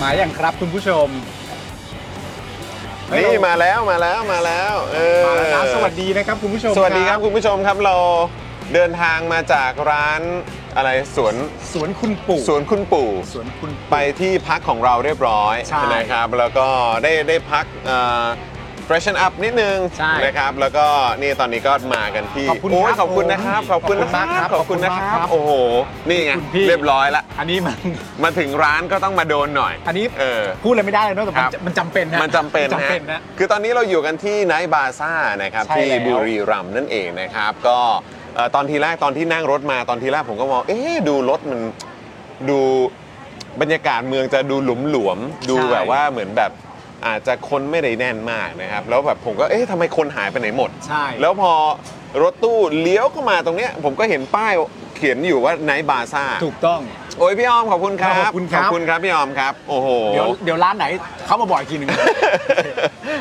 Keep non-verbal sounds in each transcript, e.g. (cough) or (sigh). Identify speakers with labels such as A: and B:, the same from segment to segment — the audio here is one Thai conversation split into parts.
A: มาอย่างครับคุณผู้ชม
B: นี่มาแล้วมาแล้วมาแล้ว เออ
A: มาแล้วนะสวัสดีนะครับคุณผู้ชม
B: สวัสดีครับคุณผู้ชมครับเราเดินทางมาจากร้านอะไรสวน
A: สวนคุณปู่
B: สวนคุณปู่
A: สวนคุณ
B: ไปที่พักของเราเรียบร้อย
A: ใช่
B: นะครับ แล้วก็ได้ได้พักเอ่อ freshen up นิดนึง
A: ใช่
B: นะครับ แล้วก็นี่ตอนนี้ก็มากันที่
A: ขอบคุณ
B: โย
A: ครับ
B: ขอบคุณนะครับ ขอบคุณ
A: ขอบคุณ
B: นะ
A: มากครับ
B: ขอบคุณนะค
A: ขอบคุณ
B: รับ
A: ครับ
B: โอ้โหนี่ไง
A: ขอบคุณพี่
B: เรียบร้อยละ
A: อันนี้มัน
B: มาถึงร้านก็ต้องมาโดนหน่อย
A: อันนี้
B: เออ
A: พูดอะไรไม่ได้เลยเนอะแต่
B: ค
A: มัน
B: รับ
A: มันจำเป็นนะ
B: มันจำเป็น
A: จำ
B: ฮะ
A: เป็นนะ
B: คือตอนนี้เราอยู่กันที่ไนท์บาซ่านะครับ
A: ใช่
B: ที่
A: แล้ว
B: บุรีรัมย์นั่นเองนะครับ ก็เอ่อตอนทีแรกตอนที่นั่งรถมาตอนทีแรกผมก็มองเอ๊ะดูรถมันดูบรรยากาศเมืองจะดูหลุมหลวมๆดูแบบว่าเหมือนแบบอาจจะคนไม่ได้แน่นมากนะครับ แล้วแบบผมก็เอ๊ะทำไมคนหายไปไหนหมด
A: ใช่
B: แล้วพอรถตู้เลี้ยวเข้ามาตรงเนี้ยผมก็เห็นป้ายเขียนอยู่ว่าไนท์บาซ่า
A: ถูกต้อง
B: โอ้ยพี่ออมขอบคุณครับ
A: ขอบคุณครับ
B: ขอบคุณครับพี่ออมครับโอ้โห
A: เดี๋ยวเดี๋ยวร้านไหนเขามาบอกอีกทีหนึ่ง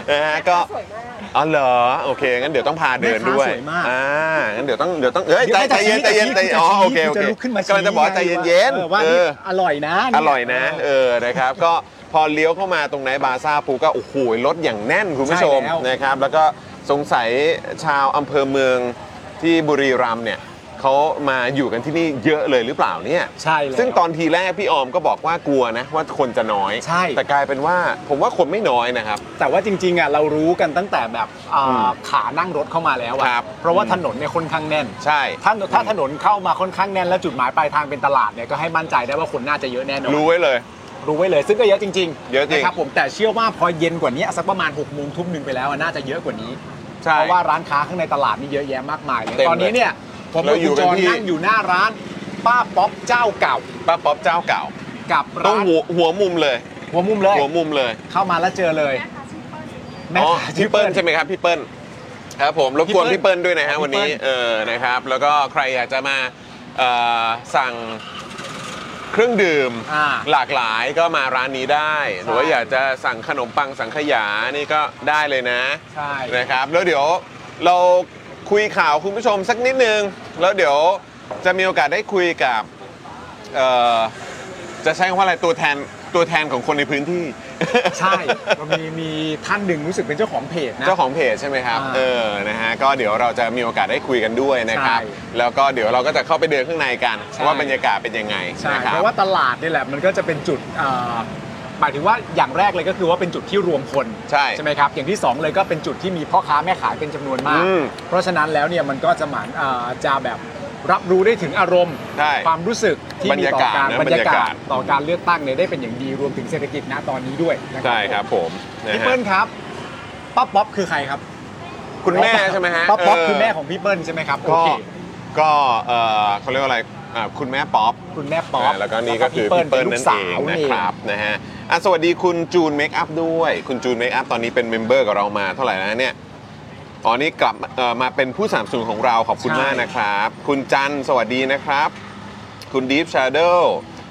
B: นะฮะก็อ๋อเหรอโอเคงั้นเดี๋ยวต้องพาเดินด้วย
A: แม่ค้าสวยมาก
B: อ่างั้นเดี๋ยวต้องเดี๋ยวต้องเอ้ยใจใจเย็นใจเย็นใจเย็น
A: ดี๋ว
B: อ๋อ
A: จะชี้
B: โอเคโอ
A: จะ
B: เค
A: ลุกขึ้นมาชี้
B: กำลังจะบอกว่าใจเย็น
A: ออว่า
B: ๆเอ
A: นี่
B: อ
A: อร่อยนะ
B: อร่อยนะ
A: เ
B: เออนะครับก็พอเลี้ยวเข้ามาตรงไหนบาซ่าปูก็โอ้โหรถอย่างแน่นคุณผู้ชม
A: ใช่แล้ว
B: นะครับ แล้วก็สงสัยชาวอำเภอเมืองที่บุรีรัมย์เนี่ยเขามาอยู่กันที่นี่เยอะเลยหรือเปล่าเนี่ย
A: ใช่แล้ว
B: ซึ่งตอนทีแรกพี่ออมก็บอกว่ากลัวนะว่าคนจะน้อย
A: ใช่
B: แต่กลายเป็นว่าผมว่าคนไม่น้อยนะครับ
A: แต่ว่าจริงๆอ่ะเรารู้กันตั้งแต่แบบอ่า
B: อืม
A: ขานั่งรถเข้ามาแล้วอ่ะ
B: ครับ
A: เพราะว่าถนนเนี่ยค่อนข้างแน่น
B: ใช่
A: ถ้าถ้าถนนเข้ามาค่อนข้างแน่นแล้วจุดหมายปลายทางเป็นตลาดเนี่ยก็ให้มั่นใจได้ว่าคนน่าจะเยอะแน่นอน
B: รู้ไว้เลย
A: รู้ไว้เลยซึ่งก็เยอะจริงๆ
B: เยอะจริง
A: นะครับผมแต่เชื่อว่าพอเย็นกว่านี้สักประมาณ6กโมงทุ่มหนึ่งไปแล้วอะน่าจะเยอะกว่านี้
B: ใช่
A: เพราะว่าร้านค้าข้างในตลาดนี่เยอะแยะมากมายเลย
B: เต็มเลย
A: ตอนนี้เนี่ยผมกั
B: เรา
A: บ
B: อยู่
A: คุณจ
B: กัน
A: อน
B: ที่
A: นั่งอยู่หน้าร้านป้าป๊อปเจ้าเก่า
B: ป้าป๊อปเจ้าเก่า
A: กับ
B: ต้อ
A: ร้าง น
B: หัวหัวมุมเลย
A: หัวมุมเลย
B: หัวมุมเลย
A: เข้ามาแล้วเจอเลย
B: อ๋อ
A: ค้า
B: พี่เปิ้ลใช่ไหมครับพี่เปิ้ลครับผมรบกวน
A: พี่
B: พี่
A: เปิ้
B: เปิ้ล
A: ล
B: ด้วยนะฮะ
A: ขอบคุณ
B: วันนี้
A: พี่เปิ้ล
B: เออนะครับ แล้วก็ใครอยากจะมาเอ่อสั่งเครื่องดื่ม
A: อ่า
B: หลากหลายก็มาร้านนี้ได้ หรือว่าอยากจะสั่งขนมปังสังขยานี่ก็ได้เลยนะ
A: ใช่
B: นะครับ แล้วเดี๋ยวเราคุยข่าวคุณผู้ชมสักนิดนึง แล้วเดี๋ยวจะมีโอกาสได้คุยกับเอ่อจะใช้คำว่าอะไรตัวแทนตัวแทนของคนในพื้นที่
A: ใช่เรามีมีท่านหนึ่งรู้สึกเป็นเจ้าของเพจนะ
B: เจ้าของเพจใช่ไหมครับ
A: อ่า
B: เออ นะฮะ ก็เดี๋ยวเราจะมีโอกาสได้คุยกันด้วยนะครับ
A: ใช่
B: แล้วก็เดี๋ยวเราก็จะเข้าไปเดินข้างในกัน
A: ใช่
B: ว่าบรรยากาศเป็นยังไง
A: ใช่
B: นะค
A: เพ
B: รับ
A: ราะว่าตลาดนี่แหละมันก็จะเป็นจุดเอ่อหมายถึงว่าอย่างแรกเลยก็คือว่าเป็นจุดที่รวมคน
B: ใช่
A: ใช่ไหมครับอย่างที่สองเลยก็เป็นจุดที่มีพ่อค้าแม่ขายเป็นจำนวนมาก
B: อืม
A: เพราะฉะนั้นแล้วเนี่ยมันก็จะหมานเอ่อจะแบบรับรู้ได้ถึงอารมณ์
B: ใช่
A: ความรู้สึกที่มีต่อการ
B: บบ ร
A: ร
B: รยา
A: รา
B: ยาก
A: กา
B: ศ
A: ศ
B: นะ
A: ต่อการเลือกตั้งเนี่ยได้เป็นอย่างดีรวมถึงเศรษฐกิจนะตอนนี้ด้วยนะ
B: ใช่ครับผมนะ
A: พี่
B: ฮะ
A: เปิ้ลครับป้าป๊อปคือใครครับ
B: คุณแม่ใช่ไหมฮะ
A: ป้าป๊อปคือ
B: เ
A: แม่ของพี่เปิ้ลใช่ไหมครับโอ
B: ก็
A: เค
B: ก็เออเขาเรียกว่าอะไรอ่าคุณแม่ป๊อป
A: คุณแม่ป๊อป
B: อ่าแล้วก็นี่ก็คือ
A: พี่
B: พี่เปิ้ล
A: ป็
B: นั่น
A: สา
B: เอง
A: ว
B: นะ
A: เอง
B: ครับนะฮะอ่ะสวัสดีคุณจูนเมคอัพด้วย คุณจูนเมคอัพตอนนี้เป็นเมมเบอร์กับเรามาเท่าไหร่แล้วเนี่ยอ๋อนี่กลับเอ่อมาเป็นผู้สามสูนของเราขอบคุณมากนะครับ คุณจันทร์สวัสดีนะครับ คุณดีฟชาร์เดล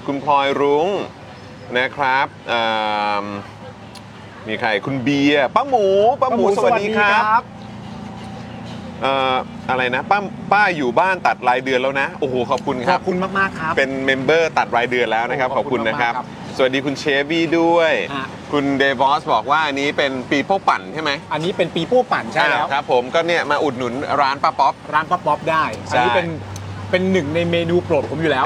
B: คุณพลอยรุ้งนะครับอ่ามมีใครคุณเบียร์ป้าหมูป้าหมูสวัสดีครับ
A: บ
B: เอ่ออะไรนะป้าป้าอยู่บ้านตัดรายเดือนแล้วนะโอ้โหขอบคุณค
A: ข
B: รั
A: อบ บคุณมากๆครับ
B: เป็นเมมเบอร์ตัดรายเดือนแล้วนะครับ ข
A: ข
B: อ
A: อ
B: บบ
A: คุ
B: คุณ
A: ณ
B: นะครับ
A: มาก
B: สวัสดีคุณเชฟวี่ด้วย
A: ฮะ
B: คุณเดวอสบอกว่าอันนี้เป็นปีโป้ปั่นใช่ไหม
A: อันนี้เป็นปีโป้ปั่นใช่แล้ว
B: อ่าครับผมก็เนี่ยมาอุดหนุนร้านป้าป๊อป
A: ร้านป๊อปป๊อปได้อั
B: ใช่
A: นนี้เป็นเป็นหนึ่งในเมนูโปรดผม
B: (laughs)
A: อยู่แล้ว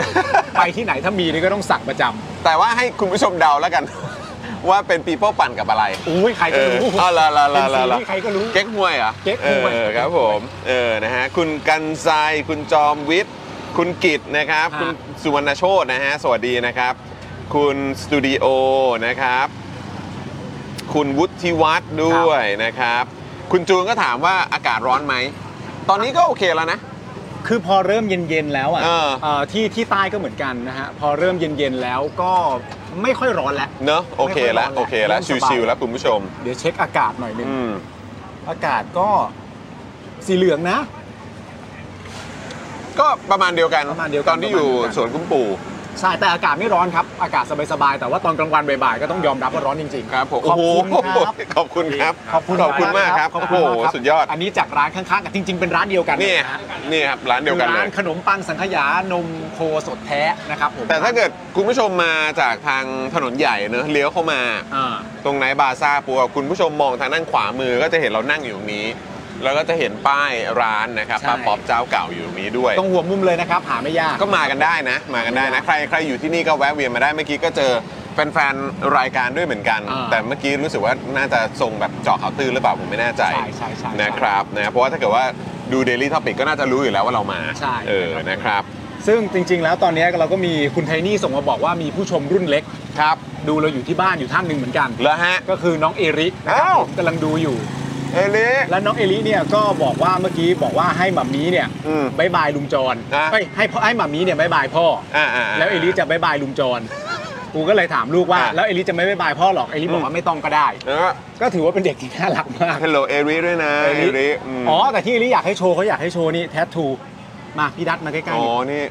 A: ไปที่ไหนถ้ามีนี่ก็ต้องสั่งประจำ
B: แต่ว่าให้คุณผู้ชมเดาแล้วกัน (laughs) ว่าเป็นปีโป้ปั่นกับอะไร
A: อุ้ยใคร
B: เอ
A: ก็
B: อ
A: รู้
B: อ๋อละละละ
A: เป็น
B: ละ
A: สิ่ง
B: ละ
A: ที่ใครก็รู้
B: เก๊กฮวยเหรอ
A: เก๊กฮวย
B: เออครับผมเออนะฮะคุณกันไซคุณจอมวิทย์คุณกิตนะครับ คุณสุวรรณโชตนะฮะสวัสดีนะครับ คุณสตูดิโอนะครับ คุณวุฒิวัฒน์ด้วยนะครับ คุณจูนก็ถามว่าอากาศร้อนไหม ตอนนี้ก็โอเคแล้วนะ
A: คือพอเริ่มเย็นๆแล้วอ่ะ
B: เออ
A: เอ่อที่ที่ใต้ก็เหมือนกันนะฮะ พอเริ่มเย็นๆแล้วก็ไม่ค่อยร้อนแล้ว
B: เนอะโอเคแล้ว
A: ไม่ค่อยร้อนแล้ว
B: โอเคแล้ว
A: เริ่มสบาย
B: ชิวๆแล้วคุณผู้ชม
A: เดี๋ยวเช็คอากาศหน่อยหนึง
B: อืม
A: อากาศก็สีเหลืองนะ
B: ก็ประมาณเดียวกัน
A: ประมาณเดียวกัน
B: ตอนที่อ
A: ป
B: ยู่
A: ระมาณเดียวกัน
B: สวนคุณปู่
A: ใช่แต่อากาศไม่ร้อนครับ อากาศสบายๆ แต่ว่าตอนกลางวันบ่ายๆ ก็ต้องยอมรับว่าร้อนจริงๆ
B: ครับผม
A: ขอบคุณครับ
B: ขอบคุณครับ
A: ขอบคุณ
B: ขอบคุณมากครับ
A: ขอบ
B: โอ้
A: คุณ
B: โห
A: มากครับ
B: สุดยอด
A: อันนี้จากร้านข้างๆกันจริง ๆ เป็นร้านเดียวกัน
B: นี่
A: ะ
B: ฮะ
A: ฮะ
B: นี่ครับร้านเดียวกันเล
A: ร้าน
B: ย
A: ขนมปังสังขยานมโคสดแท้นะครับผม
B: แต่ถ้าเกิดคุณผู้ชมมาจากทางถนนใหญ่เนอะเลี้ยวเข้ามา
A: อ่า
B: ตรงไหนบาซ่าปัวคุณผู้ชมมองทางด้านขวามือก็จะเห็นเรานั่งอยู่ตรงนี้ แล้วก็จะเห็นป้ายร้านนะครับป้าป๊อปเจ้าเก่าอยู่ตรงนี้ด้วย
A: ตรงหัวมุมเลยนะครับ หาไม่ยาก
B: ก็มากันได้นะ มากันได้นะ ใครใครอยู่ที่นี่ก็แวะเวียนมาได้เมื่อกี้ก็เจอแฟนๆรายการด้วยเหมือนกัน
A: อ่า
B: แต่เมื่อกี้รู้สึกว่าน่าจะทรงแบบเจาะข่าวตื้นหรือเปล่าผมไม่แน่ใจ
A: ใช่ใช่ใช่
B: นะครับนะเพราะว่าถ้าเกิดว่าดู Daily Topic ก็น่าจะรู้อยู่แล้วว่าเรามา
A: ใช่
B: เออนะครับ
A: ซึ่งจริง ๆ แล้วตอนนี้เราก็มีคุณไทนี่ส่งมาบอกว่ามีผู้ชมรุ่นเล็ก
B: ครับ
A: ดูเราอยู่ที่บ้านอยู่ท่านหนึ่งเหมือนกัน
B: แล้วฮะ
A: ก็คือน้องเอรินะครั
B: อ้าว
A: บผมกำลังดูอยู่
B: เอลิ
A: และน้องเอลิเนี่ยก็บอกว่าเมื่อกี้บอกว่าให้หมัมมี่เนี่ย
B: อืม
A: บายบายลุงจร
B: อ่ะ
A: เอ้ยให้พ่อให้หมัมมี่เนี่ยบายบายพ่อ
B: อ่าา
A: แล้วเอลิจะบายบายลุงจร กูก็เลยถามลูกว่า
B: อ่ะ
A: แล้วเอลิจะไม่บายบายพ่อหรอก เอลิบอ
B: อื
A: ก
B: ม
A: ว่าไม่ต้องก็ได้
B: แล้วก็
A: ก็ถือว่าเป็นเด็กที่น่ารักมาก
B: Hello เอลิด้วยนะ
A: เอลิ
B: ม
A: อ๋อ แต่ที่เอลิอยากให้โชว์เขาอยากให้โชว์นี่แทททู มาพี่ดัตมาใกล้
B: อ๋อนี่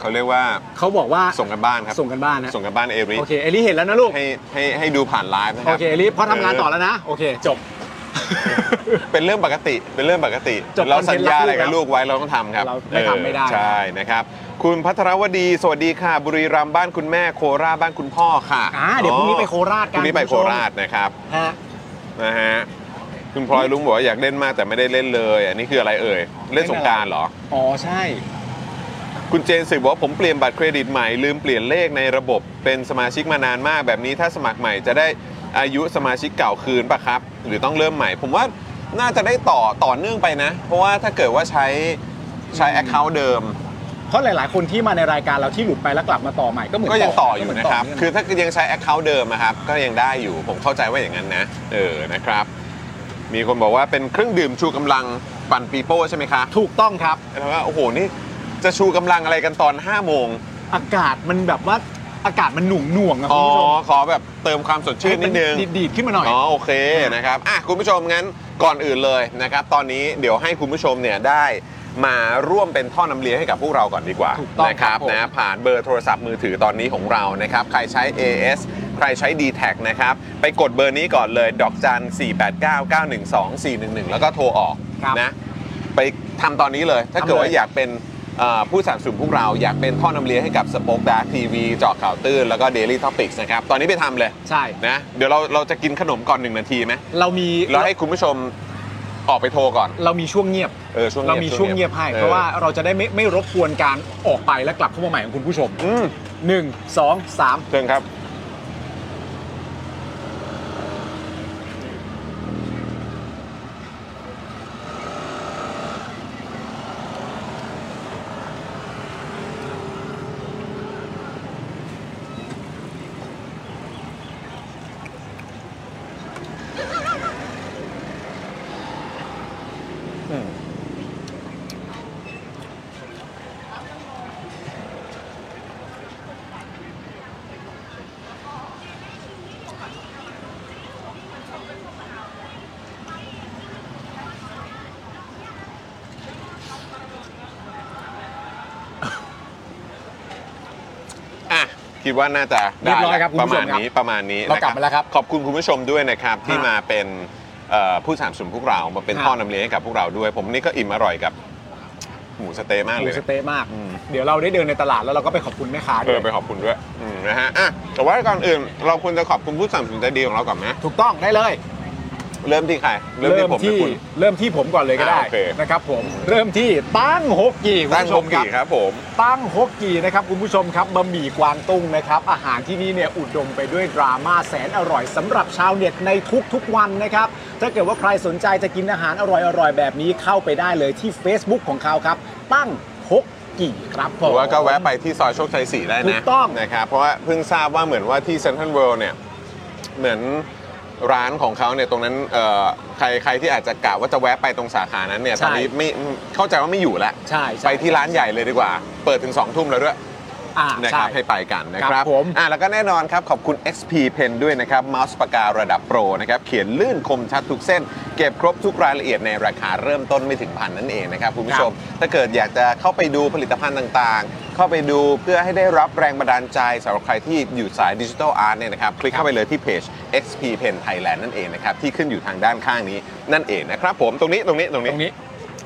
B: เขาเรียกว่า
A: ๆเขาบอกว่า
B: ส่งกันบ้านครับ
A: ส่งกันบ้านนะ
B: ส่งกันบ้านเอลิ
A: โอเค เอลิเห็นแล้วนะลูก
B: ให้ให้ให้ดูผ่านไลฟ์นะค
A: โอ
B: รับ
A: เค เอลิพอทำงานต่อแล้วนะ โอเค จบ
B: เป็นเรื่องปกติ เป็นเรื่องปกติ
A: จบ
B: เรา
A: คอน
B: สั
A: เทน
B: ญ
A: ต์รั
B: ญา
A: บ
B: อะไรกับ
A: ลู
B: ลูก
A: กแล้ว
B: ไว้เราต้องทำครับ
A: เราไม่ทำไม่ได้
B: เออใช่นะครับ คุณพัทรวดี สวัสดีค่ะ บุรีรัมย์บ้านคุณแม่ โคราชบ้านคุณพ่อค่ะ
A: อ่าเดี๋ยวพรุ่งนี้ไปโคราช
B: พ
A: กั
B: รุ่
A: น
B: งนี้ไป
A: ณ
B: โค
A: ผู้ชม
B: ราชนะครับ
A: ฮะ
B: นะฮะ คุณพลอยลุงบอกว่าอยากเล่นมากแต่ไม่ได้เล่นเลย อันนี้คืออะไรเอ่ย เล่นสงกรารเหรอ
A: อ๋อ ใช่
B: คุณเจนสึกบอกว่าผมเปลี่ยนบัตรเครดิตใหม่ ลืมเปลี่ยนเลขในระบบ เป็นสมาชิกมานานมากแบบนี้ถ้าสมัครใหม่จะได้อายุสมาชิกเก่าคืนปะครับ หรือต้องเริ่มใหม่ ผมว่าน่าจะได้ต่อต่อเนื่องไปนะ เพราะว่าถ้าเกิดว่าใช้ใช้แอคเคาท์เดิม
A: เพราะหลาย ๆ คนที่มาในรายการเราที่หลุดไปแล้วกลับมาต่อใหม่ก็เหมือน
B: ก็ยังต่ออยู่นะครับ
A: ก็เหมื
B: คือ อถ้ายังใช้แอคเคาท์เดิมนะครับ ก็ยังได้อยู่ผมเข้าใจว่าอย่างนั้นนะ เออนะครับ มีคนบอกว่าเป็นเครื่องดื่มชูกำลังปั่นปีโป้ใช่ไหมคะ
A: ถูกต้องครับ
B: แล้วก็โอ้โหนี่จะชูกำลังอะไรกันตอน5้าโมง
A: อากาศมันแบบว่าอากาศมันหน่วงหน่วงๆอะคุ
B: อ๋อ
A: ณผู้ชม
B: ขอแบบเติมความสดชื่นนิดนึง
A: ให้มัดีดๆขึ้นมาหน่อย
B: อ๋อ โอเคนะครับ อ่ะ คุณผู้ชมงั้นก่อนอื่นเลยนะครับ ตอนนี้เดี๋ยวให้คุณผู้ชมเนี่ยได้มาร่วมเป็นท่อนำเลี้ยงให้กับพวกเราก่อนดีกว่า
A: ถูกต้อง
B: นะค
A: ครั
B: รับบ
A: ผม
B: นะผ่านเบอร์โทรศัพท์มือถือตอนนี้ของเรานะครับ ใครใช้ AS ใครใช้ d t แทนะครับ ไปกดเบอร์นี้ก่อนเลย ดอกจัน 489 912 411 แล้วก็โทรออกนะ ไปทำตอนนี้เลย ถ้าเกิดว่าอยากเป็นเอ่อผู้สนับสนุนพวกเรา อยากเป็นท่อนำเลี้ยงให้กับสป็อคดาร์ทีวีเจาะข่าวตื้นแล้วก็ Daily Topics นะครับ ตอนนี้ไปทำเลย
A: ใช่
B: นะเดี๋ยวเราเราจะกินขนมก่อนหนึ่งนาทีไหม
A: เรามี
B: เราให้คุณผู้ชมออกไปโทรก่อน
A: เรามีช่วงเงียบ
B: เออช่วง
A: เรามีช่วงเงียบให้ เพราะว่าเราจะได้ไม่ไม่รบกวนการออกไปและกลับเข้ามาใหม่ของคุณผู้ชม
B: อืม
A: 1 2 3
B: เชิญครับ
A: อ
B: คิดว่าน่าจะ
A: เรี
B: ได้
A: ยบร้อยครับคุณ
B: ป
A: ผู้
B: ระ
A: ชมค
B: มาณ
A: รับ
B: นี้ประมาณนี้
A: เรากลับมาแล้วครับ
B: ขอบคุณคุณผู้ชมด้วยนะครับที่
A: ฮะ
B: มาเป็นเอ่อผู้สนับสนุนพวกเรามาเป็น
A: ฮะ
B: ท่อนำเลี้ยงให้กับพวกเราด้วย ผมนี่ก็อิ่มอร่อยกับหมูสะเต๊ะมาก
A: หมู
B: เลย
A: สะเต๊ะมาก
B: อืม
A: เดี๋ยวเราได้เดินในตลาดแล้วเราก็ไปขอบคุณแม่ค้า
B: เอ
A: ด้ว
B: อย ไปขอบคุณด้วยอืมนะฮะอ่ะแต่ว่าก่อนอื่น เราควรจะขอบคุณผู้สนับสนุนใจดีของเราก่อนไหม
A: ถูกต้องได้เลย
B: เริ่มที่ใครเริ่มที่ผมหรือคุณ
A: เริ่มที่ผมก่อนเลยก็ได้
B: อ่าโอเค
A: นะครับผมเริ่มที่ตั้งฮกกีคุณ
B: ตั้ง
A: ผู้
B: โฮ
A: ช
B: ม
A: มครั
B: กี่
A: บ
B: ครับผม
A: ตั้งฮกกีนะครับคุณผู้ชมครับบะหมี่กวางตุ้งนะครับอาหารที่นี่เนี่ยอุดมไปด้วยดราม่าแสนอร่อยสำหรับชาวเน็ตในทุกๆวันนะครับถ้าเกิดว่าใครสนใจจะกินอาหารอร่อยๆ แบบนี้เข้าไปได้เลยที่ Facebook ของเขาครับ ตั้งฮกกีครับผ
B: ห
A: ม
B: รือว่าก็แวะไปที่ซอยโชคชัย 4 ได้นะ
A: ถูกต้อง
B: นะครับ เพราะว่าเพิ่งทราบว่าเหมือนว่าที่เซ็นทรัลเวิลด์เนี่ย เหมือนร้านของเขาเนี่ยตรงนั้นเอ่อใครใครที่อาจจะกะว่าจะแวะไปตรงสาขานั้นเนี่ย
A: ใช่
B: ตอนนี้ไม่เข้าใจว่าไม่อยู่แล้ว
A: ใช่ใช่
B: ไปที่ร้านใหญ่เลยดีกว่า เปิดถึง 2 ทุ่มแล้วด้วย
A: อ่า
B: นะครับ
A: ใช่
B: ให้ไปกันนะครับ
A: ครับผม
B: อ่ะแล้วก็แน่นอนครับ ขอบคุณ XP Pen ด้วยนะครับเมาส์ปากการะดับโปรนะครับ เขียนลื่นคมชัดทุกเส้น เก็บครบทุกรายละเอียดในราคาเริ่มต้นไม่ถึงพันนั่นเองนะครับ คุณผู้ชม ถ้าเกิดอยากจะเข้าไปดูผลิตภัณฑ์ต่างๆ เข้าไปดูเพื่อให้ได้รับแรงบันดาลใจสำหรับใครที่อยู่สายดิจิทัลอาร์ตเนี่ยนะครับ คลิกเข้าไปเลยที่เพจ XP Pen Thailand นั่นเองนะครับ ที่ขึ้นอยู่ทางด้านข้างนี้นั่นเองนะครับผมตรงนี้ตรงนี้ตรง
A: ต
B: นี้
A: รงนี้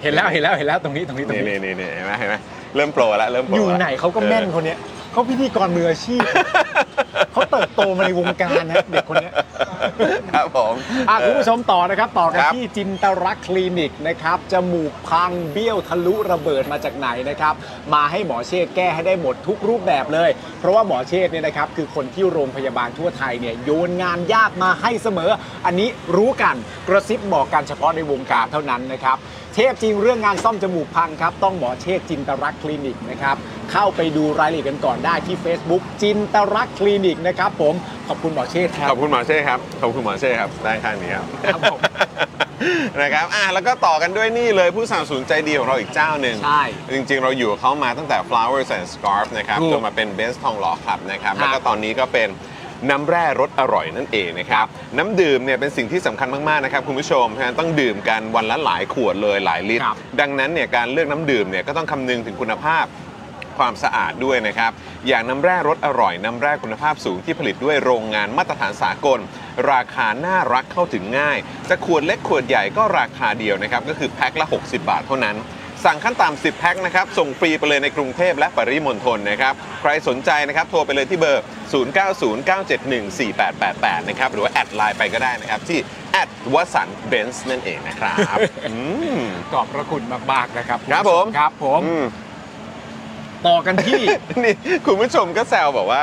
A: เห็นแล้วเห็นแล้วเห็นแล้วตรงนี้ตรงนี้ตรง
B: นี่
A: นี้
B: นี่นี่เห็นไหมเห็นไหมเริ่มโปรแล้วเริ่มโปร
A: อ
B: ละ
A: ยู่ไหนเขาก็แม่น
B: ออ
A: คนเนี้ยเขาพิธีกรมืออาชีพ เขาเติบโตมาในวงการนะเด็กคนเนี้ย
B: ครับผม
A: อ่ะคุณผู้ชมต่อนะครับ ต่อกัน
B: ครับ
A: ที่จินตรักษณ์คลินิกนะครับจมูกพังเบี้ยวทะลุระเบิดมาจากไหนนะครับ มาให้หมอเชษฐ์แก้ให้ได้หมดทุกรูปแบบเลย เพราะว่าหมอเชษฐ์เนี่ยนะครับ คือคนที่โรงพยาบาลทั่วไทยเนี่ยโยนงานยากมาให้เสมอ อันนี้รู้กันกระซิบบอกกันเฉพาะในวงการเท่านั้นนะครับ เทพจริงเรื่องงานซ่อมจมูกพังครับ ต้องหมอเชษฐ์จินตรักษณ์คลินิกนะครับ เข้าไปดูรายละเอียดกันก่อนได้ที่ Facebook จินตรักษณ์คลินิกนะครับผมขอบคุณหมอเชษฐ์ครั
B: ข
A: บ
B: อบคุณหมอเช่ครับ ขอบคุณหมอเช่ครับด้านข้างนี้ครับ
A: ครับผม
B: นะครับอ่ะแล้วก็ต่อกันด้วยนี่เลยผู้สนับสนุนใจดีของเราอีกเจ้าหนึ่ง
A: ใช่
B: จริงๆ เราอยู่กับเขามาตั้งแต่ flowers and scarf นะครับ
A: ถูก
B: จนมาเป็น b e n z ทองหล่อครับนะครับ
A: ครับ
B: แล้วก็ตอนนี้ก็เป็นน้ำแร่รสอร่อยนั่นเองนะครับ น้ำดื่มเนี่ยเป็นสิ่งที่สำคัญมากๆนะครับคุณผู้ชมเพราะฉะนั้นต้องดื่มกันวันละหลายขวดเลยหลายลิตร
A: ครับ
B: ดังนั้นเนี่ยการเลือกน้ำดื่มเนี่ยก็ต้องคำนึงถึงคุณภาพความสะอาดด้วยนะครับ อย่างน้ำแร่รสอร่อย น้ำแร่คุณภาพสูงที่ผลิตด้วยโรงงานมาตรฐานสากล ราคาน่ารักเข้าถึงง่าย จะขวดเล็กขวดใหญ่ก็ราคาเดียวนะครับ ก็คือแพ็คละ 60 บาทเท่านั้น สั่งขั้นต่ำ10 แพ็คนะครับ ส่งฟรีไปเลยในกรุงเทพและปริมณฑลนะครับ ใครสนใจนะครับ โทรไปเลยที่เบอร์ 0909714888 นะครับ หรือว่าแอดไลน์ไปก็ได้นะครับ ที่แอดวสันเบนซ์นั่นเองนะครับอืม
A: ขอบพระคุณมากๆนะครับ
B: ครับผม
A: ครับผม
B: อืม
A: ต่อกันที่
B: (laughs) นี่คุณผู้ชมก็แซวบอกว่า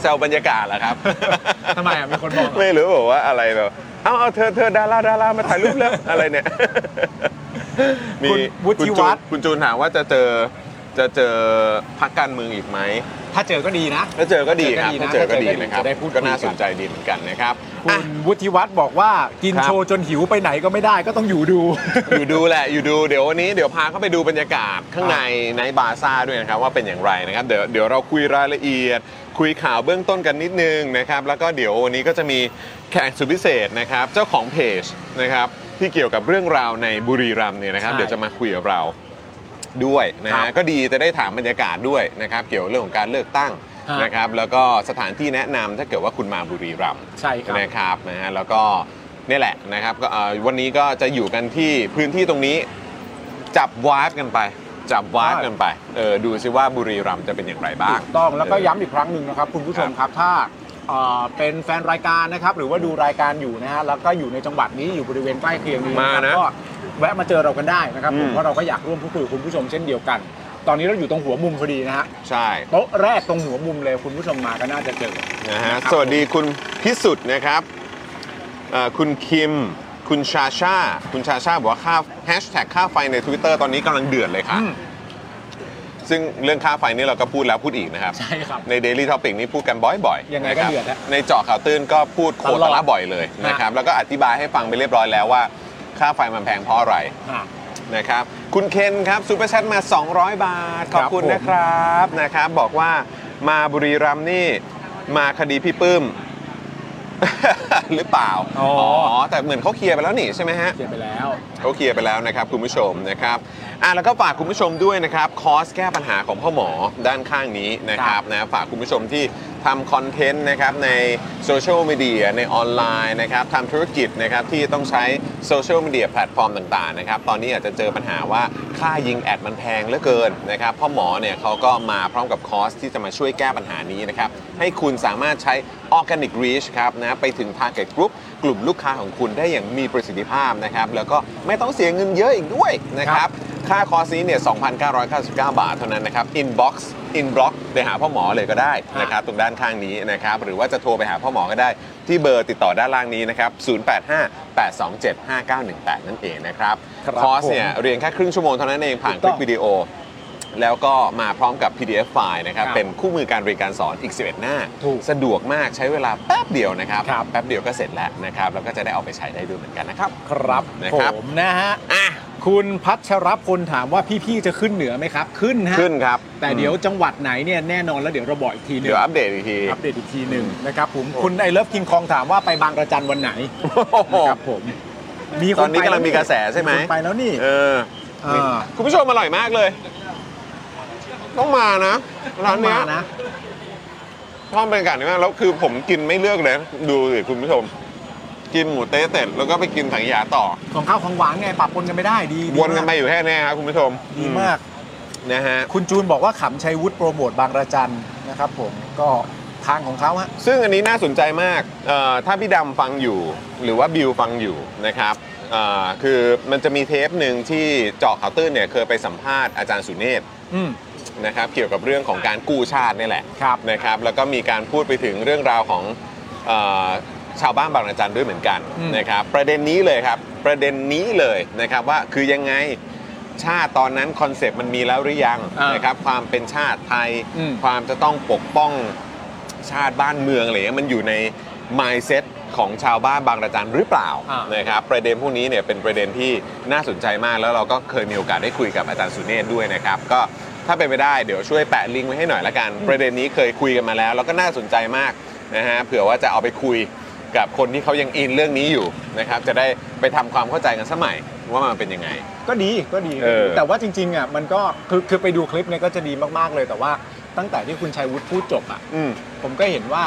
B: แซวบรรยากาศเหรอครับ
A: (laughs) ทำไมอ่ะมีคนบอกเหรอ
B: ไม่รู้บอกว่าอะไรแบบเอาเอาเธอเธอดาราดารามาถ่ายรูปแล้ว อะไรเนี่ยมี
A: (laughs) คุณวุฒิ
B: คุณ
A: วั
B: จู
A: ฒ
B: น
A: น์
B: คุณจูนถามว่าจะเจอจะเจอพักการเมืองอีกไหม
A: ถ้าเจอก็ดีนะ
B: ถ้าเจอก็ดีครับ
A: ถ้า
B: ถ้าเจ
A: เจ
B: อ
A: อก็
B: ก็
A: ดี
B: ดี
A: นะ
B: นะครับ
A: จะได้พูดคุยกั
B: ก็
A: น
B: น่าสนใจดีเหมือนกันนะครับ
A: คุ
B: อ่ะ
A: ณวุฒิวัฒน์บอกว่ากิน
B: ครับ
A: โชว์จนหิวไปไหนก็ไม่ได้ก็ต้องอยู่ดู
B: อยู่ดูแหละอยู่ดูเดี๋ยววันนี้เดี๋ยวพาเข้าไปดูบรรยากาศข้างในในบาซ่าด้วยนะครับ ว่าเป็นอย่างไรนะครับเดี๋ยวเดี๋ยวเราคุยรายละเอียด คุยข่าวเบื้องต้นกันนิดนึงนะครับ แล้วก็เดี๋ยววันนี้ก็จะมีแขกสุดพิเศษนะครับ เจ้าของเพจนะครับที่เกี่ยวกับเรื่องราวในบุรีรัมย์เนี่ยนะครับ
A: ใช่
B: เดี๋ยวจะมาคุยกับเราด้วยนะ
A: ครั
B: ฮะ
A: บ
B: ก็ดีจะได้ถามบรรยากาศด้วยนะครับ เกี่ยวเรื่องของการเลือกตั้ง
A: ฮะ
B: นะครับ แล้วก็สถานที่แนะนำถ้าเกิดว่าคุณมาบุรีรัมย์
A: ใช่ครับ
B: นะครับนะฮะแล้วก็นี่แหละนะครับก็เอ่อวันนี้ก็จะอยู่กันที่พื้นที่ตรงนี้ จับวาร์ปกันไป จับวาร์ปกันไปเออดูซิว่าบุรีรัมย์จะเป็นอย่างไรบ้าง
A: ถูกต้องแล้วก็
B: เออ
A: ย้ำอีกครั้งหนึ่งนะครับ คุณผู้ชมครับถ้าเอ่อเป็นแฟนรายการนะครับหรือว่าดูรายการอยู่นะฮะแล้วก็อยู่ในจังหวัดนี้อยู่บริเวณใกล้เคียงนี้
B: มา
A: ครั
B: นะ
A: บก็แวะมาเจอเรากันได้นะครับผ
B: อื
A: ม
B: ม
A: เพราะเราก็อยากร่วมพูดคุยกับคุณผู้ชมเช่นเดียวกัน ตอนนี้เราอยู่ตรงหัวมุมพอดีนะฮะ
B: ใช่
A: โต๊ะแรกตรงหัวมุมเลยคุณผู้ชมมาก็น่าจะเจอ
B: นะฮะ
A: นะครับ
B: สวัสดีคุณพิสุทธิ์นะครับเอ่อคุณคิม คุณชาชาคุณชาชาบอกว่าค่าแฮชแท็กค่าไฟใน Twitter ตอนนี้กำลังเดือดเลยค่ะ ซึ่งเรื่องค่าไฟนี่เราก็พูดแล้วพูดอีกนะครับ
A: ใช่ครับ
B: ใน Daily Topic นี้พูดกันบ่อยๆ
A: ยังไงก็
B: นะครับ
A: เดือดอะ
B: ในเจาะข่าวตื้นก็พูดโคต
A: ต
B: ร
A: ลอ
B: ละ
A: ด
B: บ่อยเลยนะครับ
A: ฮะ
B: แล้วก็อธิบายให้ฟังไปเรียบร้อยแล้วว่า ค่าไฟมันแพงเพราะอะไร
A: อ่ะ
B: นะครับ คุณเคนครับซูเปอร์แชทมา 200 บาท ขอบคุณ
A: ผม
B: นะครับนะครับ บอกว่ามาบุรีรัมย์นี่มาคดีพี่ปื้ม (laughs) หรือเปล่า
A: อ๋ออ๋
B: แต่เหมือนเขาเคลียร์ไปแล้วนี่ใช่ไหมฮะ
A: เขียนไปแล้ว
B: เขาเคลียร์ไปแล้วนะครับ คุณผู้ชมนะครับ อ่ะแล้วก็ฝากคุณผู้ชมด้วยนะครับคอร์สแก้ปัญหาของพ่อหมอด้านข้างนี้นะครับนะฝากคุณผู้ชมที่ทำคอนเทนต์นะครับในโซเชียลมีเดียในออนไลน์นะครับทำธุรกิจนะครับที่ต้องใช้โซเชียลมีเดียแพลตฟอร์มต่างๆนะครับตอนนี้อาจจะเจอปัญหาว่าค่ายิงแอดมันแพงเหลือเกินนะครับพ่อหมอเนี่ยเขาก็มาพร้อมกับคอร์สที่จะมาช่วยแก้ปัญหานี้นะครับให้คุณสามารถใช้ Organic Reach ครับนะไปถึง Target Group กลุ่มลูกค้าของคุณได้อย่างมีประสิทธิภาพนะครับแล้วก็ไม่ต้องเสียเงินเยอะอีกด้วยนะครับ ค่าคอร์สนี้เนี่ย 2,999 บาทเท่านั้นนะครับ inbox inbox ไปหาพ่อหมอเลยก็ได้นะครับ ตรงด้านข้างนี้นะครับ หรือว่าจะโทรไปหาพ่อหมอก็ได้ ที่เบอร์ติดต่อด้านล่างนี้นะครับ 0858275918 นั่นเองนะครับ
A: ครับ
B: คอร์สเนี่ย เรียนแค่ครึ่งชั่วโมงเท่านั้นเองผ่านคลิปวิดีโอ แล้วก็มาพร้อมกับ PDF ไฟล์นะครับ
A: ครับ
B: เป็นคู่มือการเรียนการสอนอีก 11 หน้า
A: ถูก
B: สะดวกมากใช้เวลาแป๊บเดียวนะครับ
A: ครับ
B: แป๊บเดียวก็เสร็จแล้วนะครับแล้วก็จะได้เอาไปใช้ได้ด้วยเหมือนกันนะครับ
A: ครับ
B: นะครับ
A: ผมนะฮะ
B: อ่ะ
A: คุณพัชรพลถามว่าพี่ๆจะขึ้นเหนือไหมครับ ขึ้นฮะ
B: ขึ้นครับ
A: แต่เดี๋ยวจังหวัดไหนเนี่ยแน่นอนแล้วเดี๋ยวเราบอกอีกทีหนึง
B: เดี๋ยวอัปเดตอีกที
A: อัปเดตอีกทีหนึ่งนะครับผมคุณไอเลิฟคิงคองถามว่าไปบางกระจันวัน
B: (laughs)
A: ไหนนะครับผม
B: ตอนนี้กำลังมีกระแสใช่ไหม
A: คนไปแล้วนี่
B: เออ
A: เออ
B: คุณผู้ชมอร่อยมากเลย ต้องมานะร้านเนี้
A: ต้
B: ย
A: องมนะ
B: ชอบบรรยากาศนี้มากแล้วคือผมกินไม่เลือกเลยนะดูสิคุณผู้ชม กินหมูเต๊ะเสร็จแล้วก็ไปกินถังขยาต่อ
A: ของข้าวของหวานไงปะปนกันไม่ได้ดีดี
B: วนกันไป
A: มา
B: อยู่แค่เนี้ยครับคุณผู้ชม
A: ดีมาก
B: นะฮะ
A: คุณจูนบอกว่าขำชัยวุฒิโปรโมทบางระจันนะครับผมก็ทางของเขาฮะ
B: ซึ่งอันนี้น่าสนใจมากเอ่อถ้าพี่ดำฟังอยู่ หรือว่าบิวฟังอยู่นะครับเอ่อคือมันจะมีเทปหนึ่งที่เจาะข่าวตื้นเนี่ยเคยไปสัมภาษณ์อาจารย์สุเนศ
A: อืม
B: นะครับเกี่ยวกับเรื่องของการกู้ชาตินี่แหละ
A: ครับ
B: นะครับ แล้วก็มีการพูดไปถึงเรื่องราวของเออชาวบ้านบางระจันด้วยเหมือนกัน
A: อืม
B: นะครับประเด็นนี้เลยครับประเด็นนี้เลยนะครับว่าคือยังไงชาติตอนนั้นคอนเซปต์มันมีแล้วหรือยัง
A: อ่าน
B: นะครับความเป็นชาติไทย
A: อืม
B: ความจะต้องปกป้องชาติบ้านเมืองอะไรอย่างเงี้ยมันอยู่ใน mindset ของชาวบ้านบางระจันหรือเปล่า
A: อ่าน
B: นะครับประเด็นพวกนี้เนี่ยเป็นประเด็นที่น่าสนใจมากแล้วเราก็เคยมีโอกาสได้คุยกับอาจารย์สุเนศด้วยนะครับก็ถ้าเป็นไปได้เดี๋ยวช่วยแปะลิงก์ไว้ให้หน่อยละกัน ประเด็นนี้เคยคุยกันมาแล้ว แล้วก็น่าสนใจมากนะฮะเผื่อว่าจะเอาไปคุยกับคนที่เขายังอินเรื่องนี้อยู่นะครับจะได้ไปทำความเข้าใจกันสมัยว่ามันเป็นยังไง
A: ก็ดีก็ดี
B: เออ
A: แต่ว่าจริงๆอ่ะมันก็คือคือไปดูคลิปเนี่ยก็จะดีมากๆเลย แต่ว่าตั้งแต่ที่คุณชัยวุฒิพูดจบอ่ะ
B: อืม
A: ผมก็เห็นว่า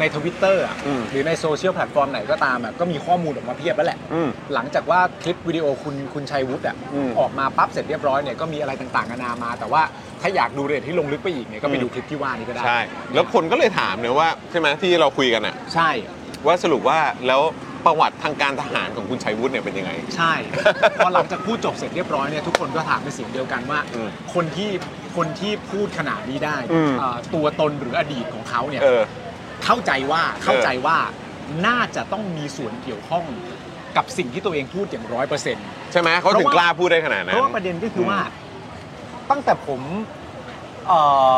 A: ในทวิตเตอร์อ่ะ
B: อืม
A: หรือในโซเชียลแพลตฟอร์มไหนก็ตามอ่ะก็มีข้อมูลออกมาเพียบแล้วแหละ
B: อืม
A: หลังจากว่าคลิปวิดีโอคุณคุณชัยวุฒิอ่ะ
B: อืม
A: ออกมาปั๊บเสร็จเรียบร้อยเนี่ยก็มีอะไรต่างๆนานามา แต่ว่าถ้าอยากดูรายละเอียดที่ลงลึกไปอีกเนี่ยก็ไป
B: อืม
A: ดูคลิปที่ว่านี้ก็ได้
B: ใช่ แล้วคนก็เลยถามเนี่ยว่าใช่ไหมที่เราคุยกันอะ
A: ใช่
B: ว่าสรุปว่าแล้วประวัติทางการทหารของคุณชัยวุฒิเนี่ยเป็นยังไง
A: ใช่ พอหลังจากพูดจบเสร็จเรียบร้อยเนี่ยทุกคนก็ถามเป็นเสียงเดียวกันว่า
B: อืม
A: คนที่คนที่พูดขนาดนี้ได้
B: อืม
A: เอ่อตัวตนหรืออดีตของเขาเนี่ย
B: เออ
A: เข้าใจว่าเข้าใจว่าน่าจะต้องมีส่วนเกี่ยวข้องกับสิ่งที่ตัวเองพูดอย่างร้อยเปอร์เซ็นต์
B: ใช่ไหมเขาถึง
A: เพราะว่า
B: กล้าพูดได้ขนาดนั้
A: เพ
B: น
A: ราะว่าประเด็นก็คือว่า ตั้งแต่ผมเอ่อ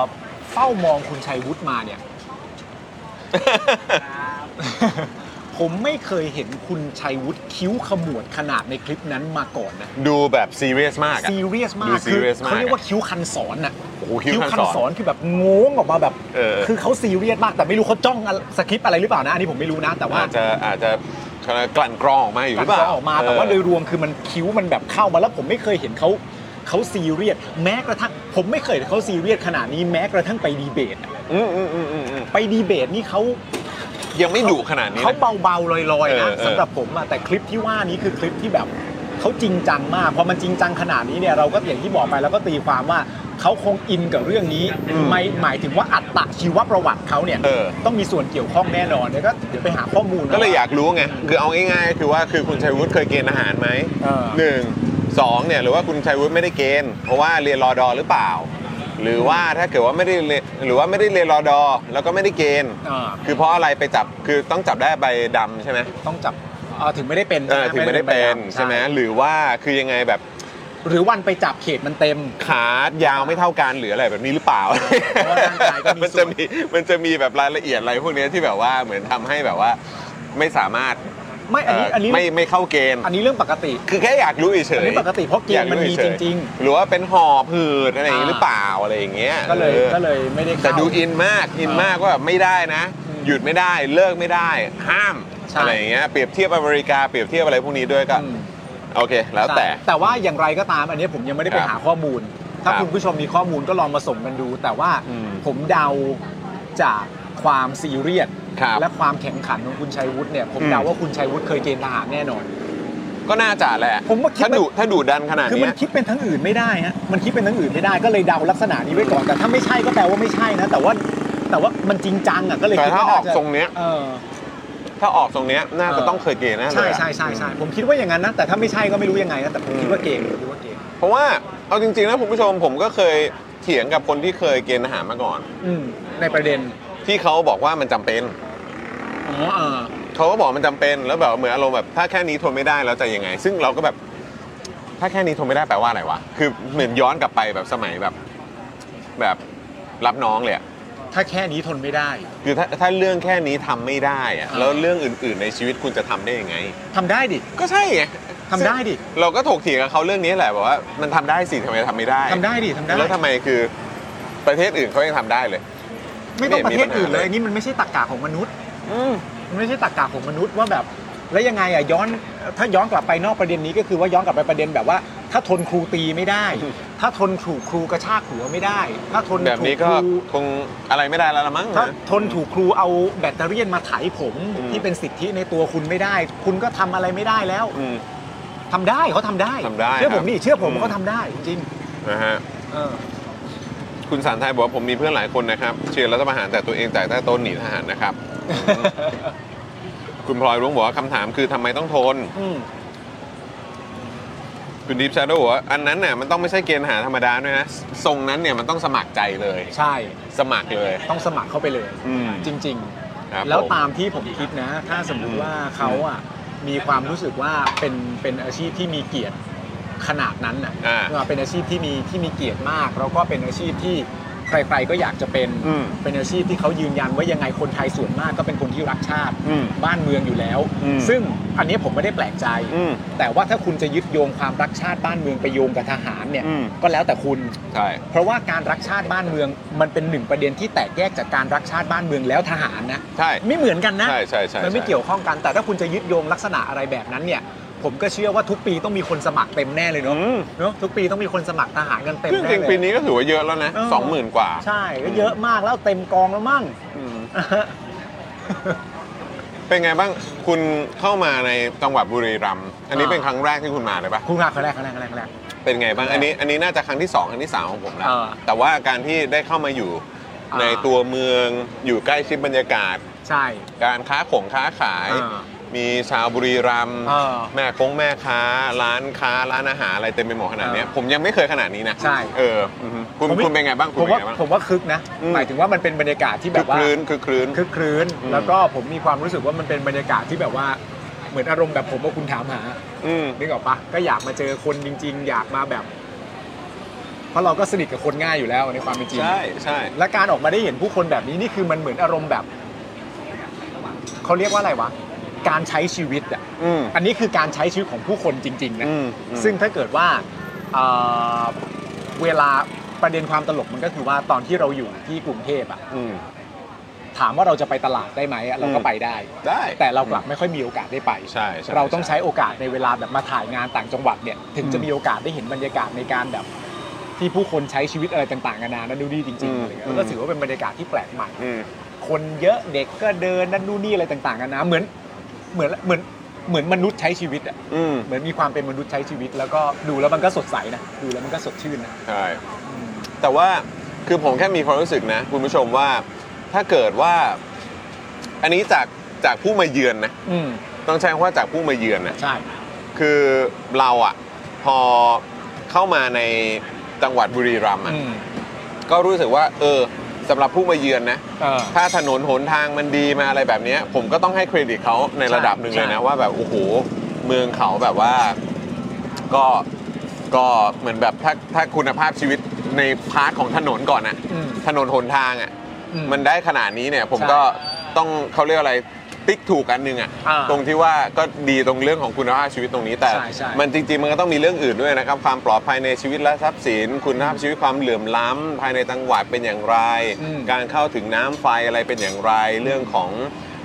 A: เฝ้ามองคุณชัยวุฒิมาเนี่ย (laughs) ผมไม่เคยเห็นคุณชัยวุฒิคิ้วขมวดขนาดในคลิปนั้นมาก่อนนะ
B: ดูแบบซีเรียสมากอะ
A: ซีเรียสมาก
B: ดู
A: คือ
B: serious มาก
A: เขาเรียกว่าคิ้วคันศรน่ะ
B: โอ้โหคิ้วคันศ
A: ศ
B: ร
A: รคือแบบงงออกมาแบบ
B: เออ
A: คือเขาซีเรียสมากแต่ไม่รู้เขาจ้องอะไรสคริปต์อะไรหรือเปล่านะอันนี้ผมไม่รู้นะแต่ว่า
B: อาจจะอาจจะกลั่นกรองออกมาอยู่ห
A: กั
B: รื
A: น
B: อเปล่า
A: จะออกมาแต่ว่า
B: เอ
A: โด
B: อ
A: ยรวมคือมันคิ้วมันแบบเข้ามาแล้วผมไม่เคยเห็นเขาเขาซีเรียสแม้กระทั่งผมไม่เคยเห็นเขาซีเรียสขนาดนี้แม้กระทั่งไปดีเบตอะ
B: อืมอืมอืมอืมอืม
A: ไปดีเบตนี่เขา
B: ยังไม่ดุขนาดนี้
A: เขา
B: นะ
A: เบาๆลอยๆนะ
B: เออเออ
A: สำหรับผมอะแต่คลิปที่ว่านี้คือคลิปที่แบบเขาจริงจังมากพอมันจริงจังขนาดนี้เนี่ยเราก็อย่างที่บอกไปแล้วก็ตีความว่าเขาคงอินกับเรื่องนี้ไม่หมายถึงว่าอัตตะชีวประวัติเขาเนี่ย
B: เออ
A: ต้องมีส่วนเกี่ยวข้องแน่นอนเดี๋ยวก็เดี๋ยวไปหาข้อมูลนะ
B: ก็เลยอยากรู้ไง คือเอาง่ายๆคือว่าคือคุณชัยวุฒิเคยเกณฑ์อาหารไหม
A: เออ
B: หนึ่งสองเนี่ยหรือว่าคุณชัยวุฒิไม่ได้เกณฑ์ เพราะว่าเรียนรอดอหรือเปล่า หรือว่าถ้าเกิดว่าไม่ได้เรียนหรือว่าไม่ได้เรียนรอดอแล้วก็ไม่ได้เกณฑ์
A: อ่า
B: คือเพราะอะไรไปจับคือต้องจับได้ใบดำใช่ไหม
A: ต้องจับเอ่อถึงไม่ได้เป็น
B: เออถึงไม่ได้เป็น
A: ใช่
B: ใช่
A: ไห
B: ไห
A: ม
B: มหรือว่าคือยังไงแบบ
A: หรือวันไปจับเขตมันเต็ม
B: ขายาวไม่เท่ากันหรืออะไรแบบนี้หรือเปล่า
A: เพราะว่าร่างกายก็มี
B: มัน
A: ส่
B: จะ
A: วน
B: มีมันจะมีแบบรายละเอียดอะไรพวกเนี้ยที่แบบว่าเหมือนทำให้แบบว่าไม่สามารถ
A: ไม่อันนี้
B: เอ่ออ
A: อันนี้
B: ไม่ไม่เข้าเกณฑ์
A: อันนี้เรื่องปกติ
B: คือแค่อยากรู้เฉยๆ
A: อันนี้ปกติเพราะเกณฑ์มันมี
B: อยาเฉยๆ
A: จริง
B: หรือว่าเป็นหอบหืดอะไรอย่างนี้
A: อ่า
B: หรือเปล่าอะไรอย่างเงี้ย
A: ก็เลย
B: ออ
A: ก็เลยไม่ได้เข้า
B: แต่ดูอินมากอินมากว่าแบบไม่ได้นะ
A: อืม
B: หยุดไม่ได้เลิกไม่ได้ ห้าม
A: ใช่
B: อะไรอย่างเงี้ยเปรียบเทียบอเมริกาเปรียบเทียบอะไรพวกนี้ด้วยก็
A: อืม
B: โอเค แล้วแต่
A: ใช่แต่ว่าอย่างไรก็ตามอันนี้ผมยังไม่ได้ไป
B: ครับ
A: หาข้อมูล ถ้า
B: ครับ
A: คุณผู้ชมมีข้อมูลก็ลองมาส่งกันดู แต่ว่า
B: อืม
A: ผมเดาจากความซีเรียส
B: ครับ
A: และความแข็งขันของคุณชัยวุฒิเนี่ยผม
B: อืม
A: เดาว่าคุณชัยวุฒิเคยเกณฑ์ทหารแน่นอน
B: ก็น่าจะแหละ
A: ผมว่าคิด
B: ถ้า
A: ไม่
B: ดุถ้าดุดันขนาด
A: คือมั
B: เนี้
A: น
B: ย
A: คิดเป็นทั้งอื่นไม่ได้ฮะมันคิดเป็นทั้งอื่นไม่ได้ก็เลยเดาลักษณะนี้ไว้ก่อนแต่ถ้าไม่ใช่ก็แปลว่าไม่ใช่นะ แต่ว่าแต่ว่ามันจริงจังอ่ะก็เลย
B: แต่
A: คิด
B: ถ้า
A: ว่าน่
B: ออก
A: จะ
B: ทรงเนี้ย
A: เออ
B: ถ้าออกตรงเนี้ยน่าจะ
A: เออ
B: ต้องเคยเกณฑ์แน่เลย
A: ใช่
B: อะ
A: ใช่ใช่ใช่ผมคิดว่าอย่างนั้นนะแต่ถ้าไม่ใช่ก็ไม่รู้ยังไงนะแต่ผมคิดว่าเกมผมคิดว่าเกม
B: เพราะว่าเอาจริงๆนะคุณผู้ชมผมก็เคยเถียงกับคนที่เคยเกณฑ์ทหารมาก่อน
A: อืมในประเด็น
B: ที่เขาบอกว่ามันจำเป็น
A: อ๋อเออ
B: เขาก็บอกมันจำเป็นแล้วแบบเหมือนอารมณ์แบบถ้าแค่นี้ทนไม่ได้แล้วจะยังไง ซึ่งเราก็แบบถ้าแค่นี้ทนไม่ได้แปลว่าอะไรวะคือเหมือนย้อนกลับไปแบบสมัยแบบแบบรับน้องเลยอะ
A: ถ้าแค่นี้ทนไม่ได้
B: คือถ้าถ้าเรื่องแค่นี้ทำไม่ได้อะแล้วเรื่องอื่น ๆ ในชีวิตคุณจะทำได้ยังไง
A: ทำได้ดิ
B: ก็ใช่ไง
A: ทำได้ดิ
B: ซึ่งเราก็ถกเถียงกับเขาเรื่องนี้แหละบอกว่ามันทำได้สิทำไมทำไม่ได้
A: ทำได้ดิทำได้
B: แล้วทำไมคือประเทศอื่นเขายังทำได้เลย
A: ไม่ต้อง
B: ไม่
A: ประเทศ
B: มีปัญหา
A: อื่นเลย
B: เลย
A: อันนี้มันไม่ใช่ตรรกะของมนุษย์มันไม่ใช่ตรรกะของมนุษย์ว่าแบบ แล้วยังไงอ่ะย้อนถ้าย้อนกลับไปนอกประเด็นนี้ก็คือว่าย้อนกลับไปประเด็นแบบว่า ถ้าทนครูตีไม่ได้
B: (laughs)
A: ถ้าทนถูกครูกระชากหัวไม่ได้ ถ้าทน
B: แบบนี้
A: ถู
B: ก็
A: ครู
B: คงอะไรไม่ได้แล้วละมั้ง
A: ถ้า
B: นะ
A: ทนถูกครูเอาแบตเตอรี่ยนมาไถผม
B: อืม
A: ที่เป็นสิทธิในตัวคุณไม่ได้ คุณก็ทำอะไรไม่ได้แล้ว
B: อืม
A: ทำได้เขาทำได้
B: ทำได้
A: เชื่อผม
B: ครับ
A: นี่เชื่อผม
B: อืม
A: เขาทำได้จริง
B: นะฮะ
A: ๆเออ
B: คุณสันไทยบอกว่าผมมีเพื่อนหลายคนนะครับเชียร์รัฐประหารแต่ตัวเองแต่ใต้โต้นหนีทหาร
A: (laughs)
B: นะครับ คุณพลอยรุ้งบอกว่าคำถามคือทำไมต้องทน
A: อืม
B: คุณดิฟชาโดบอกว่าอันนั้นน่ะมันต้องไม่ใช่เกณฑ์ทหารธรรมดาด้วยนะทรงนั้นเนี่ยมันต้องสมัครใจเลย
A: ใช่
B: สมัครเลย
A: ต้องสมัครเข้าไปเลย
B: อืม
A: จริง
B: ครับ
A: ๆ แล้ว
B: ผม
A: ตามที่ผมคิดนะ ถ้าสมมุติว่าเขาอ่ะมีความรู้สึกว่าเป็นเป็นอาชีพที่มีเกียรติขนาดนั้นน่ะ
B: อ่า
A: ว่าเป็นอาชีพที่มีที่มีเกียรติมาก แล้วก็เป็นอาชีพที่ใครๆก็อยากจะเป็น
B: อืม
A: เป็นอาชีพที่เขายืนยันว่ายังไงคนไทยส่วนมากก็เป็นคนที่รักชาติ
B: อืม
A: บ้านเมืองอยู่แล้ว
B: อืม
A: ซึ่งอันนี้ผมไม่ได้แปลกใจ
B: อืม
A: แต่ว่าถ้าคุณจะยึดโยงความรักชาติบ้านเมืองไปโยงกับทหารเนี่ย
B: อืม
A: ก็แล้วแต่คุณ
B: ใช่
A: เพราะว่าการรักชาติบ้านเมืองมันเป็นหนึ่งประเด็นที่แตกแยกจากการรักชาติบ้านเมืองแล้วทหารนะ
B: ใช่
A: ไม่เหมือนกันนะ
B: ใช่ใช่ใช่
A: มันไม่
B: ใช่
A: เกี่ยวข้องกัน แต่ถ้าคุณจะยึดโยงลักษณะอะไรแบบนั้นเนี่ย ผมก็เชื่อว่าทุกปีต้องมีคนสมัครเต็มแน่เลยเนาะ
B: อืม
A: เนาะทุกปีต้องมีคนสมัครทหารกันเต็ม
B: ซึ่ง
A: แน่
B: จริงๆ
A: เล
B: ปี
A: ย
B: นี้ก็ถือว่าเยอะแล้วนะ
A: เออ
B: สองหมื่นกว่า
A: ใช่ก็เยอะมากแล้วเต็มกองแล้วมั่ง
B: อืมเป็นไงบ้างคุณเข้ามาในจังหวัดบุรีรัมย์อันนี้
A: อ่า
B: เป็นครั้งแรกที่คุณมาเลยปะ
A: คุณงานครั้งแรกครั้งแรกครั้งแรกครั้งแรก
B: เป็นไงบ้างอันนี้อันนี้น่าจะครั้งที่สองครั้งที่สามของผมแล้ว
A: เออ
B: แต่ว่าการที่ได้เข้ามาอยู่
A: อ่า
B: ในตัวเมืองอยู่ใกล้ชิดบรรยากาศ
A: ใช่
B: การค้าของค้าขาย
A: อ่า
B: มีชาวบุรีรัมย์
A: อ่า
B: แม่คงแม่ค้า ร้านค้าร้านอาหารอะไรเต็มไปหมดขนาดเนี้ย
A: อ่า
B: ผมยังไม่เคยขนาดนี้นะ
A: ใช่
B: เอออือฮึคุณคุณเป็นไงบ้าง
A: ผ
B: คุณ
A: ม
B: เป็น
A: ว่า
B: ไงบ้าง
A: ผมว่าคึกนะ
B: อืม
A: หมายถึงว่ามันเป็นบรรยากาศที่แบ
B: คือบ
A: ว่า
B: คลื้นคือคลื้น
A: คึกครื้น
B: อืม
A: แล้วก็ผมมีความรู้สึกว่ามันเป็นบรรยากาศที่แบบว่าเหมือนอารมณ์แบบผมว่าคุณถามหา
B: อืม
A: นึกออกปะก็อยากมาเจอคนจริง ๆ อยากมาแบบ เพราะเราก็สนิทกับคนง่ายอยู่แล้วในความเป็นจริง
B: ใช่ใช่
A: และการออกมาได้เห็นผู้คนแบบนี้นี่คือมันเหมือนอารมณ์แบบเขาเรียกว่าอะไรวะการใช้ชีวิตอ่ะ
B: อืม
A: อันนี้คือการใช้ชีวิตของผู้คนจริง ๆ นะ
B: อืม
A: ซึ่งถ้าเกิดว่าเอ่อเวลาประเด็นความตลกมันก็คือว่าตอนที่เราอยู่ที่กรุงเทพอ่ะ
B: อืม
A: ถามว่าเราจะไปตลาดได้ไหมอะเราก็
B: อืม
A: ไปได้
B: ได้
A: แต่เรากลับไม่ค่อยมีโอกาสได้ไป
B: ใช่ใช่
A: เราต้องใช้โอกาสในเวลาแบบมาถ่ายงานต่างจังหวัดเนี่ย ถึงจะมีโอกาสได้เห็นบรรยากาศในการแบบ ที่ผู้คนใช้ชีวิตอะไรต่างๆนานานั้นดูดีจริงๆอะไรเงี้ยแล้วก็ถือว่าเป็นบรรยากาศที่แปลกใหม่
B: อืม
A: คนเยอะเด็กก็เดินนั่นนู่นนี่อะไรต่างๆนานาเหมือนเหมือนเหมือนเหมือนมนุษย์ใช้ชีวิตอ่ะ
B: อืม
A: เหมือนมีความเป็นมนุษย์ใช้ชีวิต แล้วก็ดูแล้วมันก็สดใสนะ ดูแล้วมันก็สดชื่นนะ
B: ใช่
A: อืม
B: แต่ว่าคือผมแค่มีความรู้สึกนะ คุณผู้ชมว่าถ้าเกิดว่า อันนี้จากจากผู้มาเยือนนะ
A: อืม
B: ต้องใช้คำว่าจากผู้มาเยือนนะ
A: ใช่
B: คือเราอะพอเข้ามาในจังหวัดบุรีรัมย์อะ
A: อืม
B: ก็รู้สึกว่า เออสำหรับผู้มาเยือนนะ
A: เออ
B: ถ้าถนนหนทางมันดีมาอะไรแบบเนี้ย ผมก็ต้องให้เครดิตเขาในระดับหนึ่งเลยนะ
A: ใช่
B: ว่าแบบโอ้โหเมืองเขาแบบว่าก็ก็เหมือนแบบถ้าถ้าคุณภาพชีวิตในพาร์ทของถนนก่อนนะ
A: อืม
B: ถนนหนทางอะ
A: อื
B: มันได้ขนาดนี้เนี่ย ผม
A: ใช่
B: ก็ต้องเขาเรียกอะไรติ๊กถูกอันหนึงอะ
A: อ่า
B: ตรงที่ว่าก็ดีตรงเรื่องของคุณภาพชีวิตตรงนี้แต่
A: ใช่ใช่
B: มันจริงๆมันก็ต้องมีเรื่องอื่นด้วยนะครับ ความปลอดภัยในชีวิตและทรัพย์สิน คุณภาพชีวิตความเหลื่อมล้ำภายในจังหวัดเป็นอย่างไร
A: อืม
B: การเข้าถึงน้ำไฟอะไรเป็นอย่างไร เรื่องของ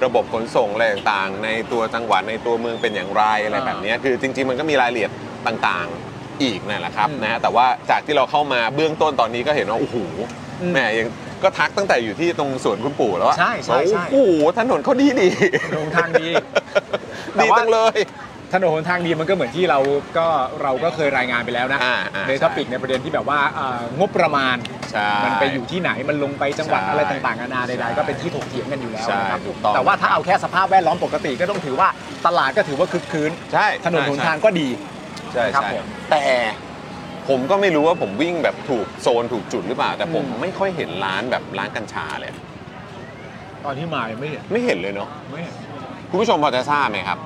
B: ระบบขนส่งอะไรต่างๆ ในตัวจังหวัดในตัวเมืองเป็นอย่างไรอะไรแบบเนี้ยคือจริง ๆ มันก็มีรายละเอียดต่างๆอีกนั่นแหละครับ
A: อืม
B: นะฮะแต่ว่าจากที่เราเข้ามาเบื้องต้นตอนนี้ก็เห็นว่าโอ้โห
A: อืม
B: แหมยังก็ทักตั้งแต่อยู่ที่ตรงสวนคุณปู่แล้วอะ
A: ใช่ใช่ใช่
B: โอ้โหถนนเขาดีดี
A: ลงทางดี แต่
B: ดี
A: ว่า
B: จังเลย
A: ถนนหนทางดีมันก็เหมือนที่เราก็เราก็เคยรายงานไปแล้วนะ
B: อ่าอ่า
A: ใน
B: ใช่
A: ท็อปิกในประเด็นที่แบบว่าเอ่องบประมาณ
B: ใช่
A: มันไปอยู่ที่ไหนมันลงไปจังหวัด
B: ใช่
A: อะไรต่างๆนานาใด
B: ใช่
A: ๆก็เป็นที่ถกเถียงกันอยู่แล้ว
B: ใช่
A: นะครับ
B: ถูกต้อง
A: แต่ว่าถ้าเอาแค่สภาพแวดล้อมปกติก็ต้องถือว่าตลาดก็ถือว่าคึกคืน
B: ใช่
A: ถนนหนทางก็ดี
B: ใช่
A: นะค
B: ใช่
A: รั
B: ใช่
A: ผมแต่
B: ผมก็ไม่รู้ว่าผมวิ่งแบบถูกโซนถูกจุดหรือเปล่า แต่ผม
A: อืม
B: ไม่ค่อยเห็นร้านแบบร้านกัญชาเลย
A: ตอนที่มายังไม่เห็น
B: ไม่เห็นเลยเนาะ
A: ไม่เห็น
B: คุณผู้ชมพอจะทราบไหมครับ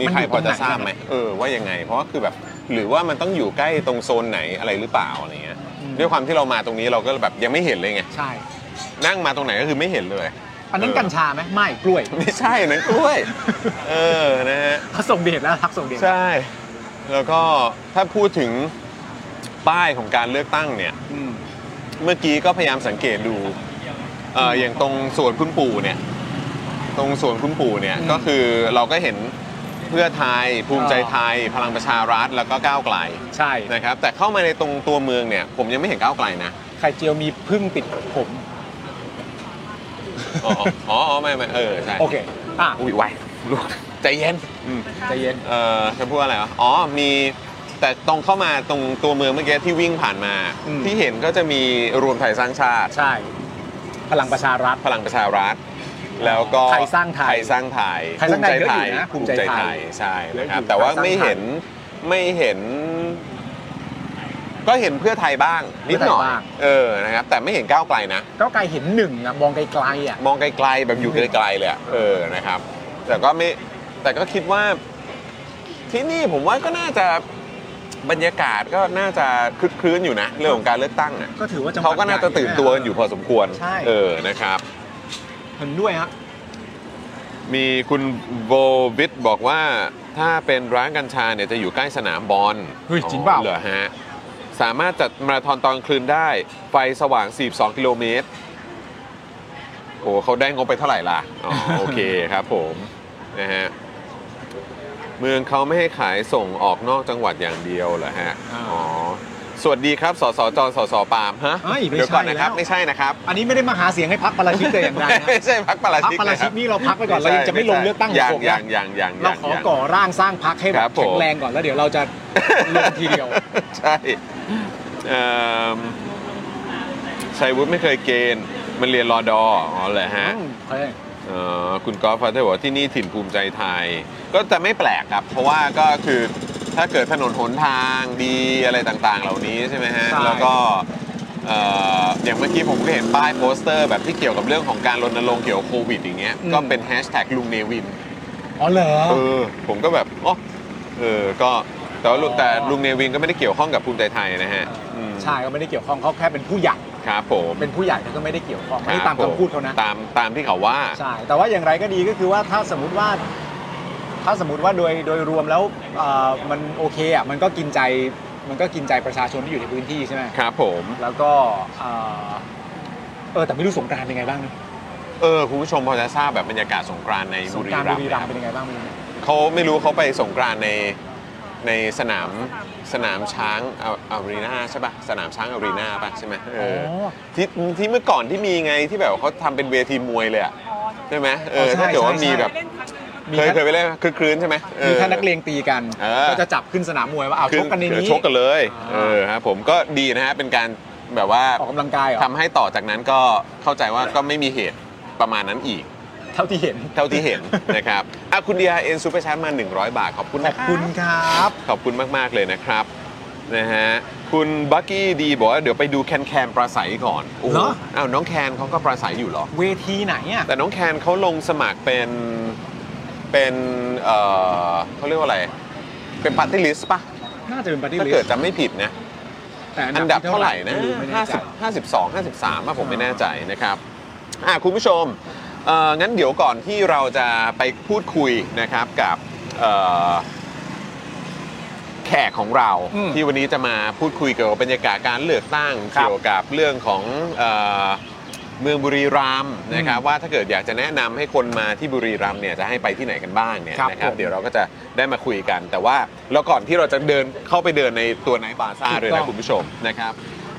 B: มีใคร
A: มันอยู่
B: พอจะทราบไหม
A: ตรงไหน
B: เออว่ายังไง เพราะว่าคือแบบหรือว่ามันต้องอยู่ใกล้ตรงโซนไหนอะไรหรือเปล่าอะไรเงี้ย
A: อืม
B: ด้วยความที่เรามาตรงนี้เราก็แบบยังไม่เห็นเลยไง
A: ใช่
B: นั่งมาตรงไหนก็คือไม่เห็นเลย
A: อันนั้น
B: เออ
A: กัญชาไหมไม่กล้วย
B: ไม่ใช่นะกล้วย (laughs) เออนะฮะ
A: เขาส่งเดชแล้วทักส่งเดช
B: ใช่ แล้วก็ถ้าพูดถึงป้ายของการเลือกตั้งเนี่ย
A: อืม
B: เมื่อกี้ก็พยายามสังเกตดูเอ่ออย่างตรงสวนคุณปู่เนี่ย ตรงสวนคุณปู่เนี่ย
A: อืม
B: ก็คือเราก็เห็นเพื่อไทย ภูมิใจไทย พลังประชารัฐ แล้วก็ก้าวไกล
A: ใช่
B: นะครับ แต่เข้ามาในตรงตัวเมืองเนี่ย ผมยังไม่เห็นก้าวไกลนะ
A: ไข่เจียวมีพึ่งติดผม
B: อ๋ออ๋ออ๋อไม่ไม่เออ ใช่
A: โอเคอ่ะ
B: อุ้ยไวลูกใจเย็นอืม
A: ใจเย็น
B: เอ่อจะพูดว่าอะไรวะอ๋อ มีแต่ตรงเข้ามาตรงตัวเมืองเมื่อกี้ที่วิ่งผ่านมา
A: อืม
B: ที่เห็นก็จะมีรวมไทยสร้างชาติ
A: ใช่ พลังประชารัฐ
B: พลังประชารัฐ แล้วก็
A: ไทยสร้างไทย
B: ไทยสร้างไทย
A: ไทยสร้างไทยเยอะอยู่นะ
B: ภูมิใจ
A: ภูมิใจไท
B: ไท
A: ย
B: ยใช่นะครับ
A: เยอะอยู่
B: แต่ว่า
A: ไทยสร้าง
B: ไม่เห็นไม่เห็น ก็เห็นเพื่อไทยบ้างนิดหน่อ
A: เพื่อ
B: ย
A: ไทยบ้าง
B: เออนะครับ แต่ไม่เห็นก้าวไกลนะ
A: ก็ไกลเห็นหนึ่งอะมองไกลๆอ่ะ
B: มองไกลๆแบบอยู่ไกลๆเลยอะเออนะครับ แต่ก็ไม่แต่ก็คิดว่าที่นี่ผมว่าก็น่าจะบรรยากาศก็น่าจะคึกคลื้นอยู่นะ เรื่องของการเลือกตั้งอะ
A: ก็ถือว่าจังหวัด
B: เขาก็น่าจะตื่นตัวกันอยู่พอสมควร
A: ใช่
B: เออนะครับ
A: เห็นด้วยฮะ
B: มีคุณโบวิทบอกว่าถ้าเป็นร้านกัญชาเนี่ยจะอยู่ใกล้สนามบอล
A: เฮ้ยจริงเปล่า
B: อ๋อเหรอฮะ สามารถจัดมาราธอนตอนคืนได้ ไฟสว่าง 42 กิโลเมตร โอ้เขาได้งบไปเท่าไหร่ล่ะ อ๋อ โอเคครับผมนะฮะ เมืองเขาไม่ให้ขายส่งออกนอกจังหวัดอย่างเดียวเหรอฮะ อ๋อ สวัสดีครับ สสจสสปาล์มฮะ
A: เฮ้ยไม่
B: เดี๋ยวก่อน
A: ใช่
B: นะครับ
A: แล้ว
B: ไม่ใช่นะครับ
A: อันนี้ไม่ได้มาหาเสียงให้พักพลังชิตแต่อย่างใดนะ
B: (laughs) ไม่ใช่พักปารา
A: พัก
B: ชิก
A: พลัง
B: นะค
A: ชิ
B: รั
A: ต
B: บ
A: นี่เราพักไปก่อนเรายังจะไม่ลงเลือกตั้งหก
B: อย่าง
A: หก
B: อย่าง
A: นะ
B: อย่างอย่าง
A: เราขอ
B: อย่าง
A: ก่อร่างสร้างพักให้แบ
B: ครับ บผม
A: แข็งแรงก่อนแล้วเดี๋ยวเราจะลงทีเดียว
B: ใช่เอิ่มชัยวุฒิไม่เคยเกณฑ์ มันเรียนรอดออ๋อเหรอฮะ
A: เฮ้ย
B: เอ่อคุณกอล์ฟฟาเธอร์บอกว่าที่นี่ถิ่นภูมิใจไทย ก็จะไม่แปลกครับ เพราะว่าก็คือถ้าเกิดถนนหนทางดีอะไรต่างๆ เหล่านี้ใช่ไหมฮะ
A: ใช่
B: แล้วก็เอ่ออย่างเมื่อกี้ผมก็เห็นป้ายโปสเตอร์แบบที่เกี่ยวกับเรื่องของการรณรงค์เกี่ยวกับโควิดอย่างเงี้ยก็เป็นแฮชแท็กลุงเนวิน
A: อ๋อเหรอ
B: เออผมก็แบบอ๋อเออก็แต่ว่าลุง
A: อ๋อ
B: แต่ลุงเนวินก็ไม่ได้เกี่ยวข้องกับภูมิใจไทยนะฮะม
A: ใช่ก็ไม่ได้เกี่ยวข้องเขาแค่เป็นผู้ใหญ่
B: ครับผม
A: เป็นผู้ใหญ่แต่ก็ไม่ได้เกี่ยวข้องไม่ได้ตาม
B: รับผ
A: คำพูดเขานะ
B: ตามตามที่เขาว่า
A: ใช่ แต่ว่าอย่างไรก็ดีก็คือว่าถ้าสมมติว่า ถ้าสมมติว่าโดยโดยรวมแล้วเอ่อมันโอเคอ่ะมันก็กินใจมันก็กินใจประชาชนที่อยู่ในพื้นที่ใช่ไหม
B: ครับผม
A: แล้วก็เอ่อเออแต่ไม่รู้สงกรานต์เป็นไงบ้างนะ
B: เออคุณผู้ชมพอจะทราบแบบบรรยากาศสงกรานต์ใน
A: ส
B: บุ
A: ง
B: รี
A: กรานต์
B: รั
A: บุ
B: ม
A: รี
B: ย์
A: รัมย์เป็นยังไงบ้างไม่รู้นะ
B: เขาไม่รู้เขาไปสงกรานต์ในในสนามสนามช้างอาอารีนาใช่ปะสนามช้างอารีนาปะใช่ไหมเอออ
A: อ
B: ที่ที่เมื่อก่อนที่มีไงที่แบบเขาทำเป็นเวทีมวยเลยอะใช่ไหมเออ
A: อ๋อใช่
B: ถ้าเกิดว่า
A: ใช่
B: มี
A: ใช่
B: แบบ
A: มี
B: เคย
A: นัก
B: เคยไปเล่นไหมคือครื้นใช่ไหมออ
A: มีถ้านักเลงตีกัน
B: เออ
A: ก็จะจับขึ้นสนามมวยว่าเอา
B: คือ
A: ชกกันในนี้
B: ชกกันเลย
A: อ่า
B: เออครับผมก็ดีนะฮะเป็นการแบบว่า
A: ออกกำลังกายเหรอ
B: ทำให้ต่อจากนั้นก็เข้าใจว่าก็ไม่มีเหตุประมาณนั้นอีก
A: เท่าที่เห็น
B: เท่าที่เห็น นะครับอ่ะคุณ DRN Super Chat มา 100 บาท ขอบคุณ
A: ขอ
B: นะ
A: บ
B: ครับ
A: คุณครับ
B: ขอบคุณมาก ๆ เลยนะครับนะฮะคุณบักกี้ดีบอกว่าเดี๋ยวไปดูแคนแคนปราศัยก่อนโอ้โห
A: เหรอ
B: อ้าวน้องแคนเขาก็ปราศัยอยู่เหรอ
A: เวทีไหนอ่ะ
B: แต่น้องแคนเขาลงสมัครเป็นเป็นเอ่อเขาเรียกว่าอะไร เป็นปาร์ตี้ลิสต์ปะ
A: น่าจะเป็นปาร์ตี้
B: ถ้า
A: ลิ
B: เกิด
A: สต์
B: จำไม่ผิดนะ
A: แต่
B: อันดับเท่าไหร่นะ
A: ไม่รู้ไม่แน่ใจ
B: 50 52 53ป่ะผมไม่
A: อ่า
B: แน่ใจนะครับอ่ะคุณผู้ชมเอ่องั้นเดี๋ยวก่อนที่เราจะไปพูดคุยนะครับกับเอ่อแขกของเรา
A: อืม
B: ที่วันนี้จะมาพูดคุยเกี่ยวกับบรรยากาศการเลือกตั้ง
A: ครับ
B: เกี่ยวกับเรื่องของเออ เมืองบุรีรัมย์นะครับว่าถ้าเกิดอยากจะแนะนำให้คนมาที่บุรีรัมย์เนี่ยจะให้ไปที่ไหนกันบ้างเนี่ย
A: ครับ
B: นะครั
A: ผ
B: บ
A: ม
B: เดี๋ยวเราก็จะได้มาคุยกัน แต่ว่าแล้วก่อนที่เราจะเดินเข้าไปเดินในตัวไนท์บาซ่า
A: ถูก
B: ด้วย
A: ต้อ
B: นะ
A: ง
B: คุณผู้ชมนะครับ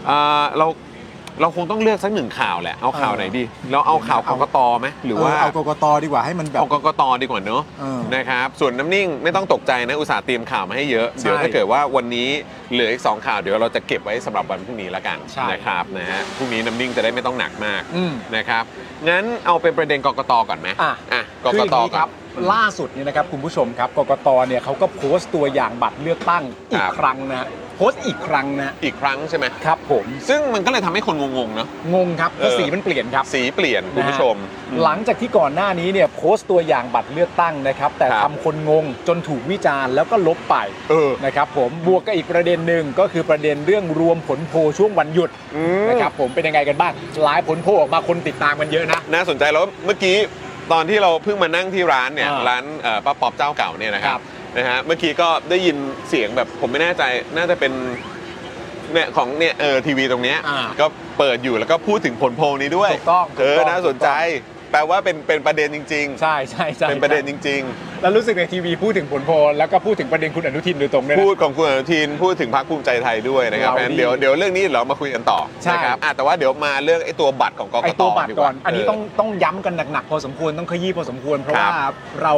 B: เอ่อเราเราคงต้องเลือกสักหนึ่งข่าวแหละเอาข่าวไหนดี เราเอาข่าวก
C: เอา
B: กตไหมหรือว่า
C: เเอากกตดีกว่าให้มันแบบ
B: เอากกตดีกว่าเนอะ
C: เออ
B: นะครับส่วนน้ำนิ่งไม่ต้องตกใจนะอุตส่าห์เตรียมข่าวมาให้เยอะ
A: ใช่
B: เดี๋ยวถ้าเกิดว่าวันนี้เหลืออีกสองข่าวเดี๋ยวเราจะเก็บไว้สำหรับวันพรุ่งนี้ละกัน
A: ใช่
B: นะครับนะฮะพรุ่งนี้น้ำนิ่งจะได้ไม่ต้องหนักมาก
A: อืม
B: นะครับงั้นเอาเป็นประเด็นกกตก่อนไหม
A: อ่ะ
B: อ่ะก
A: คื
B: ก
A: ออย่า
B: ต
A: งนี้ค
B: ก่อ
A: รั
B: น
A: บล่าสุดเนี่ยนะครับคุณผู้ชมครับกกตเนี่ยเขาก็โพสต์ตัวอย่างบัตรเลือกตั้งอีก
B: ครับ
A: ครั้งนะฮะโพสต์อีกครั้งนะฮะ
B: อีกครั้งใช่ไหม
A: ครับผม
B: ซึ่งมันก็เลยทำให้คนงงๆเนาะ
A: งงครับเพราะ
B: เออ
A: สีมันเปลี่ยนครับ
B: สีเปลี่ยนคุณผู้ชม
A: หลังจากที่ก่อนหน้านี้เนี่ยโพสต์ตัวอย่างบัตรเลือกตั้งนะครับ แต่
B: ครั
A: ทำ
B: บ
A: คนงงจนถูกวิจารณ์แล้วก็ลบไป
B: เออ
A: นะครับผมบวกกับอีกประเด็นหนึ่งก็คือประเด็นเรื่องรวมผลโพลช่วงวันหยุด
B: อืม
A: นะครับผมเป็นยังไงกันบ้างหลายผลโพลออกมาคนติดตามกันเยอะนะ
B: น่าสนใจแล้วเมื่อกี้ตอนที่เราเพิ่งมานั่งที่ร้านเนี่ย
A: อ่า
B: ร้านเอ่อป้าป๊อบเจ้าเก่าเนี่ยนะค
A: ค
B: รั
A: รั
B: บบ นะฮะเมื่อกี้ก็ได้ยินเสียงแบบผมไม่แน่ใจน่าจะเป็นเนี่ยของเนี่ยเออทีวีตรงเนี้ย
A: อ่า
B: ก็เปิดอยู่แล้วก็พูดถึงผลโพลนี้ด้วย
A: ถูกต้อง
B: เออ
A: ถูกต้อง
B: น่าสนใจ แปลว่าเป็นเป็นประเด็นจริง
A: ใช่ใช่
B: ๆ
A: ใช่
B: เป็นประเด็นจริง
A: แล้วรู้สึกในทีวีพูดถึงผลโพลแล้วก็พูดถึงประเด็นคุณอนุทินโดยตรงด้วย
B: ๆ
A: นะ
B: พูดของคุณอนุทินพูดถึงพรรคภูมิใจไทยด้วยนะครับ
A: เรา
B: เพราะฉะนั้
A: ดี
B: นเดี๋ยวเดี๋ยวเรื่องนี้เรามาคุยกันต่อ
A: ใช่
B: นะครับอ่ะแต่ว่าเดี๋ยวมาเรื่องไอ้ตัวบัตรของกก
A: ไอ
B: ต
A: ตัวบัตร
B: ดี
A: ก่อ
B: ว่า
A: น อันนี้
B: เ
A: ต้องต้องย้ำกันหนักๆ พอสมควรต้องขยี้พอสมควร เพราะ
B: ครับ
A: ว่าเรา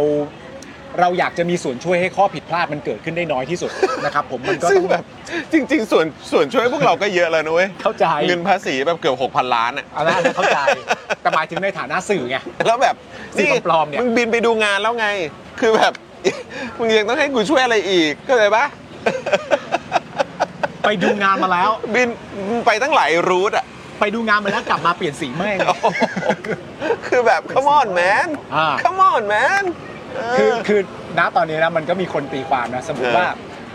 A: เราอยากจะมีส่วนช่วยให้ข้อผิดพลาดมันเกิดขึ้นได้น้อยที่สุด นะครับผมมันก็
B: ซึ่
A: ต้
B: ง
A: อง
B: แบบจริง ๆ ส่วนส่วนช่วยพวกเราก็เยอะแล้วนุ้ย
A: เข้าใจ
B: เงินภาษีแบบเกือบ6,000 ล้านอ่ะ
A: เอาละอันนั้นเข้าใจแต่หมายถึงในฐานะสื่อไง
B: แล้วแบบ
A: นี่ปลอมๆเนี่ย
B: มึงบินไปดูงานแล้วไง คือแบบ (laughs) มึงยังต้องให้กูช่วยอะไรอีกเข้าใจปะ
A: ไปดูงานมาแล้ว
B: บินไปตั้งหลายรูทอ่ะ
A: ไปดูงานมาแล้วกลับมาเปลี่ยนสีแม่ง
B: คือแบบ come on man
A: อ่า
B: come on man เออ
A: คือคือณตอนนี้นะมันก็มีคนตีความนะสมมติ
B: เออ
A: ว่า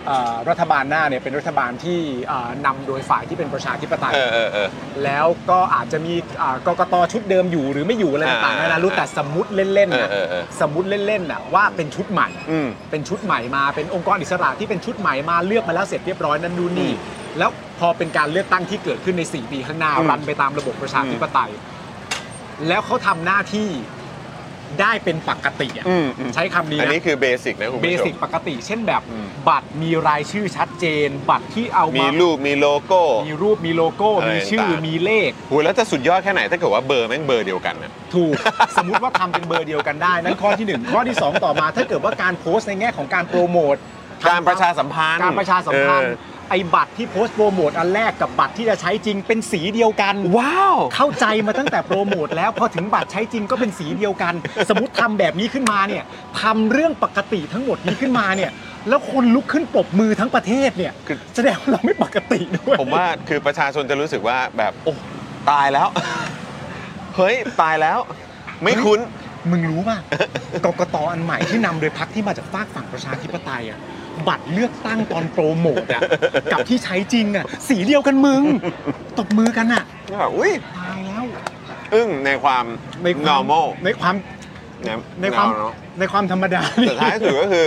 A: เอ่อรัฐบาลหน้าเนี่ยเป็นรัฐบาลที่เอ่อนำโดยฝ่ายที่เป็นประชาธิปไตย
B: เออเออเออ
A: แล้วก็อาจจะมีอ่ากกตชุดเดิมอยู่หรือไม่อยู่อะไรต่างๆ
B: อ่า
A: นานารู้แต่สมมติเล่นๆนะ
B: เออเออเออ
A: สมมติเล่นๆนะว่าเป็นชุดใหม่
B: อืม
A: เป็นชุดใหม่มาเป็นองค์กรอิสระที่เป็นชุดใหม่มาเลือกมาแล้วเสร็จเรียบร้อยนั่นนู่นนี่ แล้วพอเป็นการเลือกตั้งที่เกิดขึ้นใน 4 ปีข้างหน้า
B: อืม
A: รันไปตามระบบประชาธิปไตย แล้วเขาทำหน้าที่ได้เป็นปกติอะ
B: อืมอืม
A: ใช้คำนี้
B: อัน
A: นะ
B: นี้คือเบสิกนะคุณ
A: เบ
B: ผู้ช
A: สิก
B: ม
A: ปกติ เช่นแบบ
B: อืม
A: บัตรมีรายชื่อชัดเจน บัตรที่เอา
B: มี
A: มา
B: รูปมีโลโก้
A: มีรูปมีโลโก้
B: อะไร
A: มีชื่อ
B: ต่างๆ
A: มีเลข
B: โหแล้วจะสุดยอดแค่ไหนถ้าเกิดว่าเบอร์แม่งเบอร์เดียวกันนะ
A: ถูก สมมติว่าทำเป็นเบอร์เดียวกันได้ นั่นข้อที่ 1 ข้อที่ 2 ต่อมา ถ้าเกิดว่าการโพสต์ในแง่ของการโปรโมท
B: การประชาสัมพันธ์
A: การประชาสัมพันธ์
B: เออ
A: ไอ้บัตรที่โพสต์โปรโมทอันแรกกับบัตรที่จะใช้จริงเป็นสีเดียวกัน
B: ว้าว
A: เข้าใจมาตั้งแต่โปรโมทแล้วพอถึงบัตรใช้จริงก็เป็นสีเดียวกัน สมมติทำแบบนี้ขึ้นมาเนี่ยทำเรื่องปกติทั้งหมดนี้ขึ้นมาเนี่ย แล้วคนลุกขึ้นปรบมือทั้งประเทศเนี่ย
B: คือ
A: แสดงว่าเราไม่ปกติด้วย
B: ผมว่าคือประชาชนจะรู้สึกว่าแบบโอ้ตายแล้ว (laughs) เฮ้ย ตายแล้ว ไม่คุ้น
A: มึงรู้ป่ะ (laughs) กกตอันใหม่ที่นำโดยพักที่มาจากฝากฝั่งประชาธิปไตยอ่ะ บัตรเลือกตั้งตอนโปรโมทอ่ะ
B: (laughs)
A: กับที่ใช้จริงอ่ะ สีเดียวกันมึง ตบมือกันอ่ะ
B: ก็แบบอุ้ย
A: ตายแล้ว
B: อึ้งในความ
A: ในความ
B: normal
A: ในความ
B: นะ
A: ในความ
B: เนอะ
A: ในความธรรมดา
B: สุดท้ายสุดก็คือ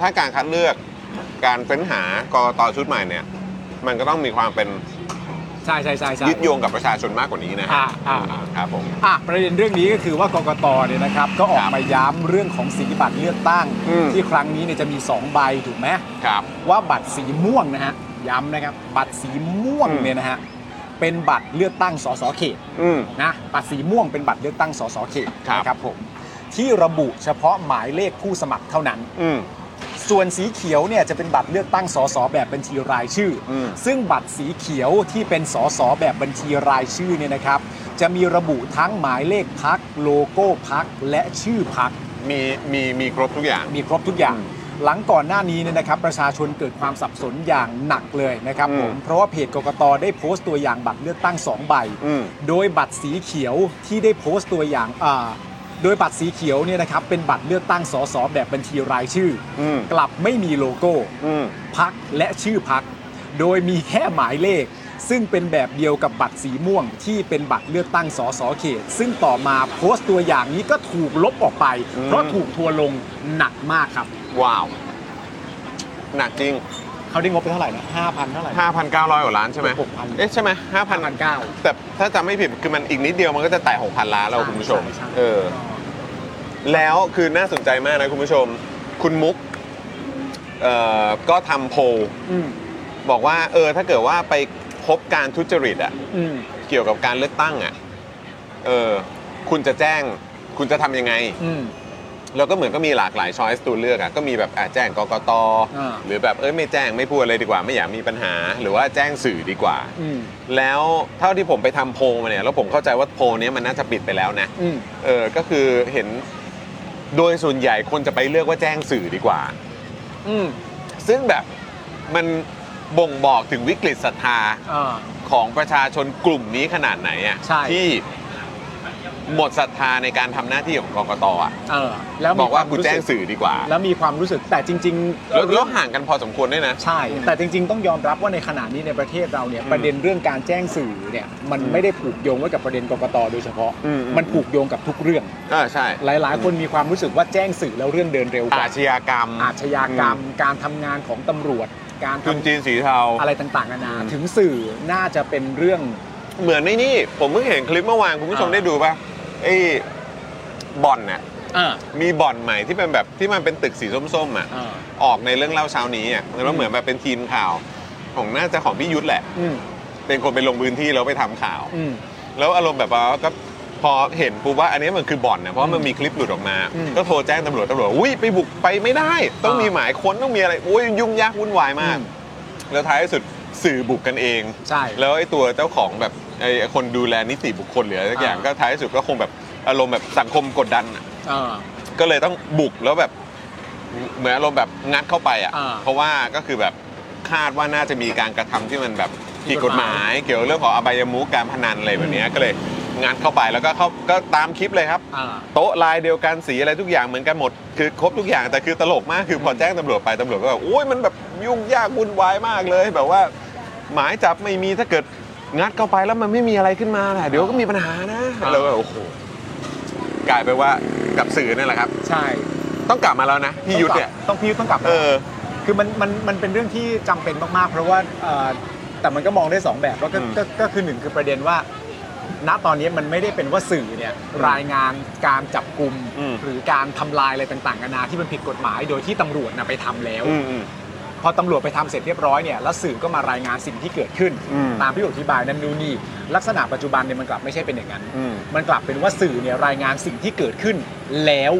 B: ถ้าการคัดเลือกการเฟ้นหากรตชุดใหม่เนี่ย มันก็ต้องมีความเป็น
A: ใช่ใช่ใช่ใช่
B: ยึดโยงกับประชาชนมากกว่านี้นะ
A: อ่าอ่าอ่า
B: ครับผม
A: อ่ะประเด็นเรื่องนี้ก็คือว่ากกตเนี่ยนะครับ ก็ออกมาย้ำเรื่องของสีบัตรเลือกตั้ง
B: อืม
A: ที่ครั้งนี้เนี่ยจะมีสองใบถูกไหม
B: ครับ
A: ว่าบัตรสีม่วงนะฮะย้ำนะครับ บัตรสีม่วง
B: อืม
A: เนี่ยนะฮะเป็นบัตรเลือกตั้งสสเขต
B: อืม
A: นะบัตรสีม่วงเป็นบัตรเลือกตั้งสสเขต
B: ครับ
A: นะครับผมที่ระบุเฉพาะหมายเลขผู้สมัครเท่านั้น
B: อืม
A: ส่วนสีเขียวเนี่ยจะเป็นบัตรเลือกตั้งสสแบบบัญชีรายชื่ออ
B: ม
A: ซึ่งบัตรสีเขียวที่เป็นสสแบบบัญชีรายชื่อเนี่ยนะครับ จะมีระบุทั้งหมายเลขพักโลโก้พักและชื่อพัก
B: มีมีมีครบทุกอย่าง
A: มีครบทุกอย่าง หลังก่อนหน้านี้เนี่ยนะครับ ประชาชนเกิดความสับสนอย่างหนักเลยนะครับ
B: อืม
A: ผม เพราะว่าเพจกกตได้โพสต์ตัวอย่างบัตรเลือกตั้ง 2 ใบ
B: อืม
A: โดยบัตรสีเขียวที่ได้โพสต์ตัวอย่างอ่าโดยบัตรสีเขียวเนี่ยนะครับเป็นบัตรเลือกตั้งสสแบบบัญชีรายชื่ออ
B: ม
A: กลับไม่มีโลโก้
B: อืม
A: พักและชื่อพัก โดยมีแค่หมายเลข ซึ่งเป็นแบบเดียวกับบัตรสีม่วง ที่เป็นบัตรเลือกตั้งสสเขต ซึ่งต่อมาโพสต์ตัวอย่างนี้ก็ถูกลบออกไป
B: อืม
A: เพราะถูกทัวร์ลงหนักมากครับ
B: ว้าว หนักจริง
A: เขาได้งบไปเท่าไหร่นะห้าพันเท่าไหร่
B: 5,900กว่าล้านใช่ไหม
A: 6,000
B: เอ๊ะใช่ไหม5,000
A: พันเก้า
B: แต่ถ้าจำไม่ผิดคือมันอีกนิดเดียวมันก็จะแตะ6,000 ล้านแล้ว
A: ใช่
B: คุณผู้ชม
A: ใช่ใช่
B: เออ แล้วคือน่าสนใจมากนะคุณผู้ชม คุณมุกเอ่อก็ทำโพล
A: อืม
B: บอกว่า เออ ถ้าเกิดว่าไปพบการทุจริตอะ
A: อืม
B: เกี่ยวกับการเลือกตั้งอะเออ คุณจะแจ้ง คุณจะทำยังไง
A: อืม
B: แล้วก็เหมือนก็มีหลากหลายช้อยส์ตัวเลือกอะก็มีแบบอ่ะแจ้งกกต
A: อ่า
B: หรือแบบเอ้ยไม่แจ้งไม่พูดอะไรดีกว่าไม่อยากมีปัญหา หรือว่าแจ้งสื่อดีกว่า
A: อืม
B: แล้วเท่าที่ผมไปทำโพลมาเนี่ยแล้วผมเข้าใจว่าโพลเนี้ยมันน่าจะปิดไปแล้วนะ
A: อืม
B: เออก็คือเห็นโดยส่วนใหญ่คนจะไปเลือกว่าแจ้งสื่อดีกว่า
A: อืม
B: ซึ่งแบบมันบ่งบอกถึงวิกฤตศรัทธา
A: อ่า
B: ของประชาชนกลุ่มนี้ขนาดไหนอะ
A: ใช่
B: ที่หมดศรัทธาในการทำหน้าที่ของกกตอ่ะ
A: เออแล้วมี
B: บอกว่า
A: คม
B: กูแจ้ง
A: รู้สึ
B: สื่อดีกว่า
A: แล้วมีความรู้สึกแต่จริงๆ
B: แล้วแล้วห่างกันพอสมควรด้วยนะ
A: ใช่ แต่จริง ๆ ต้องยอมรับว่าในขณะนี้ในประเทศเราเนี่ย
B: อืม
A: ประเด็นเรื่องการแจ้งสื่อเนี่ยมันไม่ได้ผูกโยงไว้กับประเด็นกกตโดยเฉพาะ
B: อืมอืม
A: มันผูกโยงกับทุกเรื่อง
B: เออใช่
A: หลาย ๆ คนมีความรู้สึกว่าแจ้งสื่อแล้วเรื่องเดินเร็วกว่า
B: อาชญากรรม
A: อาชญากรรม การทำงานของตำรวจ การท
B: ทุนจีนสีเทา
A: ำอะไรต่างๆนานา
B: อืม
A: ถึงสื่อน่าจะเป็นเรื่อง
B: เหมือนในนี่ผมเพิ่งเห็นคลิปเมื่อวานคุณผู้ชม
A: อ่า
B: ได้ดูป่ะไอ้บ่อนน่ะ
A: อ่า
B: มีบ่อนใหม่ที่เป็นแบบที่มันเป็นตึกสีส้มๆอ่ะ
A: อ่า
B: ออกในเรื่องเล่าเช้านี้อ่ะแล้วเหมือนแบบเป็นทีมข่าว ของน่าจะของพี่ยุทธแหละ
A: อืม
B: เป็นคนไปลงพื้นที่แล้วไปทำข่าว
A: อืม
B: แล้วอารมณ์แบบว่าก็พอเห็นปุ๊บว่าอันนี้มันคือบ่อนนะเพราะมันมีคลิปหลุดออกมา
A: อืม
B: ก็โทรแจ้งตำรวจตำรวจอุ้ยไปบุกไปไม่ได้ ต้อง
A: อ่ามี
B: มีหมายค้นต้องมีอะไรอุ้ยยุ่งยากวุ่นวายมาก
A: อืม
B: แล้วท้ายสุดสื่อบุกกันเอง
A: ใช่
B: แล้วไอ้ตัวเจ้าของแบบไอ้คนดูแลนิติบุคคลหรืออะไรสักอย่าง
A: อ่า
B: ก็ท้ายสุดก็คงแบบอารมณ์แบบสังคมกดดันอะ
A: อ่า
B: ก็เลยต้องบุกแล้วแบบเหมือนอารมณ์แบบงัดเข้าไปอ่ะ
A: อ่า
B: เพราะว่าก็คือแบบคาดว่าน่าจะมีการกระทำที่มันแบบผิดกฎหมาย เกี่ยวกับเรื่องของอบายมุขการพนันอะไรแบบเนี้ย
A: อืม
B: ก็เลยงัดเข้าไปแล้วก็เข้าก็ตามคลิปเลยครับ
A: อ่า
B: โต๊ะลายเดียวกันสีอะไรทุกอย่างเหมือนกันหมด คือครบทุกอย่างแต่คือตลกมากคือพอแจ้งตำรวจไปตำรวจก็แบบโอ้ยมันแบบยุ่งยากวุ่นวายมากเลย แบบว่า หมายจับไม่มีถ้าเกิดงัดเข้าไปแล้วมันไม่มีอะไรขึ้นมาแหละเดี๋ยวก็มีปัญหานะ
A: อ่า
B: เราก็แบบโอ้โหกลายไปนว่ากับสื่อนั่นแหละครับ
A: ใช่
B: ต้องกลับมาแล้วนะพี่ยุทธเนี่ย
A: ต้องพี่ยุทธต้องกลับมา
B: เออ
A: คือมันมันมันเป็นเรื่องที่จำเป็นมาก ๆ เพราะว่าเอ่อแต่มันก็มองได้สองแบบแล้วก็
B: อืม
A: ก็ก็คือหนึ่งคือประเด็นว่า ณตอนนี้มันไม่ได้เป็นว่าสื่อเนี่ยรายงานการจับกลุ่ม
B: อืม
A: หรือการทำลายอะไรต่างๆนานาที่มันผิดกฎหมาย โดยที่ตำรวจนะไปทำแล้ว
B: อืมอืม
A: พอตำรวจไปทำเสร็จเรียบร้อยเนี่ยแล้วสื่อก็มารายงานสิ่งที่เกิดขึ้น
B: อืม
A: ตามที่อธิบายนั่นนู่นนี่ลักษณะปัจจุบันเนี่ยมันกลับไม่ใช่เป็นอย่างนั้น
B: อืม
A: มันกลับเป็นว่าสื่อเนี่ยรายงานสิ่งที่เกิดขึ้นแล้ว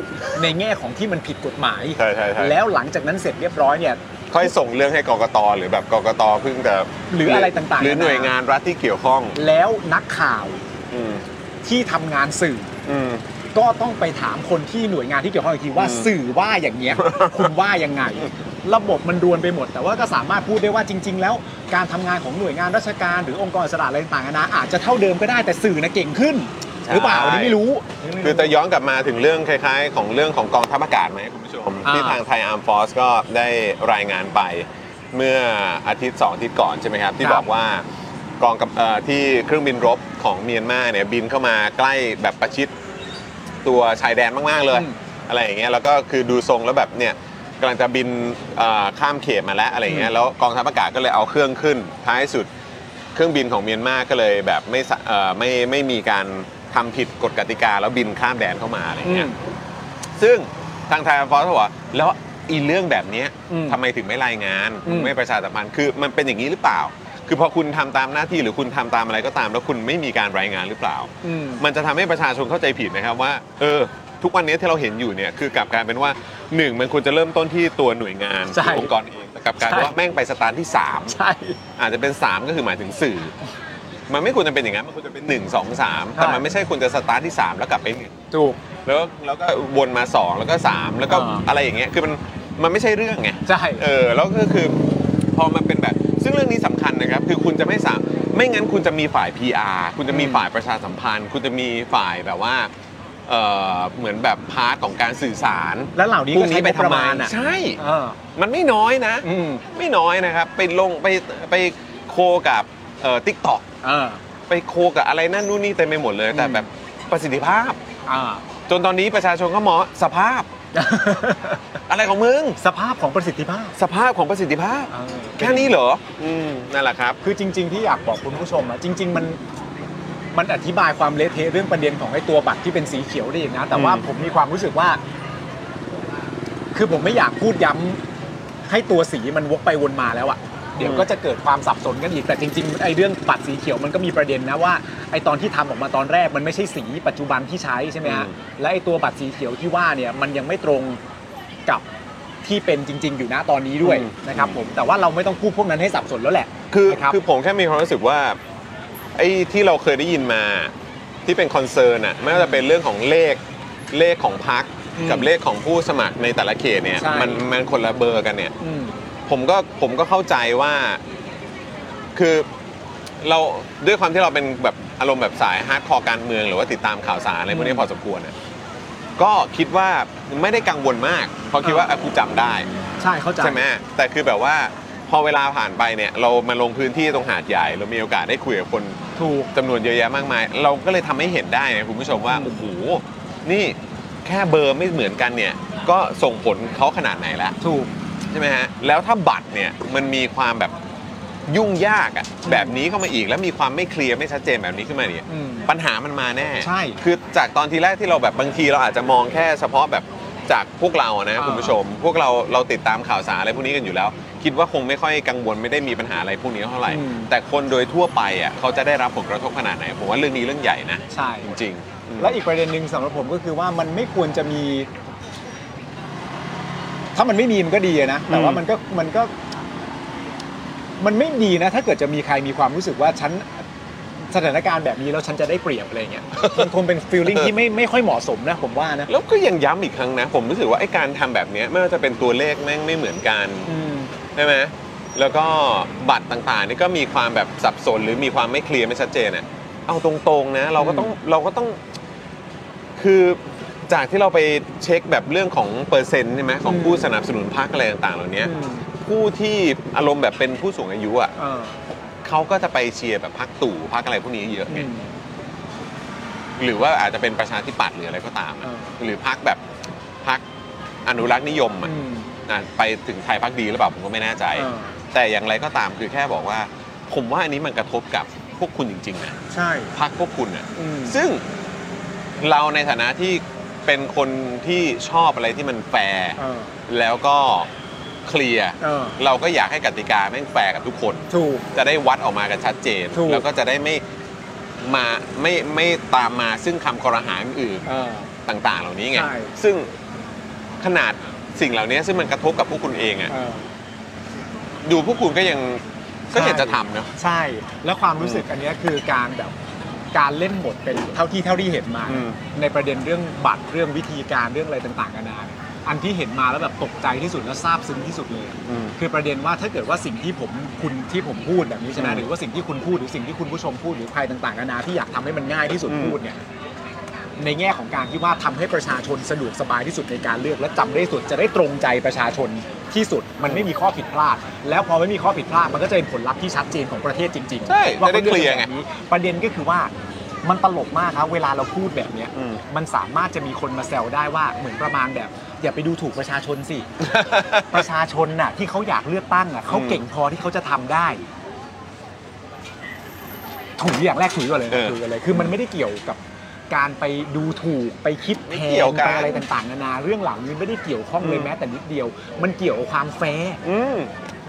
A: ในแง่ของที่มันผิดกฎหมาย
B: ใช่ใช่ใช่
A: แล้วหลังจากนั้นเสร็จเรียบร้อยเนี่ย
B: ค่อยส่งเรื่องให้กกตหรือแบบกกตเพิ่งจะ
A: หรืออะไรต่างๆ
B: หรือหน่วยงานรัฐที่เกี่ยวข้อง
A: แล้วนักข่าว
B: อืม
A: ที่ทำงานสื่อ
B: อืม
A: ก็ต้องไปถามคนที่หน่วยงานที่เกี่ยวข้องอีกทีว่า
B: อืม
A: สื่อว่าอย่าง
B: (laughs)
A: เงี้ย คุณว่ายังไง ระบบมันรวนไปหมด แต่ว่าก็สามารถพูดได้ว่าจริง ๆ แล้วการทำงานของหน่วยงานราชการหรือองค์กรอิสระอะไรต่างๆนานาอาจจะเท่าเดิมก็ได้แต่สื่อนะเก่งขึ้น หรือเปล่าอันนี้ไม่รู้
B: คือจะย้อนกลับมาถึงเรื่องคล้ายๆ ของเรื่องของกองทัพอากาศไหมคุณผู้ชม
A: อ่า
B: ที่ทางไทยอาร์มฟอสก็ได้รายงานไป เมื่ออาทิตย์สองอาทิตย์ก่อนใช่ไหมครับ ที่บอกว่ากองกับเอ่อที่เครื่องบินรบของเมียนมาเนี่ยบินเข้ามาใกล้แบบประชิดตัวชายแดนมาก ๆ เลย
A: อืม
B: อะไรอย่างเงี้ยแล้วก็คือดูทรงแล้วแบบเนี่ยกำลังจะบินเอ่อข้ามเขตมาแล้วอะไรอย่างเงี้ยแล้วกองทัพอากาศก็เลยเอาเครื่องขึ้น ท้ายสุดเครื่องบินของเมียนมาก็เลยแบบไม่สะเอ่อไม่ไม่มีการทำผิดกฎกติกาแล้วบินข้ามแดนเข้ามาอะไรอย่าง
A: อื
B: เงี้
A: ม
B: ยซึ่งทางไทยฟอสเขาบอกว่าแล้วอีเรื่องแบบเนี้ย
A: อืม
B: ทำไมถึงไม่รายงาน
A: อืม
B: ไม่ประชาสัมพันธ์คือมันเป็นอย่างนี้หรือเปล่า คือพอคุณทำตามหน้าที่หรือคุณทำตามอะไรก็ตาม แล้วคุณไม่มีการรายงานหรือเปล่า
A: อืม
B: มันจะทำให้ประชาชนเข้าใจผิดนะครับว่าเออทุกวันนี้ที่เราเห็นอยู่เนี่ยคือกลับกลายเป็นว่าหนึ่งมันควรจะเริ่มต้นที่ตัวหน่วยงาน
A: ใช่
B: หรือองค์กรเองแต่กลับกลายเป็นว่า
A: ใช่
B: แม่งไปสตาร์ทที่
A: ใช่
B: 3 อาจจะเป็น 3 ก็คือหมายถึงสื่อ มันไม่ควรจะเป็นอย่างนั้นมันควรจะเป็น 1 2 3 แต่มันไม่ใช่ควรจะสตาร์ทที่ 3 แล้วกลับไปหนึ่ง
A: ถูก
B: แล้วแล้วก็วนมา 2 แล้วก็ 3 แล้วก็
A: อ่า
B: อะไรอย่างเงี้ยคือมันมันไม่ใช่เรื่องไง
A: ใช่
B: เออแล้วก็คือพอมันเป็นแบบ ซึ่งเรื่องนี้สำคัญนะครับ คือคุณจะไม่สามไม่งั้นคุณจะมีฝ่าย PR คุณจะมี
A: อืม
B: ฝ่ายประชาสัมพันธ์ คุณจะมีฝ่ายแบบว่าเออเหมือนแบบพาร์ทของการสื่อสาร
A: แล้วเหล่านี้
B: พว
A: ก็
B: ก
A: ใช้
B: นี้
A: ไป
B: ไป
A: ป
B: ทำ
A: ระ
B: ไม
A: มาณอ่ะ
B: ใช่
A: เออ
B: มันไม่น้อยนะ
A: อืม
B: ไม่น้อยนะครับ ไปลงไปไปโคกับเอ่อทิกตอก
A: เออ
B: ไปโคกับอะไรนั่นนู่นนี่เต็มไปหมดเลย แต่
A: อืม
B: แบบประสิทธิภาพ
A: อ่า (laughs)
B: จนตอนนี้ประชาชนก็มองว่าสภาพ อะไรของมึง
A: สภาพของประสิทธิภาพ
B: สภาพของประสิทธิภาพ
A: เออ
B: แค่นี้เหรออืมนั่นแหละครับ
A: คือจริง ๆ ที่อยากบอกคุณผู้ชมอะจริง ๆ มันมันอธิบายความเละเทะเรื่องประเด็นของไอ้ตัวบัตรที่เป็นสีเขียวได้อีกนะ แต่ว่า
B: อืม
A: ผมมีความรู้สึกว่า คือผมไม่อยากพูดย้ำให้ตัวสีมันวกไปวนมาแล้วอะเดี๋ยวก็จะเกิดความสับสนกันอีกแต่จริงๆไอ้เรื่องบัตรสีเขียวมันก็มีประเด็นนะว่าไอ้ตอนที่ทำออกมาตอนแรกมันไม่ใช่สีปัจจุบันที่ใช้ใช่ไหมฮะและไอ้ตัวบัตรสีเขียวที่ว่าเนี่ยมันยังไม่ตรงกับที่เป็นจริง ๆ อยู่นะตอนนี้ด้วยนะครับ ผมแต่ว่าเราไม่ต้องพูดพวกนั้นให้สับสนแล้วแหละ
B: คือ
A: นะครับ
B: คือผมแค่มีความรู้สึกว่าไอ้ที่เราเคยได้ยินมาที่เป็นคอนเซิร์นอะไม่ว่าจะเป็นเรื่องของเลขเลขของพัก
A: อืม
B: กับเลขของผู้สมัครในแต่ละเขตเนี่ย
A: ใช่
B: มันมันคนละเบอร์กันเนี่ย
A: อืม
B: ผมก็ผมก็เข้าใจว่าคือเราด้วยความที่เราเป็นแบบอารมณ์แบบสายฮาร์ดคอร์การเมือง หรือว่าติดตามข่าวสารอะไรพวกนี้พอสมควรนะก็คิดว่าไม่ได้กังวลมากเพราะคิดว่าอ่ะกูจำได้
A: ใช่เข้าใจ
B: ใช่ไหมแต่คือแบบว่าพอเวลาผ่านไปเนี่ย เรามาลงพื้นที่ตรงหาดใหญ่ เรามีโอกาสได้คุยกับคน
A: ถูก
B: จำนวนเยอะแยะมากมาย เราก็เลยทำให้เห็นได้นะคุณผู้ชมว่า โอ้โห นี่แค่เบอร์ไม่เหมือนกันเนี่ย ก็ส่งผลเขาขนาดไหนแล้ว
A: ถูก
B: ใช่ไหมฮะ แล้วถ้าบัตรเนี่ย มันมีความแบบยุ่งยากอะแบบนี้เข้ามาอีก แล้วมีความไม่เคลียร์ไม่ชัดเจนแบบนี้ขึ้นมาเนี่ย
A: อืม
B: ปัญหามันมาแน่
A: ใช่
B: คือจากตอนทีแรกที่เราแบบบางทีเราอาจจะมองแค่เฉพาะแบบจากพวกเราอะนะ
A: อ่า
B: คุณผู้ชม พวกเราเราติดตามข่าวสารอะไรพวกนี้กันอยู่แล้ว คิดว่าคงไม่ค่อยกังวลไม่ได้มีปัญหาอะไรพวกนี้เท่าไหร่ แต่คนโดยทั่วไปอ่ะเขาจะได้รับผลกระทบขนาดไหน ผมว่าเรื่องนี้เรื่องใหญ่นะ
A: ใช่
B: จริงๆอืม
A: และอีกประเด็นหนึ่งสำหรับผมก็คือว่ามันไม่ควรจะมี ถ้ามันไม่มีมันก็ดีอะนะ แต่ว่า
B: อืม
A: มันก็มันก็ มันไม่ดีนะ ถ้าเกิดจะมีใครมีความรู้สึกว่าฉันสถานการณ์แบบนี้แล้วฉันจะได้เปรียบอะไรเงี้ย มันคงเป็นฟีลลิ่งที่ไม่ไม่ค่อยเหมาะสมนะผมว่านะ
B: แล้วก็ยังย้ำอีกครั้งนะ ผมรู้สึกว่าไอ้การทำแบบเนี้ยไม่ว่าจะเป็นตัวเลขแม่งไม่เหมือนกัน
A: อืม
B: ใช่ไหมแล้วก็บัตรต่างๆ นี่ก็มีความแบบสับสนหรือมีความไม่เคลียร์ไม่ชัดเจนอะเอาตรงๆนะเราก็ต้องเราก็ต้อง คือจากที่เราไปเช็คแบบเรื่องของเปอร์เซ็นต์ใช่ไหมของ
A: อืม
B: ผู้สนับสนุนพรรคอะไรต่างๆ เหล่านี้
A: อืม
B: ผู้ที่อารมณ์แบบเป็นผู้สูงอายุอ่ะ
A: เออ
B: เขาก็จะไปเชียร์แบบพรรคตู่พรรคอะไรพวกนี้เยอะไง
A: อืม
B: หรือว่าอาจจะเป็นประชาธิปัตย์หรืออะไรก็ตามอะ
A: เออ
B: หรือพรรคแบบพรรคอนุรักษ์นิยมอะ
A: อืม
B: อ่ะไปถึงไทยพรรคดีหรือเปล่าผมก็ไม่แน่ใจ
A: เออ
B: แต่อย่างไรก็ตามคือแค่บอกว่า ผมว่าอันนี้มันกระทบกับพวกคุณจริงๆนะ
A: ใช่
B: พักพวกคุณนะ
A: อืม
B: ซึ่งเราในฐานะที่เป็นคนที่ชอบอะไรที่มันแฟร์
A: เออ
B: แล้วก็เคลียร์
A: เออ
B: เราก็อยากให้กติกาแม่งแฟร์กับทุกคน
A: ถูก
B: จะได้วัดออกมากันชัดเจน
A: ถูก
B: แล้วก็จะได้ไม่มาไม่ไม่ตามมาซึ่งคำคอรหาอื่น
A: เออ
B: ๆต่าง ๆ เหล่านี้ไง
A: ใช่
B: ซึ่งขนาดสิ่งเหล่านี้ซึ่งมันกระทบกับพวกคุณเองอะ
A: เออ
B: ดูพวกคุณก็ยังก็อยาก
A: ใช่
B: จะทำเนอะ
A: ใช่ แล้วความรู้สึกอันเนี้ยคือการแบบการเล่นบทเป็นเท่าที่เท่าที่เห็นมา
B: อืม
A: ในประเด็นเรื่องบัตรเรื่องวิธีการเรื่องอะไรต่างๆกันานาเนี่ยอันที่เห็นมาแล้วแบบตกใจที่สุดและซาบซึ้งที่สุดเลยอะคือประเด็นว่าถ้าเกิดว่าสิ่งที่ผมคุณที่ผมพูดแบบนี้ใช่ไหมหรือว่าสิ่งที่คุณพูดหรือสิ่งที่คุณผู้ชมพูดหรือใครต่างๆกันานาที่อยากทำให้มันง่ายที่สุดพูดเนี่ยในแง่ของการที่ว่าทำให้ประชาชนสะดวกสบายที่สุดในการเลือกและจำได้สุดจะได้ตรงใจประชาชนที่สุด มันไม่มีข้อผิดพลาด แล้วพอไม่มีข้อผิดพลาดมันก็จะเป็นผลลัพธ์ที่ชัดเจนของประเทศจริงๆ
B: ใช่
A: ว่า
B: จะได้เคลียร์ไง
A: แบบนี้ประเด็นก็คือว่ามันตลกมากครับเวลาเราพูดแบบเนี้ย
B: อืม
A: มันสามารถจะมีคนมาแซวได้ว่าเหมือนประมาณแบบ อย่าไปดูถูกประชาชน
B: (laughs)
A: สิ ประชาชนน่ะ ที่เขาอยากเลือกตั้งอ่ะเขาเก่งพอที่เขาจะทำได้ ถุยอย่างแรกถุยก่อนเลย
B: เออ
A: ถุยก่อนเลยคือมันไม่ได้เกี่ยวกับการไปดูถูกไปคิดแพ
B: ไม่เกี่ยว
A: ง
B: กัน
A: ไปอะไรต่างๆนานาเรื่องเหล่านี้ไม่ได้เกี่ยวข้องเลย
B: อืม
A: แม้แต่นิดเดียว มันเกี่ยวกับความแฟร์
B: อืม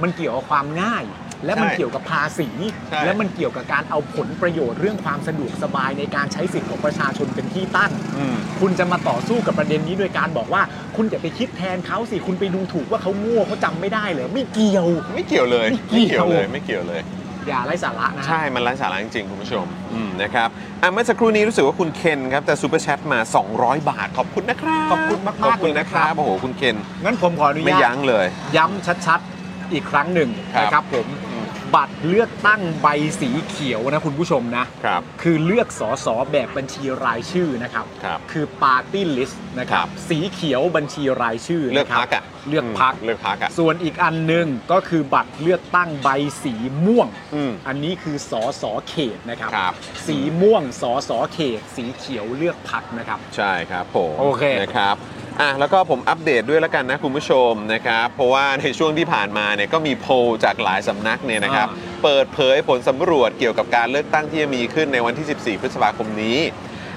A: มันเกี่ยวกับความง่าย และมัน
B: ใช่
A: เกี่ยวกับภาษี
B: ใช่
A: และมันเกี่ยวกับการเอาผลประโยชน์เรื่องความสะดวกสบายในการใช้สิทธิของประชาชนเป็นที่ตั้ง
B: อืม
A: คุณจะมาต่อสู้กับประเด็นนี้โดยการบอกว่า คุณอย่าไปคิดแทนเขาสิคุณไปดูถูกว่าเขาโง่เขาจำไม่ได้เหรอไม่เกี่ยว
B: ไม่เกี่ยวเลย
A: ไม่
B: ไม่
A: เกี่
B: เกี่
A: ย
B: ยว วเลยไม่เกี่ยวเลย
A: อย่าไร้สาระนะ
B: ใช่ มันไร้สาระจริงๆคุณผู้ชมอืมนะครับอ่ะเมื่อสักครู่นี้รู้สึกว่าคุณเคนครับจะซูเปอร์แชทมา 200 บาท ขอบคุณนะครับ
A: ขอบคุณมาก
B: ขอบ
A: ๆ
B: คุ
A: เลย
B: ณนะ
A: นะ
B: ค
A: ค
B: รั
A: รั
B: บบ โอ้โหคุณเคน
A: งั้นผมขออนุ
B: ไม่
A: ญา
B: ยั้
A: ต
B: งเลย
A: ย้ำชัดๆอีกครั้งหนึ่ง
B: ครับ
A: นะครับ ผม
B: อืม
A: บัตรเลือกตั้งใบสีเขียวนะคุณผู้ชมนะ
B: ครับ
A: คือเลือกสอสอแบบบัญชีรายชื่อนะครับ
B: ครับ
A: คือปาร์ตี้ลิสต์นะค
B: ค
A: รั
B: รับ บ
A: สีเขียวบัญชีรายชื่อ
B: เลือก
A: นะครับ
B: พักอ่ะ
A: เลือกพัก
B: มเลือกพักอ่ะ
A: ส่วนอีกอันหนึ่งก็คือบัตรเลือกตั้งใบสีม่วง
B: อืม
A: อันนี้คือสอสอเขตนะครับ
B: ครับ
A: สีม่วงสอสอเขต สีเขียวเลือกพักนะครับ
B: ใช่ครับผม
A: โอเค
B: นะครับ อ่ะแล้วก็ผมอัปเดตด้วยแล้วกันนะคุณผู้ชมนะครับเพราะว่า (laughs) ในช่วงที่ผ่านมาเนี่ยก็มีโพลจากหลายสำนักเนี่ยนะครับ
A: อ่
B: เปิดเผยผลสำรวจเกี่ยวกับการเลือกตั้งที่จะมีขึ้นในวันที่ 14 พฤษภาคมนี้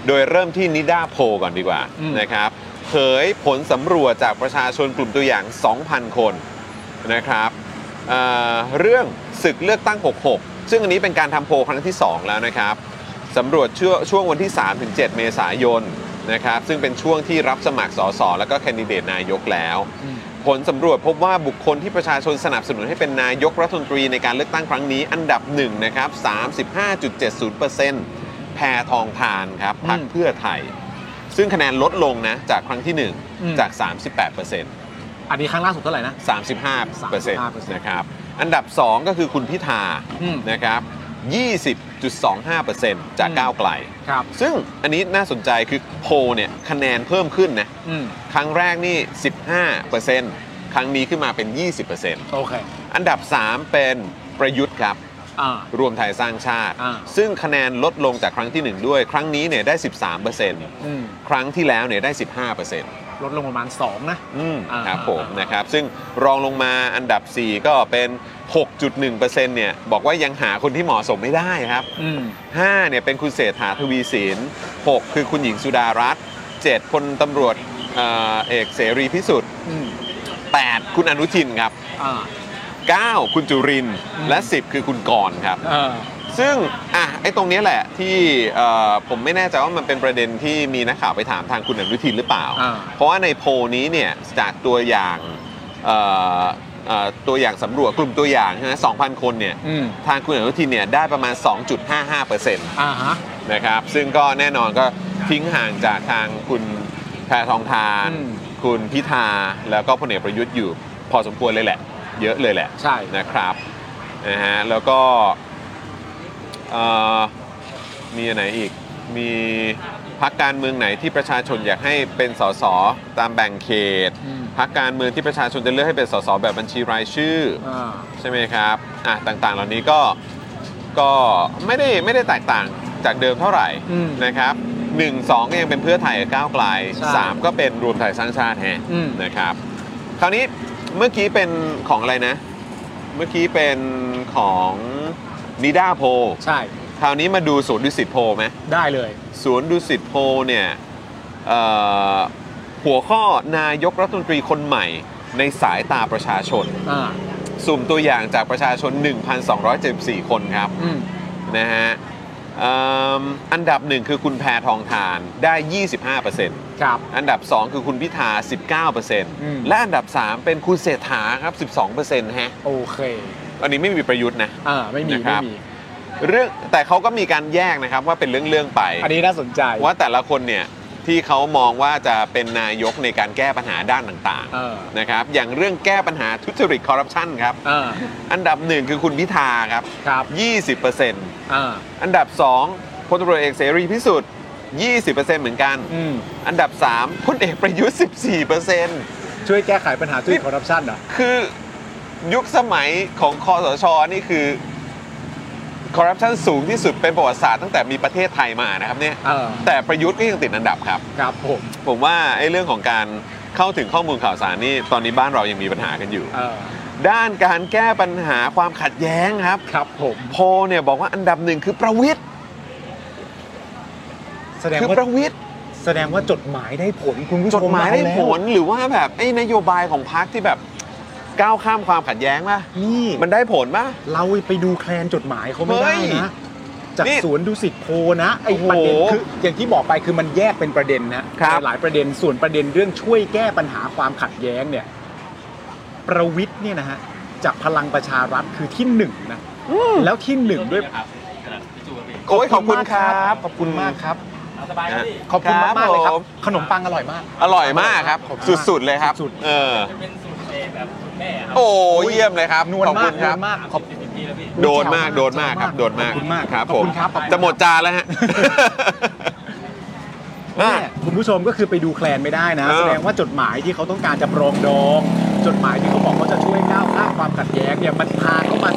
B: โดยเริ่มที่นิด้าโพลก่อนดีกว่านะครับเผยผลสำรวจจากประชาชนกลุ่มตัวอย่าง 2,000 คนนะครับเอ่อเรื่องศึกเลือกตั้ง 66 ซึ่งอันนี้เป็นการทำโพลครั้งที่ 2 แล้วนะครับ สำรวจช่วงช่วงวันที่ 3-7 เมษายนนะครับซึ่งเป็นช่วงที่รับสมัครสสแล้วก็แคนดิเดตนายกแล้ว
A: อืม
B: ผลสำรวจพบว่าบุคคลที่ประชาชนสนับสนุนให้เป็นนายกรัฐมนตรีในการเลือกตั้งครั้งนี้ อันดับหนึ่งนะครับ 35.70%แพทองทานครับพรรค
A: อืม
B: เพื่อไทย ซึ่งคะแนนลดลงนะจากครั้งที่หนึ่ง
A: อืม
B: จาก 38%
A: อันนี้ครั้งล่าสุดเท่าไหร่นะ
B: 35%
A: 35%
B: นะครับ อันดับ 2 ก็คือคุณพิธา
A: อืม
B: นะครับ 20.25%จากก้าวไกล
A: ครับ
B: ซึ่งอันนี้น่าสนใจคือโพลเนี่ยคะแนนเพิ่มขึ้นนะ
A: อืม
B: ครั้งแรกนี่ 15%ครั้งนี้ขึ้นมาเป็น 20%
A: โอเค
B: อันดับ 3 เป็นประยุทธ์ครับ
A: อ่า
B: รวมไทยสร้างชาติ
A: อ่า
B: ซึ่งคะแนนลดลงจากครั้งทีหนึ่1 ด้วย ครั้งนี้เนี่ยได้
A: อืม
B: 13%ครั้งที่แล้วเนี่ยได้ 15%
A: ลดลงประมาณ 2 นะ
B: อืม
A: อ่า
B: ครับผม
A: อ่าน
B: นะครับ ซึ่งรองลงมาอันดับ 4 ก็เป็น 6.1%เนี่ยบอกว่ายังหาคนที่เหมาะสมไม่ได้ครับ
A: อืม
B: 5เนี่ยเป็นคุณเศรษฐาทวีสิน6คือคุณหญิงสุดารัตน์7พลตำรวจเอ่อเอกเสรีพิสุทธิ์
A: อืม
B: 8คุณอนุทินครับ
A: อ่า
B: 9 คุณจุรินทร์
A: อืม
B: และ 10 คือคุณกรณ์ครับ
A: เออ
B: ซึ่งอ่ะไอ้ตรงเนี้ยแหละที่เอ่อผมไม่แน่ใจว่ามันเป็นประเด็นที่มีนักข่าวไปถามทางคุณอนุทินหรือเปล่า
A: อ่า
B: เพราะว่าในโพลนี้เนี่ยจากตัวอย่างเอ่อเอ่อตัวอย่างสำรวจกลุ่มตัวอย่างใช่ไหม2,000 คนเนี่ย
A: อืม
B: ทางคุณอนุทินเนี่ยได้ประมาณ 2.55%น
A: อ่าฮะ
B: ะครับซึ่งก็แน่นอนก็ทิ้งห่างจากทางคุณแพทองทาน
A: อืม
B: คุณพิธาแล้วก็พลเอกประยุทธ์อยู่ พอสมควรเลยแหละ เยอะเลยแหละ
A: ใช่
B: นะครับนะฮะแล้วก็เอ่อมีอันไหนอีกมีพักการเมืองไหนที่ประชาชนอยากให้เป็นสสตามแบ่งเขต
A: อืม
B: พักการเมืองที่ประชาชนจะเลือกให้เป็นสสแบบบัญชีรายชื่อ
A: อ่า
B: ใช่ไหมครับอ่ะต่างๆ เหล่านี้ก็ก็ไม่ได้ไม่ได้แตกต่างจากเดิมเท่าไหร่
A: อืม
B: นะครับหนึ่งสองก็ยังเป็นเพื่อไทยกับก้าวไกล
A: ใช่
B: สามก็เป็นรวมไทยสร้างชาติแฮะ
A: อืม
B: นะครับ คราวนี้เมื่อกี้เป็นของอะไรนะ เมื่อกี้เป็นของนิด้าโพล
A: ใช่
B: คราวนี้มาดูศูนย์ดุสิตโพลไหม
A: ได้เลย
B: ศูนย์ดุสิตโพลเนี่ยเอ่อหัวข้อนายกรัฐมนตรีคนใหม่ ในสายตาประชาชน
A: อ่า
B: สุ่มตัวอย่างจากประชาชน 1,274 คนครับ
A: อืม
B: นะฮะเอิ่มอันดับหนึ่งคือคุณแพทองทานได้ 25%
A: ครับ
B: อันดับ 2 คือคุณพิธา
A: ม
B: 19%และอันดับ 3 เป็นคุณเศรษฐาครับ 12%ฮะ
A: โอเค
B: อันนี้ไม่มีประยุทธ์นะ
A: อ่าไม่มี
B: นะครั
A: ไม่
B: บ
A: มี
B: เรื่องแต่เขาก็มีการแยกนะครับว่าเป็นเรื่องๆไป
A: อันนี้น่าสนใจ
B: ว่าแต่ละคนเนี่ยที่เขามองว่าจะเป็นนายกในการแก้ปัญหาด้านต่าง
A: เออ
B: ๆนะครับ อย่างเรื่องแก้ปัญหาทุจริตคอร์รัปชันครับ
A: เออ
B: อันดับหนึ่งคือคุณพิธาครับ
A: ครับ
B: 20%
A: อ่า
B: อันดับ2พลตำรวจเอกเสรีพิสุทธิ์20%เหมือนกัน
A: อืม
B: อันดับ3พลเอกประยุทธ์14%
A: ช่วยแก้ไขปัญหาทุจริตคอร์รัปชันเหรอ
B: คือยุคสมัยของคอสช นี่คือคอร์รัปชันสูงที่สุดเป็นประวัติศาสตร์ตั้งแต่มีประเทศไทยมานะครับเนี่ย
A: เออ
B: แต่ประยุทธ์ก็ยังติดอันดับครับ
A: ครับผม
B: ผมว่าไอ้เรื่องของการเข้าถึงข้อมูลข่าวสารนี่ตอนนี้บ้านเรายังมีปัญหากันอยู่
A: เออ
B: ด้านการแก้ปัญหาความขัดแย้งครับ
A: ครับผม
B: โพลเนี่ยบอกว่าอันดับหนึ่งคือประวิทย์
A: แสดง
B: คือ
A: ว่า
B: ประวิทย์
A: แสดงว่าจดหมายได้ผลคุณผู้ชม
B: จดหมายได้
A: แล้ว
B: ผลหรือว่าแบบไอ้นโยบายของพรรคที่แบบก้าวข้ามความขัดแย้งป่ะ
A: นี่
B: มันได้ผลป่ะ
A: เราไปดูแคลนจดหมายเขาไม่ได้
B: เฮ้ย
A: นะ จาก
B: นี่
A: สวนดุสิตโพนะไอ้
B: โอ้โห
A: ประเด็นคืออย่างที่บอกไปคือมันแยกเป็นประเด็นนะครับ หลายประเด็นส่วนประเด็นเรื่องช่วยแก้ปัญหาความขัดแย้งเนี่ย ประวิทย์เนี่ยนะฮะจากพลังประชารัฐคือที่หนึ่งนะแล้วที่หนึ่งด้วย
B: โอ้ยขอบคุณครับ
A: ขอบคุณมากครับ
B: นะ
A: ขอบคุณมาก
B: ค
A: มา
B: รั
A: ก
B: บ
A: เลยครับ
B: ผม
A: ขนมปังอร่อยมาก
B: อร่อยมากครับ
A: ขอบคุณมาก
B: สุดๆเลยครับ
A: สุดๆ
B: เออโอ้เยี่ยมเลยครับ
A: นวล
B: ขอบ
A: มา
B: คุ
A: ก
B: ณ
A: น
B: คว รั
A: ล
B: บ
A: มากขอบ
B: โดนมากโดนมากครับ โดนมาก
A: ขอบคุณมาก
B: ครับ
A: ขอบ
B: ผ
A: คุ
B: ม
A: ณครับขอบคุณ
B: จะหมดจานแล้วฮะ
A: เนี่ยคุณผู้ชมก็คือไปดูแคลนไม่ได้นะ
B: เออ
A: แสดงว่าจดหมายที่เขาต้องการจะปรองดอง จดหมายที่เขาบอกเขาจะช่วยก้าวข้ามความขัดแย้งเนี่ยมันพาเข้ามา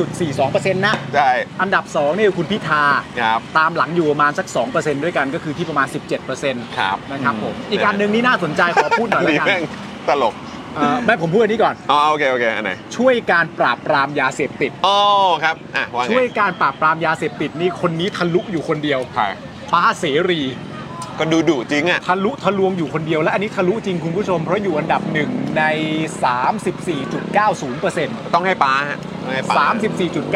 A: 19.42%นะ
B: ใช่
A: อันดับ2นี่คือคุณพิธา
B: ครับ
A: ตามหลังอยู่ประมาณสัก 2%ด้วยกันก็คือที่ประมาณ 17%
B: ครับ
A: นะครับผม อีกการหนึ่งนี่น่าสนใจขอพูดหน่อย
B: ดี
A: ละกัน
B: แม่งตลก
A: เอ่อแม่ผมพูดอันนี้ก่อน
B: อ๋อโอเคโอเคอันไหน
A: ช่วยการปราบปรามยาเสพติด
B: อ๋อครับอ่ะว่าไง
A: ช่วยการปราบปรามยาเสพติดนี่คนนี้ทะลุอยู่คนเดียว
B: ใคร
A: ป้าเสรี
B: ก็ดูดุจริงอ่ะ
A: ทะลุทะลวงอยู่คนเดียวและอันนี้ทะลุจริงคุณผู้ชม เพราะอยู่อันดับหนึ่งใน 34.90%
B: ต้องให้ป้าฮะต้องให้ป้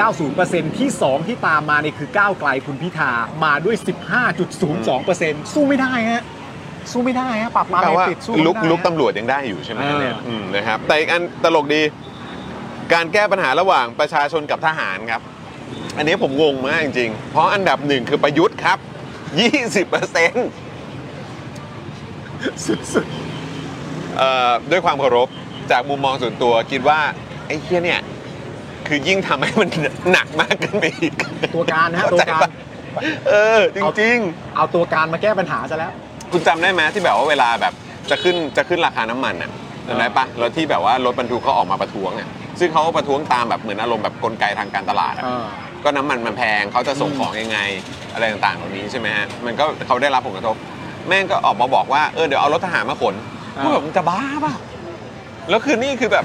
B: า
A: 34.90%ที่ 2 ที่ตามมาเนี่ยคือก้าวไกลคุณพิธา มาด้วย 15.02%สู้ไม่ได้ฮะ สู้ไม่ได้ฮะปรับมา
B: แปล
A: ไม่
B: ว่า
A: ติดสู้
B: ลุก
A: ไม่ได้
B: ลุก
A: ฮะ
B: ตำรวจยังได้อยู่ใช่ไหม
A: เออ
B: เนี่ยอืมนะครับ แต่อีกอันตลกดี การแก้ปัญหาระหว่างประชาชนกับทหารครับ อันนี้ผมงงมากจริงๆ เพราะอันดับหนึ่งคือประยุทธ์ครับ 20%เ
A: สุด
B: อ่อด้วย (laughs) ความเคารพจากมุมมองส่วนตัวคิดว่า ไอ้เฮียเนี่ย คือยิ่งทำให้มันหนักมากขึ้นไปอีก
A: ๆตัวการนะฮะ
B: เข้า
A: ตัว
B: ใจ
A: การ
B: ปะเออ จริง ๆ
A: เอาตัวการมาแก้ปัญหาซะแล้ว
B: คุณจำได้ไหมที่แบบว่าเวลาแบบจะขึ้นจะขึ้นราคาน้ำมันอ่ะจำได้ปะแล้วที่แบบว่ารถบรรทุกเขาออกมาประท้วงอ่ะซึ่งเขาก็ประท้วงตามแบบเหมือนอารมณ์แบบกลไกทางการตลาดอะ
A: เออ
B: ก็น้ำมันมันแพงเขาจะส่งของยังไงอะไรต่างๆเหล่านี้ใช่ไหมฮะมันก็เขาได้รับผลกระทบ แม่งก็ออกมาบอกว่าเออเดี๋ยวเอารถทหารมาขน
A: อ่า
B: พวกแบบมึงจะบ้าเปล่ะแล้วคือนี่คือแบบ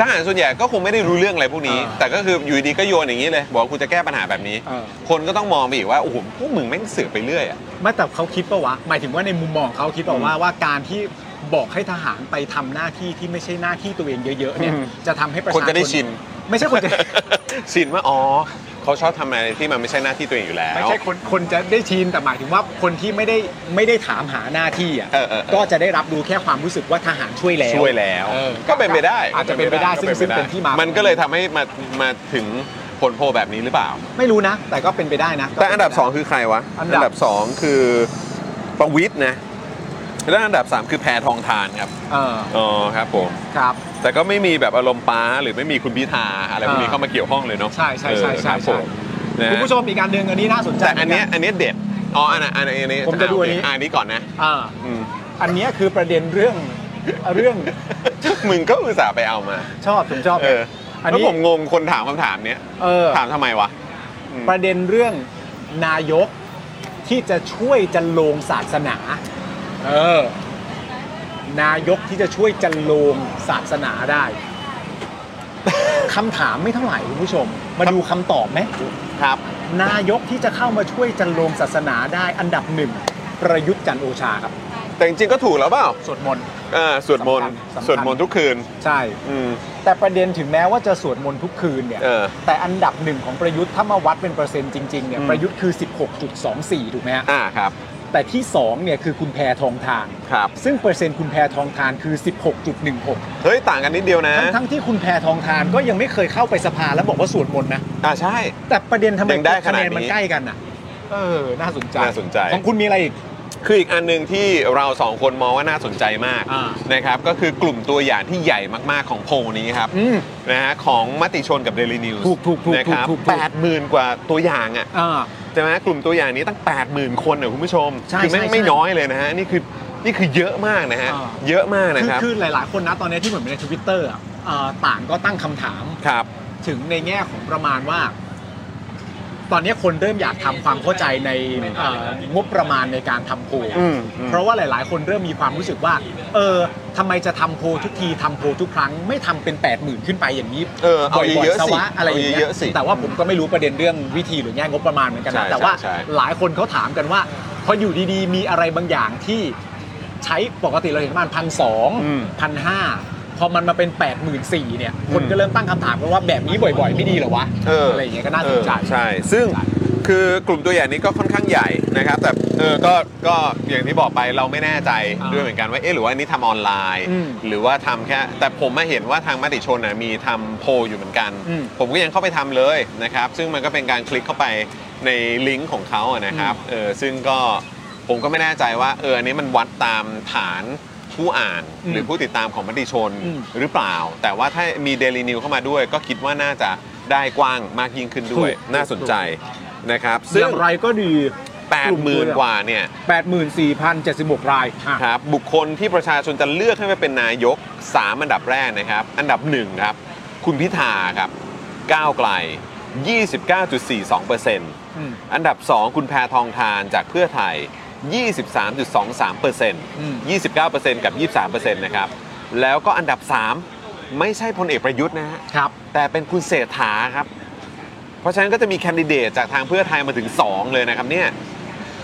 B: ทหารส่วนใหญ่ก็คงไม่ได้รู้เรื่องอะไรพวกนี้
A: อ่า
B: แต่ก็คืออยู่ดีก็โยนอย่างนี้เลย บอกว่ากูจะแก้ปัญหาแบบนี้
A: อ่า
B: คนก็ต้องมองไปอีกว่าโอ้โหพวกมึงแม่งเสือกไปเรื่อยอะ
A: ไม่แต่เขาคิดปะวะ หมายถึงว่าในมุมมองเขาคิดปะว่าว่าการที่บอกให้ทหารไปทำหน้าที่ที่ไม่ใช่หน้าที่ตัวเองเยอะๆเนี่ย
B: อืม
A: จะทำให้ประชาช
B: คนจะได้ชิน
A: ไม่ใช่คนจะ
B: (laughs) สินว่าอ๋อเขาชอบทำอะไรที่มันไม่ใช่หน้าที่ตัวเองอยู่แล้ว
A: ไม่ใช่คนคนจะได้ชินแต่หมายถึงว่าคนที่ไม่ได้ไม่ได้ถามหาหน้าที่อ่ะ
B: เออเออเออ
A: ก็จะได้รับรู้แค่ความรู้สึกว่าทหารช่วยแล้ว
B: ช่วยแล้ว
A: เออ
B: ก็เป็นไปได้
A: อาจจะเป็นไปได้
B: ก็
A: ซึ่งซึ่งเป็นที่มา
B: มันก็เลยทำให้มามาถึงผลโพลแบบนี้หรือเปล่า
A: ไม่รู้นะ แต่ก็เป็นไปได้นะก็
B: แต่
A: เป็ไปไ
B: อันดับ 2 คือใครวะ
A: อันดับ
B: บ2คือประวิทย์นะแล้วอันดับ 3 คือแพทองทานครับ
A: เออ
B: อ๋อครับผม
A: ครับ
B: แต่ก็ไม่มีแบบอารมณ์ป้าหรือไม่มีคุณพิธาอะไรพวกนี้
A: อ่า
B: เข้ามาเกี่ยวข้องเลยเนาะ
A: ใช่ใช่ใช่
B: เออครับ
A: ใช่
B: ผมนะ
A: คุณผู้ชมอีกการหนึ่งอันนี้น่าสนใจ
B: แต่อันเนี้ย
A: เหมื
B: อันเนี้ยเด็ดอ๋ออันนั้นอันนี้อันนี้
A: ผมจะดูอันนี้
B: อันนี้ก่อนนะ
A: กัอ่า
B: อืม
A: อันเนี้ยคือประเด็นเรื่อง (laughs) เรื่อง
B: (laughs) มึงก็อุตส่าห์ไปเอามา
A: ชอบผมชอบ
B: เออ
A: อัน
B: แล้ว
A: นี้
B: ผมงงคนถามคำถามเนี้ย
A: เออ
B: ถามทำไมวะอืม
A: ประเด็นเรื่องนายกที่จะช่วยจันลงศาสนาเออนายกที่จะช่วยจันลงศาสนา
B: (laughs)
A: ได้คำถามไม่เท่าไหร่คุณผู้ชม มาดูคำตอบไหม
B: ครับ
A: นายกที่จะเข้ามาช่วยจันลงศาสนาได้อันดับหนึ่งประยุทธ์จันทร์โอชาครับ
B: แต่จริงๆก็ถูกแล้วเปล่า
A: สวดมนต์
B: เออสวดมนต์
A: สำคัญ
B: สวดมนต์ทุกคืน
A: ใช่
B: อืม
A: แต่ประเด็นถึงแม้ว่าจะสวดมนต์ทุกคืนเนี่ย
B: เออ
A: แต่อันดับหนึ่งของประยุทธ์ถ้ามาวัดเป็นเปอร์เซ็นต์จริงๆเนี่ย
B: อืม
A: ประยุทธ์คือ 16.24 ถูกไหมฮะ
B: อ่าครับ
A: แต่ที่สองเนี่ยคือคุณแพทองทาน
B: ครับ
A: ซึ่งเปอร์เซ็นต์คุณแพทองทานคือ 16.16
B: เฮ้ย ต่างกันนิดเดียวนะ
A: ทั้งทั้งๆที่คุณแพทองทานก็ยังไม่เคยเข้าไปสภาแล้วบอกว่าสวดมนต์นะ
B: อ่าใช่
A: แต่ประเด็นทำไม
B: ยังได้ข
A: คะ
B: นา
A: แน
B: ดนี้
A: นมันใกล้กันอ่ะเออน่าสนใจ
B: น่าสนใจ
A: ของคุณมีอะไรอีก
B: คืออีกอันหนึ่งที่เราสองคนมองว่าน่าสนใจมาก
A: อ่า
B: นะครับ ก็คือกลุ่มตัวอย่างที่ใหญ่มากๆของโพลนี้ครับ
A: อืม
B: นะฮะของมติชนกับเดลินิวส์
A: ถูกถูกถูก
B: นะครับ
A: ถูกถูก
B: แปดหมื่นกว่าตัวอย่างอ่ะ
A: อ่า
B: ใช่ไหมกลุ่มตัวอย่างนี้ตั้ง 80,000 คนนะคุณผู้ชม
A: ใช่
B: คืแม่ง
A: ใช่
B: ไม่
A: ใช่
B: น้อยเลยนะฮะ นี่คือนี่คือเยอะมากนะฮะ
A: อ่า
B: เยอะมากนะ
A: คือ
B: ครับ
A: คือหลาย ๆ คนนะตอนนี้ที่เหมือนในทวิตเตอร์ต่างก็ตั้งคำถาม
B: ครับ
A: ถึงในแง่ของประมาณว่า ตอนนี้คนเริ่มอยากทำความเข้าใจในเอ่องบประมาณในการทำโพล
B: อืมอืม
A: เพราะว่าหลาย ๆ คนเริ่มมีความรู้สึกว่า เออทำไมจะทำโพลทุกทีทำโพลทุกครั้งไม่ทำเป็น8ปดหมื่นขึ้นไปอย่างนี้
B: เออเอา
A: บ่
B: เยอะ
A: ๆ
B: ๆสิ
A: วะอะไรอย่างเงี้
B: เยอะๆสิ
A: แต่ว่าผมก็ไม่รู้ประเด็นเรื่องวิธีหรือแง่งบประมาณเหมือนกัน
B: ใช่
A: นะแต่ว่า
B: ใช่ใช่
A: หลายคนเขาถามกันว่าพออยู่ดี ๆ มีอะไรบางอย่างที่ ใช้ปกติเราเห็นประมาณพันสอง
B: อืม
A: พันห้าพอมันมาเป็น8 4 0 0 0เนี่ย คนก็เริ่มตั้งคำถามกันว่าแบบนี้บ่อย ๆ ไม่ดีเหรอวะ
B: เอออ
A: ไรอย่างเงี้ยก็น่าสนใจ
B: เออใช่ ซึ่งคือกลุ่มตัวอย่างนี้ก็ค่อนข้างใหญ่นะครับ แต่เออก็ก็อย่างที่บอกไปเราไม่แน่ใจ
A: อ่า
B: ด้วยเหมือนกันว่าเอ๊ะหรือว่าอันนี้ทำออนไลน์
A: อืม
B: หรือว่าทำแค่ แต่ผมมาเห็นว่าทางมติชนนะมีทำโพลอยู่เหมือนกัน
A: อืม
B: ผมก็ยังเข้าไปทำเลยนะครับ ซึ่งมันก็เป็นการคลิกเข้าไปในลิงก์ของเขาอะนะครับเออซึ่งก็ผมก็ไม่แน่ใจว่าเอออันนี้มันวัดตามฐานผู้อ่าน
A: อืม
B: หรือผู้ติดตามของมติชน
A: อืม
B: หรือเปล่า แต่ว่าถ้ามี Daily New เข้ามาด้วย ก็คิดว่าน่าจะได้กว้างมากยิ่งขึ้นด้วย ด้วย
A: ถูก
B: น่าสนใจนะครับ
A: อ
B: ซึ่ง
A: ย่างไรก็ดี
B: 8 0 0 0 0 กว่าเนี่ย
A: 84,076 รายอ่ะ
B: ครับบุคคลที่ประชาชนจะเลือกให้มาเป็นนายก 3 อันดับแรกนะครับ อันดับ 1 ครับ คุณพิธาครับก้าวไกล 29.42%
A: ม
B: อันดับ 2 คุณแพทองทานจากเพื่อไทย 23.23%
A: ม
B: 29%กับ 23%นะครับ แล้วก็อันดับ 3 ไม่ใช่พลเอกประยุทธ์นะฮะ
A: ครับ
B: แต่เป็นคุณเศรษฐาครับ เพราะฉะนั้นก็จะมีแคนดิเดตจากทางเพื่อไทยมาถึง 2 เลยนะครับเนี่ย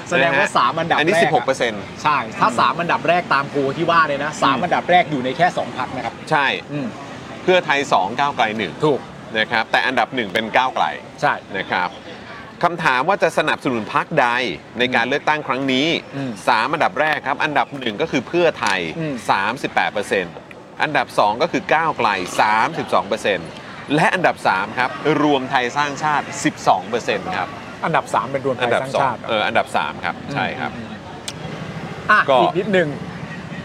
A: แสดงว่า 3 อันดับ
B: อันนี้
A: แรกะ
B: 16%
A: ใช่ ถ้า 3 อันดับแรกตามโพลที่ว่าเลยนะ 3 อันดับแรกอยู่ในแค่ 2 พักนะครับ
B: ใช่
A: อืม
B: เพื่อไทย 2 ก้าวไกล
A: ถูก
B: 1นะครับ แต่อันดับ 1 เป็นก้าวไกล
A: ใช่
B: นะครับคำถามว่าจะสนับสนุนพรรคใดในการเลือกตั้งครั้งนี้
A: อืม
B: 3 อันดับแรกครับ อันดับ 1 ก็คือเพื่อไทย
A: อืม
B: 38%อันดับ 2 ก็คือก้าวไกล 32%และอันดับ 3 ครับ รวมไทยสร้างชาติ 12%ครับ
A: อันดับ 3 เป็นรวมไท
B: อัน
A: ย
B: ดับ
A: สร้าง
B: สอ
A: ชาง ติ
B: เอออันดับสามครับ ใช่ครับ
A: อืมอืมอ่ะ
B: ก็
A: อีกนิดหนึ่ง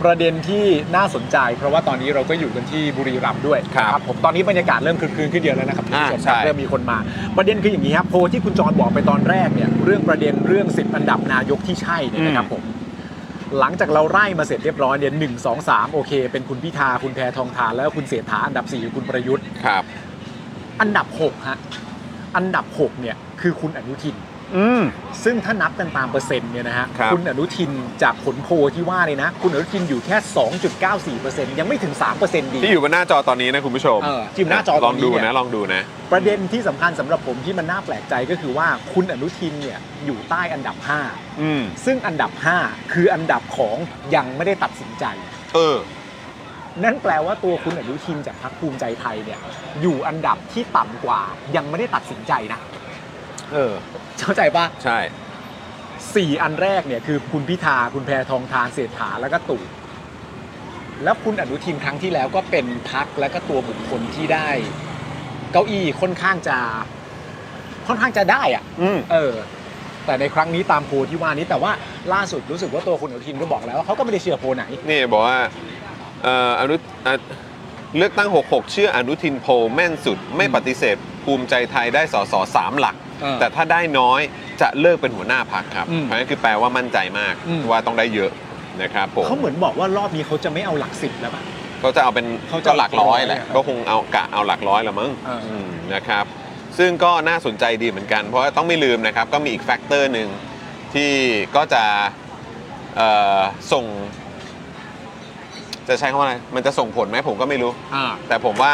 A: ประเด็นที่น่าสนใจ เพราะว่าตอนนี้เราก็อยู่กันที่บุรีรัมย์ด้วย
B: ครับ
A: ผมตอนนี้บรรยากาศเริ่มคึกคืนขึ้นเยอะแล้วนะครับคุณผู้ชมค
B: อ่า
A: รับ
B: ใช่
A: เริ่มมีคนมา ประเด็นคืออย่างนี้ครับโพลที่คุณจรบอกไปตอนแรกเนี่ยเรื่องประเด็นเรื่อง 10 อันดับนายกที่ใช่เนี่ยนะครับผมหลังจากเราไล่มาเสร็จเรียบร้อยเนี่ยหนึ่งสองสามโอเค เป็นคุณพิธาคุณแพทองทานแล้วก็คุณเศรษฐาอันดับสี่คือคุณประยุทธ์
B: ครับ
A: อันดับหกฮะอันดับหกเนี่ยคือคุณอนุทิน
B: อืม
A: ซึ่งถ้านับกันตามเปอร์เซ็นต์เนี่ยนะฮะ
B: ครับ
A: ณอนุทินจากผลโพลที่ว่าเลยนะ คุณอนุทินอยู่แค่ 2.94%ยังไม่ถึง 3%ดี
B: ที่อยู่บนหน้าจอตอนนี้นะคุณผู้ชม
A: เออจิ้มหน้าจอต
B: ล
A: ร
B: องง
A: นี้
B: ดู
A: เนี่
B: นะ
A: ย
B: ลองดูนะ
A: ประเด็นที่สำคัญสำหรับผมที่มันน่าแปลกใจก็คือว่าคุณอนุทินเนี่ยอยู่ใต้อันดับ
B: อืม
A: 5 ซึ่งอันดับ 5 คืออันดับของยังไม่ได้ตัดสินใจ
B: เออ
A: นั่นแปลว่าตัวคุณอนุทินจากพรรคภูมิใจไทยเนี่ยอยู่อันดับที่ต่ำกว่ายังไม่ได้ตัดสินใจนะ
B: เออ
A: เข้าใจปะ
B: ใช่
A: สี่อันแรกเนี่ยคือคุณพิธาคุณแพทองทานเศรษฐาแล้วก็ตู่แล้วคุณอนุทินครั้งที่แล้วก็เป็นพักและก็ตัวบุคคลที่ได้ เก้าอี้ค่อนข้างจะ ค่อนข้างจะได้อะ
B: อืม
A: เออ แต่ในครั้งนี้ตามโพลที่ว่านี้แต่ว่าล่าสุดรู้สึกว่าตัวคุณอนุทินก็บอกแล้วว่าเขาก็ไม่ได้เชื่อโพลไหน
B: นี่บอกว่าเอ่ออนุอ่ะเลือกตั้ง 66 เชื่ออนุทินโพลแม่นสุด ไม่ปฏิเสธ ภูมิใจไทยได้สสสามหลัก
A: เออ
B: แต่ถ้าได้น้อยจะเลิกเป็นหัวหน้าพักครับ
A: อืม
B: เพราะงั้นคือแปลว่ามั่นใจมาก
A: อืม
B: ว่าต้องได้เยอะนะครับผม
A: เขาเหมือนบอกว่ารอบนี้เขาจะไม่เอาหลักสิบแล้วป่ะ
B: เขาจะเอาเป็น
A: เขาจะ
B: ก็หลักร้อยแหละ
A: เอาหลักร้อย
B: ก็คงเอากะเอาหลักร้อยละมั้ง
A: เอออื
B: มนะครับ ซึ่งก็น่าสนใจดีเหมือนกัน เพราะว่าต้องไม่ลืมนะครับ ก็มีอีกแฟกเตอร์หนึ่งที่ก็จะเอ่อส่ง จะใช้คำว่าอะไร มันจะส่งผลไหมผมก็ไม่รู้
A: อ่า
B: แต่ผมว่า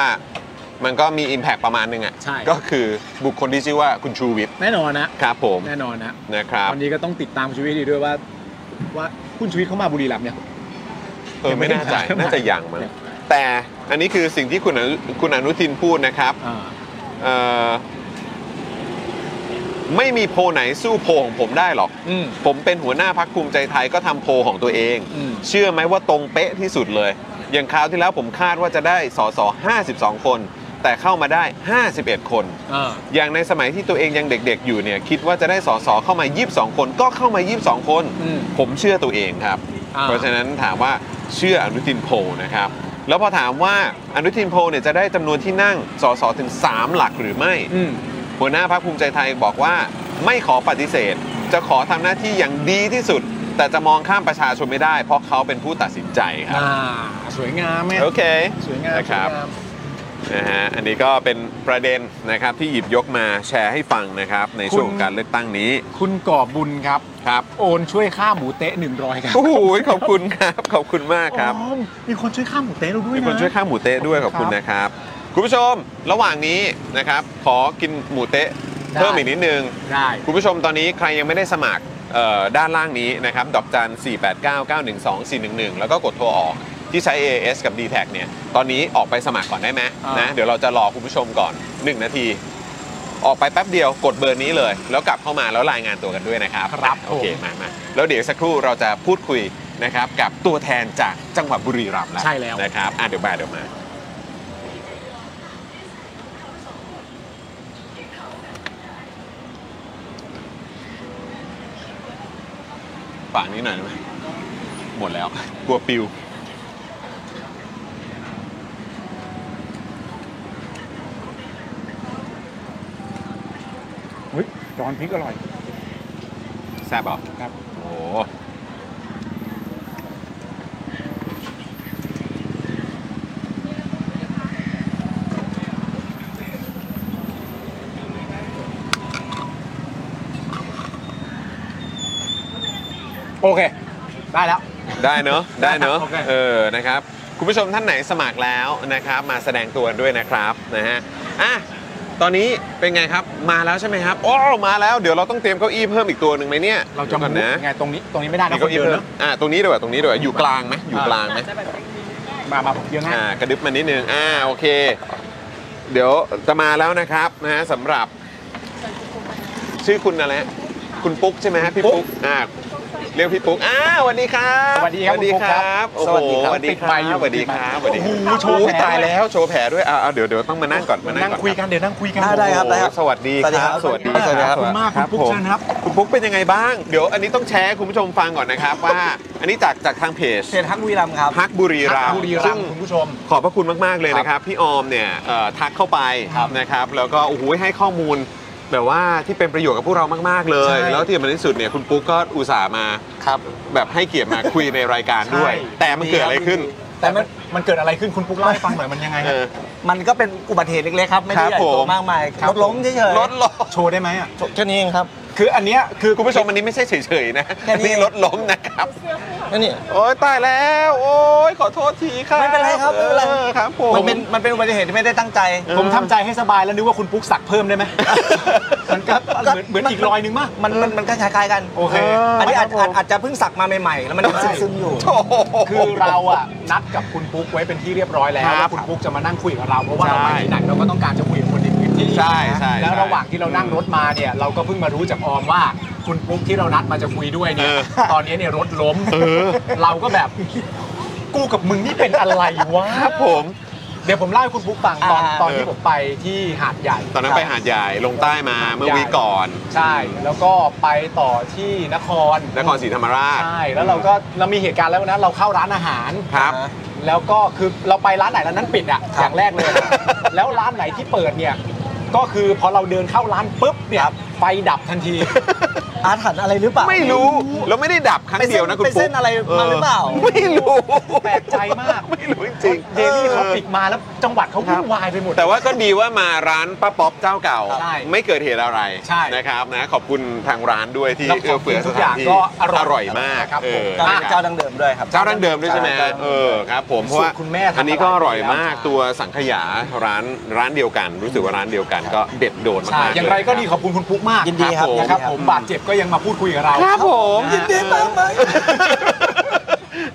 B: มันก็มี Impact ประมาณหนึงอ่ะ
A: ใช่
B: ก็คือบุคคลที่ชื่อว่าคุณชูวิทย์
A: แน่นอนนะครับ
B: ผม
A: แน่นอนนะ
B: นะครับ
A: ตอนนี้ก็ต้องติดตามชีวิตดีด้วยว่า ว่าคุณชีวิตเขามาบุรีรัมย์เนี่ย
B: เออไม่แน่ใจ
A: ยังไม่ได้
B: น่าจะยังมั้ง
A: ยัง
B: แต่อันนี้คือสิ่งที่คุณอนุคุณอนุทินพูดนะครับ
A: อ่า
B: เอ่อไม่มีโพลไหนสู้โพลของผมได้หรอก
A: อืม
B: ผมเป็นหัวหน้าพักภูมิใจไทยก็ทำโพลของตัวเอง
A: อืม
B: เชื่อไหมว่าตรงเป๊ะที่สุดเลย อย่างคราวที่แล้วผมคาดว่าจะได้สส52 คน แต่เข้ามาได้ 51 คน
A: อ่า
B: อย่างในสมัยที่ตัวเองยังเด็กๆ อยู่เนี่ยคิดว่าจะได้สสเข้ามา 22 คนก็เข้ามา 22 คน
A: อืม
B: ผมเชื่อตัวเองครับ
A: อ่า
B: เพราะฉะนั้นถามว่าเชื่ออนุทินโพลนะครับ แล้วพอถามว่าอนุทินโพลเนี่ยจะได้จำนวนที่นั่งสสถึง 3 หลักหรือไม่
A: อืม
B: หัวหน้าพรรคภูมิใจไทยบอกว่าไม่ขอปฏิเสธ จะขอทำหน้าที่อย่างดีที่สุด แต่จะมองข้ามประชาชนไม่ได้ เพราะเขาเป็นผู้ตัดสินใจครับ
A: อ่าสวยงามไหม
B: โอเค
A: สวยงาม
B: นะครับ
A: สวยงาม
B: นะฮะอันนี้ก็เป็นประเด็นนะครับที่หยิบยกมาแชร์ให้ฟังนะครับ ในช่วงของการเลือกตั้งนี้
A: คุณก่อบุญครับ
B: ครับ
A: โอนช่วยค่าหมูเตะ100ครับ
B: โอ้โหขอบคุณครับ ขอบคุณมากครับ
A: อ๋อมีคนช่วยค่าหมูเตะเราด้วย
B: มี
A: นะ
B: คนช่วยข้าวหมูเต๊ะด้วย
A: ข
B: ข
A: อบ
B: อ
A: บ คุ
B: คุณณนะครับ คุณผู้ชมระหว่างนี้นะครับ ขอกินหมูเต๊ะ
A: ได้
B: เพิ่มอีกนิดนึง
A: ได้
B: คุณผู้ชมตอนนี้ใครยังไม่ได้สมัครเอ่อด้านล่างนี้นะครับ ดอกจัน 489 912 411 แล้วก็กดโทรออกที่ใช้ AAS กับ d t แทเนี่ย ตอนนี้ออกไปสมัครก่อนได้ไหม
A: อ่าน
B: นะ เดี๋ยวเราจะรอคุณผู้ชมก่อน 1 นาที ออกไปแป๊บเดียวกดเบอร์นี้เลย แล้วกลับเข้ามาแล้วรายงานตัวกันด้วยนะครับ
A: ครับ
B: โอเค
A: ผม
B: มามาแล้วเดี๋ยวสักครู่เราจะพูดคุยนะครับกับตัวแทนจากจังหวัดบุรีรัมย์แล้ว
A: ใช่แล้ว
B: นะครับอ่ะเดี๋ยวมาเดี๋ยวมา ฝากนี้หน่อยได้ไหมหมดแล้ว กลัวปิว
A: เฮ้ยร้อนพริกอร่อย
B: แซ่บเหรอ
A: ครับ
B: โอ้
A: โอเค ได้แล้ว
B: ได้เนอะได้เนอะ
A: โอเค
B: เออนะครับคุณผู้ชมท่านไหนสมัครแล้วนะครับ มาแสดงตัวด้วยนะครับนะฮะอ่ะตอนนี้เป็นไงครับมาแล้วใช่ไหมครับโอ้มาแล้วเดี๋ยวเราต้องเตรียมเก้าอี้เพิ่มอีกตัวหนึ่งไหมเนี่ย
A: เราจะ
B: ดี๋ยวก่อน
A: มุ
B: นะ
A: กไงตรงนี้ตรงนี้ไม่ได้
B: มี
A: นะค
B: เก้าน อี้
A: เดิน
B: เพิ่ม
A: เนอะ
B: อ่ะตรงนี้ดีกว่าตรงนี้ดีกว่าอยู่กลางไหมอยู่กลางไหม
A: มามาผมเยอะง่าย
B: อ่ากระดึบมานิดนึง อ่า โอเค เดี๋ยวจะมาแล้วนะครับนะฮะสำหรับ ชื่อคุณอะไรฮะคุณปุ๊กใช่ไหมฮะพี่
A: ปุ๊
B: ปุ๊
A: ก
B: ก อ่า เรียกพี่ปุ๊ก อ้าวสวัสดีครับ
A: สวัสดีครับ
B: สวัสดีครับ
A: คุณ
B: สวัส
A: ปุ๊กครั
B: ดีครับบ สวัสดี
A: ติด
B: ค
A: ไม
B: รับ
A: ค์อยู่
B: สวัสดีครับสวัสดีค
A: โอ้โห
B: รับ
A: โชว์แผล
B: อุ๊ยตายแล้วโชว์แผลด้วยอ่าอ่าเดี๋ยวเดี๋ยวต้องมานั่งก่อนมานั่ง
A: นั่ง
B: ก่อน
A: คุยกันเดี๋ยวนั่งคุยกัน
C: ได้ได้ครับได้ครับ
B: โอ้โหสวัสดีครับ
C: สวัสดีครับ
B: ค
A: ขอบ
B: รั
A: คุณมากคุณปุ๊ก
B: ผม
A: เชิญครับ
B: คุณปุ๊กเป็นยังไงบ้าง เดี๋ยวอันนี้ต้องแชร์ให้คุณผู้ชมฟังก่อนนะครับ ว่า อันนี้จากจากทางเพจ
C: เชนฮักวีรัมย์ครับ
B: พักบุรีรัมย์
A: บุรี
B: ซึ่
A: รั
B: ง
A: มย์คุณผู้ชม
B: ขอบพระคุณมาก ๆ เลยนะครับ พี่ออมเนี่ยเอ่อทักเข้าไปนะครับ แล้วก็โอ้โหให้ข้อมูลแบบว่าที่เป็นประโยชน์กับพวกเรามาก ๆ เลย
A: ใช่
B: แล้วที่สำคัญที่สุดเนี่ยคุณปุ๊กก็อุตส่าห์มา
C: ครับ
B: แบบให้เกียรติมา คุยในรายการด้วย
A: ใช่
B: แต่มันเกิดอะไรขึ้น
A: แต่มันมันเกิดอะไรขึ้นคุณปุ๊กเล่าให้ฟังหน่อยมันยังไง
B: เอ
A: ฮะ
B: อ
C: มันก็เป็นอุบัติเหตุเล็กๆครับ ไม่
B: ค
C: ได้ใหญ่
B: รับ
C: โต
B: ผม
C: มากมายรถล้มเฉย
B: รถล้ม
A: โชว์ได้ไหมอ่ะ
C: ๆแค่นี้เองครับ
A: คืออันเนี้ยคือ
B: คุณผู้ชมอันนี้ไม่ใช่เฉย ๆ นะ
C: แค่นี้
B: นี่รถล้มนะครับ
C: แค่นี้
B: โอ้ยตายแล้ว โอ้ยขอโทษทีครับ
C: ไม่เป็นไรครับไม่เป็นไร
B: ออครับผม
C: มันเป็นมันเป็นอุบัติเหตุที่ไม่ได้ตั้งใจ
A: ผมทำใจให้สบายแล้วนึกว่าคุณปุ๊กสักเพิ่มได้ไหม มันก็เหมือนเหมือนอีกรอยหนึงมาก
C: มันมันมันก็คล้ายๆกัน
A: โอเค
C: อันนี้อาจอาจอาจจะเพิ่งสักมาใหม่ๆ แล้วมันยังซึมๆอยู่
B: โอ้โห
A: คือเราอะนัดกับคุณปุ๊กไว้เป็นที่เรียบร้อยแล้ว
B: ครับ
A: ว่าคุณปุ๊กจะมานั่งคุยกับเราเพราะว่า
B: ใช่
A: เราไปที่ไหนเราก็ต้องการจะคุยกับคนในพื้นที่
B: ใช่ใช่
A: แล้ว
B: ใช่
A: ระหว่างที่เรานั่งรถมาเนี่ยเราก็เพิ่งมารู้จากออมว่าคุณปุ๊กที่เรานัดมาจะคุยด้วยเนี่ย
B: เออ
A: ตอนนี้เนี่ยรถล้มเราก็แบบกูกับมึงนี่เป็นอะไรวะ
B: ครับผม
A: เดี๋ยวผมเล่าให้คุณปุ๊กฟังตอน
C: อ่า
A: ตอนที่ผมไปที่หาดใหญ่
B: ตอนนั้นไปหาดใหญ่ลงใต้มาเมื่อวีคก่อน
A: ใช่ แล้วก็ไปต่อที่นคร
B: นครศรีธรรมราช
A: ใช่ แล้วเราก็เรามีเหตุการณ์แล้วนะเราเข้าร้านอาหาร
B: ครับ
A: แล้วก็คือเราไปร้านไหนร้านนั้นปิดอ่ะอย่างแรก
B: (laughs)
A: เลย แล้วร้านไหนที่เปิดเนี่ย ก็คือพอเราเดินเข้าร้านปุ๊บเนี่ยไฟดับทันที
C: (laughs) อาถรรพ์อะไรหรือเปล่า
B: ไม่รู้ แล้วไม่ได้ดับครั้งเดียวนะคุณ
C: เป็น
B: ปุ๊
C: เส้
B: ก
C: นอะไรมาหรือเปล่า
B: ไม่รู้
A: แปลกใจมาก
B: ไม่รู้จริง
A: เดลี่เขาปิดมาแล้วจังหวัดเขาวุ่นวายไปหมด
B: แต่ว่าก็ดีว่ามาร้านป้าป๊อปเจ้าเก่า
A: ใช่
B: ไม่เกิดเหตุอะไร
A: ใช่
B: นะครับนะขอบคุณทางร้านด้วยที่
A: แล้วข
B: เอื้อบ เฟื
A: คุณ
B: อส
A: ทุกอย่า
B: ถาน
A: ง
B: ที่
A: ก็อร่อย
B: มาก
A: ครับ
B: เอ
A: ผม
B: อ
C: เจ้า
A: อ่ะ
C: เจ้าดังเดิมด้วยครับ
B: เจ้าดั้งเดิมด้วยใช่ไหม
C: เจ้าดั้งเดิ
B: เออครับผมเพราะว่า
A: สูตรคุณแม่ทำ
B: อันนี้ก็อร่อยมาก
A: อร่อยมาก
B: ตัวสังขยาร้านร้านเดียวกัน รู้สึกว่าร้านเดียวกันก็เด็ดโดดมา
A: ใช่
B: กๆ
A: อย่างไรก็
B: เล
A: ดี
B: ย
A: ขอบคุณคุณปุ๊กมาก
C: ยินดีครับ
A: นะครับ
B: ยินดีครับ
A: ผมบาดเจ็บก็ยังมาพูดคุยกับเรา
B: ครับผม
C: ยินดีมากไหม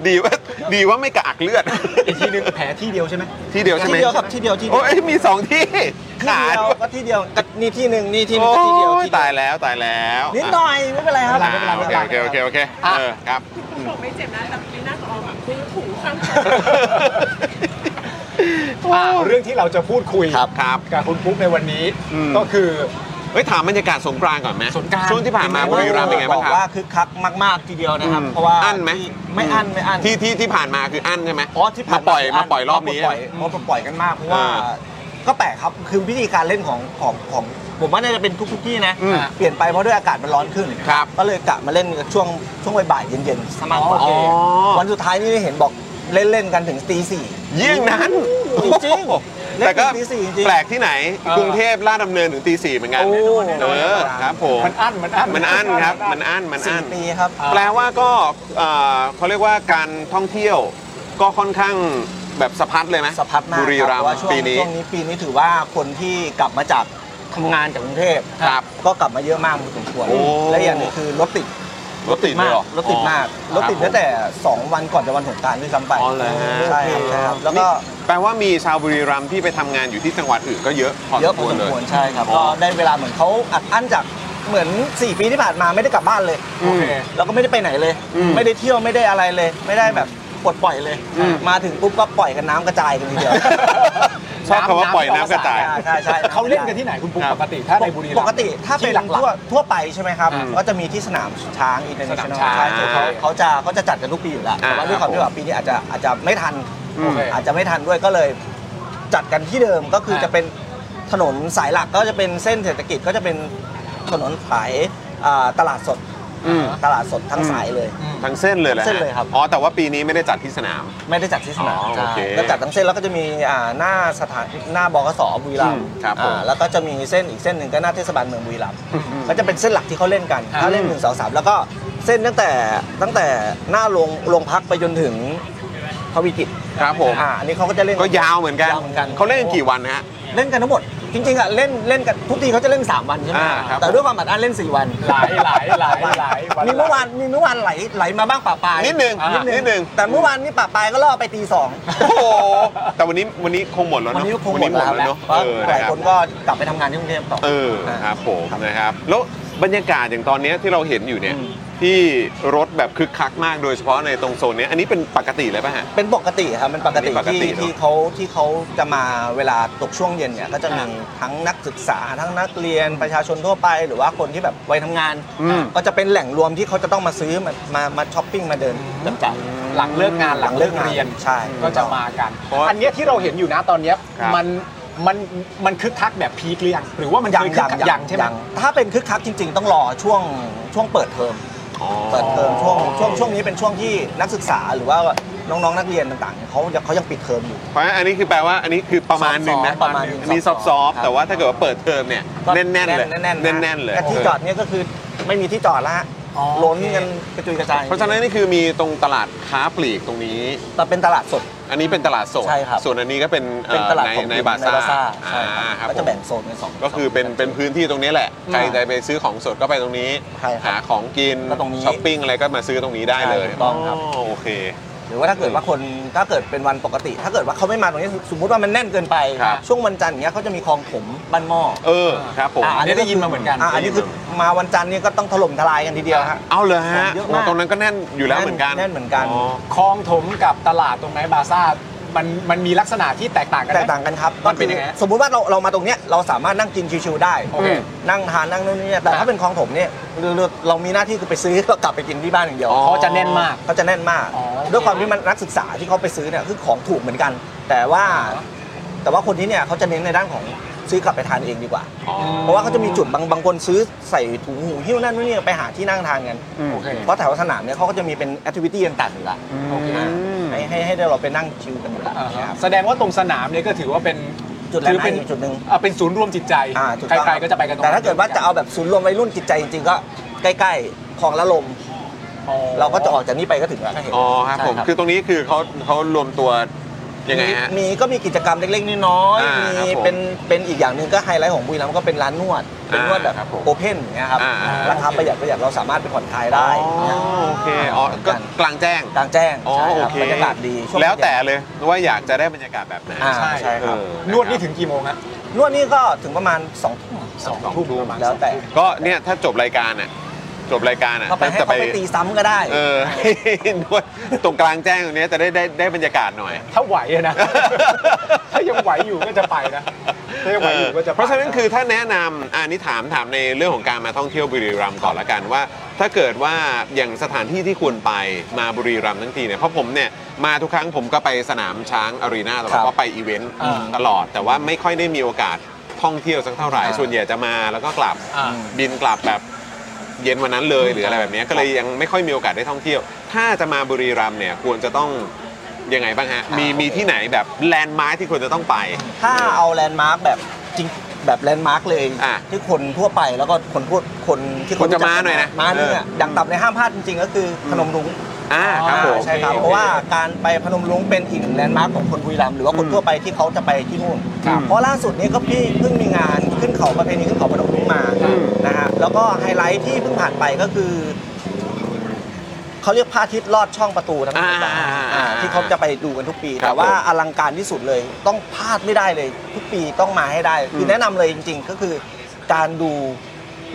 B: ดีว่าดีว่าไม่กระอักเลือด
A: อีกทีนึงแผลที่เดียวใช่ไหม
B: ที่เดียวใช่
C: ที่
B: ไหม
C: เดียวครับที่เดียวที่เดี
B: โอ้
C: วย
B: มีสองที่
C: ที่
B: ขา
C: เดียว
B: ด้วย
C: ก็ที่เดียวก็นี่ที่หนึ่งนี่ที่หนึ่งก็ที่เดียว
B: โอ้
C: ที่เดีว
B: ตายแล้วตายแล้ว
C: นิดหน่อยไม่เป็นไรครับ
B: อ่ะโอเคโอเคโอเคโอเค
A: อ่ะ
B: เออครับ
D: ผมไม่เจ็บนะแต่ลิ้นหน้าของออมอะคือถูข้าง
A: อ่ะเรื่องที่เราจะพูดคุย
B: ครับครับ
A: กับคุณปุ๊กในวันนี้
B: อืม
A: ก็คือ
B: เฮ้ยถามบรรยากาศสงกรานต์ก่อนไหม
A: สงกรานต์
B: ช่วงที่ผ่านมา
C: แต่
B: บุ
C: ว่า
B: รีรัมย์เป็นไงบ้า
C: บ
B: งค
C: อก
B: รั
C: ว่า
B: บ
C: คึกคักมาก ๆ ทีเดียวนะครับ
B: อืม
C: เพราะว่า
B: อั้นไหม
C: ที่ไม่อั้นไม่อั้น
B: ที่ที่ที่ผ่านมาคืออั้นใช่ไหม
C: อ๋อที่ผ่าน
B: มาปล่อย
C: น
B: มาปล่อยรอบนี้
C: มาปล่อยมาปล่อยกันมากเพราะว่า
B: อ่า
C: ก็แปลกครับคือวิธีการเล่นของของของผมว่าน่าจะเป็นทุกๆที่นะ
B: อืม
C: เปลี่ยนไปเพราะด้วยอากาศมันร้อนขึ้น
B: ครับ
C: ก็เลยกะมาเล่นช่วงช่วงบ่ายๆเย็นๆสมากกว่า
B: อ๋อ
C: วันสุดท้ายนี่เห็นบอกเล่นๆกันถึงตีสี่
B: เยี่ยงนั้น
C: จริงๆ
B: แต่ก็
C: เล่นถึงตีสี่จริงๆ
B: แปลกที่ไหน
A: เออ
B: กรุงเทพลาดดำเนินถึงตีสี่เหมือนกัน
C: โอ้
B: เออครับผม
A: มันอั้นมันอั้น
B: มันอั้นครับมันอั้นมันอั้
C: ี่
B: น
C: ปีครับ
B: แปลว่าก็เอ่อเขาเรียกว่าการท่องเที่ยวก็ค่อนข้างแบบสะพัดเลยไหม
C: สะพัดมาก
B: บุรีรัม
C: คบเพาะว่า
B: ย์
C: ช่วง
B: ปีนี้
C: ช่วงนี้ปีนี้ถือว่าคนที่กลับมาจากทำงานจากกรุงเทพ
B: ครับ
C: ก็กลับมาเยอะมากพอสมควร
B: โอ้
C: และอย่างหนึงคือรถติด
B: รถติดเล
C: มาย ก
B: เหรอ
C: รถติดมากรถติด
B: ค
C: ตั้
B: บ
C: ง
B: ผม
C: แต่ 2 วันก่อนจะวันสงกรารด้วยซ้ำไป
B: อ๋อเหรอฮะ
C: ใช่ครับใช่ครับ แล้วก็
B: นี่แปลว่ามีชาวบุรีรัมย์ที่ไปทำงานอยู่ที่จังหวัดอื่นก็เยอะพอ
C: เยอะ
B: สม
C: พ
B: ค
C: อ
B: ว
C: ส
B: ร
C: ม
B: เลย
C: ควรใช่ครับ
B: อ๋
C: ก็
B: อ
C: ได้เวลาเหมือนเขาอัดอั้นจากเหมือน 4 ปีที่ผ่านมาไม่ได้กลับบ้านเลย
B: อืม
C: แล้วก็ไม่ได้ไปไหนเลย
B: อืม
C: ไม่ได้เที่ยวไม่ได้อะไรเลย ไม่ได้แบบปลดปล่อยเลย
B: อืม
C: มาถึงปุ๊บก็ปล่อยกันน้ำกระจายกันทีเดียว
B: ชอบคำว่า
A: น้ำ
B: ปล่อยน้ำกระจาย
C: ใช่ใช่
A: เขาเล่นกันที่ไหนคุณปุ๊ก
B: ครับ
A: ปกติถ้าในบุรีรัมย์
C: ปกติถ้าเป็น
A: ที่หลัก
C: ทั่วทั่วไปใช่ไหมครับ
B: อืม
C: ก็จะมีที่สนามช้างอินเตอร์เน
A: ส
C: ชั่น
A: นาม
C: แนล
A: ช้าง
C: ใช่คือเขาเขาจะเขาจะจัดกันทุกปีอยู่แล้ว
B: อ่า
C: แต่ว่าด้วยความที่ว่าปีนี้อาจจะอาจจะไม่ทัน
B: อืม
C: อาจจะไม่ทันด้วยก็เลยจัดกันที่เดิมก็คือ
A: ใช่
C: จะเป็นถนนสายหลักก็จะเป็นเส้นเศรษฐกิจก็จะเป็นถนนสายอ่าตลาดสด
B: อืม
C: ตลาดสดทั้งสายเลย
B: ทั้งเส้นเลยแหละ
C: เส้นเลยครับ
B: อ๋อแต่ว่าปีนี้ไม่ได้จัดที่สนาม
C: ไม่ได้จัดที่สนาม
B: อ๋อ
C: ใช่
B: โอเค
C: ก็จัดทั้งเส้นแล้วก็จะมีอ่าหน้าสถานหน้าบกสบุรีรัม
B: อื
C: ย์
B: มครับผม
C: อ่าแล้วก็จะมีเส้นอีกเส้นหนึ่งก็หน้าเทศบาลเมืองบุรีรัมย์ก็จะเป็นเส้นหลักที่เขาเล่นกันถ้าเล่นหนึ่งสองสามแล้วก็เส้นตั้งแต่ตั้งแต่หน้าโรงโรงพักไปจนถึงพวิกิต
B: ครับผม
C: อ่าอันนี้เขาก็จะเล่น
B: ก็ยาวเหมือนกัน
C: ยาวเหมือนกัน
B: เขาเล่นกันกี่วันนะฮะ
C: เล่นกันทั้งหมด จริงๆอ่ะเล่นเล่นกันทุกทีเขาจะเล่น 3 วันใช่ไหม
B: อ่าครับ
C: แต่ด้วยความอัดอั้นเล่น 4 วัน
A: หลายหลายหลายหลายวัน
C: มีเมื่อวานมีเมื่อวานไหลไหลมาบ้างป่าปลาย
B: นิดนึง
A: อ่านิ
B: นิดนึง
C: แต่เมื่อวานนี่ป่าปลายก็ล่อไปตีสอง
B: โอ้โหแต่วันนี้วันนี้คงหมดแล้ว
C: วัน
B: เนาะ
C: นี้ก็คงหมดแล้วนะ
B: เนาะ
C: เพราะ
B: เออ
C: หลาย
B: นะค
C: ครับ นก็กลับไปทำงานที่กรุงเทพต่อ
B: เออครับผมนะครับ แล้วบรรยากาศอย่างตอนเนี้ยที่เราเห็นอยู่เนี่ย
C: อืม
B: ที่รถแบบคึกคักมากโดยเฉพาะในตรงโซนเนี้ยอันนี้เป็นปกติเลยป่ะฮะ
C: เป็นปกติครับมันปกติ
B: อันนี้ปกติ
C: ที่
B: เนอะ
C: ที่เขาที่เขาจะมาเวลาตกช่วงเย็นเนี่ยก็จะมีทั้งนักศึกษาทั้งนักเรียนประชาชนทั่วไป หรือว่าคนที่แบบวัยทำงาน
B: อืม
C: ก็จะเป็นแหล่งรวมที่เขาจะต้องมาซื้อมามามาช้อปปิ้งมาเดินจับจ่าย
A: หลังเลิกงานหลังเลิกเรียน
C: ใช่
A: ก็จะมากัน
B: เพราะว่า
A: อันเนี้ยที่เราเห็นอยู่นะตอนเนี้ย
B: ครับ
A: มันมันมันคึกคักแบบพีคหรือยังหรือว่ามัน
C: ยัง
A: เค
C: ยัง
A: คึกคักยังใช่ไหม
C: ถ้าเป็นคึกคักจริง ๆ ต้องรอช่วงช่วงเปิดเทอม
B: อ๋อ
C: เปิดเทอมช่วงช่วงช่วงนี้เป็นช่วงที่นักศึกษาหรือว่าน้องๆนักเรียนต่างๆเนี่ยเขายังเขายังปิดเทอมอยู่
B: เพราะฉะนั้นอันนี้คือแปลว่าอันนี้คือประมาณหนึ่งนะ
C: ซอฟต์ๆประมาณหนึ่ง
B: อันนี้ซ
C: ซ
B: อ
C: อ
B: ฟ
C: ฟต์ๆ
B: ต์
C: ครั
B: ๆ
C: บ
B: แต่ว่าถ้าเกิดว่าเปิดเทอมเนี่ย
C: ก็
B: แน่นๆเลย
C: แน่นๆะ
B: ๆเลย
C: แต่ที่จอดเนี่ยก็คือไม่มีที่จอดละ
A: อ๋อ
C: ล้นกันกระจุยกระจาย
B: เพราะฉะนั้นนี่คือมีตรงตลาดค้าปลีกตรงนี้
C: แต่เป็นตลาดสด
B: อันนี้เป็นตลาดสด
C: ใช่ครับ
B: ส่วนอันนี้ก็เป็นอ่อ
C: เป็นตลาด
B: ใน
C: ของ
B: ในบาซ่า
C: ใช่
B: อ่าค
C: ค
B: รั
C: รั
B: บบ ผ
C: ก็จะ
B: ม
C: แบ่งโซนเป็นสอง
B: ก็คือเป็นเป็นพื้นที่ตรงนี้แหละใคร
C: อืม
B: จะไปซื้อของสดก็ไปตรงนี้
C: ใช่ครับ
B: หาของกิน
C: ก็ตรงนี้
B: ช้อปปิ้งอะไรก็มาซื้อตรงนี้ได้เลย
C: ใช่ถูกต้องครับ
B: โอเค
C: หรือว่าถ้าเกิดว่าคนถ้าเกิดเป็นวันปกติ ถ้าเกิดว่าเขาไม่มาตรงนี้สมมติว่ามันแน่นเกินไป
B: ครับ
C: ช่วงวันจันทร์อย่างเงี้ยเขาจะมีคลองผมบ้านหม้อ
B: เออครับผม
C: อ่ะอันนี้
A: ได้ยินมาเหมือนกัน
C: ะอันนี้คือมาวันจันทร์เนี่ยก็ต้องถล่มทลายกันทีเดียวฮะ
B: เอาเลย
C: ขอ
B: ฮะ
C: งเยอะมาก
B: โอ้ตรงนั้นก็แน่นอยู่แล้วเหมือนกัน
C: แน่นเหมือนกัน
A: คลองถมกับตลาดตรงไหนบาซ่ามันมันมีลักษณะที่แตกต่างกันไห
C: แต
A: ม
C: กต่างกันครับ
A: มันเป็นยังไงฮะ
C: สมมุติว่าเราเรามาตรงเนี้ยเราสามารถนั่งกินชิวๆได้
A: โอเค
C: นั่งทานนั่งนู่นนี่แต่
A: ครับ
C: ถ้าเป็นคลองถมเนี่ยเราเรามีหน้าที่คือไปซื้อแล้วกลับไปกินที่บ้านอย่างเดียว
A: เขาจะแน่นมาก
C: เขาจะแน่นมาก
A: อ๋อโอเค
C: ด้วยความที่มันนักศึกษาที่เขาไปซื้อเนี่ยคือของถูกเหมือนกัน แต่ว่าแต่ว่าคนที่เนี่ยเขาจะเน้นในด้านของซื้อกลับไปทานเองดีกว่า
B: อ๋อ
C: เพราะว่าเขาจะมีจุดบางบางคนซื้อใส่ถุงหูหิ้วนั่นนู่นนี่ไปหาที่นั่งทานกัน
A: โอเค
C: เพราะแถวสนามเนี่ยเขาก็จะมีเป็นแอคทิวิตี้ต่างๆอยู่ละ
A: โอเค
C: ให้ให้ให้เราไปนั่งชิวกันอยู่ละ
A: อ่าฮะ
C: ครับ
A: แสดงว่าตรงสนามเนี่ยก็ถือว่าเป็น
C: จุดแลนด์
A: ถือเป็น
C: มาร์คอีกจุดหนึ่ง
A: อ่ะเป็นศูนย์รวมจิตใจ
C: อ่าถูก
A: ใค
C: ต้อง
A: รๆก็จะไปกันตรง
C: แต่
A: นั้น
C: ถ้าเกิดว่าจะเอาแบบศูนย์รวมวัยรุ่นจิตใจจริงๆก็ใกล้ๆคลองละลม
A: อ๋อ
C: เราก็จะออกจากนี้ไปก็ถึงแล้วก็เห็น
B: อ๋อครับ
C: ใช่
B: ผม คือตรงนี้คือเขาเขารวมตัวยังไงฮะ
C: มีก็มีกิจกรรมเล็กๆน้อย
B: อ่า
C: ๆ
B: ครับ
C: มี
B: ผม
C: เป็นเป็นอีกอย่างหนึ่งก็ไฮไลท์ของบุรีรัมย์ก็เป็นร้านนวด เป็นนวดแบบ
B: อ่าครับผม
C: โอเพ่นอย่างเงี้ยครับ
B: อ่าอ่า
C: ราคาประหยัดประหยัดเราสามารถไปผ่อนคลายได้
B: อ๋
C: เนี่ย
B: อโอเค อ๋อ ก็กลางแจ้ง
C: กลางแจ้ง
B: อ๋อ
C: ใช่
B: โอ
C: ครับ
B: เค
C: บรรยากาศดีช่ง
B: แล้วแต่
C: เย็น
B: เลยว่าอยากจะได้บรรยากาศแบบไหน
C: อ่า
A: ใช่
C: ใช่ครับ
B: เออะคน รับ
A: วดนี่ถึงกี่โมงฮะ
C: นวดนี่ก็ถึงประมาณ2องทุ่ม
A: สองทุ่ม
B: ประมาณ
C: แล้วแต่
B: ก็เนี่ยถ้าจบรายการอ่ะ จบรายการอ่ะ
C: เขาไปให้
B: จะ
C: เขาไปตีซ้ำก็ได้
B: เออ (laughs) นวดตรงกลางแจ้งตรงเนี้ยจะได้ได้ได้บรรยากาศหน่อย
A: ถ้าไหวอะนะ
C: (laughs)
A: ถ้ายังไหวอยู่ก็จะไปนะถ้ายังไหวอยู่ก็จะไป
B: เพราะฉะนั้นคือถ้าแนะนำอันนี้ถามถามในเรื่องของการมาท่องเที่ยวบุรีรัมย์ก่อนละกันว่า ถ้าเกิดว่าอย่างสถานที่ที่ควรไปมาบุรีรัมย์ทั้งทีเนี่ยเพราะผมเนี่ยมาทุกครั้งผมก็ไปสนามช้างอารีนาตลอด
C: ครับ
B: ก็ไปอีเวนต์
A: อ่า
B: ตลอด แต่ว่าไม่ค่อยได้มีโอกาสท่องเที่ยวสักเท่าไหร่
C: อ่า
B: ส่วนใหญ่จะมาแล้วก็กลับ
A: อ่า
B: บินกลับแบบเย็นวันนั้นเลยหรืออะไรแบบเนี้ยก็เลยยังไม่ค่อยมีโอกาสได้ท่องเที่ยว ถ้าจะมาบุรีรัมย์เนี่ยควรจะต้องยังไงบ้างฮะมีมีที่ไหนแบบแลนด์มาร์คที่ควรจะต้องไป
C: ถ้าเอาแลนด์มาร์คแบบจริงแบบแลนด์มาร์คเลย
B: อ่ะ
C: ที่คนทั่วไปแล้วก็คนทั่วคนที่
B: คนจะ
C: รู้
B: มาหน่อยนะ
C: มาเนี่ย
B: เอออ
C: ดังต่ำในห้ามพลาดจริงๆ ก็คือพนมรุ้ง
B: อ่าครับผม
C: ใช่ครับ เพราะว่าการไปพนมรุ้งเป็นอีกหนึ่งแลนด์มาร์คของคนบุรีรัมย์หรือว่าคนทั่วไปที่เขาจะไปที่นู่น
B: ครับ
C: เพราะล่าสุดนี้ก็พี่เพิ่งมีงานขึ้นเขาประเพณีขึ้นเขาพนมรุ้งมา
B: อืม
C: นะฮะแล้วก็ไฮไลท์ที่เพิ่งผ่านไปก็คือเขาเรียกพระอาทิตย์ลอดช่องประตูนะครั
B: อ่า
C: บอ่าที่เขาจะ ไปดูกันทุกปี
B: ครับ
C: แต่ว่า
B: ผม
C: อลังการที่สุดเลยต้องพลาดไม่ได้เลย ทุกปีต้องมาให้ได้ คือแนะนำเลยจริง ๆ ก็คือการดู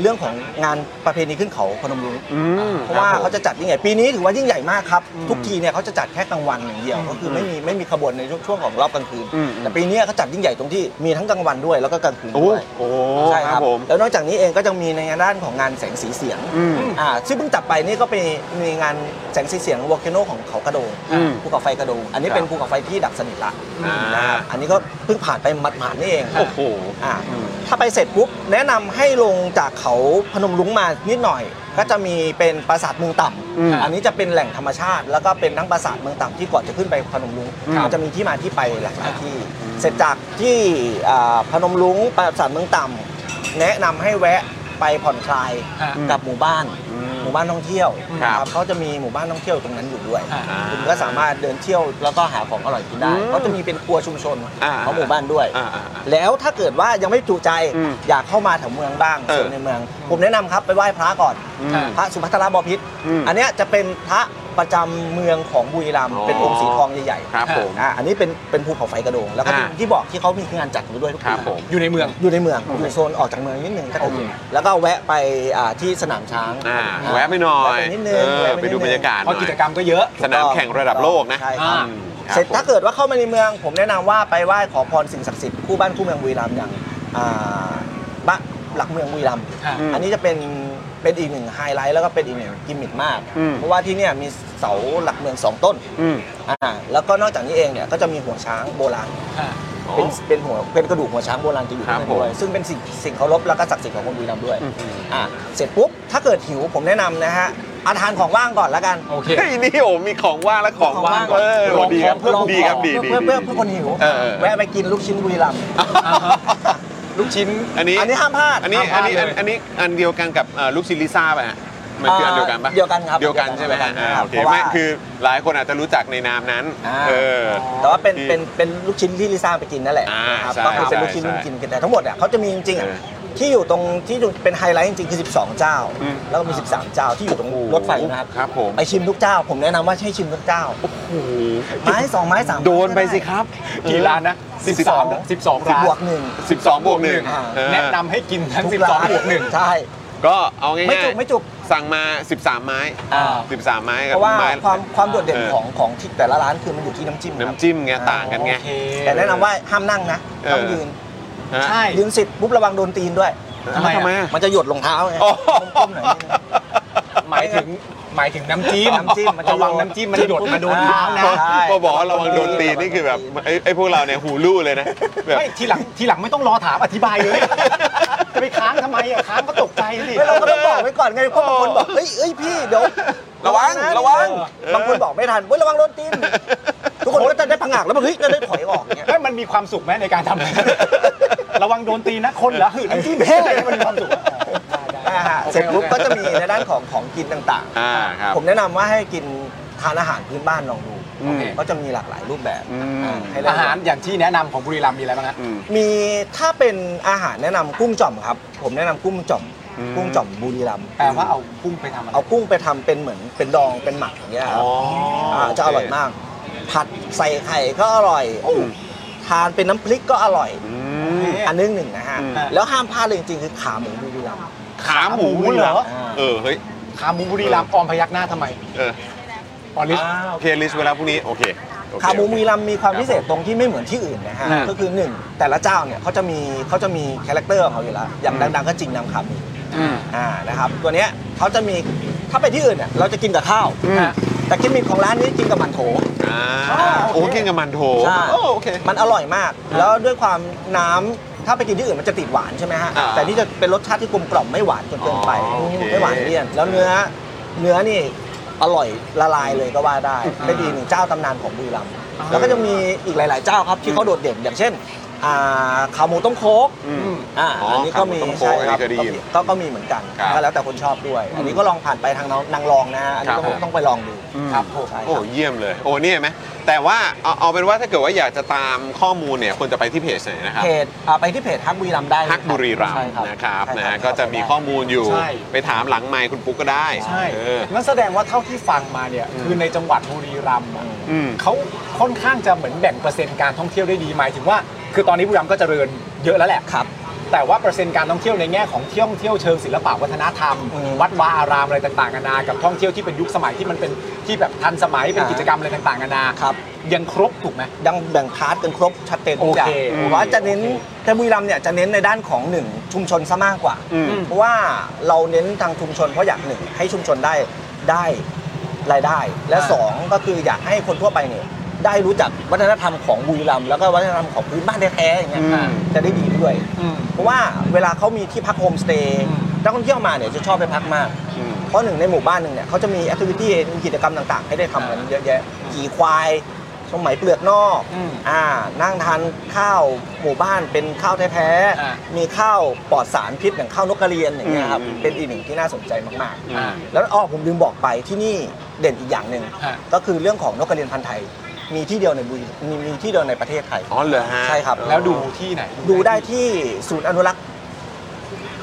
C: เรื่องของงานประเพณีขึ้นเขาพนมรุ้ง
B: อืม
C: เพราะว่า
B: คบผม
C: เขาจะจัดยิ่งใหญ่ปีนี้ถือว่ายิ่งใหญ่มากครับ ทุกทีเนี่ยเขาจะจัดแค่กลางวันอย่างเดียวก็คือไม่มีไม่มีขบวนในช่วงของรอบกลางคืน
B: อืม
C: แต่ปีนี้เขาจัดยิ่งใหญ่ตรงที่มีทั้งกลางวันด้วยแล้วก็กลางคืน
B: โอ้
C: ด้วย
B: โห
C: ใช่
B: ค
C: ค
B: รั
C: รั
B: บบ ผม
C: แล้วนอกจากนี้เองก็จะมีในด้านของงานแสงสีเสียง
B: อืม
C: อ่าซึ่งเพิ่งจับไปนี่ก็เป็นมีงานแสงสีเสียงวอลเคนโนของเขากระโดง
B: อืม
C: ภูเขาไฟกระโดงอันนี้
B: ครับ
C: เป็นภูเขาไฟที่ดับสนิทละ
B: อ่า
C: อ่าอันนี้ก็เพิ่งผ่านไปหมาดๆนี่เอง
B: โอ้โห
C: อ่า ถ้าไปเสร็จปุ๊บแนะนำให้ลงจากเขาพนมรุ้งมานิดหน่อย ก็จะมีเป็นปราสาทเมืองต่ำ
B: อืม
C: อันนี้จะเป็นแหล่งธรรมชาติ แล้วก็เป็นทั้งปราสาทเมืองต่ำที่ก่อนจะขึ้นไปพนมรุ้ง
B: ครับ
C: มันจะมีที่มาที่ไปหลากหลายที่ เสร็จจากที่อ่าพนมรุ้งปราสาทเมืองต่ำแนะนำให้แวะไปผ่อนคลาย
A: อ่า
C: กับหมู่บ้าน
B: อืม
C: หมู่บ้านท่องเที่ยว
B: ครับ
C: นะครับเขาจะมีหมู่บ้านท่องเที่ยวตรงนั้นอยู่ด้วย
A: อ่า
C: คุณก็สามารถเดินเที่ยวแล้วก็หาของอร่อยกินได้
B: อืม
C: เขาจะมีเป็นครัวชุมชน
B: อ่า
C: ของหมู่บ้านด้วย
B: อ่าอ่าอ่า
C: แล้วถ้าเกิดว่ายังไม่จุใจ
B: อืม
C: อยากเข้ามาแถวเมืองบ้าง
B: เออ
C: โซนในเมือง ผมแนะนำครับไปไหว้พระก่อน
B: อืม
C: พระสุภัทรบพิษ
B: อืม
C: อันเนี้ยจะเป็นพระประจำเมืองของบุรีรัมย์
B: อ๋อ
C: เป็นองค์สีทองใหญ่
B: ครับผม
C: ๆอ่ะอันนี้เป็นเป็นภูเขาไฟกระโดงแล้วก็
B: อ่า
C: ที่บอกที่เขามีงานจัดอยู่ด้วยทุก
B: ครับ
C: ปี
B: ผม
A: อยู่ในเมือง
C: อยู่ในเมืองอยู่โซนออกจากเมืองนิดนึงก็
B: โอ
C: โอ
B: เค
C: เคแล้วก็แวะไปอ่าที่สนามช้าง
B: อ่าแวะไปหน่อย
C: แวะไปนิดนึง
B: เออ
C: แวะ
B: ไปดูบรรยากาศห
A: เพ
B: น่อ
A: ราะ
B: ย
A: กิจกรรมก็เยอะ
B: สนามแข่งระดับโลกนะ
C: ใช่ครับ
B: อืมคบ
C: เสร็จถ้า
B: ผม
C: เกิดว่าเข้ามาในเมือง ผมแนะนำว่าไปไหว้ขอพรสิ่งศักดิ์สิทธิ์คู่บ้านคู่เมืองบุรีรัมย์อย่างอ่าบ้านหลักเมืองบุรีรัมย์
A: ครับ
C: อันนี้จะเป็นเป็นอีกหนึ่งไฮไลท์แล้วก็เป็นอีกหนึ่งกิมมิคมาก
B: อืม
C: เพราะว่าที่เนี่ยมีเสาหลักเมืองสองต้น
B: อืม
C: อ่าแล้วก็นอกจากนี้เองเนี่ยก็จะมีหัวช้างโบราณ เป็นเป็นหัวเป็นกระดูกหัวช้างโบราณจะอยู่
B: ครั
C: ข้า
B: บ
C: งในด้วยซึ่งเป็นสิ่งสิ่งเคารพแล้วก็ศักดิ์สิทธิ์ของคนบุรีรัมย์ด้วยอ่ะเสร็จปุ๊บ ถ้าเกิดหิวผมแนะนำนะฮะอาทานของว่างก่อนละกัน
A: โอเค
B: เฮ้ยนี่โอ้มีของว่างและของว่าง
C: ก่อน
B: เออโอ้ดีครับ
C: ลองของเพื่อ
B: ดีครับดีดี
C: เพื่อ
B: ดี
C: เพื่อเพื่อคนหิว
B: เออเออ
C: แวะไปกินลูกชิ้นบุรีรัมย์
A: ลูกชิ้น
B: อันนี้
C: อันนี้ห้ามพลาด
B: อันนี้
C: ห้ามพลาน ด
B: อันี้
C: เลย
B: อันนี้อันเดียวกันกับเอ่อลูกชิ้นลิซ่าป่ะฮะมันคืออันเดียวกันปะ
C: อ่าเดียวกันครับ
B: เดียวกันใช่ไหมฮะ
C: เดียวกัน
B: อ่า
C: ครับ
B: โอเค
C: เพราะว่า
B: ไม่คือหลายคนอาจจะรู้จักในนามนั้น
C: อ่า
B: เออ
C: แต่ว่าเป็น
B: ที่
C: เป็นเป็นลูกชิ้นที่ลิซ่าไปกินนั่นแหละ
B: อ่า
C: นะครับ
B: ใช่
C: ก็คือเป็น
B: ใช่
C: ลูกชิ้น
B: ใช่
C: ที่กินกันแต่ทั้งหมดอ่ะเขาจะมีจริงๆอ่ะ
B: เออ
C: ที่อยู่ตรงที่อยู่เป็นไฮไลท์จริงๆคือ 12 เจ้า
B: อืม
C: แล้วก็มี 13 เจ้าที่อยู่ตรง
B: โอ้โห
C: รถไฟนะครับ
B: ครับผม
C: ไปชิมทุกเจ้า ผมแนะนำว่าให้ชิมทุกเจ้า
B: โอ้โห
C: ไม้สองไม้สาม
B: โดนไปสิครับ
A: กี่ร้านนะ
B: 12
A: 12
C: สิบ
A: ร้าน
C: บวกหนึ่ง
B: 12บวกหนึ่ง
C: อ่า
B: เออ
A: แนะนำให้กินทั้ง
C: ทุร้า
A: 12บวกหนึ่ง
C: ใช่
B: ก็เอาง่ายๆ
C: ไม่จุกไม่จุก
B: สั่งมา 13 ไม้
C: อ่า
B: 13 ไม้
C: เพ
B: กับ
C: ราะว่า
B: ไม้
C: ความความโดดเด่น
B: ออ
C: ของของที่แต่ละร้านคือมันอยู่ที่น้ำจิ้มครับ
B: น้ำจิ้มไงต่างกันไง
A: โอเค
C: แต่แนะนำว่าห้ามนั่งนะ
B: เออ
C: ต้องยืน
B: ฮะ
A: ใช่
C: ยืนเสร็จปุ๊บระวังโดนตีนด้วย
A: ทำไมอะ
B: ทำไมอะ
C: มันจะหยดรองเท้าไง
B: โอ้
C: ก้มๆหน่อยนิดนึง
A: หมายถึงหมายถึงน้ำจิ้ม
C: น้ำจิ้มมันจะ
A: ระวังน้ำจิ้มมันหยดมาโดนเท้านะ
C: ใช่
B: พอบอกว่าระวังโดนตีนี่คือแบบไอ้ไอ้พวกเราเนี่ยหูรู่เลยนะแบบ
A: ไม่ทีหลังทีหลังไม่ต้องรอถามอธิบายเลย จะไปค้างทำไมอ่ะค้างก็ตกใจสิ
C: ไม่เราก็ต้องบอกไว้ก่อนไงเพราะบางคนบอกเฮ้ยเอ้ยพี่เดี๋ยว
B: ระวัง
C: น
B: ระวัง
C: บางคนบอกไม่ทันเฮ้ยระวังโดนตีน ทุกคนก็จะได้พังหักแล้วมันเฮ้ยจะได้ถอยออกอย่างเงี้ย
A: เฮ้ยมันมีความสุขไหมในการทำ ระวังโดนตีนะคนเหรอหือน้ำจิ้มแห้งอะไรเนี่ยมันมีความสุขอะ
C: อ่าฮะเสร็จปุ๊บก็จะมีในด้านของของกินต่าง
B: อ่าครับ
C: ๆ ผมแนะนำว่าให้กินทานอาหารพื้นบ้านลองดู
B: อืม
C: ก็จะมีหลากหลายรูปแบบ
B: อืม
C: อ่าให้เลืก
A: อาหารอย่างที่แนะนำของบุรีรัมย์มีอะไรบ้างฮะ
B: อืม
C: มีถ้าเป็นอาหารแนะนำกุ้งจ่อมครับ ผมแนะนำกุ้งจ่อม
B: อืม
C: กุ้งจ่อมบุรีรัมย์
A: แปลว่าเอากุ้งไปทำอะไร
C: เอากุ้งไปทำเป็นเหมือนเป็นดองเป็นหมักอย่างเงี้ยครับาจะอร่อยมาก ผัดใส่ไข่ก็อร่อยทานเป็นน้ำพริกก็อร่อย
B: อืม
C: อันนึงหนึ่งนะฮะ
B: อืม
C: แล้วห้ามพลาดเลยจริงๆคือขาหมูบุรีรัมย์
B: ขาหมูเหรอเออเฮ้ย
A: ขาหมูบุรีรัมย์ออมพยักหน้าทำไม
B: เออ
A: ออลิส
B: โอเคลิสต์เวลาพรุ่งนี้โอเคโอเค
C: ขาหมูมีลำมีความพิเศษตรงที่ไม่เหมือนที่อื่นนะฮะ
B: อืม
C: ก็คือหนึ่งแต่ละเจ้าเนี่ยเขาจะมีเขาจะมีคาแรคเตอร์ของเขาอยู่แล้วอย่างดังๆก็จริงนำขาหมู
B: อืม
C: อ่านะครับตัวเนี้ยเขาจะมีถ้าไปที่อื่นเนี่ยเราจะกินกับข้าว
B: อืม
C: แต่กิมมิคของร้านนี้กินกับหมันโถ
B: อ่า
C: อ่าโอเค
B: โอ้กินกับมันโถ
C: ใช่
B: โอ้โอเค
C: มันอร่อยมาก แล้วด้วยความน้ำถ้าไปกินที่อื่นมันจะติดหวานใช่ไหมฮะ
B: อ่า
C: แต่นี่จะเป็นรสชาติที่กลมกล่อมไม่หวานจนเกินไป
B: อ๋อโอเค
C: ไม่หวานเลี่ยนแล้วเนื้อเนื้อนี่อร่อยละลายเลยก็ว่าได้เป็นอีกหนึ่งเจ้าตำนานของบุรีรัมย์แล้วก็จะมีอีกหลาย ๆ เจ้าครับที่เขาโดดเด่นอย่างเช่นอ่าขาหมูต้มโคก
B: อืม
C: อ่า
B: อ๋ออั
C: อันนี้ก็มี
B: ขาหมูต้มโค้ก
C: ใช่ครับ
B: อันนี้เคยได้ยิน
C: ก็ก็มีเหมือนกัน
B: ครับ
C: ก็แล้วแต่คนชอบด้วย อันนี้ก็ลองผ่านไปทางนางรองนะฮะอันนี้
B: ครับ
C: ต้องต้องไปลองดู
B: อืม
C: ครับผมใช่ค
B: โอ้
C: รับ
B: เยี่ยมเลย โอ้เนี่ยเห็นไหมแต่ว่าเอาเอาเป็นว่าถ้าเกิดว่าอยากจะตามข้อมูลเนี่ยควรจะไปที่เพจไหนนะครับ
C: เพจอ่าไปที่เพจฮักบุรีรัมย์ได้เลยค
B: ฮักบุรีรัมย์
C: ใช่ครับ
B: นะครับ
C: ใช่
B: นะ
C: ครั
B: ฮะ
C: บ
B: ก็จะมีข้อมูลอยู่
A: ใช่
B: ไปถามหลังไมค์คุณปุ๊กก็ได้
A: ใช่
B: เออ
A: นั่นแสดงว่าเท่าที่ฟังมาเนี่ย คือในจังหวัดบุรีรัมย์อะ
B: อืม
A: เขาค่อนข้างจะเหมือนแบ่งเปอร์เซ็นต์การท่องเที่ยวได้ดีหมายถึงว่า คือตอนนี้บุรีรัมย์ก็เจริญเยอะแล้วแหละ
C: ครับ
A: แต่ว่าเปอร์เซ็นต์การท่องเที่ยวในแง่ของเที่ยวเที่ยวเชิงศิลปะวัฒนธรรม
C: อืม
A: วัดวาอารามอะไรต่างๆนานากับท่องเที่ยวที่เป็นยุคสมัยที่มันเป็นที่แบบทันสมัยเป็น
C: อ่ากิ
A: กิจกรรมอะไรต่างๆนานา
C: ครับ
A: ยังครบถูกไหม
C: ยังแบ่งพาร์ทกันครบชัดเจนทุกอย่าง
A: โอเค
C: ผมว่าจะเน้นแต่บุรีรัมย์เนี่ยจะเน้นในด้านของหนึ่งชุมชนซะมากกว่า
B: อืม
C: เพราะว่าเราเน้นทางชุมชนเพราะอยากหนึ่งให้ชุมชนได้ได้รายได้ และ
A: อ่า
C: สองก็คืออยากให้คนทั่วไปเนี่ย ได้รู้จักวัฒนธรรมของบุรีรัมย์แล้วก็วัฒนธรรมของพื้นบ้านแท้ๆอย่างเงี้ย
A: อืม
C: จะได้ดีด้วย
A: อืม
C: เพราะว่าเวลาเขามีที่พักโฮมสเตย์
A: อืม
C: นักท่องเที่ยวมาเนี่ยจะชอบไปพักมาก
A: อืม
C: เพราะหนึ่งในหมู่บ้านหนึ่งเนี่ยเขาจะมีแอคทิวิตี้มีกิจกรรมต่างๆ ให้ได้ทำกันเยอะแยะขี่ควายชมไหมเปลือกนอก
A: อืม
C: อ่านั่งทานข้าวหมู่บ้านเป็นข้าวแท้
A: อ่า
C: ๆมีข้าวปลอดสารพิษอย่างข้าวนกกระเรียนอย่างเงี้ยครับ
A: อืม
C: เป็นอีกหนึ่งที่น่าสนใจมาก
A: อ่า
C: ๆ แล้วอ้อผมลืมบอกไปที่นี่เด่นอีกอย่างหนึ่ง
A: อ่า
C: ก็คือเรื่องของนกกระเรียนพันธุ์ไทย มีที่เดียวในบุรีมีมีที่เดียวในประเทศไทย
B: อ๋อเหรอฮะ
C: ใช่ครับ
A: แล้วดูที่ไหน
C: ดูได้ที่ศูนย์อนุรักษ์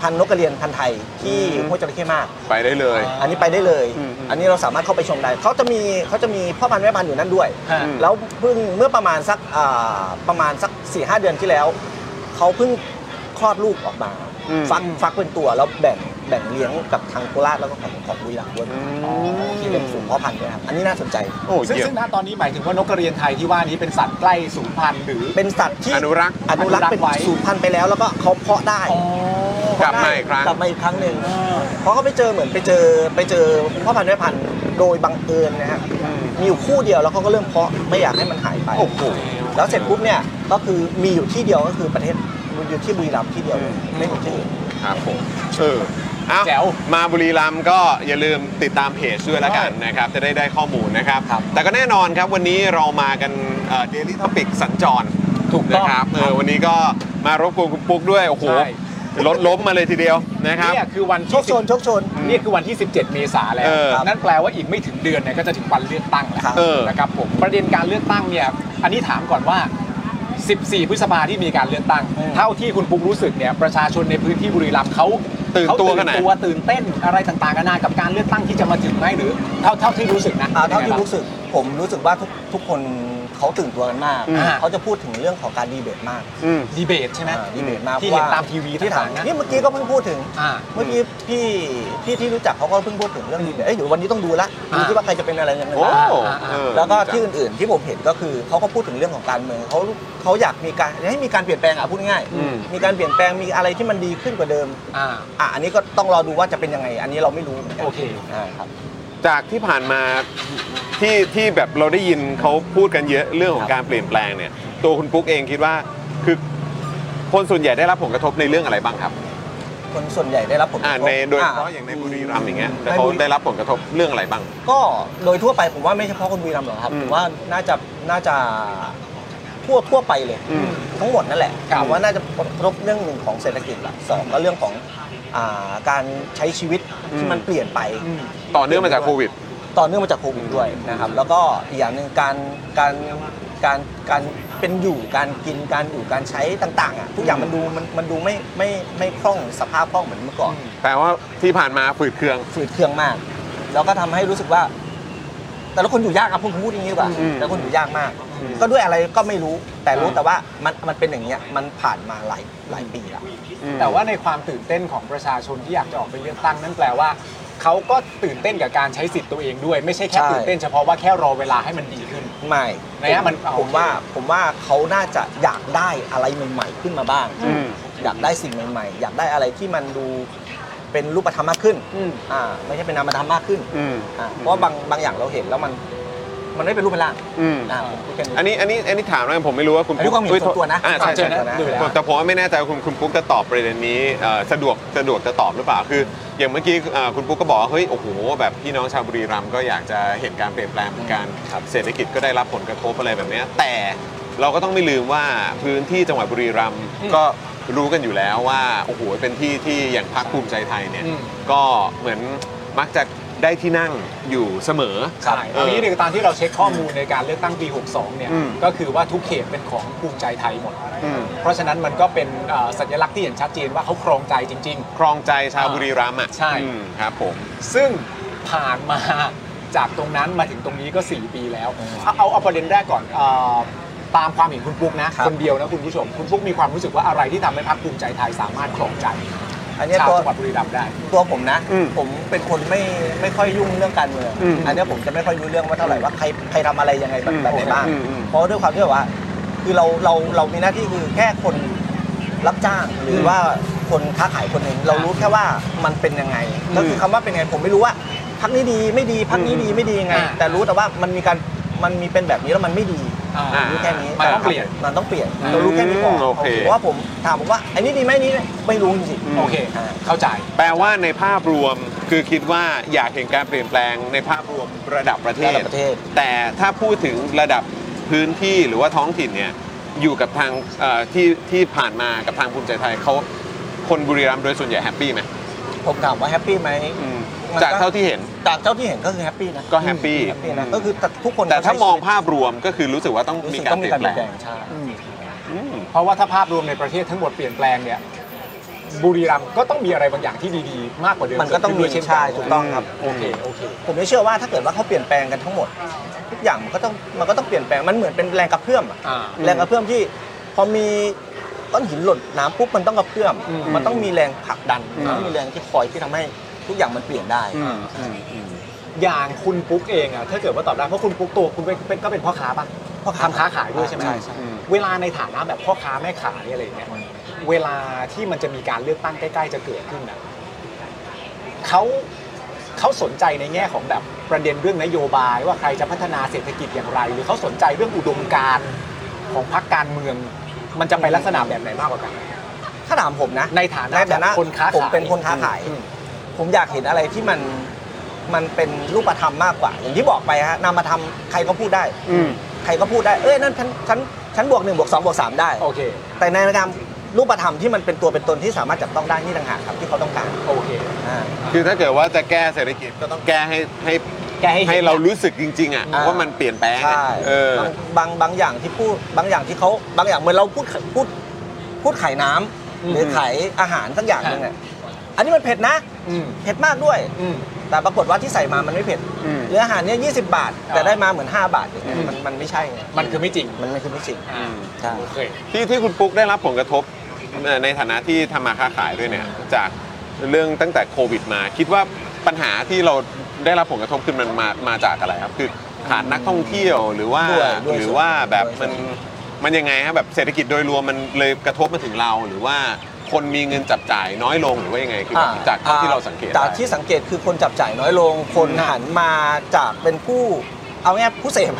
C: พันธุ์นกกระเรียนพันธุ์ไทยที่ห้วยจระเข้มาก
B: ไปได้เลย
C: อันนี้ไปได้เลย
A: อืมอืม
C: อันนี้เราสามารถเข้าไปชมได้ เขาจะมีเขาจะมีพ่อพันธุ์แม่พันธุ์อยู่นั่นด้วย
A: ฮะ
C: แล้วเพิ่งเมื่อประมาณสักอ่าประมาณสัก4ี่หเดือนที่แล้ว เขาเพิ่งคลอดลูกออกมา
B: อืม
C: ฟักฟักเป็นตัวแล้วแบ่งแบ่งเลี้ยงกับทางโคราชแล้วก็ของของบุรีรัมย์ด้วยที่เป็นสูงพ่อพันธุ์ด้วยครับ อันนี้น่าสนใจ
B: โอ้
A: ซึ่ง
B: เยี่ย
A: ซึ่
B: ม
A: งณตอนนี้หมายถึงว่านกกระเรียนไทยที่ว่านี้เป็นสัตว์ใกล้สูญพันธุ์หรือ
C: เป็นสัตว์ที่
B: อนุรักษ์
C: อนุรักษ์เป็น
A: อนุรักษ์ไว้
C: สูงพันธุ์ไปแล้วแล้วก็เขาเพาะได้
B: กลับมาอีกครั้ง
C: กลับมาอีกครั้งหนึ่งเพราะเขาไปเจอเหมือนไปเจอไปเจอพ่อพันธุ์แม่พันธุ์โดยบังเอิญนะฮะมีอยู่คู่เดียวแล้วเขาก็เริ่มเพาะไม่อยากให้มันหายไป
B: โอ้โห
C: แล้วเสร็จปุ๊บเนี่ยก็คือมีอยู่ที่เดียวก็คือประเทศมันอยู่ที่บุรีรัมย์ที่เดียวเลยไม่มีที่อื่น
B: ครับผมเออเอา
A: แจ๋ว
B: มาบุรีรัมย์ก็อย่าลืมติดตามเพจด้วยละกันนะครับ จะได้ได้ข้อมูลนะครับ
A: ครับ
B: แต่ก็แน่นอนครับวันนี้เรามากันเดลิทอพิกสัญจร
A: ถูกต้อง
B: นะครับเออวันนี้ก็มารบกวนคุณปุ๊กด้วย โอ้โห
A: ใช่
B: รถล้มมาเลยทีเดียวนะครับ
A: เนี่ยคือวัน
C: โช
A: ที่
C: คโชนโชคโชน
A: 10นี่คือวันที่ 17 เมษาแล้ว
B: เออ
A: นั่นแปลว่าอีกไม่ถึงเดือนเนี่ยก็จะถึงวันเลือกตั้งแล้ว
C: ครับ
B: เออ
A: นะครับผมประเด็นการเลือกตั้งเนี่ยอันนี้ถามก่อนว่า 14 พฤษภาที่มีการเลือกตั้ง เท่าที่คุณปุ๊กรู้สึกเนี่ยประชาชนในพื้นที่บุรีรัมย์เขา
B: ตื่นตัว
A: เขา
B: ขนาด
A: ตัวตื่นเต้นอะไรต่างๆกันานากับการเลือกตั้งที่จะมาถึงไหมหรือ เท่าเท่าที่รู้สึกนะ
C: อ่าเท่าที่รู้สึกผมรู้สึกว่าทุกทุกคนเขาตื่นตัวกันมาก
A: อืม
C: เขาจะพูดถึงเรื่องของการดีเบตมาก
B: อืม
A: ดีเบตใช่ไหม
C: อ่าดีเบตมาก
A: ที่เห็น
C: พระ
A: ตามทีวี
C: ที่ถาม
A: ต่างๆนะ
C: นี่เมื่อกี้ก็เพิ่งพูดถึง
A: อ่า
C: เมื่อกี้พี่พี่ที่รู้จักเขาก็เพิ่งพูดถึงเรื่องนี้เอ้ยเดี๋ยววันนี้ต้องดูละ
A: อ่า
C: ดูที่ว่าใครจะเป็นอะไรยังไง
B: โอ้
C: บ้าง
B: เออ
C: แล้วก็ที่อื่นๆที่ผมเห็นก็คือเขาก็พูดถึงเรื่องของการเมืองเขาเขาอยากมีการให้มีการเปลี่ยนแปลงอ่ะพูดง่ายๆ
B: อืม
C: มีการเปลี่ยนแปลงมีอะไรที่มันดีขึ้นกว่าเดิม
A: อ่า
C: อ่ะอันนี้ก็ต้องรอดูว่าจะเป็นยังไง อันนี้เราไม่รู้หมืนกัน
A: โอเค
C: อ่าครับ
B: จากที่ผ่านมาที่ที่แบบเราได้ยินเขาพูดกันเยอะเรื่องของการเปลี่ยนแปลงเนี่ย ตัวคุณปุ๊กเองคิดว่าคือคนส่วนใหญ่ได้รับผลกระทบในเรื่องอะไรบ้างครับ
C: คนส่วนใหญ่ได้รับผลก
B: อ่า
C: ระทบ
B: ในโดยเฉพาะ
C: อ่ะ
B: อย่างในบุรีรัมย์อย่างเงี้ย
C: ในบุรี
B: แต่เขาได้รับผลกระทบเรื่องอะไรบ้าง
C: ก็โดยทั่วไปผมว่าไม่เฉพาะคนบุรีรัมย์หรอกครับ
B: อืม
C: ผมว่าน่าจะน่าจะทั่วทั่วไปเลย
B: อืม
C: ทั้งหมดนั่นแหละ
A: ครับ
C: ผมว่าน่าจะผลกระทบเรื่องหนึ่งของเศรษฐกิจละสองก็เรื่องของอ่าการใช้ชีวิตที่มันเปลี่ยนไป
B: ต่อเนื่องมาจากโควิด
C: ต่อเนื่องมาจากโควิดด้วยนะครับ แล้วก็อีกอย่างหนึ่งการการการการเป็นอยู่การกินการอยู่การใช้ต่างๆอ่ะทุกอย่างมันดูมันมันดูไม่ไม่ไม่คล่องสภาพคล่องเหมือนเมื่อก่อน
B: แต่ว่าที่ผ่านมาฝืดเคือง
C: ฝืดเคืองมาก แล้วก็ทำให้รู้สึกว่า แต่ละคนอยู่ยากครับพูดพูดอย่างนี้ดีกว่า
B: อืม
C: แต่ละคนอยู่ยากมาก ก็ด้วยอะไรก็ไม่รู้ แต่รู้แต่ว่ามันมันเป็นอย่างเงี้ยมันผ่านมาหลายหลายปีละ
A: แต่ว่าในความตื่นเต้นของประชาชนที่อยากจะออกไปเลือกตั้งนั่นแปลว่าเขาก็ตื่นเต้นกับการใช้สิทธิ์ตัวเองด้วย ไม่ใช่แค่
C: ใช่
A: ตื่นเต้นเฉพาะว่าแค่รอเวลาให้มันดีขึ้น
C: ไม่
A: ระยะมัน
C: ผมว่าผมว่าเขาน่าจะอยากได้อะไรใหม่ๆขึ้นมาบ้าง
B: อืม
C: อยากได้สิ่งใหม่ๆ อยากได้อะไรที่มันดูเป็นรูปธรรมมากขึ้น
A: อืม
C: อ่าไม่ใช่เป็นนามธรรมมากขึ้น
B: อืม
C: อ่าเพราะว่าบางบางอย่างเราเห็นแล้วมัน มันไม่เป็นรูปเป็นร่าง
B: อืม
C: อ่าผมพูดแค่นี้
B: อันนี้อันนี้อันนี้ถามแล้วกันผมไม่รู้ว่าคุณ
C: อันนี้ความเห็นส่วนตัวนะ
B: อ่าใช่ใช่
A: ส่วนตัวนะดูแล้ว
B: แต่ผมว่าไม่แน่ใจว่าคุณคุณปุ๊กจะตอบประเด็นนี้เอ่อสะดวกสะดวกจะตอบหรือเปล่าคือ อย่างเมื่อกี้เอ่อคุณปุ๊กก็บอกว่าเฮ้ยโอ้โหแบบพี่น้องชาวบุรีรัมย์ก็อยากจะเห็นการเปลี่ยนแปลงเหมือนกันเศรษฐกิจก็ได้รับผลกระทบอะไรแบบเนี้ยแต่เราก็ต้องไม่ลืมว่าพื้นที่จังหวัดบุรีรัมย์ก็รู้กันอยู่แล้วว่าโอ้โหเป็นที่ที่อย่างพรรคภูมิใจไทยเนี่ย
A: อืม
B: ก็เหมือนมักจะได้ที่นั่งอยู่เสมอ
A: ใช่
B: เออ
A: ทีนี้หนึ่งตามที่เราเช็คข้อมูลในการเลือกตั้งปี 62 เนี่ย
B: อืม
A: ก็คือว่าทุกเขตเป็นของภูมิใจไทยหมด
B: อืม
A: เพราะฉะนั้นมันก็เป็นเอ่อสัญลักษณ์ที่เห็นชัดเจนว่าเขาครองใจจริง
B: ครองใจชาวบุรีรัมย์อ่ะ
A: ใช่
B: อืมครับผม
A: ๆ ซึ่งผ่านมาจากตรงนั้นมาถึงตรงนี้ก็ 4 ปีแล้ว เอาเอาเอาประเด็นแรกก่อนเอ่อตามความเห็นคุณปุ๊กนะ คนเดียวนะคุณผู้ชม คุณปุ๊กมีความรู้สึกว่าอะไรที่ทำให้พรรคภูมิใจไทยสามารถครองใจ
C: อันเนี้ย
A: ชาว
C: ตัว
A: จังหวัดบุรีรัมย์ได้
C: ตัวผมนะ
B: อืม
C: ผมเป็นคนไม่ไม่ค่อยยุ่งเรื่องการเมือง
B: อืม
C: อันเนี้ยผมจะไม่ค่อยรู้เรื่องว่าเท่าไหร่ว่าใครใครทำอะไรยังไงแบบ
B: อืม
C: แบบไหนบ้าง
B: อืมอืม
C: เพราะด้วยความที่แบบว่า คือเราเราเรามีหน้าที่คือแค่คนรับจ้าง หรือว่าคนค้าขายคนหนึ่งเรารู้แค่ว่ามันเป็นยังไงก็คือคำว่าเป็นไงผมไม่รู้ว่าพักนี้ดีไม่ดีพักนี้ดีไม่ดียังไง
A: อ่า
C: แต่รู้แต่ว่ามันมีการมันมีเป็นแบบนี้แล้วมันไม่ดี
A: อ่า
C: ผมรู้แค่นี้
A: มันต้องเปลี่ยน
C: มันต้องเปลี่ยนเรารู้แค่นี้ก่อน
B: อืมโอเค
C: ผมว่าผมถามผมว่าไอ้นี่ดีไหมนี่ไหมไม่รู้จริงๆ
A: โอเค
C: า
A: เข้าใจ
B: แปลว่าในภาพรวมคือคิดว่าอยากเห็นการเปลี่ยนแปลงในภาพรวมระดับประเท
C: ระ
B: ศ
C: ดับประเทศ
B: แต่ถ้าพูดถึงระดับพื้นที่หรือว่าท้องถิ่นเนี่ยอยู่กับทางเอ่อที่ที่ผ่านมากับทางภูมิใจไทยเขาคนบุรีรัมย์โดยส่วนใหญ่แฮปปี้ไหม
C: ผมถามว่าแฮปปี้ไหม
B: อืม
C: มันก็
B: จากเท่าที่เห็น
C: จากเท่าที่เห็นก็คือแฮปปี้นะ
B: ก็แฮปปี้
C: แฮปปี้นะก็คือแต่ทุกคน
B: แต่ถ้ามองภาพรวมก็คือรู้สึกว่าต้อง
C: รู้
B: มี
C: สึก
B: การ
C: ต้อง
B: เป
C: มี
B: ลี่
C: การเป
B: ยนแปล
C: ลี่ยนแปลง
B: ง
C: ใช่
B: อืม
A: เพราะว่าถ้าภาพรวมในประเทศทั้งหมดเปลี่ยนแปลงเนี่ยบุรีรัมย์ก็ต้องมีอะไรบางอย่างที่ดีๆ มากกว่าเดิม
C: มันก็ต้องมี
A: เกิดขึ้ด้วยเช่นกั
C: ใช่ถูกต้องครับ
A: โอเคโอเค
C: ผมไม่เชื่อว่าถ้าเกิดว่าเขาเปลี่ยนแปลงกันทั้งหมด ทุกอย่างมันก็ต้องมันก็ต้องเปลี่ยนแปลงมันเหมือนเป็นแรงกระเพื่อมอะ
A: อ่า
C: แรงกระเพื่อมที่พอมีก้อนหินหล่นน้ำปุ๊บมันต้องกระเพื่อม
A: อืม
C: มันต้องมีแรงผลักดัน
A: อืม
C: มันต้องมีแรงที่คอยที่ทำให้ทุกอย่างมันเปลี่ยนได้
A: อืมอืมอืมอย่างคุณปุ๊กเองอะถ้าเกิดว่าตอบได้เพราะคุณปุ๊กตัวคุณเป็นเป็นก็เป็นพ่อค้าป่ะพ่อค้าทำค้าขายด้วยใช่ไหม
C: ใช่ใช่
A: อืมเวลาในฐานะแบบพ่อค้าแม่ขายอะไรอย่างเงี้ยเวลาที่มันจะมีการเลือกตั้งใกล้ ๆ จะเกิดขึ้นอะเขาเขาสนใจในแง่ของแบบประเด็นเรื่องนโยบาย ว่าใครจะพัฒนาเศรษฐกิจอย่างไร หรือเขาสนใจเรื่องอุดมการณ์ของพรรคการเมือง มันจะไปลักษณะแบบไหนมากกว่ากัน
C: ถ้าถามผมนะ
A: ในฐานะ
C: ฐานะ
A: คนค้าขาย
C: ผมเป็นคนค้าขาย
A: อืม
C: ผมอยากเห็นอะไรที่มันมันเป็นรูปธรรมมากกว่า อย่างที่บอกไปฮะนำมาทำใครก็พูดได้ใครก็พูดได้เอ้ยนั่นฉันฉันฉันบวกหนึ่งบวกสองบวกสามได้
A: โอเค
C: แต่ในระดับรูปธรรมที่มันเป็นตัวเป็นตนที่สามารถจับต้องได้นี่ต่างหากครับที่เขาต้องการ
A: โอเค
C: อ่า
B: คือถ้าเกิดว่าจะแก้เศรษฐกิจก็ต้องแก้ให้ให้
A: แกให้ห็น
B: ให้เรารู้สึกจริง ๆอ่ะ
C: อ่า
B: ว่ามันเปลี่ยนแปลง
C: ใช่
B: อะเออ
C: บางบางบางอย่างที่พูดบางอย่างที่เขาบางอย่างเหมือนเราพูดพูดพูดขายน้ำ
A: อืม
C: หรือขายอาหารสักอย่างหนึงอ่ะอันนี้มันเผ็ดนะ
A: อืม
C: เผ็ดมากด้วย
A: อืม
C: แต่ปรากฏว่าที่ใส่มามันไม่เผ็ด
B: อืม
C: หรืออาหารเนี่ยยีบาท แต่ได้มาเหมือน 5 บาทอย่างเงี้ย
A: อืม
C: มันมันไม่ใช่ไง
A: มันคือไม่จริง
C: มันไม่คือไม่จริง
A: อ่า
C: ใช่
A: โอเค
B: ที่ที่คุณปุ๊กได้รับผลกระทบเอ่อในฐานะที่ทำมาค้าขายด้วยเนี่ยจากเรื่องตั้งแต่โควิดมา คิดว่าปัญหาที่เราได้รับผลกระทบคือมันมามาจากอะไรครับ คือขาดนักท่องเที่ยวหรือว่า
C: ด้วยด้วย
B: หรือว่าแบบ
C: ด้วย
B: มันมันยังไงฮะแบบเศรษฐกิจโดยรวมมันเลยกระทบมาถึงเรา หรือว่าคนมีเงินจับจ่ายน้อยลงหรือว่ายังไงคือแบบ
C: อ่
B: จากเท่าที่เราสังเกต
C: จาก
B: ได้
C: ที่สังเกตคือคนจับจ่ายน้อยลง คนหันมาจากเป็นผู้เอาง่ายๆผู้เสพ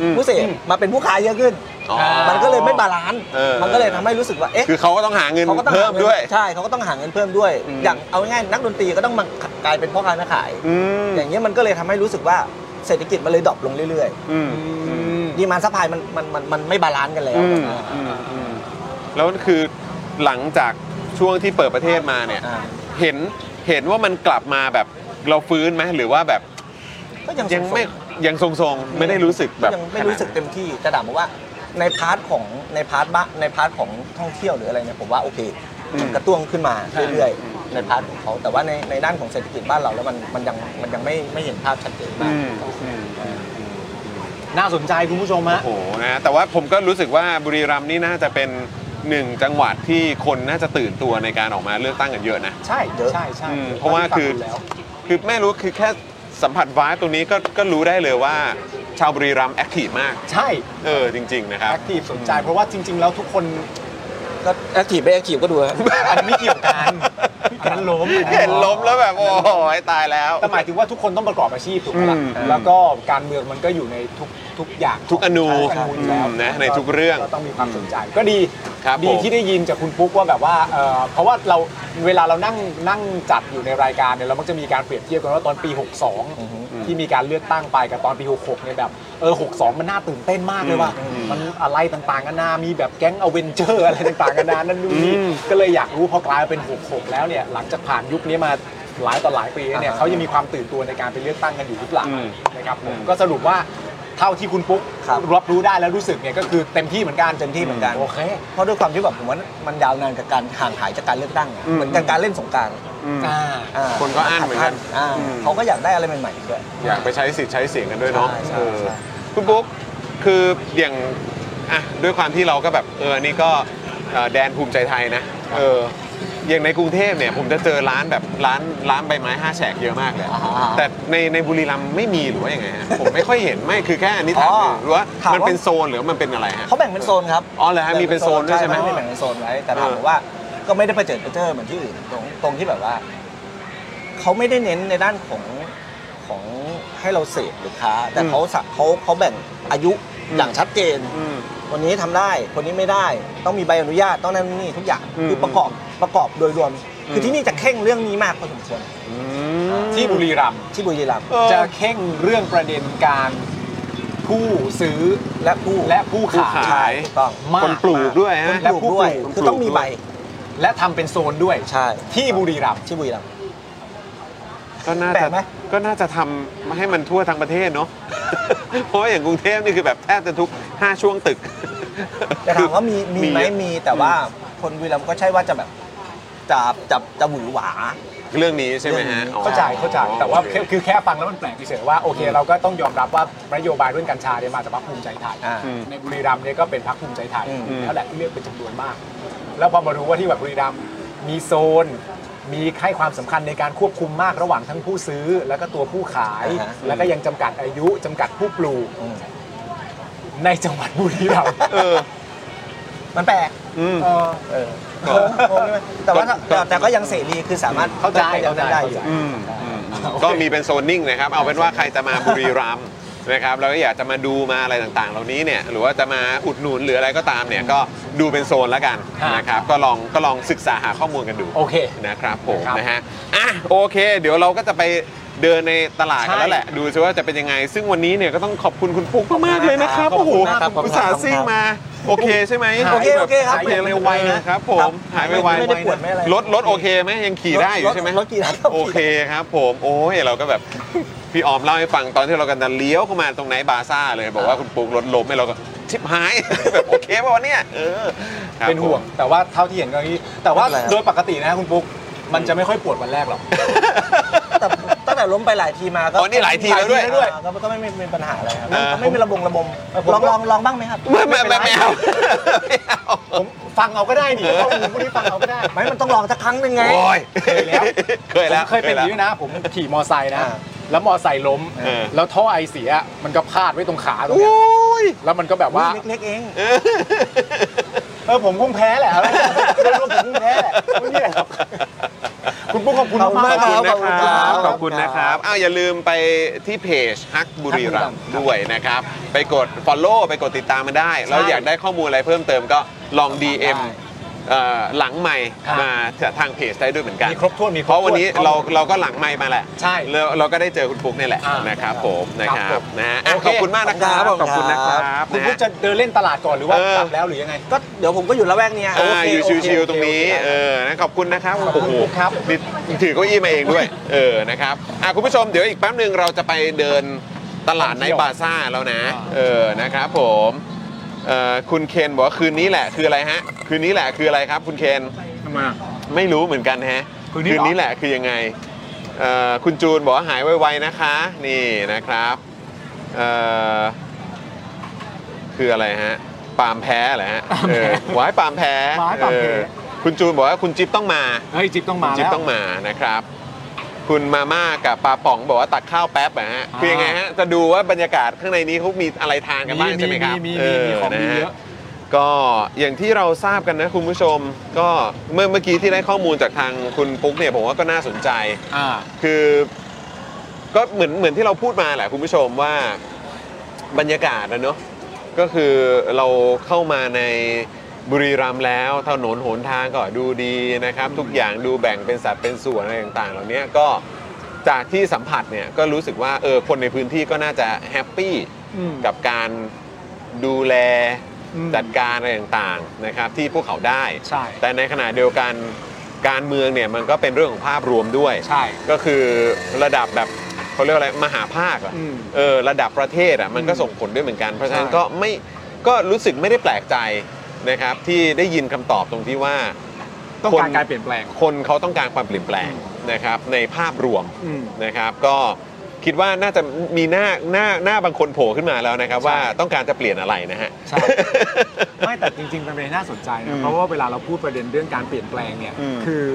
B: อืม
C: ผู้เสพมาเป็นผู้ค้าเยอะขึ้น
B: อ๋อ
C: มันก็เลยไม่บาลานซ์
B: เออ
C: มันก็เลยทำให้รู้สึกว่าเอ๊ะ
B: คือเขาก็ต้องหาเงิน
C: เขาก็ต้อง
B: เพิ่
C: หาม งิน
B: ด้วย
C: ใช่เขาก็ต้องหาเงินเพิ่มด้วย
B: อืม
C: อย่างเอาง่ายๆนักดนตรีก็ต้องมากลายเป็นพ่อค้าแม่ขาย
B: อืม
C: อย่างเงี้ยมันก็เลยทำให้รู้สึกว่าเศรษฐกิจมันเลยดรอปลงเรื่อย
B: อืม
C: ๆดีมานซัพพลายมันมันมันมันไม่บาลานซ์กันแล้ว
B: อืมอืมอืมแล้วคือหลังจากช่วงที่เปิดประเทศมาเนี่ย
C: อ่า
B: เห็นเห็นว่ามันกลับมาแบบเราฟื้นไหมหรือว่าแบบ
C: ก็ยัง
B: ยั
C: ท
B: ง
C: ร
B: ไม่
C: ๆ
B: ยังทรงๆ ไม่ได้รู้สึกแบบ
C: ยังไม่รู้สึกเต็มที่แต่ถามว่าในพาร์ทของในพาร์ทบ้านในพาร์ทของท่องเที่ยวหรืออะไรเนี่ยผมว่าโอเคมันกระตุ้งขึ้นมาเรื่อยๆในพาร์ทของเขาแต่ว่าในในด้านของเศรษฐกิจบ้านเราแล้วมันมันยังมันยังไม่ไม่เห็นภาพชัดเจนมาก
B: อืม
A: น่าสนใจคุณผู้ชมฮะ
B: โอ้โหนะแต่ว่าผมก็รู้สึกว่าบุรีรัมย์นี่น่าจะเป็นหนึ่งจังหวัดที่คนน่าจะตื่นตัวในการออกมาเลือกตั้งกันเยอะนะ
A: ใช่
C: เยอะ
A: ใช่ใช่
B: อืมเพราะว่าคือคือไม่รู้คือแค่สัมผัสวายตรงนี้ก็ก็รู้ได้เลยว่าชาวบุรีรัมย์แอคทีฟมาก
A: ใช่
B: เออจริง ๆ นะครับ
A: แอคทีฟสนใจ เพราะว่าจริง ๆ แล้วทุกคน
C: ก็แอคทีฟไม่แอคทีฟก็ดูฮะ
A: อันนี้ไม่เกี่ยวกันอันนั้นล้ม
B: เห็นล้มแล้วแบบ โอ้โหตายแล้ว
A: แต่หมายถึงว่าทุกคนต้องประกอบอาชีพถูกไหมล่ะ
B: อืม
A: แล้วก็การเมืองมันก็อยู่ในทุกทุกอย่าง
B: ทุกอนู
A: ทุกอนูอยู่แล้ว
B: นะในทุกเรื่อง
A: ก็ต้องมีความสนใจ ก็ดี
B: ครับ
A: ดี
B: ผม
A: ที่ได้ยินจากคุณปุ๊กว่าแบบว่าเอ่อเพราะว่าเราเวลาเรานั่งนั่งจัดอยู่ในรายการเนี่ยเรามักจะมีการเปรียบเทียบกันว่าตอนปี 62 ที่มีการเลือกตั้งไปกับตอนปี 66เนี่ยแบบเออ62 มันน่าตื่นเต้นมากเลยว่ะ
B: อืม
A: มันอะไรต่างๆกันานามีแบบแก๊งอเวนเจอร์อะไรต่างๆกันานานั่นนู่นนี่ก็เลยอยากรู้พอกลายเป็น66แล้วเนี่ย หลังจากผ่านยุคนี้มาหลายต่อหลายปีแล้วเนี่ย
C: อ่าฮะ
A: เขายังมีความตื่นตัวในการไปเลือกตั้งกันอยู่หรือเปล่า
B: อืม
A: นะครับผมก็สรุปว่าเท่าที่คุณปุ๊ก
C: ครับ
A: รับรู้ได้แล้วรู้สึกเนี่ยก็คือเต็มที่เหมือนกัน
C: เต็มที่เหมือนกัน
A: โอเค
C: เพราะด้วยความที่แบบผมว่ามันยาวนานกับการห่างหายจากการเลือกตั้งอะ
B: อืม
C: เหมือนกับการเล่นสงกราร
B: อืม
A: อ่า
B: คนก็อั้นเหมือนกันอืม
C: เขาก็อยากได้อะไรใหม่ๆด้วย
B: อยากไปใช้สิทธิ์ใช้เสียงกันด้วยเนาะ
C: ใช่ใช่
B: เออ
C: ใช่
B: คุณปุ๊กคืออย่างอ่ะด้วยความที่เราก็แบบเออนี่ก็เอ่อแดนภูมิใจไทยนะเอออย่างในกรุงเทพเนี่ยผมจะเจอร้านแบบร้านร้านใบไม้ห้าแฉกเยอะมากเลยแต่ในในบุรีรัมย์ไม่มีหรือว่ายังไงฮะผมไม่ค่อยเห็นไม่คือแค่อันนี้ถามเลยหรือว่า
C: ถาม
B: มัน
C: ว่ามั
B: เป็นโซนหรือมันเป็นอะไรฮะ
C: เขาแบ่งเป็นโซนครับ
B: อ๋อเหรอฮะมีเป็นโซนด้วยใช่ไหม
C: ไม่แบ่งเป็นโซนไว้ แต่ถาม
B: เออ
C: ว่าก็ไม่ได้ประเจิดประเจอเหมือนที่อื่นตรงตรงที่แบบว่า เขาไม่ได้เน้นในด้านของของให้เราเสพหรือค้า แต่เขาสะเขาเขาแบ่งอายุ อย่างชัดเจน
B: อืม
C: คนนี้ทำได้ คนนี้ไม่ได้ ต้องมีใบอนุญาต ต้องนั่นนี่ทุกอย่าง
B: อืม
C: คือประกอบประกอบโดยรวม คือ
B: ม
C: ที่นี่จะเข่งเรื่องนี้มากพอสมควร
B: อืม
A: ที่บุรีรัมย์
C: ที่บุรีรัมย์
B: เออ
A: จะเข่งเรื่องประเด็นการผู้ซื้อ
C: และผู้
A: และผู้ขาย
B: ผู้
C: ใช่ถูกต้อง
A: มาก
B: คนปลูกด้วยฮะ
C: และผู้ด้วย
B: และผู้ปลูก
C: คือต้องมีใบ
A: และทำเป็นโซนด้วย
C: ใช่
A: ที่บุรีรัมย์
C: ที่บุรีรัมย์
B: ก็น่า
C: แปล
B: จะ
C: กไหม
B: ก็น่าจะทำมาให้มันทั่วทั้งประเทศเนาะ (laughs) เพราะว่าอย่างกรุงเทพนี่คือแบบแทบจะทุก 5 ช่วงตึก
C: แต่ถามว่ามีมี
B: (laughs)
C: ไหม
B: มีอะ
C: มี แต่ว่าคนบุรีรัมย์ก็ใช่ว่าจะแบบจะจะจะหวือหวา
B: เรื่องนี้ใช่ไหมฮะอ๋อ
A: เข้าใจเข้าใจแต่ว่า
B: โอเค
A: คือคือแค่ฟังแล้วมันแปลกเฉยๆว่าโอเคเราก็ต้องยอมรับว่านโยบายเรื่องกัญชาเนี่ยมาจากพรรคภูมิใจไทย
C: อ่า
A: ในบุรีรัมย์เนี่ยก็เป็นพรรคภูมิใจไทย
C: อืม
A: นั่นแหละที่เลือกเป็นจำนวนมาก แล้วพอมารู้ว่าที่แบบบุรีรัมย์มีโซน มีให้ความสำคัญในการควบคุมมากระหว่างทั้งผู้ซื้อ แล้วก็ตัวผู้ขาย แล้วก็ยังจำกัดอายุจำกัดผู้ปลูก
C: อืม
A: ในจังหวัดบุรีรัมย์
B: เออ
C: มันแปลก
B: อืม
A: เออ
C: เออโค้งโค้งใช่ไหมแต่ว่า
B: ก็
C: แต่แต่ก็ยังเสรีคือสามารถ
A: เข้าใจ
C: ก็ยัง
A: เข้าใจ
C: ได้อยู่
B: อืมอืมก็มีเป็นโซนนิ่งนะครับ เอาเป็นว่าใครจะมาบุรีรัมย์นะครับแล้วก็อยากจะมาดูมาอะไรต่างๆ เหล่านี้เนี่ย หรือว่าจะมาอุดหนุนหรืออะไรก็ตามเนี่ย ก็ดูเป็นโซนละกัน
A: ฮะ
B: นะครับ ก็ลองก็ลองศึกษาหาข้อมูลกันดู
A: โอเค
B: นะครับผม
A: ครับ
B: นะฮะ อ่ะโอเค เดี๋ยวเราก็จะไปเดินในตลาดกันแล้วแหละ ดูซิว่าจะเป็นยังไง ซึ่งวันนี้เนี่ยก็ต้องขอบคุณคุณปุ๊กมากๆเลยนะครับ
A: ขอ
B: โอ้
A: บ
B: โห
A: คุณมากครับ
B: อุตส่าห์ซิ่งมา โอเคใช่ไหม
C: โอเคโอเคครับ
B: หายเร็วไวนะครับผม หายไว
C: ไม่ได้ปวดไม่อะไร
B: ๆรถรถโอเคไหมยังขี่ได้อยู่ใช่ไหม
C: รถรถขี่ได้ครับ
B: โอเคครับผม โอ้ยเราก็แบบ พี่ออมเล่าให้ฟังตอนที่เรากำลันเลี้ยวเข้ามาตรงไหนบาซ่าเลย บอกว่าคุณปุ๊กรถล้มให้เราก็ชิบหาย (laughs) แบบโอเคป่ะวันเนี้ยเออครับ
A: เป็นห่วง
B: ผม
A: แต่ว่าเท่าที่เห็นก็อย่างนี้แต่ว่า
C: ไม่เป็นไรครับ
A: โดยปกตินะคุณปุ๊กมันจะไม่ค่อยปวดวันแรกหรอก
C: แต่ตั้งแต่ล้มไปหลายทีมาก็
B: อ๋อนี่หลายทีแล้วด้วย
C: หาทีอ่าก็ก็ไม่มีปัญหาอะไรครับ
B: อ่า
C: ก็ไม่มีระบงระบมลองลองลองบ้างไหมครับ
B: ไม่ไม่ไม่ไม่เอาไม่เอา
A: ผมฟังเอาก็ได้นี่ข้อมูลพวกนี้ฟังเอาก็ได้
C: ไม่มันต้องลองสักครั้งหนึ่งไง
B: โอ้ย
A: เคยแล้ว
B: เคยแล้ว
A: ผมเคยเป็นอย่างนี้นะ ผมขี่มอไซค์นะ
C: อ่า
A: แล้วมอไซค์ล้ม
B: เออ
A: แล้วท่อไอเสียมันก็พาดไว้ตรงขาตรง
B: โอ้
A: เนี้ย
B: ย
A: แล้วมันก็แบบว่า
C: ว่าเล็กๆเอง
B: เออ
A: เออผมคงแพ้แหละอะไรโดนรวมผมคงแพ้แหละนี่แหละครับ คุณปุ๊กขอบคุณ
C: ขอบคุณ
A: มาก
C: ค
A: ๆ
C: รับ
A: นะ
B: ขอบคุณนะครับ ขอบคุณนะค
C: ครั
B: รับบ อ้าวอย่าลืมไปที่เพจฮักบุรีรัมย์ด้วยนะครับ ไปกด Follow ไปกดติดตามมาได้ แล้วอยากได้ข้อมูลอะไรเพิ่มเติมก็ลอง DM เอ่อหลังใหม่
A: ครับ
B: มาทางเพจได้ด้วยเหมือนกัน
A: มีครบถ้วนมีค
B: เพ
A: บถ้
B: ราะวันนี้เราเราก็หลังไม่มาแหละ
A: ใช่
B: แล้วเราก็ได้เจอคุณปุ๊กนี่แหละ
A: อ่าน
B: นะครับผมนะครั
A: ครับ บผม
B: นะฮะอ่ะ
A: โอเค
B: ขอบคุณมากนะครับ
C: ขอบคุณครับ
B: ขอบคุณนะครับ
A: คุณ
B: นะ
A: ปุ๊ก
B: ฮะ
A: จะเดินเล่นตลาดก่อนหรือว่า
B: เออ
A: กลับแล้วหรือยังไง
C: ก็เดี๋ยวผมก็อยู่ละแวกเนี้ย
B: อ่า
C: โเค
B: อยู่
C: โเค
B: ชิวๆตรงนี้
C: โอเค
B: เออนะขอบคุณนะครับ
A: ขอบคุณ
B: โโห
A: ครับ
B: นี่ถือเก้าอี้มาเองด้วย เออ นะครับอ่ะคุณผู้ชมเดี๋ยวอีกแป๊บหนึ่งเราจะไปเดินตลาดไนท์บาซ่าแล้วนะ เออ นะครับผมเอ่อคุณเคนบอกว่าคืนนี้แหละคืออะไรฮะ คืนนี้แหละคืออะไรครับ คุณเคน
A: ทำไม
B: ไม่รู้เหมือนกันฮะ
A: คืนนี้เหรอ
B: แหละคือยังไงเอ่อคุณจูนบอกว่าหายไวๆนะคะ นี่นะครับเอ่อคืออะไรฮะปาล์มแพ้เหรอฮะเออหวายปาล์มแพ้
A: หวายปาล์มแพ้
B: เออคุณจูนบอกว่าคุณจิ๊บต้องมา
A: เฮ้ยจิ๊บต้อง
B: คุณ
A: มา
B: จิ๊บ
A: แล้ว
B: ต้องมานะครับ คุณมาม่ากับปลาป๋องบอกว่าตักข้าวแป๊บนะฮะ
A: อ่า
B: คือยังไงฮะจะดูว่าบรรยากาศข้างในนี้เขามีอะไรทานกันบ้างใช่ไหมครับ
A: มีมีมีของมี
B: นฮ
A: เยอะ
B: ก็อย่างที่เราทราบกันนะคุณผู้ชม ก็เมื่อเมื่อกี้ที่ได้ข้อมูลจากทางคุณปุ๊กเนี่ยผมว่าก็น่าสนใจ
A: อ่า
B: คือก็เหมือนเหมือนที่เราพูดมาแหละคุณผู้ชมว่าบรรยากาศนะเนอะก็คือเราเข้ามาในบุรีรัมย์แล้วถนนหนทางก็ดูดีนะครับ ทุกอย่างดูแบ่งเป็นสัดเป็นส่วนอะไรต่างๆ เหล่านี้ก็จากที่สัมผัสเนี่ยก็รู้สึกว่าเออคนในพื้นที่ก็น่าจะแฮปปี้ กับการดูแล
A: อืม
B: จัดการอะไรต่างๆนะครับที่พวกเขาได้
A: ใช่
B: แต่ในขณะเดียวกันการเมืองเนี่ยมันก็เป็นเรื่องของภาพรวมด้วย
A: ใช่
B: ก็คือระดับแบบเขาเรียกอะไรมหาภาคอะ
A: อืม
B: เออระดับประเทศอ่ะมันก็
A: อืม
B: ส่งผลด้วยเหมือนกัน เพราะฉะนั้น
A: ใช่
B: ก็ไม่ก็รู้สึกไม่ได้แปลกใจนะครับที่ได้ยินคำตอบตรงที่ว่า
A: ต้อง
B: คน
A: การการเปลี่ยนแปลง
B: คนเขาต้องการความเปลี่ยนแปลงนะครับในภาพรวม
A: อืม
B: นะครับก็คิดว่าน่าจะมีหน้าหน้าหน้าบางคนโผล่ขึ้นมาแล้วนะครับ ว่าต้องการจะเปลี่ยนอะไรนะฮะ
A: ใช่ ไม่แต่จริงๆเป็นประเด็นน่าสนใจ
B: อื
A: นะ
B: ม
A: เพราะว่าเวลาเราพูดประเด็นเรื่องการเปลี่ยนแปลงเนี่ย
B: อืม
A: คือ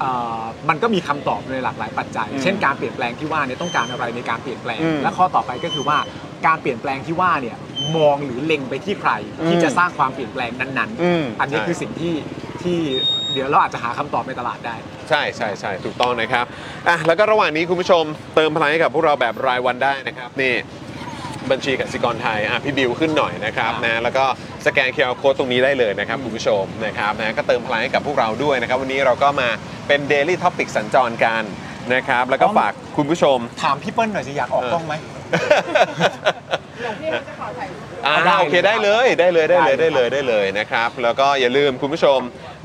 A: เอ่อมันก็มีคำตอบในหลากหลายปัจจัย
B: อืม
A: เช่นการเปลี่ยนแปลงที่ว่าเนี่ยต้องการอะไรในการเปลี่ยนแปลง
B: อืม
A: และข้อต่อไปก็คือว่าการเปลี่ยนแปลงที่ว่าเนี่ยมองหรือเล็งไปที่ใครที่
B: อืม
A: จะสร้างความเปลี่ยนแปลงนั้น
B: อืม
A: อันนี้
B: ใช่
A: คือสิ่งที่ที่เดี๋ยวเราอาจจะหาคำตอบในตลาดได้
B: ใช่ใช่ใช่ถูกต้องนะครับอ่ะแล้วก็ระหว่างนี้คุณผู้ชมเติมพลังให้กับพวกเราแบบรายวันได้นะครับนี่ บัญชีกสิกรไทยอ่ะพี่บิวขึ้นหน่อยนะครับ
A: ครับ
B: นะแล้วก็สแกนเคอร์โค้ดตรงนี้ได้เลยนะครับคุณผู้ชมนะครับนะก็เติมพลังให้กับพวกเราด้วยนะครับ วันนี้เราก็มาเป็น Daily Topic สัญจรกันนะครับ แล้วก็ฝากคุณผู้ชม
A: ถามพี่เปิ้ลหน่อยสิอยากออกกล้องไหม
D: หลวงพี่เขาจะขอถ่ายรูป
B: (laughs) อ่า
A: ได้เลย
B: โอเคได้เลยได้เลยได้เลย
A: ได้
B: ได้
A: เล
B: เลย ยได้เลยนะครับแล้วก็อย่าลืมคุณผู้ชม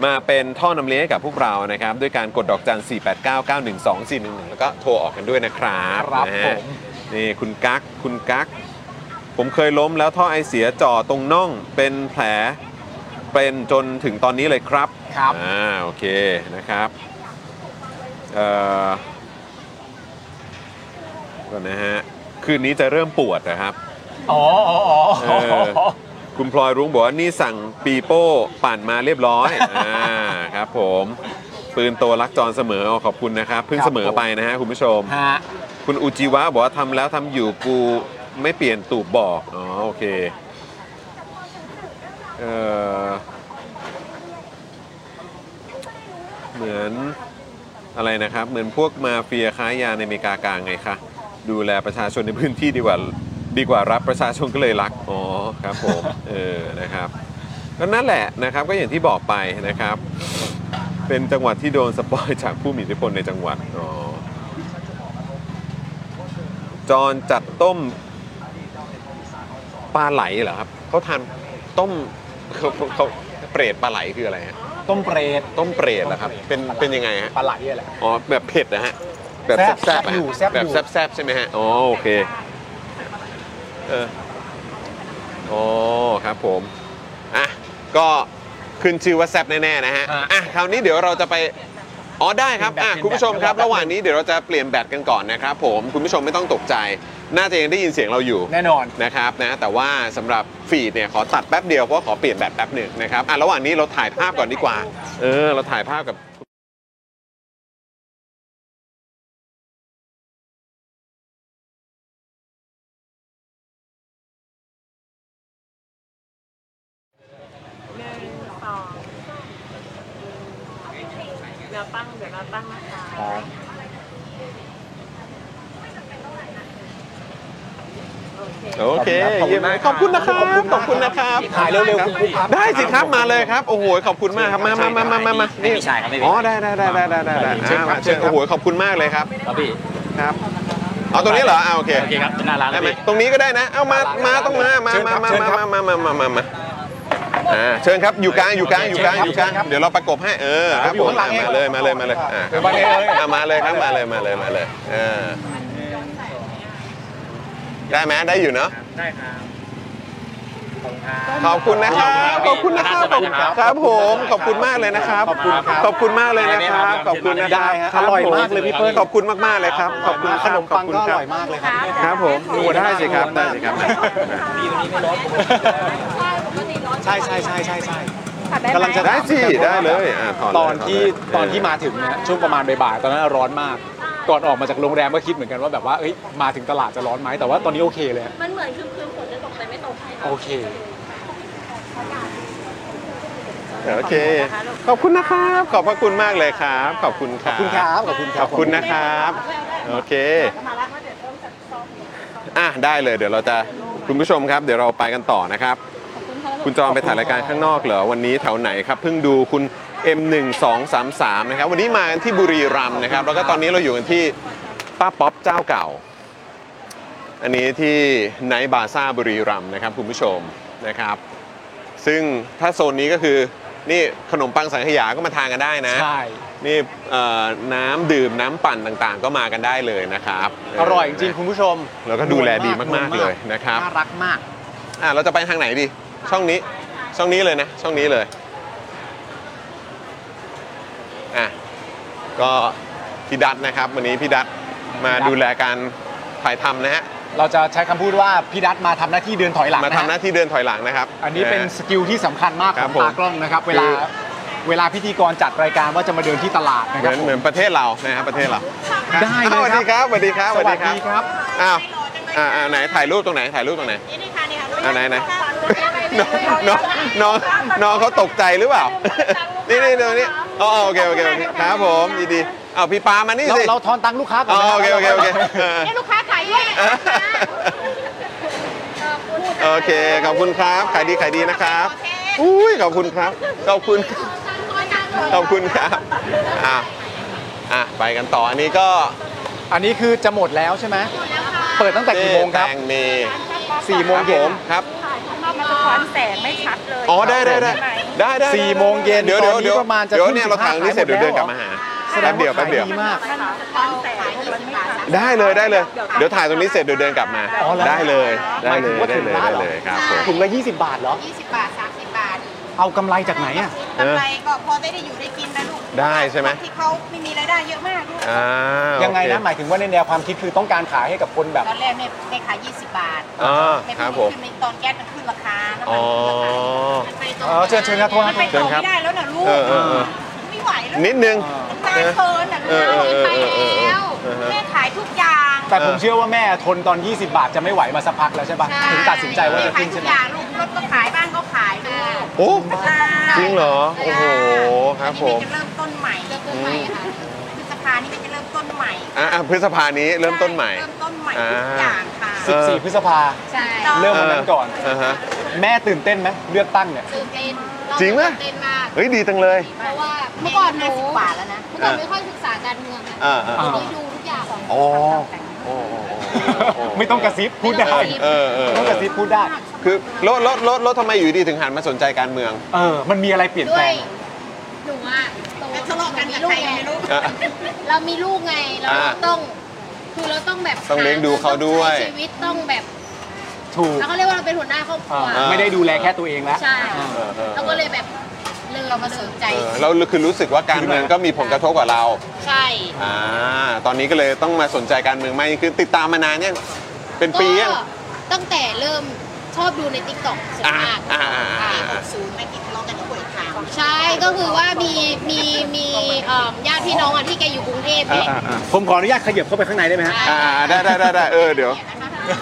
B: มาเป็นท่อนำเลี้ยงให้กับพวกเรานะครับด้วยการกดดอกจัน 4 8 9 9 1 2 4 1 1 แล้วก็โทรออกกันด้วยนะครับ
A: ครับ
B: นะ
A: ผ
B: ฮะ
A: ม
B: นี่คุณกั๊กคุณกั๊กผมเคยล้มแล้วท่อไอเสียจ่อตรงน่องเป็นแผลเป็นจนถึงตอนนี้เลยครับ
A: ครับ
B: อ่าโอเคนะครับเอ่อก่อนนะฮะคืนนี้จะเริ่มปวดนะครับ
A: อ๋ออ๋ออ๋อ
B: เออ คุณพลอยรุ้งบอกว่านี่สั่งปีโป้ปั่นมาเรียบร้อย อ่าครับผม ปืนโตรักจรเสมออ๋อขอบคุณนะครับ เพิ่งเสมอไปนะฮะคุณผู้ชม
A: ฮะ
B: คุณอุจิวะบอกว่าทำแล้วทำอยู่กูไม่เปลี่ยนตูบบอก อ๋อโอเค เออเหมือนอะไรนะครับ เหมือนพวกมาเฟียค้ายาในอเมริกากลางไงคะ ดูแลประชาชนในพื้นที่ดีกว่าดีกว่ารับประชาชนก็เลยรัก อ๋อครับผม เออนะครับก็นั่นแหละนะครับก็อย่างที่บอกไปนะครับ เป็นจังหวัดที่โดนสปอยจากผู้มีอิทธิพลในจังหวัด อ๋อ จอนจัดต้มปลาไหลเหรอครับเขาทานต้ม (laughs) เขาเขาเปรตปลาไหลคืออะไรฮะ
A: ต้มเปรต
B: ต้มเปรตเหรอครับ เป็นเป็นยังไงฮะ
A: ปลาไหลอะไร
B: อ๋อแบบเผ็ดนะฮะแบบ
A: แซ่
B: แซ่
A: บบ
B: ๆอะ
A: อยู่
B: ฮะ
A: แซ่บอยู่
B: แบบแซ่บๆใช่ไหมฮะอ๋อโอเคเอออ๋อครับผมอ่ะก็ขึ้นชื่อว่าแซ่บแน่ๆนะฮะอ่ะคราวนี้เดี๋ยวเราจะไปอ๋อได้ครับอ่ะคุณผู้ชมครับ ระหว่างนี้เดี๋ยวเราจะเปลี่ยนแบตกันก่อนนะครับผมคุณผู้ชมไม่ต้องตกใจ น่าจะยังได้ยินเสียงเราอยู่
A: แน่นอน
B: นะครับนะแต่ว่าสำหรับฟีดเนี่ยขอตัดแป๊บเดียว เพราะว่าขอเปลี่ยนแบบแป๊บหนึ่งนะครับอ่ะระหว่างนี้เราถ่ายภาพก่อนดีกว่า เออ เราถ่ายภาพกับ
D: สองเดี๋ยวตั้ง เดี๋ยวเราตั้งนะคะ
B: โอเค
A: ขอบคุณ
B: เยี่ยมเลย
A: มาก
B: ขอบคุณนะครับ
A: ขอ
B: ขอ
A: บบ คุ
B: คุณ ณ
A: มา
B: นะ
A: ก
B: ครับ
A: ถ่ายเร็วๆคุณครูครับ
B: ได้สิครับมาเลยครับ โอ้โหขอบคุณมากครับมามามามามามานี่
E: ไม่ใช่ครับไม่เป็น
B: อ๋อได้ได้ได้ได้ได้ได้ได้
E: เชิญครับ
B: อ่ะ
E: เชิญครับ
B: โอ้โหขอบคุณมากเลยครับ
E: ครับพี่
B: ครับเอาตรงนี้เหรออ่าโอเค
E: โอเคครับจะหน้าร้านแล้
B: ได้
E: ว
B: ไหม
E: พี่
B: ตรงนี้ก็ได้นะเอามามาต้องมามามามามามามามามามาอ่าเชิญครับอยู่กลางอยู่กลางอยู่กลางอยู่กลาง
A: เชิญครับ
B: เดี๋ยวเราประกบให้เออครับผม
A: อยู่ข้างหลังเอง
B: มาเลยมาเลยมาเลยอ่า
A: เดี๋ยวมาเลย
B: อ่ะมาเลยครับมาเลยมาเลยมาเลยเออได้ไหมได้อยู่เนาะได้ครับขอบคุณนะครับขอบคุณนะครับขอบคุณครับครับผมขอบคุณมากเลยนะครับ
A: ขอบคุณครับ
B: ขอบคุณมากเลยนะครับขอบคุณนะค
A: ได้
B: รับ
A: ฮะ
B: คบ
A: อร่อยมากเลยพี่เปิ้ล
B: ขอบคุณมากๆเลยครับขอบคุณ
A: ขนมปังก็อ
B: คบ
A: ร่อยมากเลยครับ
B: ครับผมโอ้ได้สิครับได้สิครับ
A: ใช่ใช่ใช่ใช่ใช่
F: ตัดได้ไหม
A: กำลังจะ
B: ได้สิได้เลยอ่ะถเลย
A: ตอนที่
B: ถเลย
A: ตอนที่มาถึงนะช่วงประมาณบ่ายๆตอนนั้นร้อนมาก ก่อนออกมาจากโรงแรมก็คิดเหมือนกันว่าแบบว่าเอ้ยมาถึงตลาดจะร้อนไหมแต่ว่าตอนนี้โอเคเลย
D: มันเหมือนคือคือฝนจะตกแต่ไม่ตกใช่ไหม
A: โอเค
B: โอเค ขอบคุณนะครับ ขอบพระคุณมากเลยครับ ขอบคุณครับ
A: ขอบคุณครับขอบคุณครับ
B: ขอบคุณนะครับ โอเค อ่ะ ได้เลย เดี๋ยวเราจะ คุณผู้ชมครับ เดี๋ยวเราไปกันต่อนะครับ คุณจอมไปถ่ายรายการข้างนอกเหรอ วันนี้แถวไหนครับ เพิ่งดูคุณ M1233 นะครับ วันนี้มากันที่บุรีรัมย์นะครับ แล้วก็ตอนนี้เราอยู่กันที่ป้าป๊อปเจ้าเก่า อันนี้ที่ไนท์บาซ่าบุรีรัมย์นะครับคุณผู้ชมนะครับ ซึ่งถ้าโซนนี้ก็คือนี่ขนมปังสังขยาก็มาทานกันได้นะ
A: ใช่
B: นี่เอ่อน้ำดื่มน้ำปั่นต่างๆ ก็มากันได้เลยนะครับ
A: อร่อยจริงๆคุณผู้ชม
B: แล้วก็ดูแลดีมากๆเลยนะครับ
A: น่ารักมาก
B: อ่ะเราจะไปทางไหนดี ช่องนี้ช่องนี้เลยนะ ช่องนี้เลยอ่ะก็พี่ดัตนะครับ วันนี้พี่ดัตมาดูแลการถ่ายทำนะฮะ
A: เราจะใช้คำพูดว่าพี่ดัตมาทำหน้าที่เดินถอยหลัง
B: มา
A: นะ
B: ทำหน้า
A: ฮะ
B: ที่เดินถอยหลังนะครับ
A: อันนี้เป็นสกิลที่สำคัญมาก
B: ค
A: ข
B: รั
A: อบ ง
B: ผม
A: ตากล้องนะครับ เวลา
B: คือ
A: เวลาพิธีกรจัดรายการว่าจะมาเดินที่ตลาดนะ
B: เห
A: ครับ
B: มือนเหมือนประเทศเรานะครับประเทศเรา
A: ได้เล
B: อ้าวย สวัสดีครับสวัสดีครับ
A: สวัสดีครับ
B: อ้าวอ่าอ่าไหนถ่ายรูปตรงไหนถ่ายรูปตรงไหน
D: นี่ค่ะนี่ค่ะ
B: อันไหนไหนน้องน้องน้องน้องเขาตกใจหรือเปล่า นี่นี่ตรงนี้อ๋อโอเคโอเคโอเคครับผมยินดีเอาพี่ปามานี่
A: เรา
B: สิ
A: เราทอนตังค์ลูกค้าก่อ
B: อ๋
A: น
B: อ
A: นะรับ
B: โอเคโอเคโอเคเออ
D: ลูกค้าขายด้วยนะคะ
B: โอเค ขอบคุณครับ ขายดีขายดีนะครับอุ้ยขอบคุณครับ ขอบคุณ ขอบคุณครับ อ่ะ อ่ะ ไปกันต่อ อันนี้ก็
A: อันนี้คือจะหมดแล้วใช่ไหมเปิดตั้งแต่กี่โมงครับ
B: เจ๊แตงเม
A: สี่โม
B: ค
A: งเย็น
B: รับผมครับ
D: มันจะคอนแสงไม่ชัดเลย
B: อ๋อ ได้ได้ได้ได้ได้
A: สี่โมงเย็น
B: เดี๋ยว
A: ต
B: เดี๋
A: อยนี้
B: วนเดี๋ยว
A: ประมาณจะ
B: เดี๋ยว
A: ทุ่ม
B: เนี่ย
A: สิบ
B: เรา
A: ห้า
B: ทางนี้เสร็จเดี๋ยว
A: หมดแล้ว
B: เดินกลับมาหา
A: แสด
B: แป๊
A: งว่า
B: บเดียวแป๊บเดียว
A: ขายมาก
B: ได้เลยได้เลย เดี๋ยวถ่ายตรงนี้เสร็จเดี๋ยวเดินกลับมา
A: อ๋อแล้ว
B: ได้เลยได้เลย
A: หมาย
B: ได้
A: ถึง
B: เลย
A: ว่าถึงร้านเหร
B: ได้
A: อ
B: เลยครับผม
A: ถุงละ20 บาทเหรอ
E: 20 บาท 30 บาท
A: เอากำไรจากไหนอ่ะ
E: กำไรก็พอได้ได้อยู่ได้กินนะลูก
B: ได้ใช่ไหม
E: ที่เขาไม่มีรายได้เยอะมากลูก
B: อ่ายั
A: ยังไงนะ หมายถึงว่าในแนวความคิดคือต้องการขายให้กับคนแบบ
E: ตอนแรกแม่แม่ขาย 20 บาท
B: อ่า
E: แม่
B: ครับ
E: เพิ่ง
B: ผม
E: ขึ้นมาตอนแก๊สมันขึ้นราคาน้ำ
B: อ๋
E: มั
B: อ
E: นขึ้นราคา
A: เออเชิญเชิญครับโทษ
E: มัน
A: ค
E: ไป
A: รับ
E: ต่อ
B: เชิญครับ
E: ไม่ได้แล้วนะลูก
B: เออเออเออ
E: ไม่ไหวแล้ว
B: นิดนึง
E: มันนานเกินนะลูก
B: เออเออ
E: ไป
B: เออเออเออ
E: แล้ว
B: เออเออ
E: แม่ขายทุกอย่าง
A: แต่ผมเชื่อว่าแม่ทนตอน 20 บาทจะไม่ไหวมาสักพักแล้วใช่ปะถึงตัดสินใจว่าจะ
E: ขา
A: ขึ้
E: ย
A: น
E: ทุ
A: ใช่
E: กอ
A: ไหม
E: ย่างลูกรถก็ขายบ้านก็ขายลูก
B: โอ้
E: ใช่
B: จริงเหรอโอ้โหครับผม
E: อันนี้แจะเริ่มต้นใหม่เริ่มต้นใหม่ค่ะพฤษภานี่แม่จะเริ่มต้นใหม่
B: อ่ะอ่ะพฤษภานี้เริ่มต้นใหม่
E: เริ่มต้นใหม่
B: อ่า
E: ทุกอย่างค่ะ
B: เออ
A: 14 พฤษภา
E: ใช่
A: เริ่มวันนั้นก่อน
B: อ่าฮะ
A: แม่ตื่นเต้นไหมเลือกตั้งเนี่ย
E: ตื่นเต้น
B: จริงไหม
E: เต้นมาก
B: เฮ้ยดีจังเลย
E: เพราะว่าเมื่อก่อนหนูกว่าแล้วนะ เมื่อก่อนไม่ค่อยศึกษาการเมืองนะ
B: อ่าอ่า
E: ตอนนี้ดูทุกอย่างของ
B: โอ้โอ้โอ้
A: ไม่ต้องกระซิบพูดได้
B: เออเออ
A: ไม่ต้องกระซิบพูดได้
B: คือรถรถรถรถทำไมอยู่ดีถึงหันมาสนใจการเมือง
A: เออ มันมีอะไรเปลี่ยนแปลง
E: หนูอ่ะโต
D: แล้วทะเลาะกันกับใครกันไม่รู้
B: อ่ะ
E: เรามีลูกไง เรา
B: อ่า
E: ต้อง คือเราต้องแบบ
B: ต้องเลี้ยงดูเขาด้ว
E: ต้อ
B: ย
E: งใช้ชีวิตต้องแบบ
A: ถูก
E: แล้วก็เรียกว่าเราเป็นหัวหน้าครอบค
A: เอ
E: รัว
A: อไม่ได้ดูแลแค่ตัวเองแล้ว
E: ใช่
B: เออเออ
E: เราก็เลยแบบเริ่มมาสนใจ
B: เออเราคือรู้สึกว่าการเมืองก็มีผลกระทบกับเรา
E: ใช่
B: อ่า ตอนนี้ก็เลยต้องมาสนใจการเมืองมากยิ่งขึ้นติดตามมานานยัง เป็นปียัง
E: ก็ตั้งแต่เริ่มชอบดูในติ๊กต็อกส่วนมาก
B: อ่าอ่าอ่าอ่า
E: ศูนย์ไม่ติดล้อกันทุกคนค่ะใช่ก็คือว่ามีมีมีเอิ่มญาติพี่น้องอ่ะที่แกอยู่กรุงเทพเนี่ย
B: อ่าอ่า
A: ผมขออนุญาตขยับเข้าไปข้างในได้ไหมฮะ
B: อ่าอ่าได้ได้ได้ได้เออเดี๋ยว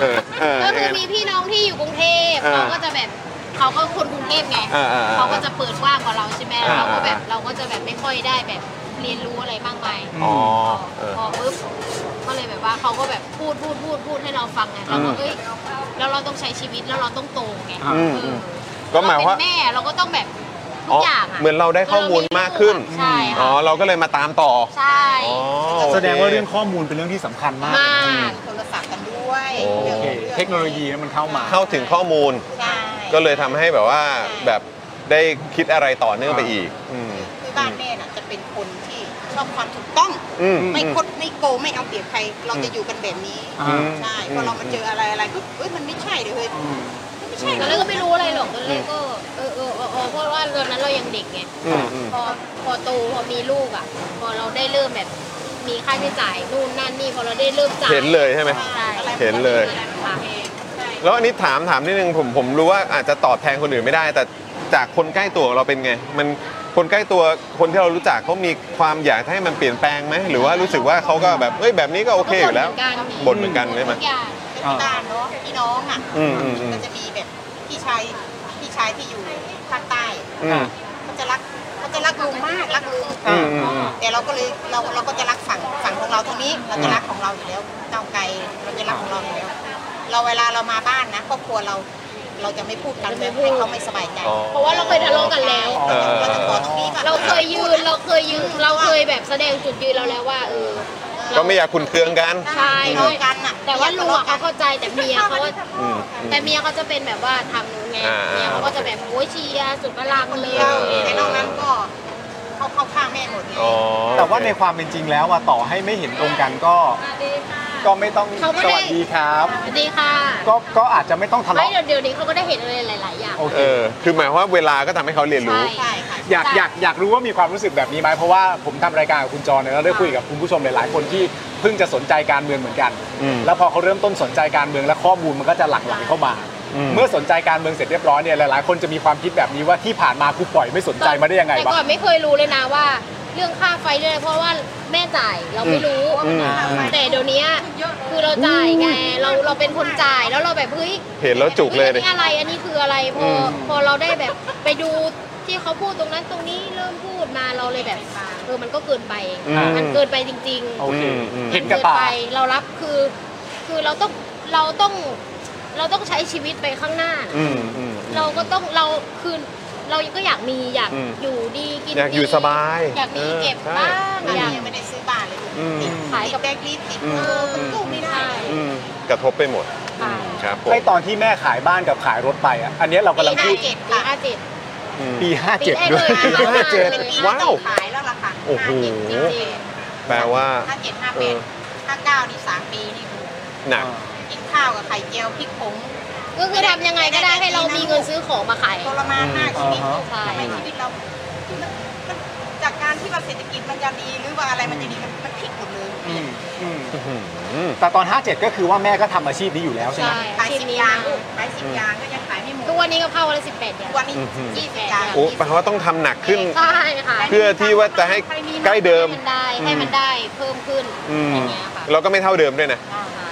B: เออเออ
E: ก็
B: ยั
E: คือ
B: งไงนะ
E: มีพี่น้องที่อยู่กรุงเทพ
B: อ่า
E: เขาก็จะแบบเขาก็คนกรุงเทพไง
B: อ่าอ่าอ่า
E: เขาก็จะเปิดกว่างกว่าเราใช่ไหม
B: อ่า
E: เราก็แบบ
B: อ่า
E: เราก็จะแบบไม่ค่อยได้แบบเรียนรู้อะไรมากมาย
B: อ๋อ
E: พ
B: เออ
E: อปุ๊บก็เลยแบบว่าเขาก็แบบพูดพูดพูดพูดให้เราฟังไงเราก็เอ้ยแล้วเราต้องใช้ชีวิตแล้วเราต้องโตไง
A: อ่า
B: อืม
E: เอ
B: อืม
E: อ
B: ก็หมายว่า
E: เรเป็นแม่เราก็ต้องแบบทุ
B: อ๋อก
E: อย่างะ
B: เหมือนเราได้ข้อมูลมากขึ้น
E: ใช่
B: อ๋อ
E: ค่ะ
B: เราก็เลยมาตามต่อ
E: ใช่
B: อ๋อ
A: แสดงว่าเรื่อง
B: โค
A: ข้อมูลเป็นเรื่องที่สำคัญมาก
E: มาก
F: โทรศัพท์กันด้วย
B: โอ้
A: โอเค เทคโนโลยีเนี่ยมันเข้ามา
B: เข้าถึงข้อมูล
E: ใช่
B: ก็เลยทำให้แบบว่าแบบได้คิดอะไรต่อเนื่องไปอีก อืม
E: คือบ้านแม่น่ะจะเป็นคนที่ชอบความถูกต้อง
B: อืม
E: ไม่คดไม่โกงไม่เอาเปรียบใคร เราจะอยู่กันแบบนี้
A: อ่า
E: ใช่พอเรามาเจออะไรอะไรปุ๊บเอ้ยมันไม่ใช่เลยเฮ้ยไม่ใช่
B: อืม
E: ตอนแรกก็ไม่รู้อะไรหรอกตอนแรกก็เออเออเออเออเพราะว่าตอนนั้นเรายังเด็กไง
B: อืมอืม
E: พอพอโตพอมีลูกอ่ะ พอเราได้เริ่มแบบมีค่าใช้จ่ายนู่นนั่นนี่พอเราได้เริ่มจ่าย
B: เห็นเลยใช่ไหม
E: ใช่
B: เห็นเลย
E: อะไรมันทำเองใช่
B: แล้วอันนี้ถามถามนิดนึงผมผมรู้ว่าอาจจะตอบแทนคนอื่นไม่ได้ แต่จากคนใกล้ตัวเราเป็นไง มันคนใกล้ตัวคนที่เรารู้จักเขามีความอยากให้มันเปลี่ยนแปลงไหมหรือว่ารู้สึกว่าเขาก็แบบเอ้ยแบบนี้ก็โอเคอยู่แล้ว
E: ก็บ่
B: บ่
E: น
B: นเห
E: เหมื
B: มือ
E: อน นกั
B: กัน
E: น
B: ใช่ไหม
E: ทุกอย่าง
A: อ่า
E: บ้านเนาะพี่น้องอ่ะ
B: อืมอืมอืม
E: ก็จะมีแบบพี่ชายพี่ชายที่อยู่ภาคใต้
B: อืม
E: เขาจะรักเขาจะรักลุงมากรักลุง
B: อืมอืมอืม
E: แต่เราก็เลยเราเราก็จะรักฝั่งฝั่งของเราตรงนี้เราจะรักของเราอยู่แล้วเก้าวไกลเราจะรักของเราอยู่แล้วเราเวลาเรามาบ้านนะครอบครัวเราเราจะไม่พูดกันเลยให้เขาไม่สบายใจ
B: อ๋อ
G: เพราะว่าเราเคยทะเลาะกันแล้ว
B: เออ
E: เราจะขอตรงนี้ก่อน
G: เราเคยยืน เราเคยยืน เราเคยแบบแสดงจุดยืนเราแล้วว่าเออ
B: ก็ไม่อยากคุณเคืองกัน
G: ใช่
E: พี่น้องกันน่ะ
G: แต่ว่าลุงอะเขาเข้าใจแต่เมียเขาอะ
B: อืม
G: แต่เมียเขาจะเป็นแบบว่าทำนู้นไง
B: อ่า
G: เมียเขาก็จะแบบโอ้ยเชียร์สุดพลังเลย
E: เออแต่นอกนั้นก็เขาเข้าข้างแม่หมดไง
B: อ๋อ
A: แต่ว่าในความเป็นจริงแล้วอะต่อให้ไม่เห็นตรงกันก็ ก็ไม่ต้อง
G: เขาไม่
A: ส
G: ได้
A: วัสดีครับ
G: สวัสดีค่ะ
A: ก็ก็อาจจะไม่ต้องทะ
G: ไม่
A: เลาะ
G: เดี๋ยวเดี๋ยวนี้เขาก็ได้เห็นอะไรหลาย ๆ อย่าง
A: โอเค
B: เออคือหมายความว่าเวลาก็ทำให้เขาเรียนรู้
G: ใช่
A: อยากอยากอยากรู้ว่ามีความรู้สึกแบบนี้ไหมเพราะว่าผมทำรายการกับคุณจรเนี่ยแล้วได้คุยกับคุณผู้ชมหลายๆคนที่เพิ่งจะสนใจการเมืองเหมือนกัน
B: อืม
A: แล้วพอเขาเริ่มต้นสนใจการเมืองและข้อมูลมันก็จะหลั่งไหลเข้ามา
B: อืม
A: เมื่อสนใจการเมืองเสร็จเรียบร้อยเนี่ยหลายๆ คนจะมีความคิดแบบนี้ว่าที่ผ่านมากูปล่อยไม่สนใจมาได้ยังไง
G: แต่
A: วะ
G: ก่อนไม่เคยรู้เลยนะว่า เรื่องค่าไฟด้วยเพราะว่าแม่จ่ายเราไม่รู้
B: อืมอืม
G: แต่เดี๋ยวนี้คือเราจ่ายไงเราเราเป็นคนจ่ายแล้วเราแบบเฮ้ย
B: เห็นแล้วจุกเลย
G: อัน
B: ดิ
G: นี้อะไร อันนี้คืออะไร พ
B: อื
G: อ
B: ม
G: พอเราได้แบบไปดูที่เขาพูดตรงนั้นตรงนี้เริ่มพูดมาเราเลยแบบเออมันก็เกินไป
B: อืม
G: มันเกินไปจริง
A: โอเค
B: อืมอืม
G: ๆ
A: เห็นกระ
G: มั
A: ตา
G: ไปเรารับคือ คือเราต้อง เราต้อง
E: เราต้องใช้ชีวิตไปข้างหน้า
B: อืมอืม
E: เราก็ต้องเราคือเราก็อยากมีอยาก
B: อืม
E: อยู่ดีกิน
B: อยากอยู่
E: ดี
B: สบาย
E: อยากมีเก็บบ้าง
F: บ้าน
E: อยาก
F: นี้ยังไม่ได้ซื้อบ้านเลย
B: อืม
E: ขาย
F: ติ
E: กั
F: ด
E: บ
F: แบงค์ลิสติด
B: อื
F: เอ
B: ม
F: อมันสู้ไม่ได้
B: อืมกระทบไปหมด
E: ค่ะ
B: ครับผม
A: ไอตอนที่แม่ขายบ้านกับขายรถไปอ่ะอันเนี้ยเรากำลังพูด
F: ปี
E: ปีห้าเจ็ด
A: ปี 57 ด้วย
E: ปีแรกเลย
A: ปีห้าเจ็ด
F: เป็นปี
B: ว้าว
F: ที่ขายแล้วล่ะค่ะ
B: โอ้โห
F: าเจ็ดจริง
B: แปลว่า
F: ๆห้าเจ็ดห้า
B: เอ
F: แปด
B: อ
F: ห้าเก้านี่สามปีนี่
B: หนัก
F: กินข้าวกับไข่เจียวพริกผง
E: ก็คือทำยังไงก็ได้ให้เรามีเงินซื้อของมาขาย
F: ทรมานมากชีวิต
A: อ่าฮะ
F: ทำไมชีวิตเรามันมันจากการที่ว่าเศรษฐกิจมันจะดีหรือว่าอะไรมันจะดีมันมันพลิกหมดเลย
A: อืมอืม
B: อื้อหือ
A: แต่ตอน 57 ก็คือว่าแม่ก็ทำอาชีพนี้อยู่แล้วใช่ไหม
E: ใช่
F: ขาย
E: ที
F: สิบ
E: นี้
F: อยาง
E: นะ
F: ขายสิบอยางก็ยังขายไม่หมด
E: ทุกวันนี้ก็เข้าวันละสิบแปดเดือน
F: วันนี้
B: อื้อหือ
F: ยี่สิบอยาง
B: โอ้แปลว่าต้องทำหนักขึ้น
E: ใช่ค่ะ
B: เพื่อที่ว่าจะให้ใกล้เดิม
E: ให้มันได้ให้มันได้เพิ่มขึ้น
B: อืม
E: อย่างเงี้ยค่ะ
B: แล้วก็ไม่เท่าเดิมด้วยนะ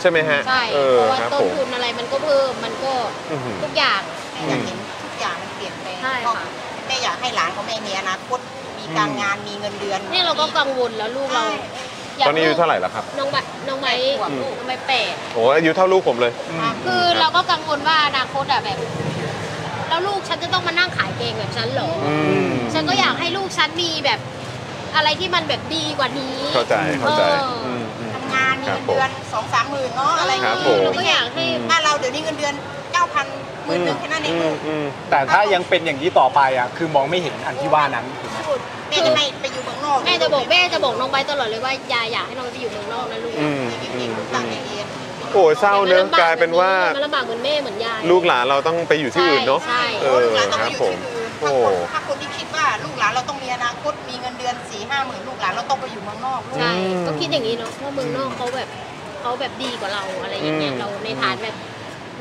B: ใช่ไหมฮะ
E: ใช่
B: เอ
E: เพ
B: อ
E: ราะว่า
B: ครับ
E: ต้
B: ผ
E: น
B: ม
E: ทุนอะไรมันก็เพิ่มมันก็
B: อื้อหือ
E: ทุกอย่าง
F: แม่อยากเห็นทุกอย่างมันเปลี่ยนแปลง
E: ใช่
F: ก็
E: ค่ะ
F: แม่อยากให้หลานของแม่มีอนาคต มีการงาน มีเงินเดือน
E: นี่เราก็กังวลแล้วลูกเรา
F: ใช่
B: ตอนนี้อายุเท่าไหร่แล้วครับ
E: น้องใบน้องไม้น้องไม้แปด
B: โอ้อายุเท่าลูกผมเลย
E: คือเราก็กังวลว่าอนาคตอะแบบ แล้วลูกฉันจะต้องมานั่งขายเกงแบบฉันเหรออ
B: อืม
E: ฉันก็อยากให้ลูกฉันมีแบบ อะไรที่มันแบบดีกว่านี้
B: เข้าใจเข้าใจ
E: เอออื
B: มอืม
F: ทำงาน มี
B: ครั
F: เงิ
B: บ
F: น
B: ผม
F: เดือนสองสามหมื่นเนาะ อะไร
B: ค
F: เงี้
B: รั
F: ย
B: บผม
E: เราก็อยากให้
F: ถ้านเราเดี๋ยวนี้เงินเดือนเก้าพันหมื่นหนึ่งแค่นั้นเอง
B: อื
F: ลู
B: ม
F: ก
B: อืม
A: แต่ถ้ายังเป็นอย่างนี้ต่อไปอ่ะคือมองไม่เห็นอันที่ว่านั้นถูกไหม
F: แม่จะให้ไปอยู่เมืองนอก
E: แม่จะบอกแม่จะบอกน้องไบร์ทตลอดเลยว่าอย่าอยากให้น้องไปอยู่เมืองนอกนะลูก
B: อืม
F: จริงๆลูกต่างแดนเรียน
B: โอ้เศร้าเนอะกลายเป็นว่า
E: มันลำบากเหมือนแม่เหมือนยาย
B: ลูกหลานเราต้องไปอยู่ที่อื่นเนาะ
E: ใช่
B: เอ
F: ลู
B: อก
F: หลานต้อง
B: ค
F: ไป
B: รับ
F: อยู่
B: ผ
F: ที่
B: ม
F: อื่น
B: โอ้
F: ถ้าคนถ้าคนที่คิดว่าลูกหลานเราต้องมีอนาคต มีเงินเดือนสี่ห้าหมื่นลูกหลานเราต้องไปอยู่เมืองนอกลูก
E: ใช่ก็คิดอย่างนี้เนาะเพราะเมืองนอกเขาแบบเขาแบบดีกว่าเราอะไรอย่างเงี้ย
B: อืม
E: เราในฐานแบบ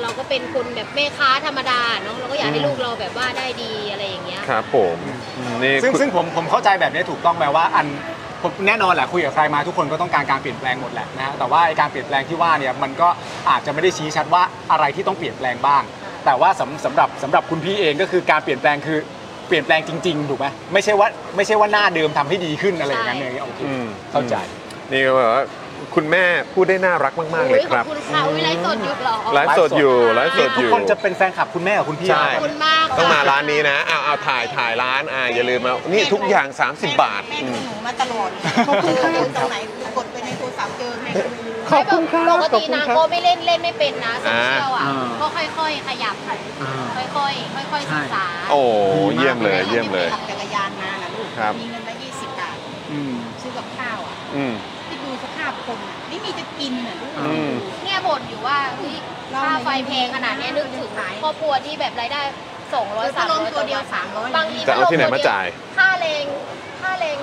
E: เราก็เป็นคนแบบแม่ค้าธรรมดาเนาะเราก็อยากให้ลูกเราแบบว่าได้ดีอะไรอย่างเงี้ย
B: ครับผมอืมนี่
A: ซึ่ง
B: คุณ
A: ซึ่งผมผมเข้าใจแบบนี้ถูกต้องไหมว่าอันผมแน่นอนแหละคุยกับใครมาทุกคนก็ต้องการการเปลี่ยนแปลงหมดแหละนะฮะแต่ว่าไอ้การเปลี่ยนแปลงที่ว่าเนี่ยมันก็อาจจะไม่ได้ชี้ชัดว่าอะไรที่ต้องเปลี่ยนแปลงบ้าง แต่ว่าสำสำหรับสำหรับคุณพี่เองก็คือการเปลี่ยนแปลงคือเปลี่ยนแปลงจริงๆถูกไหมไม่ใช่ว่าไม่ใช่ว่าหน้าเดิมทำให้ดีขึ้นอะไรอย่างนั้นเลยโอเค
B: อืม
A: เข้าใจ
B: นี่ก็แบบว่าคุณแม่พูดได้น่ารักมาก ๆ เลย
E: อุ๊ย
B: ครับ
E: ขอบคุณค่ะอุ๊ยไลฟ์สดอยู่เหรอ
B: ไลฟ์สดอยู่ไลฟ์สด
A: ทุ
B: อก ยู่
A: คนจะเป็นแฟนคลับคุณแม่กับคุณพี่
B: ใช่
E: ขอบคุณมาก
B: ต้องมา
E: ค่ะ
B: ร้านนี้นะเอาเอาถ่ายถ่ายร้านอ่าอย่าลืมมานี่ทุกอย่าง 30 บาท
F: แม่
B: อื
F: ดู
B: ม
F: หนูมาตลอด
B: ขอบคุณครับ
F: เจอตรงไหนคือกดไปในโทรศัพท์เจอแม่ก็ไม่รู้
E: ปกตินางก็ไม่เล่นเล่นไม่เป็นนะโซ
B: อ่า
E: เชียลอ่ะก็ค่อยๆขยับค่อยๆค่อยๆศึกษา
B: โอ้เยี่ยมเลยเยี่ยมเลย
F: ขับจักรยานมานะลูก
B: ครับ
F: มีเงินมา20 บาท
A: อืม
F: ซื้อกับข้าวอ่ะ
B: อืม
F: ที่ดูสภาพคนอ่ะไม่มีจะกินอ่ะลูก
B: อืม
E: เนี่ยบ่นอยู่ว่าเฮ้ยค่าไฟแพงขนาดเนี้ยนึกถึงครอบครัวที่แบบรายได้ 200
F: พัดลม
E: 300
F: ตัวเดียว300
E: บางที
B: จะเอาที่ไหนมาจ่าย
E: ค่าแรงค่าแรง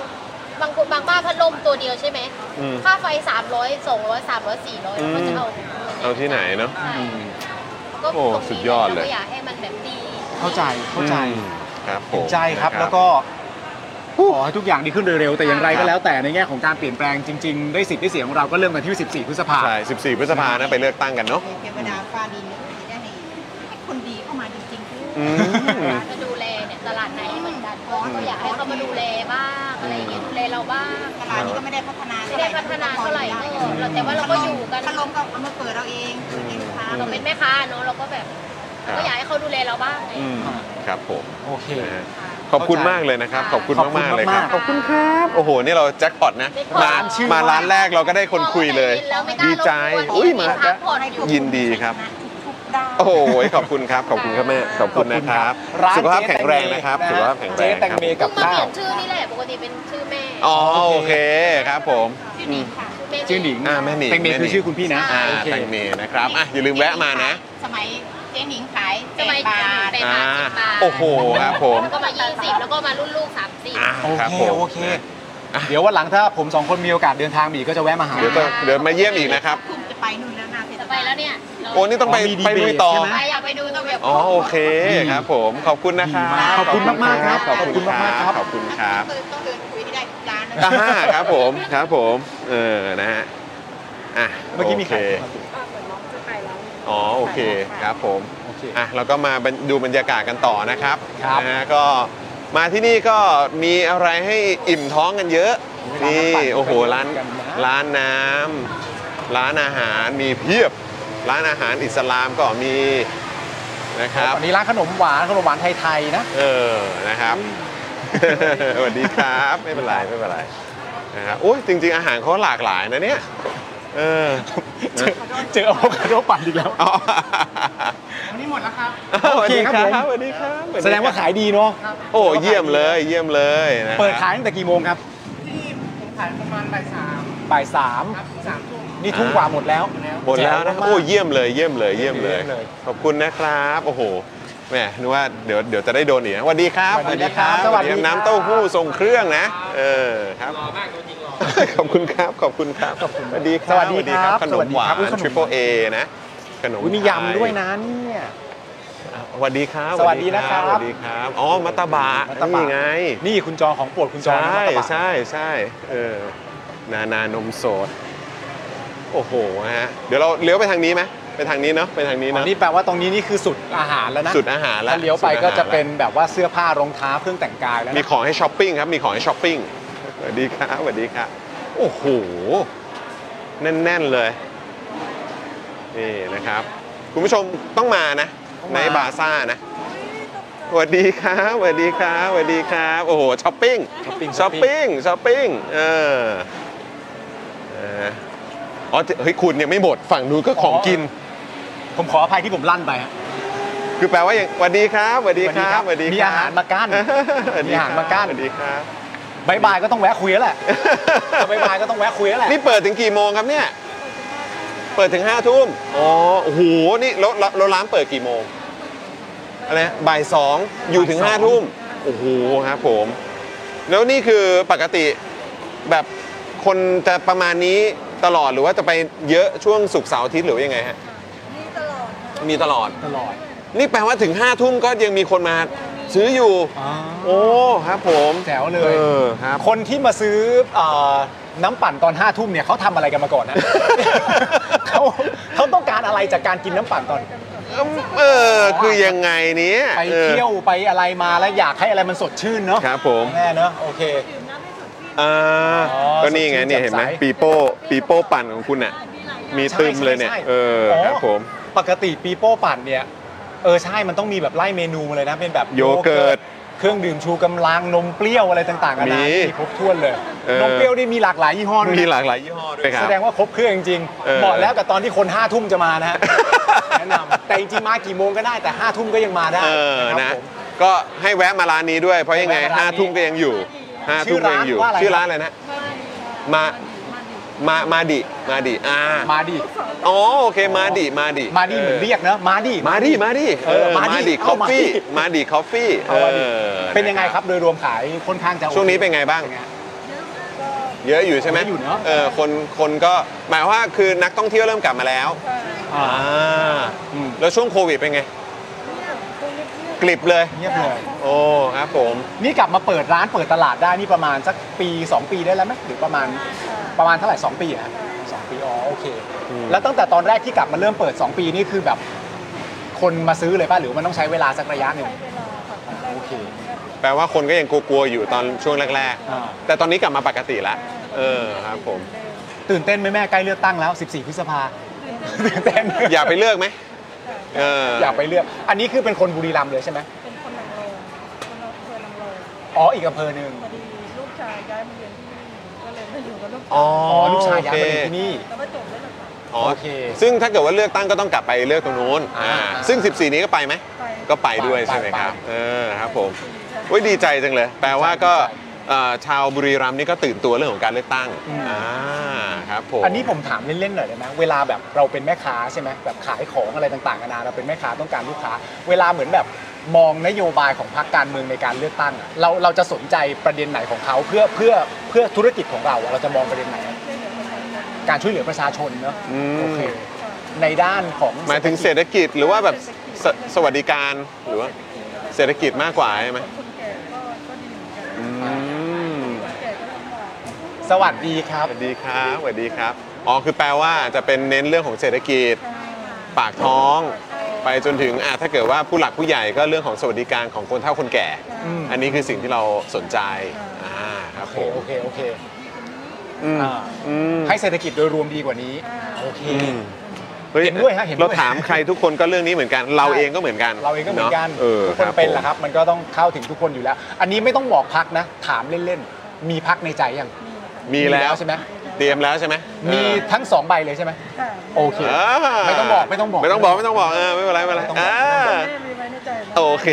E: บางคนบางบ้านพัดลมตัวเดียวใช่ไหม
B: อืม
E: ค่าไฟ 300 200 300 400แล้วก็จะเอา
B: เอาที่ไหนเนาะ
E: ใช่
B: โอ้สุดยอดเลย
E: ก็อยากให้มันแบบดี
A: เข้าใจเข้าใจ
B: อืมครับผ
A: เห็
B: ม
A: นใจครับ
B: นะ
A: แล้วก็ขอให้ทุกอย่างดีขึ้นเร็วๆ แต่อย่างไร
B: ครั
A: ก็
B: บ
A: แล้วแต่ในแง่ของการเปลี่ยนแปลงจริงๆ ได้สิทธิ์ได้เสียงของเราก็เริ่มกันที่ 14 พฤษภา
B: ใช่ 14 พฤษภานะไปเลือกตั้งกันเนาะ
F: เทวดาฟ้าดินเนี่ยไม่ได้ให้ให้คนดีเข้ามาจริงๆลูก
B: อืม
E: ร้านก็ดูแลเนี่ยตลาดไหนเหมือนกันเพราะว่าก็อยากให้เขามาดูแลบ้างอะไรอย่างเงี้ยดูแลเราบ้าง
F: ตลาดนี้ก็ไม่ได้พัฒนา
E: ไม่ได้พัฒนาเท่าไหร่ก็แต่ว่าเราก็อยู่กัน
F: พัดลมก็เอามาเปิดเราเองเปิดให้ลูกค้า
E: เราเป็นแม่ค้าเนาะเราก็แบบ
B: ครับ
E: ก็อยากให้เขาดูแลเราบ้างไง
B: อืมครับผม
A: โอเค
B: นะฮะขอบคุณมากเลยนะครับ ขอบคุณ
A: ขอบคุณ
B: มากๆเลยครับ
A: มาก
B: ขอบคุณครับ โอ้โห นี่เราแจ็คพอตนะ
E: แจ็คพอต
B: มามาร้านแรกเราก็ได้คนคุยเลย
E: แล้วไม่กล้า
B: ดี
E: รบ
B: ใจ
E: กวน
B: อุ้ยมา
E: พั
B: จ้ะ
E: กผ่อนอยู่
B: ยินดีครับ
F: ทุกๆด้าน
B: โอ้โห ขอบคุณครับ ขอบคุณครับแม่ ขอบคุณนะครับ สุขภาพแข็งแรงนะครับ สุขภาพแข็งแรง
A: เจ๊แตง
B: ครับ
A: เมกับ
E: เพิ่งมาเป
A: ข้า
E: ลี่
A: วย
E: นชื่อนี่แหละปกติเป็นชื่อแม่
B: อ๋อโอเคครับผมอืม
E: ชื่อแม่
A: ชื่อหนิง
B: อ่าแม่หนี
A: แตงเมคือชื่อคุณพี่นะ
B: อ่า
A: โอเค
B: แตงเมนะครับอ่ะอย่าลืมแวะมานะ
F: สมัยเจ๊หนิงขาย
E: สมัย
F: แปด
E: ก่อน
F: บาท
E: เป็น
B: อ่า
E: ห้าสิบบาท
B: โอ้โหครับผม
E: แล้วก็มายี่สิบแล้วก็มารุ่นลูกสามสิบ
B: อ่า
A: โอ
B: รับ
A: เค
B: ผม
A: โอเค
B: นะ อ่ะ
A: เดี๋ยววันหลังถ้าผมสองคนมีโอกาสเดินทางมาอีกก็จะแวะมาหา
B: เดี๋ยวจะเดี๋ยวมาเยี่ยมอีกนะครับ
F: ทุ่มจะไปนู่นแล้วนะเทศ
E: จะ
F: บา
E: ไปแล้วเนี่ยเรา
B: โอ้นี่ต้องไป
A: อ๋อมีดี
B: ไป
A: เบต
B: ลุยต่อ
A: ใช่ไหม
E: ไปอยากไปดูต้องแบบ
B: อ๋อโอเคครับผมขอบคุณนะครับ
A: ดีมากขอบคุณมากๆครับ
B: ขอบคุณ
A: ข
B: ค
A: อบคุณมา
B: รั
A: กๆครับ บ
B: ขอบคุณครับ
F: ต้องเดินคุยให้ได้ทุกร้านนะ
B: อ่าฮะครับผมครับผมเออนะฮะอ่ะ
A: เมื่อกี้มีใคร
B: โอเคอ๋อโอเคครับผม
A: โอเค
B: อ่ะเราก็มาบรรดูบรรยากาศกันต่อนะครับ
A: ครับ
B: นะฮะก็มาที่นี่ก็มีอะไรให้อิ่มท้องกันเยอะนี่โอ้โหร้านร้านน้ำร้านอาหารมีเพียบ ร้านอาหารอิสลามก็มีนะครับ
A: วันนี้ร้านขนมหวานขนมหวานไทยๆนะ
B: เออ นะครับ (laughs) สวัสดีครับ ไม่เป็นไร ไม่เป็นไร นะครับโอ้ยจริง ๆ อาหารเขาหลากหลายนะเนี่ย เออ
A: เจอเอาคาโดปั่นอีกแล้ว
B: อ๋อ
D: วันนี้หมดแล้วครับ
B: ส
A: โอ
B: วัส
A: เค
B: ดี
A: ครับ
B: ครั
A: ผม
B: บสวัสดีครับสสดีครับ
A: แสดงว่าขายดีเนาะ
B: โอ้ เยี่ยมเลย เยี่ยมเลยนะครับ
A: เปิดขายตั้งแต่กี่โมงครับ
D: ที่ผมขายประมาณบ่ายสาม
A: บ่ายสาม
D: ครับถึงสามทุ่ม
A: นี่ทุ่มกว่าหมดแล้ว
B: หมดแล้วนะครับ โอ้ เยี่ยมเลย เยี่ยมเลย เยี่ยมเลย
A: เยี่ยมเลย
B: ขอบคุณนะครับ โอ้โห แหม นึกว่าเดี๋ยว เดี๋ยวจะได้โดนอีกนะสวัสดีครับ
A: สวั
B: สวั
A: ส
B: ส
A: ดี
B: ดี
A: ครับ
B: น้ำเต้าหู้ทรงเครื่องนะ เออ ครับ ขอบคุณครับ ขอบคุณครับ สวัสดีค
A: ส
B: รับ
A: วัสดีครับ
B: ขนมหวา
A: สวัสดีครับ
B: น
A: อุ๊ยขนมหวาน
B: ทริปเปิลเอนะ ขนม
A: อุ๊ยมี
B: ไท
A: ยำด้วยนะเนี่ย
B: สวัสดีครับ
A: สวัสดีนะครับ
B: สวัสดีครับ อ๋อ มัตตบะ
A: มัตตบะ
B: นี่ไง
A: นี่คุณจอของโปรดคุณจอ
B: ใช่
A: นะครับ
B: ใช่ใช่เออ นานานมสด โอ้โหฮะ เดี๋ยวเราเลี้ยวไปทางนี้ไหมไปทางนี้เนาะ ไปทางนี้
A: อั
B: เนาะ
A: นนี้แปลว่าตรงนี้นี่คือสุดอาหารแล้วนะ
B: สุดอาหารแล้ว
A: ถ้าเลี้ยวไป
B: สุดอาหาร
A: ก็จะ
B: แ
A: เป็นแบบว่าเสื้อผ้ารองเท้าเครื่องแต่งกายแล้วนะ
B: มีของให้ช้อปปิ้งครับ มีของให้ช้อปปิ้ง สวัสดีครับ สวัสดีครับ โอ้โห แน่น ๆ เลย นี่นะครับ คุณผู้ชมต้องมานะ ในบาซ่านะ สวัสดีครับสวัสดีครับสวัสดีครับ โอ้โห ช้อปปิ้ง ช้อปปิ้ง ช้อปปิ้ง เออเอออ๋อ เฮ้ย คุณยังไม่หมด ฝั่งนู้นก็ของกิน
A: ผมขออภัยที่ผมลั่นไปฮะ
B: คือแปลว่าอย่างสวัสดีครับสวัสดีครับสวัสดีคบ
A: มีอาหารมากั้น
B: สวัสดี
A: มี
B: คบ
A: อาหารมากั้น
B: สวัสดีครับ
A: บายบายก็ต้องแวะคุยแล้วแห
B: (laughs)
A: ละบายบายก็ต้องแวะคุยแล้วแหละ
B: นี่เปิดถึงกี่โมงครับเนี่ย เปิดถึงห้าทุ่มอ๋อ โอ้โห นี่แล้วแล้วแล้วร้านเปิดกี่โมง อะไรนะบ่ายสองอยู่ถึง
A: บ่ายสอง
B: ห้าทุ่มโอ้โหครับผม แล้วนี่คือปกติแบบคนจะประมาณนี้ตลอดหรือว่าจะไปเยอะช่วงศุกร์เสาร์อาทิตย์หรือว่ายังไงฮะ มีตลอด มี
A: ต
B: ตลอด
A: ลอด
B: นี่แปลว่าถึงห้าทุ่มก็ยังมีคนมาซื้ออยู่ โอ้ครับผม
A: แจ๋วเล
B: เอย อครับ
A: คนที่มาซื้อเอ่อน้ำปั่นตอนห้าทุ่มเนี่ยเขาทำอะไรกันมาก่อนนะ
B: (laughs)
A: เขาเขาต้องการอะไรจากการกินน้ำปั่นตอน
B: เออ คือยังไงเนี้ย
A: ไป
B: ออ
A: เที่ยวไปอะไรมาแล้วอยากให้อะไรมันสดชื่นเนาะ
B: ครับผม
A: แน่เนอะโอเค
B: อ่า
A: อ๋อ
B: ก็นี่ไง
A: สดชื่น
B: เนี่ยเห็นไหม
A: แจ่มใส
B: ปีโป้ปีโป้ปั่นของคุณน่ะ มีตึมเลยเนี่ย
A: ใช่ใช่
B: เออครับผม
A: ปกติปีโป้ปั่นเนี่ย เออใช่มันต้องมีแบบไล่เมนูมาเลยนะเป็นแบบ
B: โยเกิร์ต
A: เครื่องดื่มชูกำลังนมเปรี้ยวอะไรต่างๆกันา
B: มี
A: นะมีครบถ้วนเลย
B: เออ
A: นมเปรี้ยวนี่มีหลากหลายยี่ห้อด้วยนะ
B: มีหลากหลายยี่ห้อด้วยครั
A: แส
B: บ
A: ดงว่าครบเครื่องจริง
B: เอ
A: ๆ
B: อ
A: เหมาะแล้วกับตอนที่คน5้าทุ่มจะมานะ
B: (laughs)
A: ฮะ แนะนำแต่จริงๆมากี่โมงก็ได้แต่5้าทุ่มก็ยังมาได้
B: เออ
A: นะครับ
B: นะ
A: ผม
B: ก็ให้แวะมาร้านนี้ด้วย เพราะยังไง
A: ให้แวะมาร้าน
B: ห้าทุ่มก็ยังอยู่ห้า
A: ชื่
B: ทุ่
A: อ
B: มก็ยังอยู่
A: ร้านว่าอะไร
B: ชื่อร้านอะไรนะ มา มา มาดิ มาดิ อ่า
A: มาดิ
B: อ๋อโอเค มาดิ มาดิ
A: มาดิเหมือนเรียกเนอะมาดิ
B: มาดิ มาดิ
A: เออมาดิ
B: มาดิคอฟ
A: เอามาดิ
B: ฟี่มาดิคอฟฟี่ เออ
A: เป็นยังไงครับโดยรวมขายค่อนข้างจะโอค
B: ช่วงนี้เป็นไงบ้าง เยอะอยู่ใช่ไหม
A: เยอะอยู่เนอะ
B: เออคนคนก็หมายว่าคือนักท่องเที่ยวเริ่มกลับมาแล้ว
A: อ่า
B: อ่า
A: อืม
B: แล้วช่วงโควิดเป็นไงกลิบเลย
A: เงียบเลย
B: โอ้ครับผม
A: นี่กลับมาเปิดร้านเปิดตลาดได้นี่ประมาณสักปี 2 ปีได้แล้วไหมหรือประมาณประมาณเท่าไหร่ 2 ปีอะสองปีอ๋อโอเค แล้วตั้งแต่ตอนแรกที่กลับมาเริ่มเปิด 2 ปีนี่คือแบบ คนมาซื้อเลยป่ะหรือมันต้องใช้เวลาสักระยะหนึ่งอ่าโอเค
B: แปลว่าคนก็ยังกลัวๆอยู่ตอนช่วงแรก
A: อ่า
B: ๆ แต่ตอนนี้กลับมาปกติละเออครับผม
A: ตื่นเต้นไหมแม่ใกล้เลือกตั้งแล้ว 14 พฤษภาตื่นเต้น
B: อยากไปเลือกไหมเอออย
A: อากไปเลือก อันนี้คือเป็นคนบุรีรัมย์เลยใช่ไหม
D: เป็นคนนางโลงคนอำเภอนางโลง
A: อ๋ออีกอำเภอหนึ่ง
D: พอดีลูกชายย้ายมาเรียนที่นี่ก็เลยมาอยู่กับลูก
B: อ๋อ
A: อ๋อลูกชายย้ายมาเรียนที่นี่
D: แล้วก็จบแล้วเหรอคะ
B: โอ
A: โอ
B: เค
A: เค
B: ซึ่งถ้าเกิดว่าเลือกตั้งก็ต้องกลับไปเลือกตรงนู้น
A: อ่า
B: อ่าซึ่ง 14 นี้ก็ไปไหม
D: ไป
B: ก็ไปด้วย
A: ไป
B: ใช่ไหมครับ
A: ไป
B: เออครับผมโอ้ยดีใจจังเลย แปลว่าก็
A: ดีใจ
B: เอ่อชาวบุรีรัมย์นี่ก็ตื่นตัวเรื่องของการเลือกตั้ง อ่าครับผม
A: อันนี้ผมถามเล่นๆหน่อยได้ไหมเวลาแบบเราเป็นแม่ค้าใช่ไหมแบบขายของอะไรต่างๆนานาเราเป็นแม่ค้าต้องการลูกค้า เวลาเหมือนแบบมองนโยบายของพรรคการเมืองในการเลือกตั้งอะเราเราจะสนใจประเด็นไหนของเขาเพื่อเพื่อเพื่อธุรกิจของเราอะเราจะมองประเด็นไหนอะการช่วยเหลือประชาชนเนอะ
B: อืม
A: โอเคในด้านของ
B: หมายถึงเศรษฐกิจหรือว่าแบบสสวัสดิการหรือว่าเศรษฐกิจมากกว่าใช่ไหมอืม
A: สวัสดีครับ
B: สวัสดีครับสวัสดีครับ อ๋อคือแปลว่าจะเป็นเน้นเรื่องของเศรษฐกิจ ปากท้อง ไปจนถึงอ่ะถ้าเกิดว่าผู้หลักผู้ใหญ่ก็เรื่องของสวัสดิการของคนเฒ่าคนแก่
A: อืม
B: อันนี้คือสิ่งที่เราสนใจอ่าครับผม
A: โอเคโอเค
B: อืม
A: อ่า
B: อืม
A: ให้เศรษฐกิจโดยรวมดีกว่านี้โอเค
B: อืม ฮ้ย
A: เห็นด้วยฮะเห็นด้วย
B: เราถามใครทุกคนก็เรื่องนี้เหมือนกัน เราเองก็เหมือนกัน
A: เราเองก็เหมือนกัน
B: เออ
A: ทุกคน
B: บ
A: เป็นแห
B: ผม
A: ละครับ มันก็ต้องเข้าถึงทุกคนอยู่แล้ว อันนี้ไม่ต้องบอกพักนะ ถามเล่นๆ มีพักในใจยัง
B: มีแล้ว
A: ใช่ไหม
B: เตรียมแล้วใช่ไหม
A: มีทั้งสองใบเลยใช่ไหม
D: ค่ะ
A: โอเค
B: เอ
A: ไม่ต้องบอกไม่ต้องบอก
B: ไม่ต้องบอกไม่ต้องบอกเออไม่เป็นไรไม่เป็นไร
A: ไม่ต้องบอก
B: อ่า
D: แม่มีไว้ในใจนะ
B: โอเค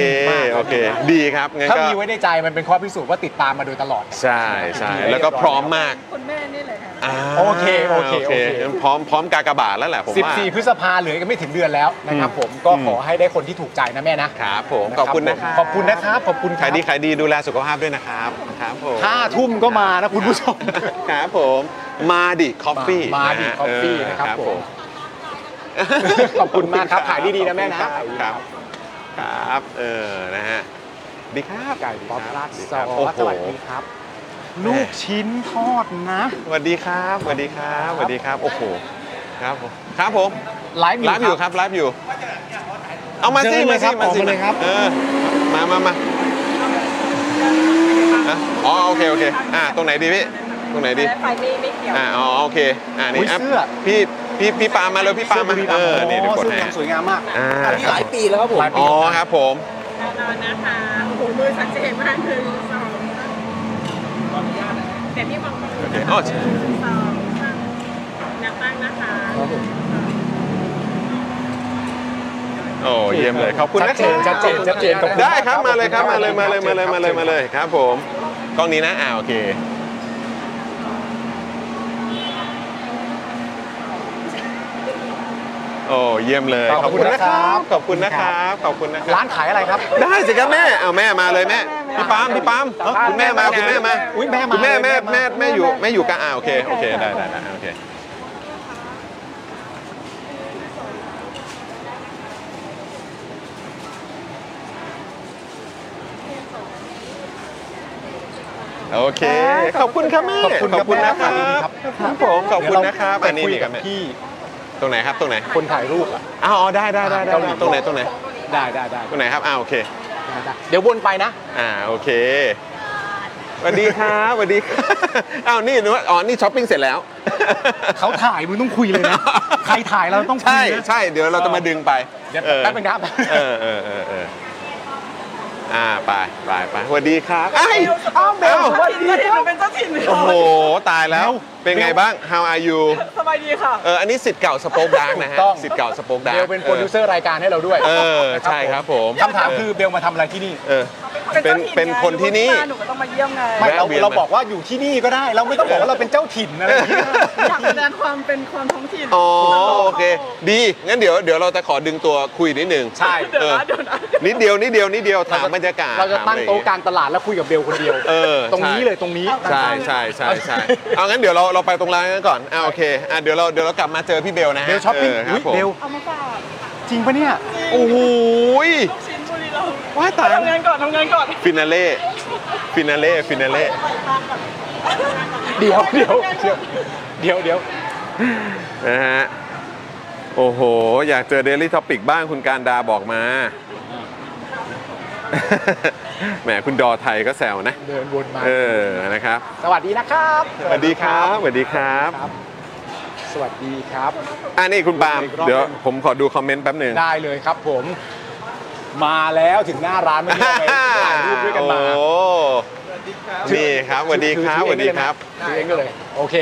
B: โอเค ดีครับงั้น
A: ถ้า
B: ก็
A: มีไว้ในใจมันเป็นข้อพิสูจน์ว่าติดตามมาโดยตลอด
B: ใช่ใช่แล้วก็พร้อมมาก
D: คุณแม่นี่แหละค่ะ
B: า
A: โอเคโอเคโอเค
B: งั้นพร้อมพร้อมกากบาทแล้วแหละผมว่า
A: 14 พฤษภาเหลืออีกไม่ถึงเดือนแล้วนะครับ
B: อืม
A: ผมก็
B: อืม
A: ขอให้ได้คนที่ถูกใจนะแม่นะครับ
B: ผมขอบคุณนะครับ
A: ขอบคุณนะครับขอบคุณ
B: ขายดีขายดีดูแลสุขภาพด้วยนะครับครับผม
A: ห้าทุ่มก็มานะคุณผู้ชม
B: ครับผมมาดิคอฟฟี่
A: มาดิ coffee นะครับผม ขอบคุณมากครับขายดีๆนะแม่นะ
B: ครับ ครับ เออ นะฮะ ดีครับ
A: ไก่ป๊อป
B: ค
A: ราด
B: ดี
A: ซ
B: ค
A: อ
B: รับโอ้
A: ส
B: โห
A: สวัสดีครับ ลูกชิ้นทอดนะ
B: สวัสดีครับ สวัสดีครับ สวัสดีครับ โอ้โห ครับผม ครับผม
A: ไลฟ์
B: ไลฟ์อยู่ครับไลฟ์อยู่ เอามาสิ
A: เดินเล
B: มาย
A: ค
B: สิ
A: รับ
B: มาสิ
A: ออกมาเลยครับ
B: เออ มามามาอ่ะอ๋อ โอเค โอเค อ่ะตรงไหนดีพี่ ตรงไหนดี
D: ไฟไม่ไม่เกี่ยว
B: อ่ะอ๋อ โอเค อ่ะนี่
A: อุ๊ย
B: อ่ะ
A: เสื้อ
B: พี่ พี่ พี่ปามาเลยพี่ปามา เออ นี่เดี๋ยวกด
A: ซึ่ง
B: ให้
A: ทำสวยงามมาก
B: อ่า
C: อันนี้หลายปีแล้วครับผม
A: หลายปี
B: อ๋อ ครับผม
D: แน่นอนนะคะหูมือชัดเจนมากคือสองเดี๋ยวพี่มองตรงนี้นะ
B: อ๋อ
D: คะหนึ่งสองสามนับตั้งนะคะ
B: โอ้เยี่ยมเลยขอบคุณนะ
A: ชัดเจนชัดเจนชัดเจนขอบคุณมาก
B: ได้ครับมาเลยครับ
A: ข
B: มา
A: อบ
B: เล
A: คุ
B: ย
A: ณ
B: มาเลยมา
A: ค
B: เลย
A: รับ
B: มาเลย
A: เชิญ
B: มาเลยครับผมกล้องนี้นะอ่าโอเคโอ้เยี่ยมเลย
A: ขอบคุณนะครับ
B: ขอบคุณนะครับขอบคุณนะครับ
A: ร้านขายอะไรครับ
B: ได้สิครับแม่เอาแม่มาเลยแม่พี่ปั๊มพี่ปั๊มเอ้าคุณแม่มาคุณแม่มา
A: อุ๊ยแม่มา
B: คุณแม่แม่
A: แม่
B: แม่
A: มา
B: แม่อยู่แม่อยู่กลางอ่าโอเคโอเคได้ได้ได้โอเคโอเคขอบคุณครับแม่
A: ขอบคุณ
B: ขอบคุณนะ
A: ค
B: ครั
A: รั
B: บบ ครับผมขอบคุณนะครับ
A: ไป
B: อันนี้
A: คุย
B: นี่ค
A: กั
B: รั
A: บบ
B: แม่
A: พี่
B: ตรงไหนครับตรงไหน
A: คนถ่ายรูปอ่ะ
B: อ้าวอ๋อได้ได้ได้ได้
A: เกาหลี
B: ตรงไหนตรงไหน
A: ได้ได้ได้
B: ตรงไหนครับอ้าวโอเค
A: ได้เดี๋ยววนไปนะ
B: อ่าโอเคสวัสดีครับสวัสดีครับอ้าวนี่นึกว่าอ๋อนี่ช้อปปิ้งเสร็จแล้ว
A: เขาถ่ายมึงต้องคุยเลยนะ ใครถ่ายเราต้องคุย
B: ใช่
A: นะ
B: ใช่เดี๋ยวเราจะมาดึงไป
A: เดี๋ยว
B: เออ
A: แป๊บนึงนะครับ
B: เออเออเออเอออ่าไปไปไปสวัสดีครับไอ้ยอ้าวเบล
D: เจ้าถิ่นเจ้าถิ่นมันเป็นเจ้าถิ่นเลย
B: โอ้โหตายแล้วเป็นไงบ้าง how are you
D: สบายดีค่ะ
B: เอออันนี้สิทธิ์เก่าสป็อกดาร์กนะ
A: ถู
B: ฮะ
A: กต้อง
B: สิทธิ์เก่าสป็อกดาร์ก
A: เบลเป็นโปรดิวเซอร์รายการให้เราด้วย
B: เออใช่ครับผม
A: คำถามคือเบลมาทำอะไรที่นี่
B: เออ
D: เป็น
B: เป็น
D: จ้าถิ่ไง
B: เป็นคนที่นี่
D: อยู่บ้าหนูก็ต้องมาเยี่ยมไง
A: ไม่เรา
B: แวะเวียน
A: เรา
B: มา
A: บอกว่าอยู่ที่นี่ก็ได้ เราไม่ต้องบอกว่าเราเป็นเจ้าถิ่นอะไรอย่างเงี้ย
D: อยากแสดงความเป็นความท้องถิ่น
B: อ๋อโอเค ดีงั้นเดี๋ยวเดี๋ยวเราจะขอดึงตัวคุยนิดนึง
A: ใช่
D: เดี๋ยว
B: เออ
D: นะเดี๋ยวนะ
B: นิดเดียวนิดเดียวนิดเดียวถามบรรยากาศ
A: เราจะตั้งโต๊ะกลางตลาดแล้วคุยกับเบลคนเดียว
B: เออ
A: ตรงนี้เลยตรงนี้
B: ใช่ใช่ใช่ใช่เอางั้นเดี๋ยวเราเราไปตรงร้านนั้นก่อนอ่าโอเคอ่ะเดี๋ยวเราเดี๋ยวเรากลับมาเจอพี่เบลนะฮะ
A: เบลช้อปปิ้ง
B: เออครั
A: อุ๊
B: บ
A: ย
B: ผม
A: เบล
D: เอามาฝาก
A: จริงปะเนี่ย
B: โอ้โหย
D: ลูกชิ้นบุรีเรา
B: ว้ายตาย
D: ทำงานก่อนทำงานก่อน
B: ฟินาเล่ฟินาเล่ฟินาเล่
A: เดี๋ยวเดี๋ยวเดี๋ยวเดี๋ยวเดี๋ยว
B: นะฮะโอ้โห อยากเจอ Daily Topic บ้างคุณการดาบอกมา (laughs) แหมคุณดอไทยก็แซวนะ
A: เดินวนมา
B: เออนะครับ
A: สวัสดีนะครับ
B: สวัสดีครับสวัสดีครับ
A: ครับ สวัสดีครับ
B: อันนี้คุณปาล์ม
A: อีกรอบ
B: เดี๋ย
A: ห
B: ว
A: นึ่ง
B: ผมขอดูคอมเมนต์แป๊บหนึ่ง
A: ได้เลยครับผม มาแล้วถึงหน้าร้านเมื่อกี้เราไปถ่ายรูปด้วยกันมา
B: โอ้นี่ครับสวัสดีครับสวัสดีครับ
A: ถือเองก็เลยโอเค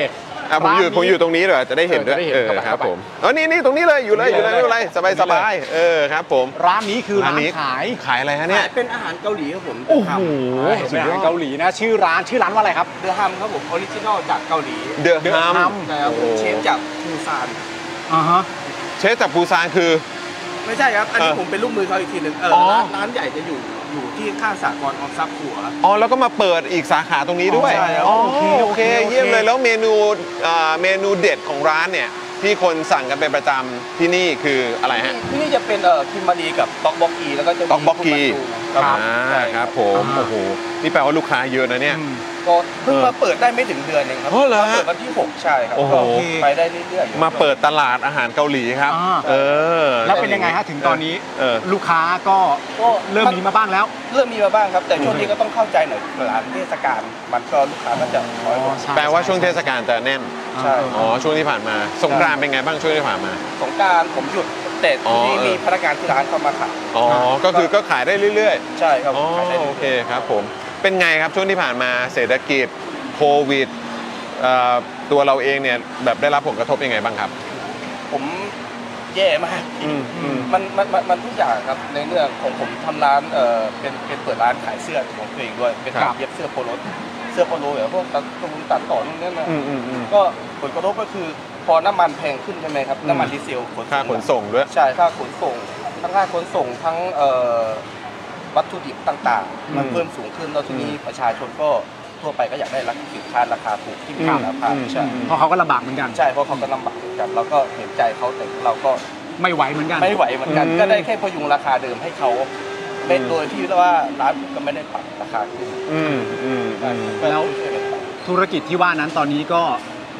B: อ่ะผมอยู่ผมอยู่ตรงนี้เหรอจะได้เห็นด้วย
A: เออจะได้เห็น
B: เออ
A: เข้าไป
B: ครับ
A: เข้าไป
B: ผมเอ๋อนี่นี่ตรงนี้เลยอยู่เลยอยู่เลย
A: นี่
B: ไม่
A: เลย
B: เป็นไรสบาย
A: นี่
B: ส
A: เลย
B: บายเออครับผม
A: ร้านนี้คือร้าน
B: นี้
A: ขาย
B: ขายอะไรฮะเนี่ย
C: เป็นอาหารเกาหลีครับผม
A: โอ้โห
B: สุด
A: อายหา
B: อ
A: ร
B: ด
A: เกาหลีนะ ชื่อร้านชื่อร้านว่าอะไรครับ
C: เดอะฮัมครับผมออริจินอลจากเกาหลี
B: เดอะ
A: The
B: ฮัม
A: Hum
C: แต่ว่าผมเชฟจากปูซาน
A: อ่าฮะ
B: เชฟจากปูซานคือ
C: ไม่ใช่ครับ อันนี้
B: เออ
C: ผมเป็นลูกมือเขาอีกทีหนึ่งเออ
A: อ๋อ
C: ร้านร้านใหญ่จะอยู่อยู่ที่ข้างสากลออมทรัพย์หัว
B: อ๋อแล้วก็มาเปิดอีกสาขาตรงนี้ด้วย
C: อ๋อใช่ครับ
B: อ๋อ
A: โอเค
B: โอ
A: โอ
B: เค
A: เค
B: เยี่ยมเลย
A: โอเค
B: แล้วเมนูอ่าเมนูเด็ดของร้านเนี่ยที่คนสั่งกันเป็นประจำที่นี่คืออะไรฮะ
C: ที่นี่จะเป็นเอ่อคิมมารีกับต็อกบ็อกกีแล้วก็จะมี
B: ต็อกบ็อกกี้
C: คุมันตูครับ
B: อ่าครับผม โอ้โห นี่แปลว่าลูกค้าเยอะนะเนี่ย
A: อืม
C: ก็
H: ก็เพิ่งมาเปิดได้ไม่ถึงเดือนเองครับ
B: อ๋อเหรอฮะ
H: เปิดวันที่ 6 ใช่ครับ
B: โอ้โห
H: ก็ไปได้เรื่อยๆ
B: มาเปิดตลาดอาหารเกาหลีครับ
A: อ่า
B: เออ
A: แล้วเป็นยังไงฮะถึงตอนนี้
B: เออ
A: ลูกค้าก็
H: ก็
A: เริ่มมีมาบ้างแล้ว
H: เริ่มมีมาบ้างครับ แต่ช่วงนี้ก็ต้องเข้าใจหน่อยร้านเทศกาลมันก็ลูกค้ามันจะน้อยลง
B: แปลว่าช่วงเทศกาลจะแน่น
H: ใช่
B: อ๋อ ช่วงที่ผ่านมา สงกรานต์เป็นไงบ้างช่วงที่ผ่านมา
H: สงกรารผมหยุดแต่
B: อ๋อ
H: ที่
B: เออ
H: มีพนักงานที่ร้านเข้ามาขาย
B: อ๋อ ก็คือก็ขายได้เรื่อย
H: ใช่ค
B: ๆ
H: รับ
B: อ๋อ
H: ขายได้
B: โอ
H: รื่ยๆ
B: เคครับผม เป็นไงครับช่วงที่ผ่านมาเศรษฐกิจโควิดเอ่อตัวเราเองเนี่ยแบบได้รับผลกระทบยังไงบ้างครับ
H: ผมแย่มาก
B: อืมอืม
H: มันมันมันมันทุกอย่างครับในเรื่องของผมทำร้านเออเป็นเป็นเปิดร้านขายเสื้อของตัวเองด้วยเป็น
B: ครับ
H: เย็บเสื้อโปโลเสื้อโปโลแบบพวกตัดตรงตัดต่อนู่นนี่นะ
B: อืมอืมอืม
H: ก็ผลกระทบก็คือพอน้ำมันแพงขึ้นใช่ไหมครับ
B: อืม
H: น้ำมันดีเซลขน
B: ค่าขนส่งด้วย
H: ใช่ค่าขนส่งทั้งค่าขนส่งทั้งเอ่อวัตถุดิบต่าง
B: อืม
H: ๆ มันเพิ่มสูงขึ้นแล้วทีนี้ประชาชนก็ทั่วไปก็อยากได้รักสินค้าราคาถูกที่มี
B: ครับ
H: ราคา
B: อืม
H: ใช่
B: อืม
A: เพราะเขาก็ลำบากเหมือนกัน
H: ใช่เพราะเขาก็ลำบากเหมือนกันเราก็เห็นใจเขาแต่เราก็
A: ไม่ไหวเหมือนกัน
H: ไม่ไหวเหมือนกัน
B: อืม
H: ก็ได้แค่พยุงราคาเดิมให้เขาไม่
B: อืม
H: โดยที่ว่าร้านผมก็ไม่ได้ปรับราคาขึ้น
B: อืมอืมอืม
H: ก็
A: แล้ว
H: ช่ยกันไป
A: ธุรกิจที่ว่านั้นตอนนี้ก็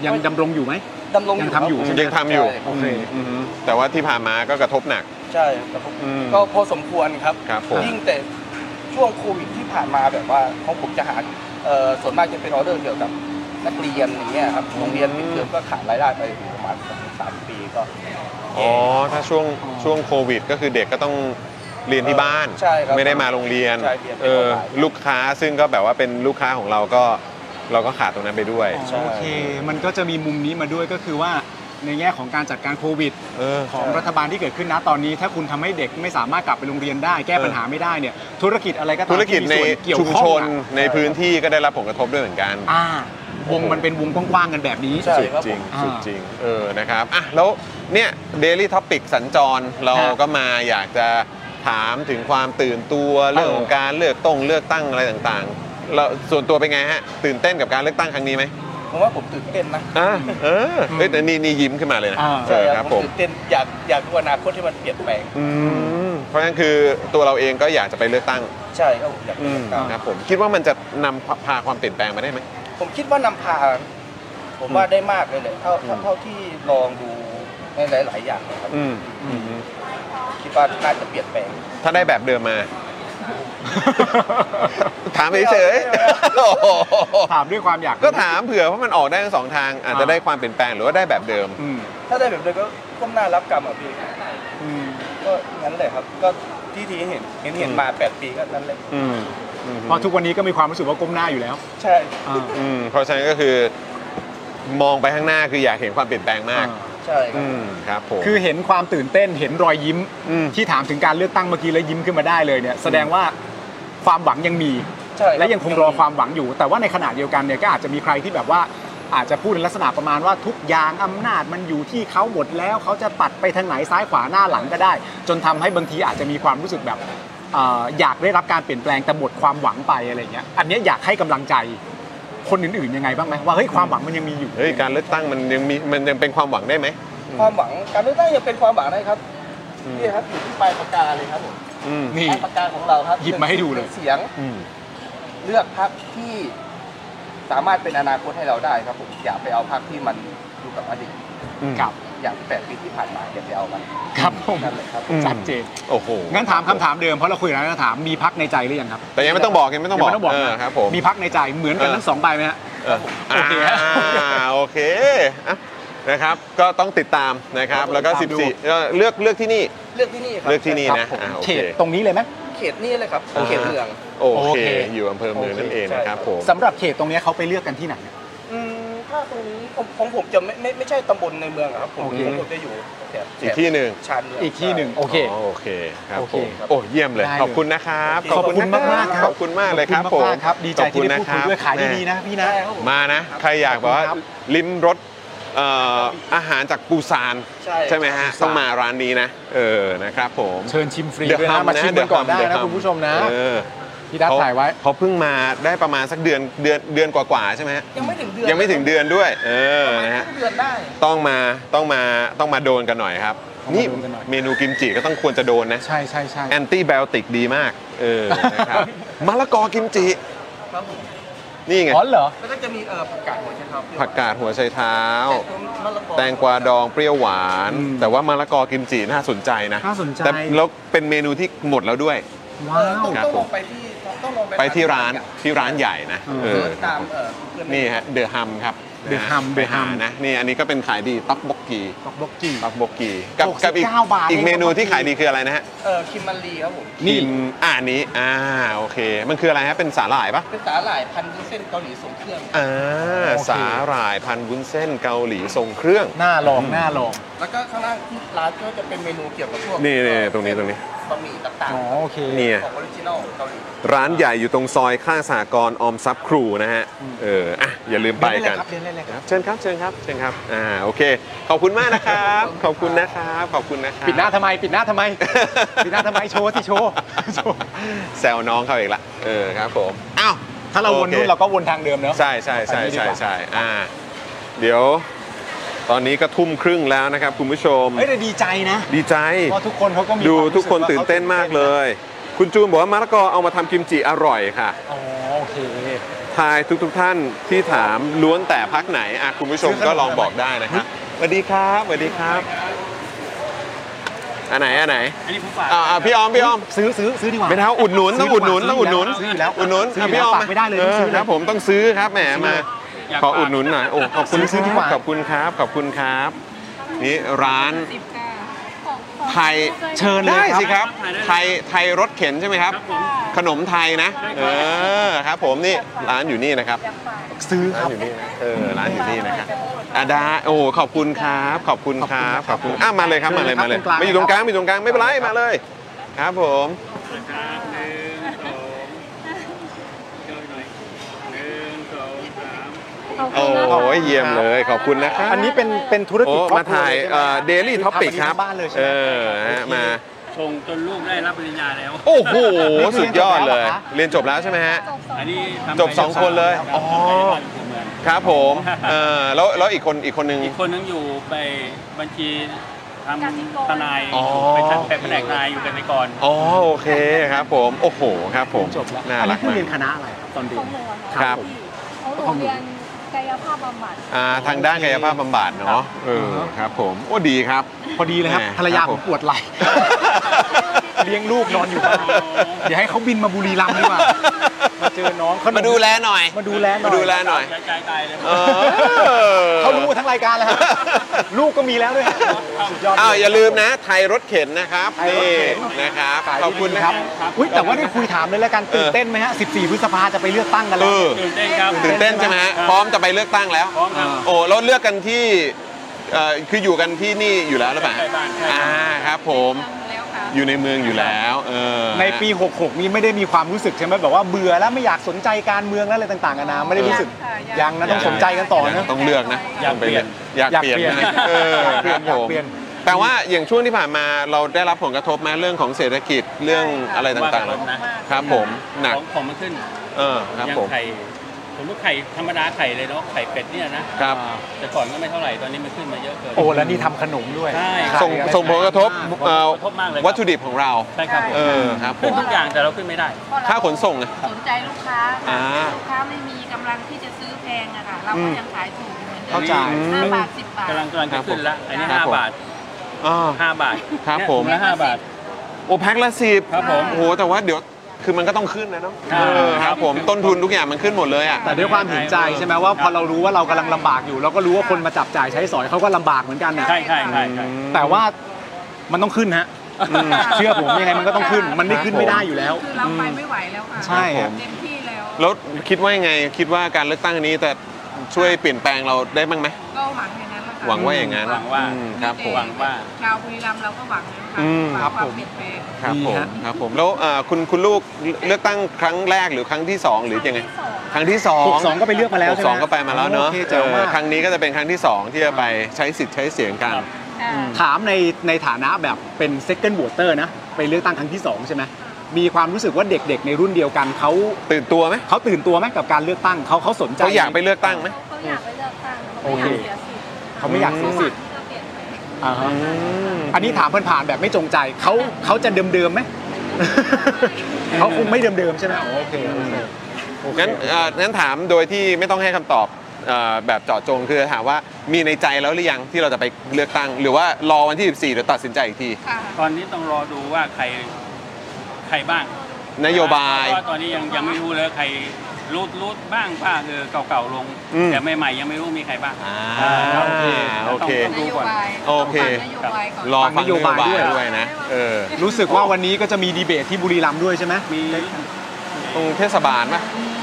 A: ยังดำรงอยู่ไหม
H: ดำรง
A: ยังทำอยู่
H: ครับ
B: ยังทำอยู่
H: ใช่รับ
B: อืมแต่ว่าที่ผ่านมาก็กระทบหนัก
H: ใช่ครับผม
B: อืม
H: ก็พอสมควรครับ
B: ครับผม
H: ยิ่งแต่ช่วงโควิดที่ผ่านมาแบบว่าของผมจะหาเอ่อส่วนมากจะเป็นออเดอร์เกี่ยวกับนักเรียนอย่างเงี้ยครับโรงเรียนปิดเทอมก็ขาดรายได้ไปประมาณสองสามปีก็
B: อ๋อถ้าช่วงช่วงโควิด ก็คือเด็กก็ต้องเรียนที่บ้าน
H: ใช่ครับ
B: ไม่ได้มาโรงเรียน
H: ใช่เรียนไม่
B: เออ
H: ออนไลน์
B: ลูกค้าซึ่งก็แบบว่าเป็นลูกค้าของเราก็เราก็ขาดตรงนั้นไปด้วย
H: ใช่
A: โอเค มันก็จะมีมุมนี้มาด้วยก็คือว่าในแง่ของการจัดการโควิด
B: เออ
A: ของรัฐบาลที่เกิดขึ้นนะตอนนี้ ถ้าคุณทำให้เด็กไม่สามารถกลับไปโรงเรียนได้ แก้ปัญหาไม่ได้เนี่ย ธุรกิจอะไรก็ตาม
B: ธุรกิจใน
A: ที่มีส่วนเกี่ยว
B: ชุม
A: ข้อ
B: ช
A: ง
B: น
A: อะ
B: ในพื้นที่ก็ได้รับผลกระทบด้วยเหมือนกัน
A: อ่าวงมันเป็นวงกว้างๆกันแบบนี้
H: ใช่
B: สุด
H: ครับ
B: จ
H: ผ
B: ริง
H: ม
B: สุดจริงเออนะครับอ่ะแล้วเนี่ยเดลี่ท็อปิกสัญจรเรา
A: ฮะ
B: ก็มาอยากจะถามถึงความตื่นตัวเรื่องของการเลือกตรงเลือกตั้งอะไรต่างๆเราส่วนตัวเป็นไงฮะ ตื่นเต้นกับการเลือกตั้งครั้งนี้ไหม
H: ผมว่าผมตื่นเต้นนะ
B: อ่ะเออเอ้ยแต่นี่นี่ยิ้มขึ้นมาเลยนะ
A: อ่า
B: เอ
H: ใช่
B: อ
H: ค
B: ค
H: รั
B: รั
H: บบ ผ
B: ผม ม
H: ตื่นเต้นอยากอยากดูอนาคตที่มันเปลี่ยนแปลง
B: อืมเพราะฉะนั้นคือตัวเราเองก็อยากจะไปเลือกตั้ง
H: ใช่ครับผมอยากดู
A: อ่า
B: ครับผมคิดว่ามันจะนำพาความเปลี่ยนแปลงมาได้ไหม
H: ผมคิดว่านำพา ผมว่าได้มากเลยแหละเท่า
B: อืม
H: เท่าเท่าที่ลองดูในหลาย ๆ อย่างนะครับ
B: อืมอืม
H: คิดว่าน่าจะเปลี่ยนแปลง
B: ถ้าได้แบบเดิม
A: (laughs)
B: มา ถามเฉย
H: ไม่เอา
B: ๆโอ้โห
A: (laughs) ถามด้วยความอยากรู้
B: ก็ถามเผื่อเพราะมันออกได้ทั้งสองทาง อาจจะ
A: อ่า
B: ได้ความเปลี่ยนแปลงหรือว่าได้แบบเดิม
A: อืม
H: ถ้าได้แบบเดิมก็ก้มหน้ารับกรรมอ่ะพี่
A: อืม
H: ก็งั้นแหละครับ ก็ที่ทีเห็นเห็นเห็นมา 8 ปีก็นั้นเลย
B: อืมอืม
A: เพราะทุกวันนี้ก็มีความรู้สึกว่าก้มหน้าอยู่แล้ว
H: ใช่
A: อ่า
B: อืมเพราะฉะนั้นก็คือ มองไปข้างหน้าคืออยากเห็นความเปลี่ยนแปลงมาก
H: ใช่ครับ
B: อืมครับผม
A: คือเห็นความตื่นเต้นเห็นรอยยิ้ม
B: อืม
A: ที่ถามถึงการเลือกตั้งเมื่อกี้แล้วยิ้มขึ้นมาได้เลยเนี่ยแสดงว่าความหวังยังมี
H: ใช่รับ
A: และยังคงรอความหวังอยู่ แต่ว่าในขณะเดียวกันเนี่ยก็อาจจะมีใครที่แบบว่าอาจจะพูดในลักษณะประมาณว่าทุกอย่างอำนาจมันอยู่ที่เขาหมดแล้วเขาจะปัดไปทางไหนซ้ายขวาหน้าหลังก็ได้ จนทำให้บางทีอาจจะมีความรู้สึกแบบเอ่ออยากได้รับการเปลี่ยนแปลงแต่หมดความหวังไปอะไรเงี้ยอันเนี้ยอยากให้กำลังใจคนอื่นๆยังไงบ้างไหมว่าเฮ้ยความหวังมันยังมีอยู่
B: เฮ้ยการเลือกตั้งมันยังมีมันยังเป็นความหวังได้ไหม
H: ความหวังการเลือกตั้งยังเป็นความหวังนะครับ
B: อืม
H: นี่ครับอยู่ที่ปลายปากกาเลยครับผม
B: อืม
A: นี่
H: ปลายปากกาของเราครับ
A: หยิบมาให้ดูเลย
H: นึ่งเสียง
B: อืม
H: เลือกพรรคที่สามารถเป็นอนาคตให้เราได้ครับผมอย่าไปเอาพรรคที่มันอยู่กับอดีต
A: ครับ
H: อย่างแปดปีที่ผ่านมาอย่าไปเอามัน
A: ครับผม
H: นั่นเลยครับ
B: อืม
A: ชัดเจน
B: โอ้โห
A: งั้นถามคำถามเดิมเพราะเราคุยกันแล้วนะถามมีพักในใจหรือยังครับ
B: แต่ยังไม่ต้องบอกยังไม่ต้อง
A: ยัง
B: บอก
A: ไม่ต้องบอก
B: เออ
A: นะครับ
B: ผม
A: มีพักในใจเหมือนกันทั้งสองใบไหมฮะ
B: เออ
A: โอเคฮะ
B: อ่าโอเคอ่ะนะครับ ก็ต้องติดตามนะครับ แล้วก็
A: ตามดู
B: 14เอ่อเลือกเลือกที่นี่
H: เลือกที่นี่ครับ
B: เลือกที่นี่นะ
A: ผม
B: อ่าโอ
A: เข
B: เค
A: ตตรงนี้เลยไหม
H: เขตนี่เลยครับเขตเมือง
B: โอ
A: โอ
B: เค
A: เค
B: อยู่อำเภอเมืองนั่นเอง
H: โอเค
B: นะครับผม
A: สำหรับเขตตรงเนี้ยเขาไปเลือกกันที่ไหน
H: อืมถ้าตรงนี้ของของผมจะไม่ไม่ไม่ใช่ตำบลในเมืองอะครับผม
A: โอเค
H: ของผมจะอยู่แถบ
B: อีกที่หนึ่ง
H: ชานเมือง
A: อีกที่หนึ่งโอเค
B: อ๋อโอเคครับ
A: โอเค
B: ผมโอ้เยี่ยมเลย
A: ได้เลย
B: ขอบคุณนะครับ
A: ขอบคุณ
B: นะ
A: มากๆครับ
B: ขอบคุณมากเลยครับ
A: ข
B: ผ
A: อ
B: ม
A: ณากๆครับ ดีใจที่ได้พูดคุยด้วยขายดีๆนะพี่นะ
H: ได้ครับผม
B: มานะ ใครอยากแบบว่า
A: ขอบคุณครับ
B: ลิ้มรสเอ่ออาหารจากปูซาน
H: ใช่
B: ใช่ไหมฮะ ต้องมาร้านนี้นะ เออนะครับผม
A: เชิญชิมฟรี
B: The
A: ด้วยนะ
B: Hum
A: มาชิมกันก่อนได้
B: The
A: นะ
B: Hum
A: คุณผู้ชมนะ
B: เออ
A: พี่ดัตถ่ายไว้
B: เขเขาเพิ่งมาได้ประมาณสักเดือนเดือนเดือนกว่าๆใช่ไหมฮะ
H: ยังไม่ถึงเดือน
B: ยังไม่ถึงเดือนด้วย เออ
H: ประมาณ
B: นะ
H: ค
B: ฮะ
H: รึ่งเดือนได้
B: ต้องมาต้องมาต้องมาโดนกันหน่อยครับ
A: ต้องมา
B: นี่
A: โดนกันหน่อย
B: เมนูกิมจิก็ต้องควรจะโดนนะ
A: ใช่ใช่ใช่
B: แอนตี้ไบโอติกดีมาก เออนะครับ มะละกอกิมจิ นี่ไง
A: อ๋อเหรอ
H: แล้วก็จะมีเอ่อผักกาดหัวไชเท้าเปรี้ยว
B: ผักกาดหัวไชเท้า
H: มะละกอ
B: แตงกวาดองเปรี้ยวหวาน แต่ว่ามะละกอกิมจิน่าสนใจนะ
A: น่าสนใจ
B: แต่แล้วเป็นเมนูที่หมดแล้วด้วย
H: เออต้อง
B: ครับ
H: ต้องลอ
B: ผม
H: งไปที่ต้องลองไป
B: ไปที่ร้านที่ร้านใหญ่นะเอ
H: เอ
B: อ
H: อตามเออ Google
B: นี่ฮะเดอะฮัมครับ
A: The Hum
B: ไป
A: The
B: หา
A: Hum
B: นะนี่อันนี้ก็เป็นขายดีต๊อกบกกี
A: ตอกบกจี
B: ต๊อกบกกีกับกับอีก
A: 69บาท
B: อีกเมนูที่
A: เอง
B: ขายดีคืออะไรนะฮะ
H: เออคิมมารีครับผม
A: นี่
B: กิอ่าอันนี้อ่าโอเค มันคืออะไรฮะเป็นสาหร่ายปะ
H: เป็นสาหร่ายพันธุ์วุ้นเส้นเกาหลีทรงเครื่อง
B: อ่า
A: โอเค
B: สาหร่ายพันวุ้นเส้นเกาหลีทรงเครื่อง
A: หน้าลองหน้าลอง
H: แล้วก็ข้างล่างที่ร้านก็จะเป็นเมนูเกี่ยวกับพวก
B: นี่นี่
H: เอ่อ
B: ตรงนี้ตรงนี้
H: บะหมี่ต่าง
A: อ๋อโอเค
B: เนี่ย
H: ๆของออริจินอลเกาหลี
B: ร้านใหญ่อยู่ตรงซอยข้างสากรณ์ออมทรัพย์ครูนะฮะ เออ อ่ะ อย่าลืมไปกัน
A: เดินได้เลยครับ
B: เชิญครับ เชิญครับ เชิญครับ อ่า โอเค ขอบคุณมากนะครับ ขอบคุณนะครับ ขอบคุณนะครับ
A: ปิดหน้าทำไม ปิดหน้าทำไม ปิดหน้าทำไม โชว์ที่โชว์
B: แซวน้องเขาอีกละ เออครับผม อ้าว
A: ถ้าเราวนนู่นเราก็วนทางเดิมเนอะ
B: ใช่ใช่ใช่
A: ไปนี่ดีก
B: ใช่
A: ว่า
B: ใช่อ่า เดี๋ยว ตอนนี้ก็ทุ่มครึ่งแล้วนะครับ คุณผู้ชม
A: เฮ้ยแต่ดีใจนะ
B: ดีใจ
A: เพราะทุกคนเขาก็มี
B: ดู
A: วามรู้สึ
B: ทุกคน
A: ว่ข
B: ตื่นเต้นมากเลย คุณจูนบอกว่ามะละกอเอามาทำกิมจิอร่อยค่ะ
A: อ๋อโอเค
B: ทายทุกทท่านที่ถามล้วนแต่พักไหนอ่ะคุณผู้ชมก็ลองบอกได้นะครับสวัสดีครับสวัสดีครับอันไหนอันไหน
A: อันนี้ผมฝาก
B: อ่าอ่าพี่ออมพี่ออม
A: ซื้อซื้อซื้อดีกว่า
B: ไม่เท้าอุดหนุนต้องอุดหนุน
A: ซื้
B: ต้อ
A: อง อยู่
B: อุดหนุน
A: ซื้ออยู่แล้ว
B: อุดหนุน
A: ซื้ออยู่
B: อ่ะพี่ออม
A: แล้วฝากไม่ได้เลย
B: อ
A: ต้อง
B: อ
A: ซื้อนะครับ
B: ผมต้องซื้อครับแหมมา
A: อยาก
B: ขอ
A: ฝาก
B: อุดหนุนหน่อยโอ้ขอบคุณ
A: ซื้อดีกว่า
B: ขอบคุณครับขอบคุณครับ นี่ร้านไทย
A: เชิญเลย
B: ได้
A: ครับ
B: สิครับไทยไทยรถเข็นใช่ไหมครับ ขนมไทยนะเออครับ ผมนี่ร้านอยู่นี่นะครับ
A: ซื้อค
B: ร้า
A: รั
B: น
A: บ
B: อยู่นี่นะเออ ร้านอยู่นี่นะครับอาดา โอ้ ขอบคุณครับ ขอบคุณครับ ขอบคุณ อ่ะ มาเลยครับ มาเลย มาเลย
A: เชิญเลยครับ
B: มาอยู่ตรงกลาง มาอยู่ตรงกลาง ไม่เป็นไร มาเลย ครับผม โอ้ยเยี่ยมเลย ขอบคุณนะครับ
A: อันนี้เป็นเป็นธุรกิจ
B: โอ้
A: ครอบ
B: มา
A: ครัว
B: ถ่าย
A: ใช่ไห
B: เอ่อ Daily Topic ครับ
A: ทำอันนี้ที่บ้านเลยใช่
B: เอ
A: ไหม
B: อฮะมา
I: ชงจนลูกได้รับปริญญาแล้ว
B: โอ้โห สุดยอดเลย
A: เรียนจบแล้วเหรอคะ
B: เรียนจบแล้วใช่ไหมฮะ
I: อันนี้ทำ
B: จบสองคนเลย
I: รับ
B: อ๋อ
I: ทำไปเรียบร้อยอยู่เมือง
B: ครับผม เออแล้ว แล้วอีกคน อีกคนนึง
I: อีกคนนึงอยู่ไปบัญชีทำทนาย
B: อ๋อ
I: เป็นทนเป็นแผนกนายอยู่เป็นไปก่อน
B: อ๋อ โอเค ครับผม โอ้โห ครับผม
A: จบแล้ว
B: น่า
A: อัน
B: รั
A: นี้
B: ก
A: คือ
B: มาก
A: เรียนคณะอะไรตอนเรียน
B: ครับ
A: ของหนู
D: กายภาพบำบัด
B: อ่าทางด้านกายภาพบำบัดเนาะเออครับผม โอ้ดีครับ
A: พอดีเลยครับ
B: แหม
A: ภรรยา
B: ครับ
A: ผ
B: ผม ม
A: ปวดไหล่ เลี้ยงลูกนอนอยู่บ้านเดี๋ยวให้เขาบินมาบุรีรัมย์ดีกว่า มาเจอน้องเขา
B: มาดูแลหน่อย
A: มาดูแลหน่อย
B: มาดูแลหน่อย
I: ใจใจตายเลย
B: เออ
A: เขารู้ทั้งรายการแล้วครับ ลูกก็มีแล้วด้วยฮะสุดยอด
B: อ้าวอย่าลืมนะ ไทยรถเข็นนะครับ
A: ไทยรถ
B: นี่
A: เข็น
B: นะครับ
A: ขายดี
B: ขอบคุณนะ
A: ค
B: ค
A: รั
B: รั
A: บบ อุ้ยแต่ว่าได้คุยถามเลยแล้วกันตื่นเต้นไหมฮะ 14 พฤษภาจะไปเลือกตั้งกัน
B: เอ
A: แล้ว
B: อ
I: ตื่นเต้นครับ
B: ตื่นเต้นใช่ไหมฮะ
I: ครับ
B: พร้อมจะไปเลือกตั้งแล้ว
I: พร้อมครับ
B: โอ้แล้วเลือกกันที่เอ่อคืออยู่กันที่นี่อยู่แล้วหรือเปล่า
I: ใกล้บ้านใกล้บ้าน
B: อ่าครับผม อยู่ในเมืองอยู่แล้วเออ
A: ในปี 66 นี้ไม่ได้มีความรู้สึกใช่ไหมแบบว่าเบื่อแล้วไม่อยากสนใจการเมืองแล้วอะไรต่างๆกันานะไม่ได้รู้สึก
D: ยั
A: ยัง
D: งค่ะยัง
A: นะต้องสนใจกันต่อนะ
B: ต้องเลือกนะ
I: อยากเปลี่ยน
B: อยากเปลี่ยน
A: อยากเปลี่ยน
B: นะเออครับ
A: อยา
B: ผ
A: ก
B: ม
A: เปลี่ยน
B: แต่ว่าอย่างช่วงที่ผ่านมาเราได้รับผลกระทบไหมเรื่องของเศรษฐกิจเรื่องอะไรต่าง
I: ว่
B: ๆ
I: กระ
B: เรา
I: ทบนะ
B: ครับผมหนัก
I: ของของมันขึ้น
B: เออครับ
I: อย่าง
B: ผม
I: ไข่ผมลูกไข่ธรรมดาไข่เลยเนาะไข่เป็ดเนี่ยนะครับ แต่ก่อนก็ไม่เท่าไหร่ตอนนี้มันขึ้นมาเยอะเกิน
A: โอ้แล้วนี่ทำขนมด้วย
I: ใช่
A: ขา
B: ส่ง
A: ยอะไร
B: ส่งผลกระทบเอ่อก
I: ระทบมากเลยครับ
B: วัตถุดิบของเรา
I: ใช่ครับผม
B: เออครับผ
I: ขึ้น
B: ม
I: ทุกอย่างแต่เราขึ้นไม่ได้
B: ค่าขนส่งอะ
D: สนใจลูกค้า
B: อ่า
D: ลูกค้าไม่มีกำลังที่จะซื้อแพงอะค่ะ เราก็ยังขายถูกอยู่เหมือนเดิ
A: เข้าม ใจ
B: อืม
D: ห้าบาทสิบบาท
I: กำลังกำลัง
B: ครั
I: จะ
B: บ
I: ขึ้นละอันนี้
B: ครับผม
I: 5บาท
B: อ่า
I: 5บาท
B: ครับ
I: เนี่ย
B: ผม
I: ถุงละห้าบาท
B: โอแพ็คละสิบ
I: ครับผม
B: โอ้โหแต่ว่าเดี๋ยวคือมันก็ต้องขึ้นนะเนาะ
I: อ่า
B: เออครับผมต้นทุนทุกอย่างมันขึ้นหมดเลยอ่ะ
A: แต่ด้วยความเห็นใจใช่ไหมว่าพอเรารู้ว่าเรากำลังลำบากอยู่ เราก็รู้ว่าคนมาจับจ่ายใช้สอยเขาก็ลำบากเหมือนกันนะ
I: ใช่ใช่ใช่ใช่
A: แต่ว่ามันต้องขึ้นฮะ
B: อืม
A: เชื่อผมยังไงมันก็ต้องขึ้น มันไม่ขึ้นไม่ได้อยู่แล้ว
D: คือเราไปไม่ไหวแล้วค่ะ
A: ใช่ครับ
D: เต็มที่แล้ว
B: แล้วคิดว่ายังไงคิดว่าการเลือกตั้งนี้แต่ช่วยเปลี่ยนแปลงเราได้บ้างไหม
D: ก็หวังอย่างนั้นแหละค่ะ
B: หวังว่าอย่างนั้น
I: หวังว่า
B: อืมครับผม
I: หวังว่า
D: ชาวบุรีรัมย์เราก็หวังนะคะ
B: อืม
D: หวังความเปลี่ยนแปลง
B: ครับ
A: ดี
B: ผม
A: ฮะ
B: ครับผมแล้วเอ่อคุณคุณลูกเลือกตั้งครั้งแรกหรือครั้งที่สองหรือยังไงครั้งที่สอง
A: หกสองก็ไปเลือกมาแล้วใช่ไหม
B: หสองก็ไปมาแล้วเนอะ
A: โอคแจ๋ว
B: เอ
A: มาก
B: อครั้งนี้ก็จะเป็นครั้งที่สองที่จะไปใช้สิทธิ์ใช้เสียงกัน
I: ครับ
A: ถามในในฐานะแบบเป็น second voter นะไปเลือกตั้งครั้งที่ 2 ใช่ไหมมีความรู้สึกว่าเด็กๆ ในรุ่นเดียวกันเขา
B: ตื่นตัวไหม
A: เขาตื่นตัวไหมกับการเลือกตั้งเขาเขาสนใจ
B: เขาอยากไปเลือกตั้งไหม
G: เขาอยากไปเลือกตั้ง
A: โอ
G: เขา
A: เค
G: ไม่อยากเสียสิทธิ์
A: เขาไม่อยากเสียสิทธิ์
G: เพื่อเปลี่ยนแปลง
A: อ่าฮะอันนี้ถามผ่านๆแบบไม่จงใจ
B: (laughs)
A: เขาเขาจะเดิมๆไหม เขาคงไม่เดิมๆใช่ไหมอ๋อโอเคโอเค
B: งั้นเอ่องั้นถามโดยที่ไม่ต้องให้คำตอบเอ่อแบบเจาะจงคือถามว่ามีในใจแล้วหรือยังที่เราจะไปเลือกตั้ง หรือว่ารอวันที่ 14เดี๋ยวตัดสินใจอีกที
I: ตอนนี้ต้องรอดูว่าใครใครบ้าง
B: นโยบาย
I: เพระว่ตอนนี้ยังยังไม่รู้เลยว่าใครรูดรูดบ้างป้าคือเก่าๆลง
B: อืม
I: แต่ใหม่ๆยังไม่รู้มีใครบ้าง
B: อ่า
I: โอเค
B: โอเค
I: ต้องดูก่อน
B: โอเค รอฟังนโยบายด้วยนะเออ
A: รู้สึกว่าวันนี้ก็จะมีดีเบตที่บุรีรัมย์ด้วยใช่ไหม
I: มี
B: ตรงเทศบาลไหม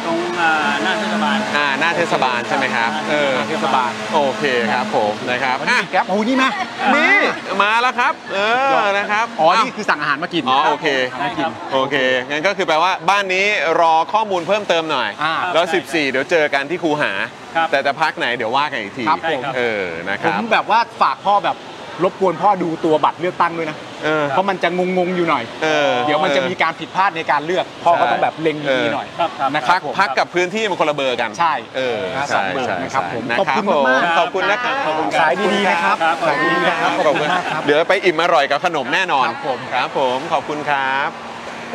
I: ตรงอ่าหน้าเทศบาล
B: อ่าหน้าเทศบาลใช่ไหมครับเออเทศบาลโอเคครับผมนะครับอ่ะ
A: แก๊ปโอ้นี่มา
B: นี่มาแล้วครับ เออนะครับ
A: อ๋อนี่คือสั่งอาหารมากิน
B: อ๋อโอเค
A: สั่งอาหารมากิน
B: โอเคงั้นก็คือแปลว่าบ้านนี้รอข้อมูลเพิ่มเติมหน่อย
A: อ่า
B: แล้ว
A: ใช่ครับ
B: 14 เดี๋ยวเจอกันที่คูหา
I: ครับ
B: แต่จะพักไหนเดี๋ยวว่ากันอีกที
A: ครับผม
B: เออนะ
A: ผ
B: ครับ
A: มแบบว่าฝากพ่อแบบรบกวนพ่อดูตัวบัตรเลือกตั้งด้วยนะ
B: เออ
A: เพราะมันจะงงงๆอยู่หน่อย
B: เออ
A: เดี๋ยวมันจะมีการผิดพลาดในการเลือกพ่อก็ต้องแบบเล็งดีๆหน่อย
I: ครับครับ
A: นะค
B: พั
A: รั
B: ก
A: บผม
B: พักกับพื้นที่มันคนละเบอร์กัน
A: ใช่
B: เออ
A: นะสอ
B: ใช่
A: งเบอร์
B: ใช่
A: นะครับผ
B: ใช่
A: ม
B: นะ
A: ขอบ
B: ครับ
A: คุณ
B: ผม
A: มากๆ
B: ขอบคุณนะครับ
A: ขอบคุณครับขายดีๆนะครับ
B: ขอบคุณค
A: ข
B: รั
A: อ
B: บ
A: คุ
B: บ
A: ณครับ
B: ขอบ
A: ขอบ
B: คุณ
A: คุ
B: มา
A: ณาก กครั
B: มครับบ เดี๋ยวไปอิ่มอร่อยกับขนมแน่นอนครับผมครับผมขอบคุณครับ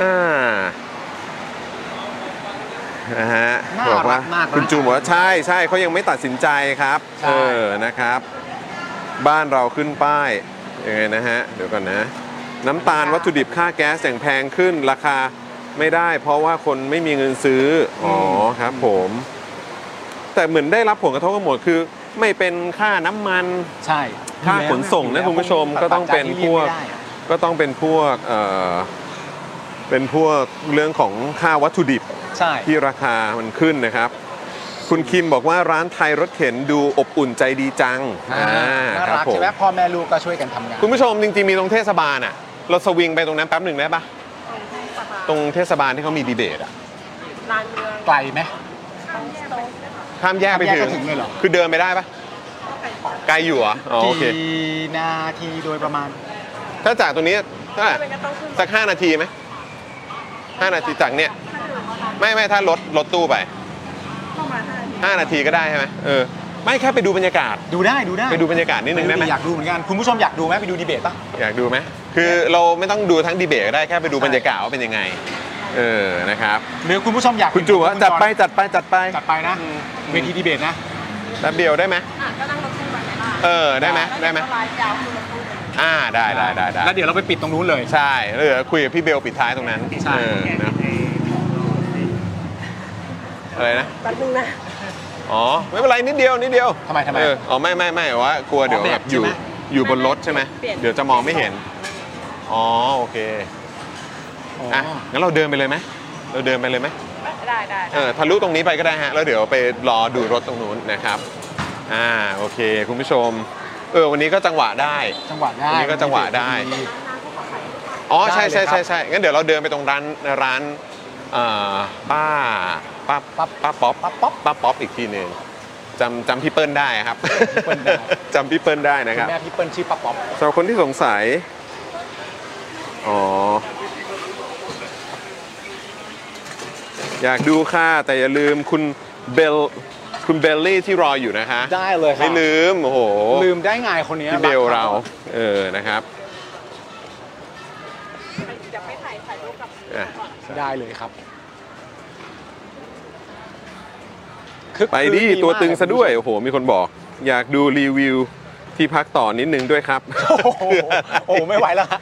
B: อ่านะฮะ
A: น่า
B: บอกว่า
A: รักมากนะ
B: คุณจูบอกว่าใช่ใช่เขายังไม่ตัดสินใจครับเออนะครับ บ้านเราขึ้นป้ายยังไงนะฮะ เดี๋ยวก่อนนะ น้ำตาลวัตถุดิบค่าแก๊สอย่างแพงขึ้นราคาไม่ได้ เพราะว่าคนไม่มีเงินซื้อ อ๋อครับผม แต่เหมือนได้รับผลกระทบกันหมดคือ ไม่เป็นค่าน้ำมัน
A: ใช่
B: ค่าขนส่งนะคุณผู้ชมก็ต้องเป็นพวก ก็ต้องเป็นพวกเอ่อเป็นพวกเรื่องของค่าวัตถุดิบ
A: ใช่
B: ที่ราคามันขึ้นนะครับ คุณคิมบอกว่าร้านไทยรถเข็นดูอบอุ่นใจดีจัง
A: อ่าน่า
B: ครับ
A: รัก
B: ผ
A: ใช่
B: ม
A: ไหมพ่อแม่ลูกก็ช่วยกันทำงาน
B: คุณผู้ชมจริงๆมีตรงเทศบาลอ่ะ เราสวิงไปตรงนั้นแป๊บหนึ่งได้ปะตรงเทศบาลที่เขามีดีเบตอ่ะ
D: ลานเมือง
A: ไกลไหม
D: ของสโตก
B: ข้ามแยกไป
A: ข้ามแยกก็ถึงเลยเหรอ
B: คือเดินไปได้ปะไกลอยู่เหรออ๋อโอเค
A: กี่นาทีโดยประมาณ
B: ถ้าจากตรงนี้เท่าไหร่สักห้านาทีไหมห้านาทีจากเนี้ยไม่ไม่ถ้ารถรถตู้ไปห้านาทีก็ได้ใช่ไหมเออไม่แค่ไปดูบรรยากาศ
A: ดูได้ดูได้
B: ไปดูบรรยากาศนิดนึงได้ไหม
A: อยากดูเหมือนกัน คุณผู้ชมอยากดูไหมไปดูดีเบตปะ
B: อยากดูไหมคือเราไม่ต้องดูทั้งดีเบตก็ได้แค่ไปดูบรรยากาศว่าเป็นยังไง เออนะครับ
A: หรือคุณผู้ชมอยาก
B: คุณจู่ว่าจัดไปจัดไปจัดไป
A: จัดไปนะเวทีดีเบตนะ
B: แป๊บเดียวได้ไหมเออได้ไหมได้ไหมอ่าได้ได้ได้ได้
A: แล้วเดี๋ยวเราไปปิดตรงนู้นเลย
B: ใช่แล้วเดี๋ยวคุยกับพี่เบลปิดท้ายตรงนั้น
A: ใช่
B: เออนะอะไรนะ
D: แป๊บนึงนะ
B: อ๋อไม่เป็นไรนิดเดียวนิดเดียว
A: ทำไมทำไม
B: เอออ๋อไม่ไม่ไม่ว่ากลัวเดี๋ยว
A: อ๋อแบ
B: แบบบอยู่
A: ใช่ไหม
B: อยู่บนรถใช่ไหม
D: เปลี่ยน
B: เดี๋ยวจะมองไม่เห็นอ๋อโอเคอ่ะงั้นเราเดินไปเลยไหมเราเดินไปเลยไหม
D: ได้ได้
B: เออทะลุตรงนี้ไปก็ได้ฮะแล้วเดี๋ยวไปรอดูรถตรงนู้นนะครับอ่าโอเค คุณผู้ชมเออวันนี้ก็จังหวะได้
A: จังหวะได้
B: อันนี้ก็จังหวะได้ อ๋อใช่ใช่ใช่ใช่งั้นเดี๋ยวเราเดินไปตรงร้านร้านเอ่อป้าป้าป้าป้าป๊อปป้าป๊อปป้าป๊อปอีกทีหนึ่งจำจำพี่เปิ้ลได้ครับ (laughs) จำพี่เปิ้ลได้นะค
A: คุ
B: รั
A: ณ
B: บ
A: แม่พี่เปิ้ลชื่อป๊อปป๊อป
B: สำหรับคนที่สงสัยอ๋ออยากดูค่ะแต่อย่าลืมคุณเบลคุณเบลลี่ที่รออยู่นะคะ
A: ได้เลยครับ
B: ไม่ลืมโอ้โห
A: ลืมได้ไงคนนี้ย
B: พี่เบลเรา เออ นะครับอ่ะ
A: ได้เลยครับ
B: ไปดิ
A: มาก
B: ตัวตึงซะด้วย โอ้โห มีคนบอก อยากดูรีวิวที่พักต่อนิดนึงด้วยครับ
A: โอ้โหโอ้โหไม่ไหวแล้วฮะ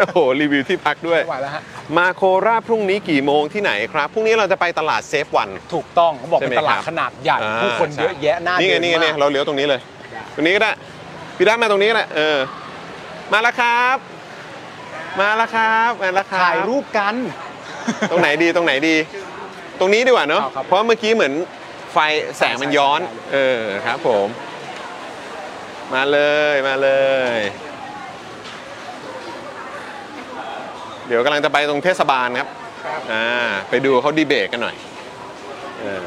B: โอ้โห รีวิวที่พักด้วย
A: ไม่ไหวแล้วฮะ
B: มาโคราชพรุ่งนี้กี่โมงที่ไหนครับ พรุ่งนี้เราจะไปตลาดเซฟวัน
A: ถูกต้องเขาบอก
B: ใช่
A: เป็น
B: ไหม
A: ตลาด
B: ครับ
A: ขนาดใหญ่ผู้คนเยอะแยะน่า
B: นี่
A: เดิ
B: ไง
A: น
B: นี่ไง
A: มา
B: เนี่ย
A: ก
B: เราเลี้ยวตรงนี้เลย ตรงนี้ก็ได้ พี่ด้ามาตรงนี้ก็ได้ เออ มาแล้วครับ มาแล้วครับ มาแล้วครับ
A: ถ่ายรูปกัน
B: ตรงไหนดีตรงไหนดี ตรงนี้ดีกว่าเนอะ
A: เอาครับ
B: เพราะเมื่อกี้เหมือนไฟแสงมันย้อน
A: ใช่ใช่
B: เออครับผม มาเลยมาเลย เดี๋ยวกำลังจะไปตรงเทศบาลครับอ่าไปดูเขาดีเบตกันหน่อยเออ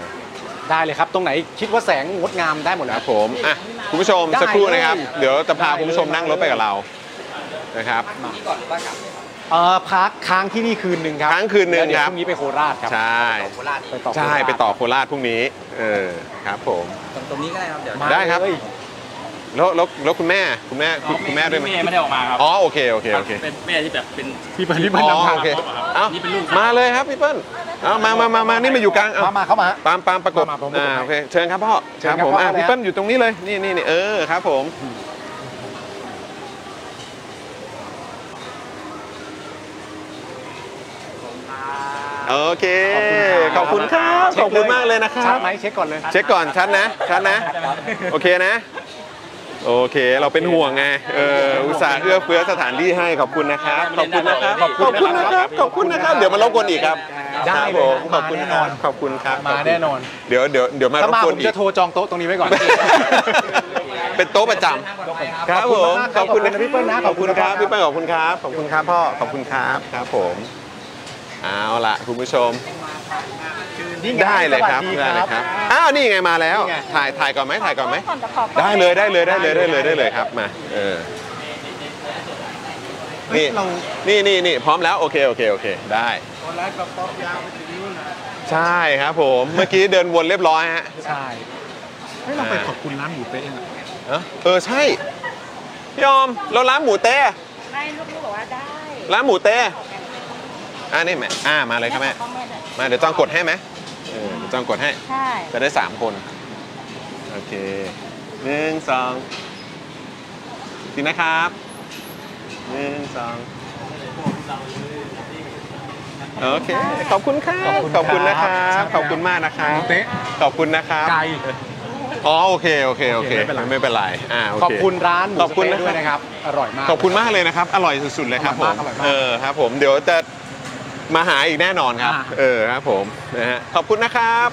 A: ได้เลยครับ ตรงไหนคิดว่าแสงงดงามได้หมด
B: ค
A: แล้
B: รั
A: ว
B: บผมอ่ะคุณผู้ชม
A: ได้
B: สักครู่นะครับ
A: เลย
B: เดี๋ยวจะพา
A: ได้เลย
B: คุณผู้ชมนั่งรถไปกับเรานะครับ
A: เออพักค้างที่นี่คืนหนึ่งครับ
B: ค้างคืนหนึ่ง
A: แล้วเดี๋ย
B: ครั
A: วพรุ่
B: บ
A: งนี้ไปโคราชครับ
B: ใช่
A: ไปต่อโคราช
B: ใช่ไปต่อโคราชพรุ่งนี้ เออครับผม
C: ตรงตรงนี้ก็ได้ครับเดี๋ยว
A: มา
B: ได้ครับ
A: เลย
B: แล้วแล้วแล้วคุณแม่คุณแม่คุณคุณแม่ด้วยไหม
I: พี่เไม่ได้ออกมาครับ
B: อ๋อโอเคโอเคโอเค
I: เป็นแม่ที่แบบเป็น
A: พี่เปิ้ลพี่เปิ้
B: อ๋อน
A: ลำทาง
B: โอเค
I: ครั
B: เอ้า
I: บนี่เป็นลูก
B: มาเลยครับพี่เปิ้ล เอามามามามานี่มาอยู่กลางมามาเข้ามาตามตามประกบอ่าโอเคเชิญครับพ่อ
A: เชิญ
B: ครับ
A: ครับ
B: ผม
A: พ่อ
B: อ่ะ
A: เลย
B: พี่
A: ฮะ
B: เปิ้ลอยู่ตรงนี้เลยนี่นี่นี่เออครับผมโอเคขอบคุณครับขอบคุณมากเลยนะครับ
A: ชัดไหมเช็คก่อนเลย
B: เช็คก่อนชัดนะชัดนะ โอเคนะ โอเคเราเป็นห่วงไงเอออุตส่าห์เอื้อเฟื้อสถานที่ให้ขอบคุณนะครับขอบคุณนะครับ ขอบคุณนะครับขอบคุณนะครับ เดี๋ยวมารบกวนอีกครับ
A: ได้
B: ครับ
A: เลยนะ
B: ผมขอบคุณนะครับขอบคุณครับ
A: มาแน่นอน
B: เดี๋ยวเดี๋ยวเดี๋ยวมาร
A: ถ้า
B: บ
A: มาก
B: ว
A: ผ
B: น
A: ม
B: อี
A: จะ
B: ก
A: โทรจองโต๊ะตรงนี้ไว้ก่อน
B: (laughs) เป็นโต๊ะประจำครับผม
A: ขอบคุณมากครับขอบคุณนะพี่เปิ้ลนะ
B: ขอบคุณครับ
A: ขอบคุณนะครับ
B: พี่เปิ้ลขอบคุณครับขอบคุณครับพ่อขอบคุณครับครับผมเอาล่ะคุณผู้ชม ได้เลยครับได้เลยครับอ้าวนี่ไงมาแล้ว ถ่ายถ่ายก่อนไหมถ่ายก่อนไหม
D: ก่อนจะขอเข้า
B: ได้เลยได้เลยได้เลยได้เลยได้เลยครับมาเออนี่นี่นี่นี่พร้อมแล้วโอเคโอเคโอเคได้
H: ตอนแรกกระป๊อกยาวไปถึงนู่นนะ
B: ใช่ครับผมเมื่อกี้เดินวนเรียบร้อยฮะ
A: ใช่ให้ยเราไปขอบคุณร้านหมูเป๊ะเองอะ
B: เอ้อเออใช่พี่ออมเราร้านหมูเต้
D: ไม่ลูกๆบอกว่าได้
B: ร้านหมูเต้อ่านี่แม่อ่ามาเลยครับแม่มาเดี๋ยวจ้องกดให้ไหมเออเดี๋ยวจ้องกดให้
D: ใช่
B: จะได้สามคนโอเคหนึ่งสองทีนะครับหนึ่งสองโอเคขอบคุณครับขอบคุณนะครับขอบคุณมากนะครับขอบคุณนะครับไก่อ๋อโอเคโอเคโอเค
A: โอเคไม่เป็นไร
B: ไม่เป็นไรอ่าโเ
A: ขอบคุณร้านหมู
B: ขอบคุณ
A: สเต๊ะ
B: นะ
A: ด้วยนะ
B: ค
A: ครับ รับ อร่อยมาก
B: ขอบคุณมากเลยนะครับ อร่อยสุดๆเลยครับผม
A: อร่อยมากอร่อยมาก
B: เออครับ ผมเดี๋ยวจะมาหาอีกแน่นอนครับ เออครับผมนะฮะขอบคุณนะครับ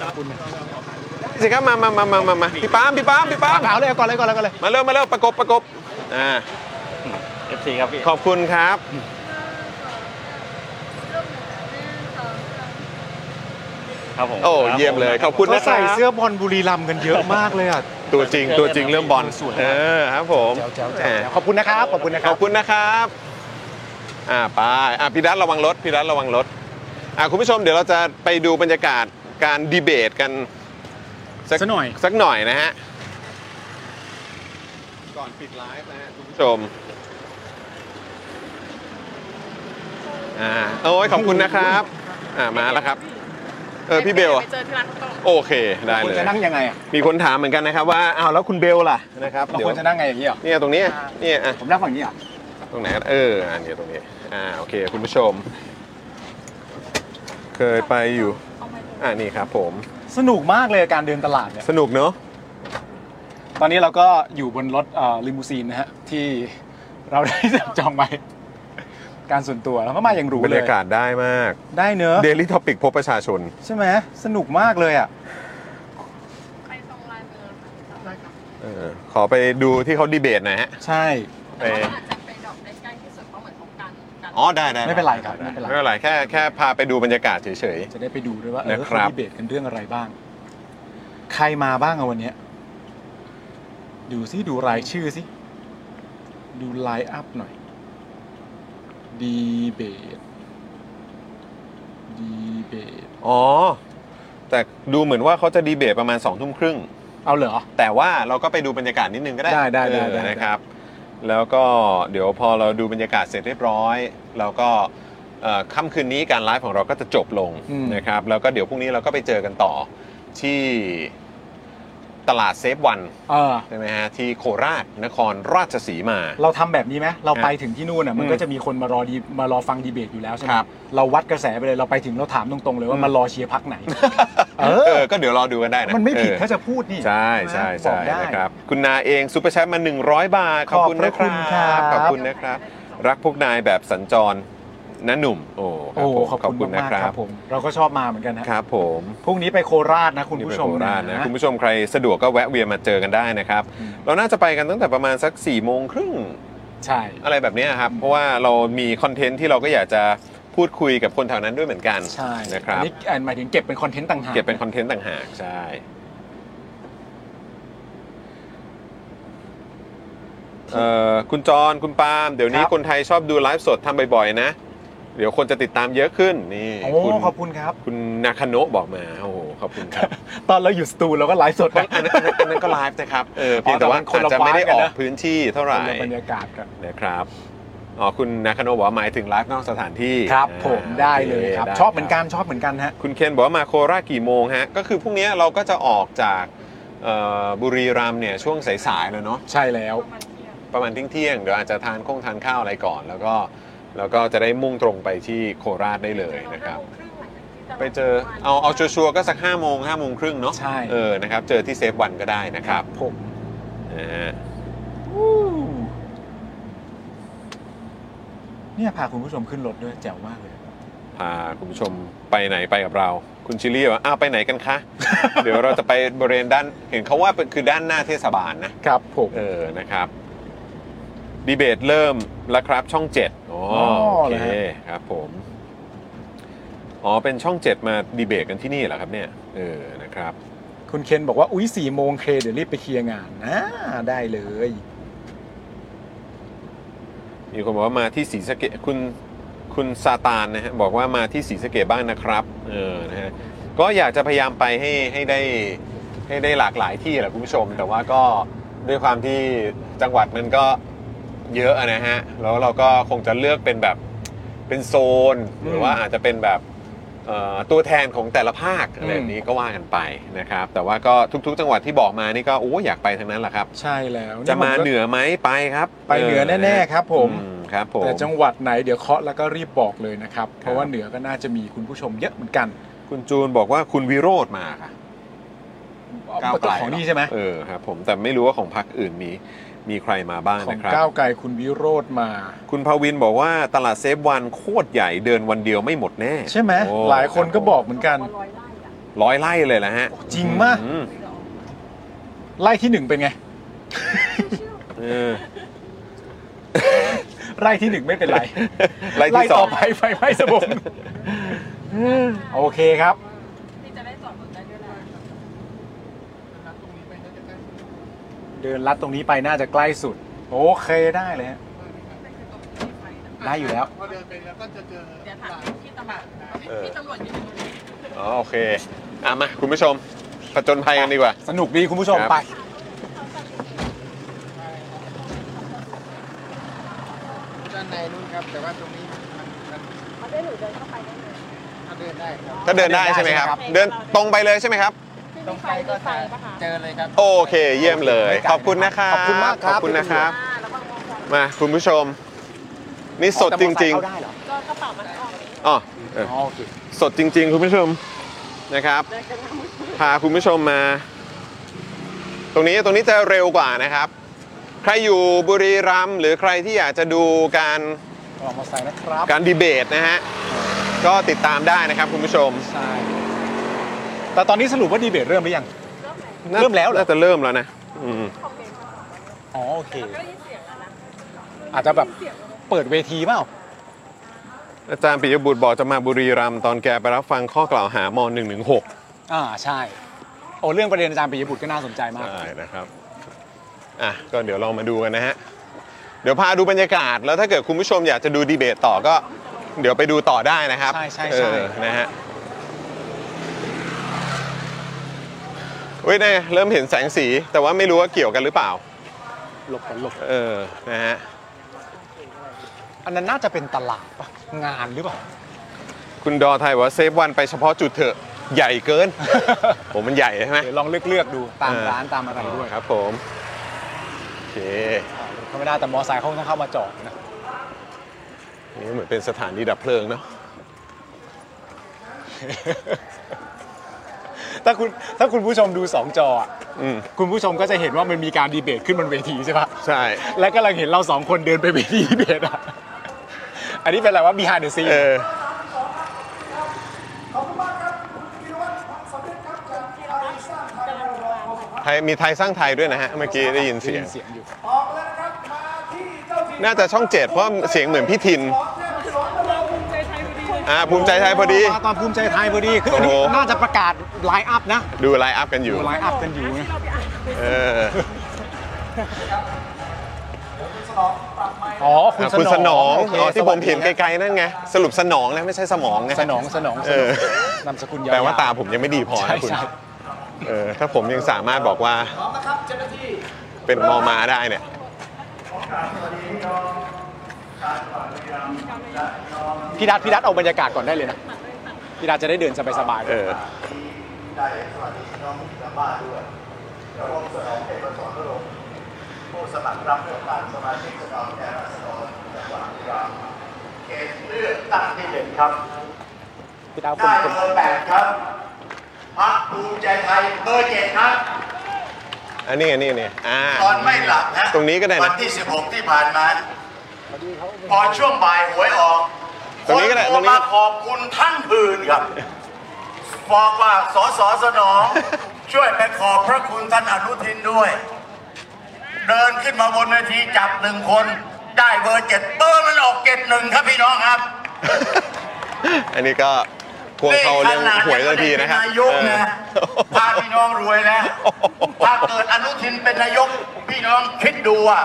B: สิครับมามามามามามาพี่ป้ามพี่ป้ามพี่ป้าม
A: เอาเลยเอาก่อนเลยก่อนเลยก่อนเลย
B: มาเริ่มมาเริ่มประกบประกบอ่า
I: เอฟซีครับพี่
B: ขอบคุณครับ
I: ครับผม
B: โอ้เยี่ยมเลยขอบคุณนะค
A: ใส่
B: รับ
A: เสื้อบอลบุรีรัมย์กันเยอะมากเลยอ่ะ
B: ตัวจริงตัวจริงเรื่องบอล
A: สวยมาก
B: เออครับผม
A: แจ๋วๆแจ๋
B: อ่าว
A: ๆขอบคุณนะครับ ขอบคุณนะค
B: ข
A: รั
B: อ
A: บบ
B: คุณนะครับอ่าไปอ่ะพี่ดัตระวังรถพี่ดัตระวังรถอ่ะคุณผู้ชมเดี๋ยวเราจะไปดูบรรยากาศการดีเบตกันสักหน่อยสักหน่อยนะฮะก่อนปิดไลฟ์นะฮะคุณผู้ชมอ่าโอ้ยขอบคุณนะครับอ่ามาแล้วครับเออพี่เบลอะ
D: ไปเจอที่ร้านข้าวต้ม
B: โอเค ได้
A: คุณ
B: เลย
A: จะนั่งยังไงอ่ะ
B: มีคนถามเหมือนกันนะครับว่าอ้าวแล้วคุณเบลล่ะนะครับ
A: บาง
B: เดี๋ย
A: ค
B: วน
A: จะนั่งไงอย่างนี้เหรอ
B: เนี่ยตรงนี้เนี่ยอ่ะ
A: ผมนั่งฝั่งนี้เหรอ
B: ตรงไหนเอออันนี้ตรงนี้อ่าโอเคคุณผู้ชม เคยไปอยู่อ่านี่ครับผม
A: สนุกมากเลยการเดินตลาดเนี่ย
B: สนุกเนอะ
A: ตอนนี้เราก็อยู่บนรถเอ่อลิมูซีนนะฮะ ที่เราได้ (laughs) สั่งจองไว้การส่วนตัวแล้วก็มาอย่างหรู
B: บร
A: เล
B: ร
A: ย
B: ยากาศได้มาก
A: ได้เนอะ
B: Daily Topic พบประชาชน
A: ใช่ไหมสนุกมากเลยอ่ะ
B: เออขอไปดูที่เขาดีเบตหน่อยฮะ
A: ใช่
B: ไปอ๋อได้ได้
A: ไม่เป็นไรครับไม่เป็นไร
B: ไม่เป็นไรแค่แค่พาไปดูบรรยากาศเฉย
A: จะได้ไปดูด้วยว่าเออ
B: นะค
A: เขา
B: รับ
A: ดีเบตกันเรื่องอะไรบ้าง ใครมาบ้างอะวันเนี้ยดูซิดูรายชื่อสิดูไลน์อัพหน่อย ดีเบต ดีเบต
B: ๆอ๋อแต่ดูเหมือนว่าเขาจะดีเบตประมาณ2องทุ่มครึ่ง
A: เอาเหรอ
B: แต่ว่าเราก็ไปดูบรรยากาศนิดนึงก็ได้
A: ได้ได้ได้
B: เออ
A: ได้
B: นะครับ แล้วก็เดี๋ยวพอเราดูบรรยากาศเสร็จเรียบร้อย เราก็เอ่อค่ำคืนนี้การไลฟ์ของเราก็จะจบลง
A: อืม
B: นะครับ แล้วก็เดี๋ยวพรุ่งนี้เราก็ไปเจอกันต่อที่ตลาดเซฟวัน
A: เออ
B: ใช่ไหมฮะที่โคราชนครราชสีมา
A: เราทำแบบนี้ไหมเราไปถึงที่นู่นอ่ะมัน
B: อืม
A: ก็จะมีคนมารอดีมารอฟังดีเบตอยู่แล้วใช่ไหม
B: ครับ
A: เราวัดกระแสไปเลยเราไปถึงเราถามตรงๆเลยว่า
B: อืม
A: มารอเชียร์พักไหน เออ
B: เออก็เดี๋ยวรอดูกันได้นะ
A: มันไม่ผิด
B: เออ
A: ถ้าจะพูดนี่
B: ใช่ใช่
A: บอ
B: ใช่
A: กได้
B: นะครับ คุณนาเองซูเปอร์แชทมา 100 บาท ขอบคุณนะ
A: ขอบ
B: ค
A: พระคุณครั
B: รับบ ขอบคุณนะครับ รักพวกนายแบบสัญจรนะหนุ่ม โอ้
A: โอ้
B: ผม
A: ขอบคุณ
B: นะ
A: มากๆ
B: ค
A: ค
B: รั
A: รั
B: บบ
A: ผมเราก็ชอบมาเหมือนกันนะครับ
B: ผม
A: พรุ่งนี้ไปโคราชนะคุณผู้ชม
B: นี่เป็นโคราชนะคุณผู้ชมใครสะดวกก็แวะเวียนมาเจอกันได้นะครับ เราน่าจะไปกันตั้งแต่ประมาณสัก4ี่โมงครึ่ง
A: ใช่
B: อะไรแบบเนี้ยครับ เพราะว่าเรามีคอนเทนต์ที่เราก็อยากจะพูดคุยกับคนแถวนั้นด้วยเหมือนกัน
A: ใช่
B: นะครับ
A: อันนี้อันหมายถึงเก็บเป็นคอนเทนต์ต่างหาก
B: เก็บเป็นคอนเทนต์ต่างหากใช่ เอ่อคุณจรคุณปาล์มเดี๋ยวนี้คนไทยชอบดูไลฟ์สดทำบ่อยๆนะ เดี๋ยวคนจะติดตามเยอะขึ้นนี่
A: โอ้
B: คุณ
A: ขอบคุณครับ
B: คุณนาคาโนะบอกมาโอ้โหขอบคุณครับ
A: ตอนเราอยู่สตูเราก็ไลฟ์สดนะ
B: อันนั้นอันนั้นอันนั้นก็ไลฟ์นะครับเออเพียงแต่ว่า
A: อ๋อแต่มันคน
B: อา
A: ละ
B: จจะไม่ได้
A: ไฟล์กั
B: อน อ
A: นะ
B: กพื้นที่เท่าไหร่
A: บรรยากาศกัน
B: นะครับ อ๋อคุณนาคาโนบอกว่าหมายถึงไลฟ์นอกสถานที่
A: ครับผมได้
B: โ
A: เลยครับ
B: ได้
A: ชอบเหมือนกันชอบเหมือนกันฮะ
B: คุณเคนบอกว่ามาโคราชกี่โมงฮะ ก็คือพรุ่งนี้เราก็จะออกจากเอ่อบุรีรัมย์เนี่ยช่วงสายๆแล้วเนาะ
A: ใช่แล้ว
B: ประมาณเที่ยงๆเดี๋ยวอาจจะทานคงทานข้าวอะไรก่อน แล้วก็แล้วก็จะได้มุ่งตรงไปที่โคราชได้เลยนะครับ ไปเจอเอาเอาชัวร์ๆก็สัก5้าโมงห้าโมงครึ่งเนาะ
A: ใช่
B: เออนะครับ เจอที่เซฟวันก็ได้นะครับ
A: ผม
B: นะฮะ
A: เนี่ยพาคุณผู้ชมขึ้นรถด้วยแจ๋วมากเลย
B: พาคุณผู้ชมไปไหนไปกับเรา คุณชิลลี่บอกว่าอ้าวไปไหนกันคะ เดี๋ยวเราจะไปบริเวณด้านเห็นเขาว่าเป็นคือด้านหน้าเทศบาลนะ
A: ครับผม
B: เออ นะครับ ดีเบตเริ่มแล้วครับช่องเจ็ดอ๋ออ
A: อ
B: โอ
A: เหร
B: เค
A: อฮะ
B: ครับผม อ๋อ เป็นช่องเจ็ดมาดีเบตกันที่นี่เหรอครับเนี่ย เออ นะครับ
A: คุณเคนบอกว่า อุ๊ยสี่โมงเคเดี๋ยวรีบไปเคลียร์งานนะได้เลย
B: มีคนบอกว่ามาที่ศรีสะเกดคุณคุณซาตานนะฮะบอกว่ามาที่ศรีสะเกดบ้างนะครับ เออนะฮะก็อยากจะพยายามไปให้ให้ได้ให้ได้หลากหลายที่แหละคุณผู้ชม แต่ว่าก็ด้วยความที่จังหวัดมันก็เยอะอะนะฮะแล้วเราก็คงจะเลือกเป็นแบบเป็นโซน หรือว่าอาจจะเป็นแบบเอ่อตัวแทนของแต่ละภาคอะไรแบบนี้ก็ว่ากันไปนะครับ แต่ว่าก็ทุกๆ จังหวัดที่บอกมานี่ก็โอ้อยากไปทั้งนั้นแหละครับ
A: ใช่แล้ว
B: จะมาเหนือไหมไปครับ
A: ไปเหนือแน่ๆครับผม
B: อืครับผม
A: แต่จังหวัดไหนเดี๋ยวเคาะแล้วก็รีบบอกเลยนะครับ เพราะว่าเหนือก็น่าจะมีคุณผู้ชมเยอะเหมือนกัน
B: คุณจูนบอกว่าคุณวิโรธมาค่ะก้าวไกล
A: ของนี่ใช่ไหม
B: เออครับผมแต่ไม่รู้ว่าของพรรคอื่นมีมีใครมาบ้าง
A: ของ
B: นะครับ
A: ก้าวไกลคุณวิโรธมา
B: คุณภาวินบอกว่าตลาดเซฟวันโคตรใหญ่เดินวันเดียวไม่หมดแน่
A: ใช่ไหม
B: โอ้
A: หลายคนก็บอกเหมือนกัน
B: ร้อยไล่เลยแหละฮะ
A: จริงมะ
B: อืม
A: ไล่ที่หนึ่งเป็นไง
B: เออ
A: (laughs) ไล่ที่หนึ่งไม่เป็นไร
B: (laughs) ไล่ที่สอง
A: ต่อไปไฟไหม้สม
B: (laughs)
A: องโอเคครับ เดินลัดตรงนี้ไปน่าจะใกล้สุด โอเคได้เลยฮะได้อยู่แล้ว
D: เดินไปแล้วก็จะเจอเดี๋ยวถามพี่ตำรวจ
B: เออ
D: พี่ตำรวจอยู่ตรงนี้
B: อ๋อโอเคอ่ะมาคุณผู้ชมผจญภัยกันดีกว่า
A: สนุกดีคุณผู้ชม
B: ครับ
A: ไป
J: ด้านในนู้นครับ แต่ว่าตรงนี้มันมันมันได้หนูเดินเข้าไปได้เลยถ้าเดินได้ครับ
B: ถ้าเดินได้ใช่ไหมครับ เดินตรงไปเลยใช่ไหมครับ
J: ตรงไปก็จะเจอเลยครับ
B: โอเคเยี่ยมเลย ขอบคุณนะครับ
A: ขอบคุณมากครับ
B: ขอบคุณนะครับ มาคุณผู้ชม นี่สดจริง
A: อ๋อแต่มอเตอไซค์เข้าได้เหรอ
B: ๆอ๋อเออ
A: อ๋อโอเค
B: สดจริง ๆ คุณผู้ชมนะครับ พาคุณผู้ชมมา ตรงนี้ตรงนี้จะเร็วกว่านะครับ ใครอยู่บุรีรัมย์หรือใครที่อยากจะดูการ
A: ออกมาใส่นะครับ
B: การดีเบตนะฮะก็ติดตามได้นะครับคุณผู้ชม
A: ใช่ แต่ตอนนี้สรุปว่าดีเบตเริ่มหรือยัง
B: น่า
A: เริ่มแล้วเหรอ
B: น่าจะเริ่มแล้วนะอืม
A: อ๋อโอเค อาจจะแบบเปิดเวทีเปล่า
B: อาจารย์ปิยบุตรบอกจะมาบุรีรัมย์ตอนแกไปรับฟังข้อกล่าวหาม .116
A: อ่าใช่ โอ้เรื่องประเด็นอาจารย์ปิยบุตรก็น่าสนใจมาก
B: ใช่นะครับอ่ะก็เดี๋ยวลองมาดูกันนะฮะเดี๋ยวพาดูบรรยากาศ แล้วถ้าเกิดคุณผู้ชมอยากจะดูดีเบตต่อก็ เดี๋ยวไปดูต่อได้นะครับ
A: ใช่ใช่ใช่
B: เออนะฮะ เว้ยเนี่ยเริ่มเห็นแสงสีแต่ว่าไม่รู้ว่าเกี่ยวกันหรือเปล่า
A: หลบกันหลบ
B: เออนะฮะ
A: อันนั้นน่าจะเป็นตลาดปะงานหรือเปล่า
B: คุณดอไทยบอกว่าเซฟวันไปเฉพาะจุดเถอะใหญ่เกิน (laughs) ผมมันใหญ่ใช่ไหม
A: เดี๋ยวลองเลือกเลือกๆดูตามร้านตามอะไรด้วย
B: ครับผมโอเค
A: เขาไม่ได้แต่มอไซค์เขาต้องเข้ามาจอดนะ
B: นี่เหมือนเป็นสถานีดับเพลิงเนาะ
A: (laughs) ถ้าคุณถ้าคุณผู้ชมดู 2 จออะ
B: อืม
A: คุณผู้ชมก็จะเห็นว่ามันมีการดีเบตขึ้นบนเวทีใช่ปะ
B: ใช่
A: และกำลังเห็นเราสองคนเดินไปเวทีดีเบตอ่ะ (laughs) อันนี้เป็นอะไรวะ behind the scene
B: เออ ไทยมีไทยสร้างไทยด้วยนะฮะ เมื่อกี้ได้ยินเสียง
A: เสียงอยู่
B: น่าจะช่องเจ็ดเพราะเสียงเหมือนพี่ทินอ่าภูมิใจไทยพอดี
A: มาตอนภูมิใจไทยพอดี คืออันนี้
B: โอ้โห
A: น่าจะประกาศไลน์อัพนะ
B: ดูไลฟ์อัพกันอยู่
A: ไลน์อัพกันอยู่นะ
B: เออ
A: อ๋อ คุณ
B: (laughs) อ่ะคุณสนอง
A: โเค
B: อ๋อที่ผมเห็น
A: สวัสดี
B: ไกลๆนั่นไง สรุปสนองนะไม่ใช่สมองนะ
A: สนองสนองส
B: เอน อ
A: องนามสกุลยาวๆ
B: แปลว่าตาผมยังไม่ดีพอ
A: ใช่
B: นะคุณ
A: ใช่
B: เออ ถ้าผมยังสามารถบอกว่าเป็นมอมาได้เนี่ย
A: พี่ดัดพี่ดัดเอาบรรยากาศก่อนได้เลยนะพี่ดัดจะได้เดินสบายๆเออ
K: ผู้สมัครรับเลือกตั้งสมาชิกสภาผู้แทนราษฎรจังหวัดบุรีรัมย์เขตเลือกตั้งที่หนึ่งครับ
A: พี่ดาวค
K: ได้
A: น
K: เบ
A: คน
K: อร์แปดครับพรรคภูมิใจไทยเบอร์เจ็ดครับ
B: อันนี้อันนี้อันนี้อ่า
K: ตอนไม่หลับนะ
B: ตรงนี้ก็ได้
K: วั
B: นะ
K: นที่ 16 ที่ผ่านมา พอช่วงบ่ายหวยออก
B: ตรงนี้ก็ได้
K: ค
B: ตร
K: โท
B: งนี้
K: มาขอบคุณท่านอื่นครับบอกว่าสสสนอง ช่วยไปขอบพระคุณท่านอนุทินด้วย เดินขึ้นมาบนเวทีจับหนึ่งคน ได้เบอร์เจ็ดเบอร์มันออกเจ็ดหนึ่งครับพี่น้องครับ
B: อันนี้ก็ควงเขาเรื่องหวยทันทีนะครับ
K: นายกนะ
B: เออ
K: ถ้าพี่น้องรวยนะ ถ้าเกิดอนุทินเป็นนายก พี่น้องคิดดูว่า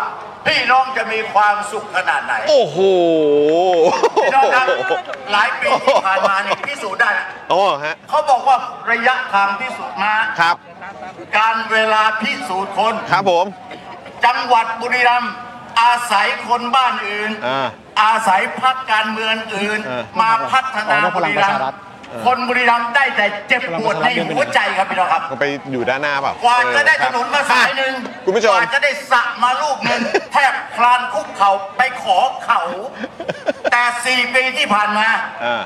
K: พี่น้องจะมีความสุขขนาดไหน
B: โอ้โห
K: พี่น้องครับหลายปีที่ผ่านมาเนี่ยพิสูจน์ได้นะ
B: โอ้ฮะ
K: เขาบอกว่าระยะทางพิสูจน์มา
B: ครับ
K: การเวลาพิสูจน์คน
B: ครับผม
K: จังหวัดบุรีรัมย์อาศัยคนบ้านอื่น
B: อ่า
K: อาศัยพักการเมืองอื่น
B: เออ
K: มาพัฒนา
A: อ๋อพ
K: บุ
A: ลัง
K: รี
A: ประ
K: รัม
A: ชา
K: ย์
A: รัฐ
K: คนบุรีรัมย์ได้แต่เจ็บปวดในหัวใจครับพี่น้องครับ
B: ไปอยู่ด้านหน้าเปล่าก
K: ว่าจะได้ถนนมาสาย
B: เออครับ
K: หนึ่ง
B: คุณผู้ช
K: ก
B: ม
K: ว่าจะได้สระมาลูกหนึ่งแทบคลานคุกเข่าไปขอเขา แต่สี่ปีที่ผ่านมา
B: อ่า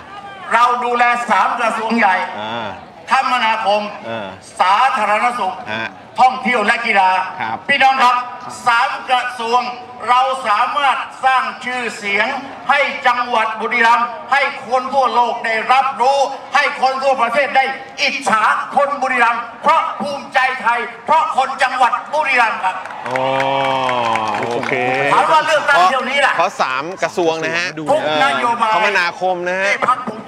K: เราดูแลสามกระทรวงใหญ่
B: อ่า
K: คมนาคม
B: อ่า
K: สาธารณสุข
B: ฮะ
K: ท่องเที่ยวและกีฬา
B: ครับ
K: พี่น้องครับสามกระทรวงเราสามารถสร้างชื่อเสียง ให้จังหวัดบุรีรัมย์ให้คนทั่วโลกได้รับรู้ ให้คนทั่วประเทศได้อิจฉาคนบุรีรัมย์เพราะภูมิใจไทย เพราะคนจังหวัดบุรีรัมย์ครับ
B: อ๋อโอเค
K: ถามว่าเลือกตั้งเที่ยวนี้ล่ะ
B: เพราะสามกระทรวงนะฮะ
K: ทุกนโยบาย
B: เออคมนาคมนะฮะ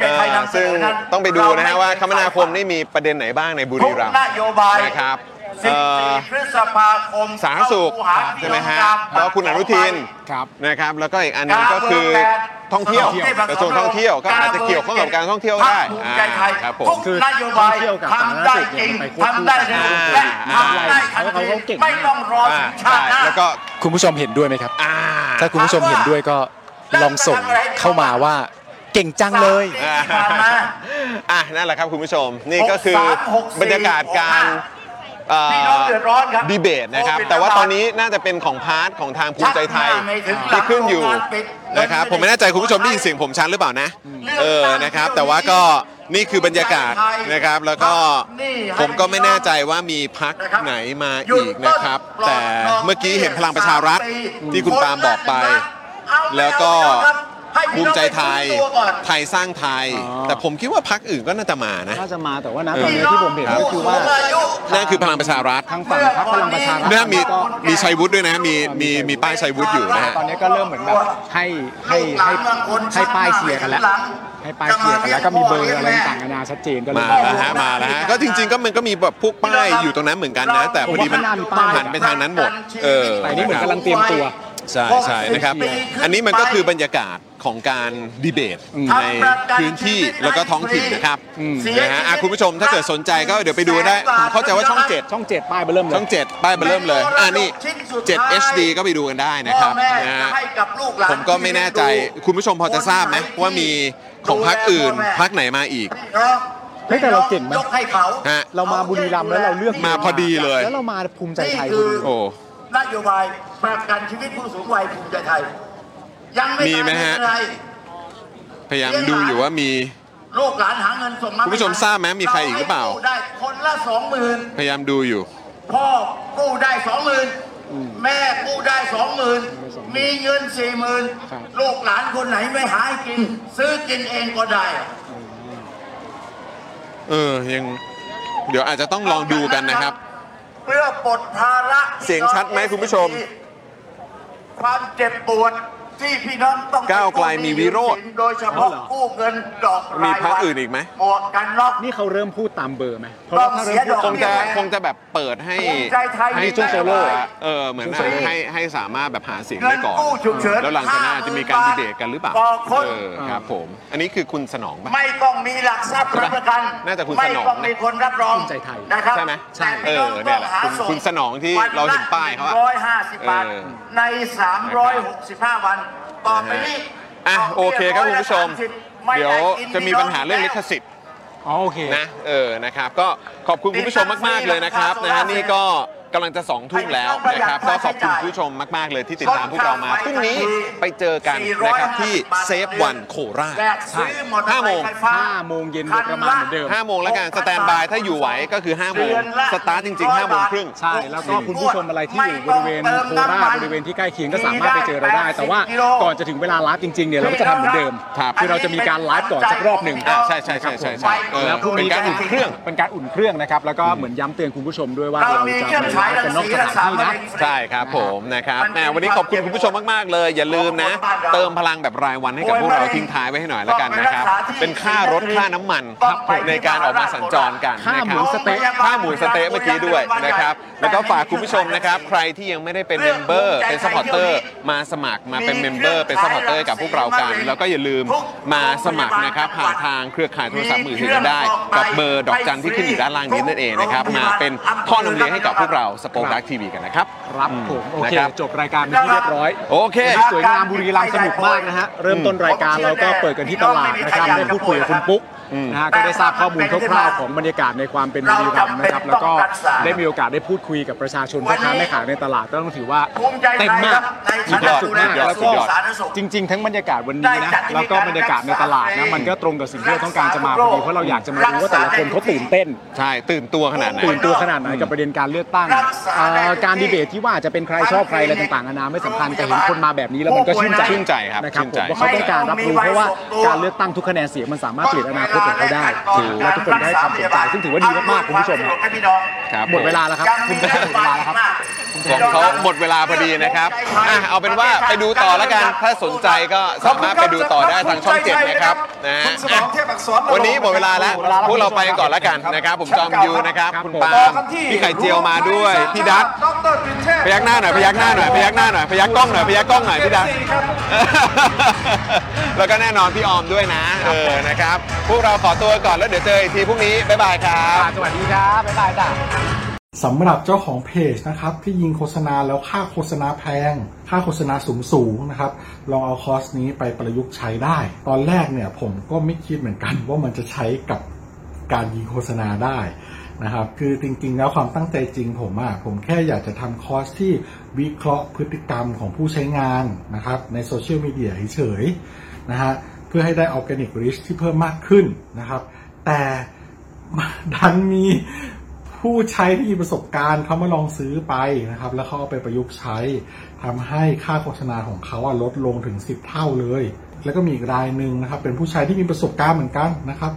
B: เออซึ่งต้องไปดูนะฮะว่าคมนาคมนี่มีประเด็นไหนบ้างในบุ
K: ทุ
B: รี
K: ก
B: รัมย์
K: นโยบาย
B: นะครับเอ่อ
K: 14พฤษภาคม
B: สาธารณสุข
K: เข้าหา
B: ใช่ไหมฮะ
K: พี่น้องตา
B: แล้วคุณอนุทิน
A: ครับ
B: นะครับ แล้วก็อีกอันหนึงก็คือท่องเที่ยวกระทรวงท่องเที่ยวก็อาจจะเกี่ยวข้องกับการท่องเที่ยวได้
K: ภูมิ
B: อ่า
K: ใจไทย
B: ครับผม
K: ทุกนโยบายทำได้จริงทำได้เร็วและทำได้ทันทีไม่ต้องรอถึงชาติหน้า
B: แล้วก็
L: คุณผู้ชมเห็นด้วยไหมครับ
B: ถ้า
L: คุณผู้ชมเห็นด้วยก็ลองส่งเข้ามาว่าเก่งจังเลย
B: อ่ะนั่นแหละครับคุณผู้ชมนี่ก็คือ
L: หกสามหกสี่
B: บรรยากาศการเอ่อ
K: พี่น้องเดือดร้อนครับ
B: ดีเบตนะครับ
K: โควิด
B: แต่ว่า
K: ระบาด
B: ตอนนี้น่าจะเป็นของพาร์ทของทางภูมิใจไทยที่ขึ้นอยู่นะครับผมไม่แน่ใจคุณผู้ชมได้ยินเสียงผมชัดหรือเปล่านะเออนะครับ แต่ว่าก็นี่คือบรรยากาศนะครับ แล้วก็ผมก็ไม่แน่ใจว่ามีพักไหนมาอีกนะครับ แต่เมื่อกี้เห็นพลังประชารัฐที่คุณปาล์มบอกไป แล้วก็ภูมิใจไทยไทยสร้างไทย แต่ผมคิดว่าพักอื่นก็น่าจะมานะ
A: น่าจะมาแต่ว่านะตอนนี้ที่ผมเห็นก็คือว่า
B: นั่นคือพลังประชารัฐ
A: ทางฝั่งพรรคพลังประชารัฐ
B: เนี่ยมีมีชัยวุฒิด้วยนะ มีมีมีป้ายชัยวุฒิอยู่นะฮะ
A: ตอนนี้ก็เริ่มเหมือนแบบให้ให้ให้ให้ป้ายเชียร์กันแล้วให้ป้ายเชียร์กันแล้วก็มีเบอร์อะไรต่างๆนานาชัดเจนก็เลย
B: มาแล้วฮะมาแล้วฮะก็จริง ๆ ก็มันก็มีแบบพวกป้ายอยู่ตรงนั้นเหมือนกันนะ แต่พอดีมันหันไปทางนั้นหมด เออ
A: แต่นี่เหมือนกำลังเตรียมตัว
B: ใช่ใช่นะครับ อันนี้มันก็คือบรรยากาศของการดีเบตในพื้นที่แล้วก็ท้องถิ่นนะครับนะฮะอ่ะคุณผู้ชมถ้าเกิดสนใจก็เดี๋ยวไปดูได้ผมเข้าใจว่าช่องเจ็ด
A: ช่องเจ็ดป้ายเบอร์เริ่มเลย
B: ช่องเจ็ดป้ายเบอร์เริ่มเลย อ่านี่ 7 HD ก็ไปดูกันได้นะครับ
K: พ่อแม่
B: นะฮะ
K: จะให้กับลูกหลาน
B: ผมก็ไม่แน่ใจ คุณผู้ชมพอจะทราบไหมว่ามีของพักอื่นพักไหนมาอีก
A: เฮ้ยแต่เราเก่งไหม
K: ยกให้เขา
A: เรามาบุรีรัมย์แล้วเราเลือก
B: มาพอดีเลย
A: แล้วเรามาภูมิใจไทย
K: นี่คือ
A: พอดี
B: โอ้
K: นโยบายประกันชีวิตผู้สูงวัยภูมิใจไทย ยังไม่
B: มีไหมฮะ
K: ตายเป็นไร
B: พยายามดูอยู่ว่ามี
K: ลูกหลานหาเงินส่งมา
B: คุณผู้ชม
K: ทัน
B: ทราบไหมมีใครอีกหรือเปล่า
K: กู้ได้คนละสองหมื่น
B: พยายามดูอยู่
K: พ่อกู้ได้สองหมื่นแม่กู้ได้สองหมื่นมีเงินสี่หมื่น
A: ครับ
K: ลูกหลานคนไหนไม่หากิน ซื้อกินเองก็ได้
B: เออ ยัง เดี๋ยวอาจจะต้องลองดูกันนะครับ
K: เพื่อปลดภาระพี่น้อ
B: เสียงชัดไหมคุณผู้ชม
K: ความเจ็บปวดที่พี่น้องต้อง
B: ก้าวไกลมีวิโรจน์
K: โดยเฉพาะกู้เงินดอก
B: มี
K: ราย
B: พัก
K: วัน
B: อื่นอีกไหม
K: หมวกกันน็อก
A: นี่เขาเริ่มพูดตามเบอร์ไหมเพ
K: ต้
A: ราะ
K: อง
A: ถ้า
K: เสี
A: เริ่
K: ย
A: มพูด
K: ดอก
B: ค
A: ตามเบอ
B: งจะ
A: ร์
B: คงจะแบบเปิดให้
K: ภูมิใจไทย
B: ให้
K: ช่วงโซโล่อะ
B: เออเหมือน
K: ช่วงโซโล่
B: ให้ให้สามารถแบบหาเสียง
K: เงิน
B: ได้ก่อน
K: กู้ฉุกเฉิน
B: แล้วหลังจากนั้นอาจจะมีการดีเบตกันหรือเปล่า
K: ต่อคน
B: เออครับผม อันนี้คือคุณสนองป่ะ
K: ไม่ต้องมีหลักทรัพย์รับประกัน
B: น่าจะคุณ
K: ไม่
B: สนองนะ
K: ต้องมีคนรับรองนะครับ
B: ใช่ไหม
K: แต่
B: เอ
K: พี่น้ง
B: อเนี่ยแหละ
K: ต้งหา
B: คุณคุณสนองที่
K: วันละ
B: เราเห็นป้ายเขาอะ
K: ร้อยห้าสิบบาท
B: เออ
K: ใน 365 วัน ต่อไปนี้
B: อ่ะโอเคครับคุณผู้ชม
K: ไม่ได้
B: เดี๋ยว
K: กิน
B: จะมีปัญหาเรื่องลิขสิทธิ์
M: โอเค
B: นะเออนะครับก็ขอบคุณคุณผู้ชมมากๆเลยนะครับนะฮะนี่ก็กำลังจะสองทุ่มแล้วนะครับก็ขอบคุณคุณผู้ชมมาก ๆ เลยที่ติดตามพวกเรามาพรุ่งนี้ไปเจอกันนะครับที่เซฟวันโคราช
K: แลกซื้อมอเตอร์
B: ห้า
K: ไซ
B: โมง
K: ค์ไฟฟ้า
A: 5โมงเย็น
K: คันละ
A: ประมาณเหมือนเดิม
B: ห้าโมงแล้วกันสแตนบายถ้าอยู่ไหวก็คือห้าโมง
A: เดือนละ
B: สตาร์ทจริงๆห้าโมงครึ่ง
A: ใช่ แล้วก็คุณผู้ชมอะไรที่อยู่บริเวณโคราชบริเวณที่ใกล้เคียงก็สามารถไปเจอเราได้ แต่ว่าก่อนจะถึงเวลาไลฟ์จริงๆเนี่ยเราก็จะทำเหมือนเดิม
B: ครับ
A: คือเราจะมีการไลฟ์ก่อนสักรอบหนึ่ง
B: อ่ะใช่ใช่ใช่ใช่ใช่เออ
A: แล้วพรุ่ง
B: เป็น
A: นี้
B: การอุ่นเครื่อง
A: เป็นการอุ่นเครื่องนะครับ แล้วก็เหมือนย้ำเตือนคุณผู้ชมด้วยว่า
B: เรา
A: เรา
B: มี
A: จะ
B: เครื่องฉายรังสี
A: นอกสถานที่นะ
B: ใช่ครับผมนะครับแหมวันนี้ขอบคุณคุณผู้ชมมากๆเลย อย่าลืมนะ เติมพลังแบบรายวันให้กับพวกเราทิ้งท้ายไว้ให้หน่อยแล้วกันนะครับ เป็นค่ารถค่าน้ำมันในการออกมาสัญจรกัน
A: ค่า
B: นะค
A: หมู
B: รับ
A: สเต๊ะ
B: ค่าหมูสเต๊ะเมื่อกี้ด้วยนะครับ แล้วก็ฝากคุณผู้ชมนะครับ ใครที่ยังไม่ได้เป็นเมมเบอร์เป็นสปอร์เตอร์มาสมัครมาเป็นเมมเบอร์เป็นสปอร์เตอร์กับพวกเรากัน แล้วก็อย่าลืมมาสมัครนะครับผ่านทางเครือข่ายโทรศัพท์มือถือกันได้ กับเบอร์ดอกจันที่ขึ้นอยู่ด้านล่างนี้นั่นเองนะครับมาเป็นท่อนำเลี้ยงให้กับพวกเราสปอคดักทีวีกันนะครับ
A: ครับผมโอเค
B: นะครับ
A: จบรายการเป็นที่เรียบร้อย
B: โอเค
A: วันนี้สวยงามบุรีรัมย์สนุกมากนะฮะเริ่มต้นรายการเราก็เปิดกันที่ตลาดนะครับได้พูดคุยกับคุณปุ๊กนะฮะก็ได้ทราบข้อมูลคร่าวๆของบรรยากาศในความเป็นบุรีรัมย์นะครับแล้วก็ได้มีโอกาสได้พูดคุยกับประชาชนพ่อค้าแม่ขายในตลาดก็ต้องถือว่าเต็มมากมีความสุขมากแล้วก็จริง ๆ ทั้งบรรยากาศวันนี้นะแล้วก็บรรยากาศในตลาดนะมันก็ตรงกับสิ่งที่เราต้องการจะมาพอดีเพราะเราอยากจะมาดูว่าแต่ละคนเขาตื่นเต้น
B: ใช่ตื่นตัวขนาดไหน
A: ตื่นตัวขนาดไหนกับประเด็นการเลือกตั้งเอ่อการดีเบตที่ว่าจะเป็นใครชอบใครอะไรต่างๆนานาไม่สำคัญแต่เห็นคนมาแบบนี้แล้วมันก็ชื่นใจ
B: ชื่นใจครับ
A: นะครับ
B: ชื่น
A: ผมว่าเขาต้
B: ใจ
A: องการรับรู้เพราะว่าการเลือกตั้งทุกคะแนนเสียงมันสามารถเปลี่ยนอนาคตของเขาได้
B: ถูก
A: และทุกคนได้ความสนใจซึ่งถือว่าดีมากๆคุณผู้ชม
B: ครับ
A: หมดเวลาแล้วครับคุณผู้ชมหมดเวลาแล้วครับ
B: ของเขาหมดเวลาพอดีนะครับอ่ะเอาเป็นว่าไปดูต่อแล้วกัน ถ้าสนใจก็สามารถไปดูต่อได้ทางช่องเจ็ดนะครับนะฮะ
K: สมองเทพอักษร
B: วันนี้หมดเวลาแล้ว พวกเราไปกันก่อนแล้วกันนะครับ ผมจอมยูนะครับ คุณปาล์มพี่ไข่เจียวมาด้วย พี่ดัก
K: ดอกเตอรกลิ่นเทพ
B: พยักหน้าหน่อยพยักหน้าหน่อยพยักหน้าหน่อยพยักกล้องหน่อยพยักกล้องหน่อยพี่ดัก แล้วก็แน่นอนพี่ออมด้วยนะ เออนะครับ พวกเราขอตัวก่อนแล้วเดี๋ยวเจออีกทีพรุ่งนี้บ๊ายบายครับ
A: สวัสดีครับ บ๊ายบายจ้ะ
M: สำหรับเจ้าของเพจนะครับ ที่ยิงโฆษณาแล้วค่าโฆษณาแพง ค่าโฆษณาสูงสูงๆนะครับ ลองเอาคอร์สนี้ไปประยุกต์ใช้ได้ ตอนแรกเนี่ยผมก็ไม่คิดเหมือนกัน ว่ามันจะใช้กับการยิงโฆษณาได้นะครับ คือจริงๆ แล้วความตั้งใจจริงผมอะผมแค่อยากจะทำคอร์สที่วิเคราะห์พฤติกรรมของผู้ใช้งานนะครับ ในโซเชียลมีเดียเฉยๆนะฮะเพื่อให้ได้ออร์แกนิกริชที่เพิ่มมากขึ้นนะครับ แต่ (laughs) ดันมี ผู้ใช้ที่มีประสบการณ์เขามาลองซื้อไปนะครับ แล้วเขาเอาไปประยุกต์ใช้ทำให้ค่าโฆษณาของเขาอะลดลงถึง 10 เท่าเลย แล้วก็มีอีกรายหนึ่งนะครับ เป็นผู้ใช้ที่มีประสบการณ์เหมือนกันนะครับ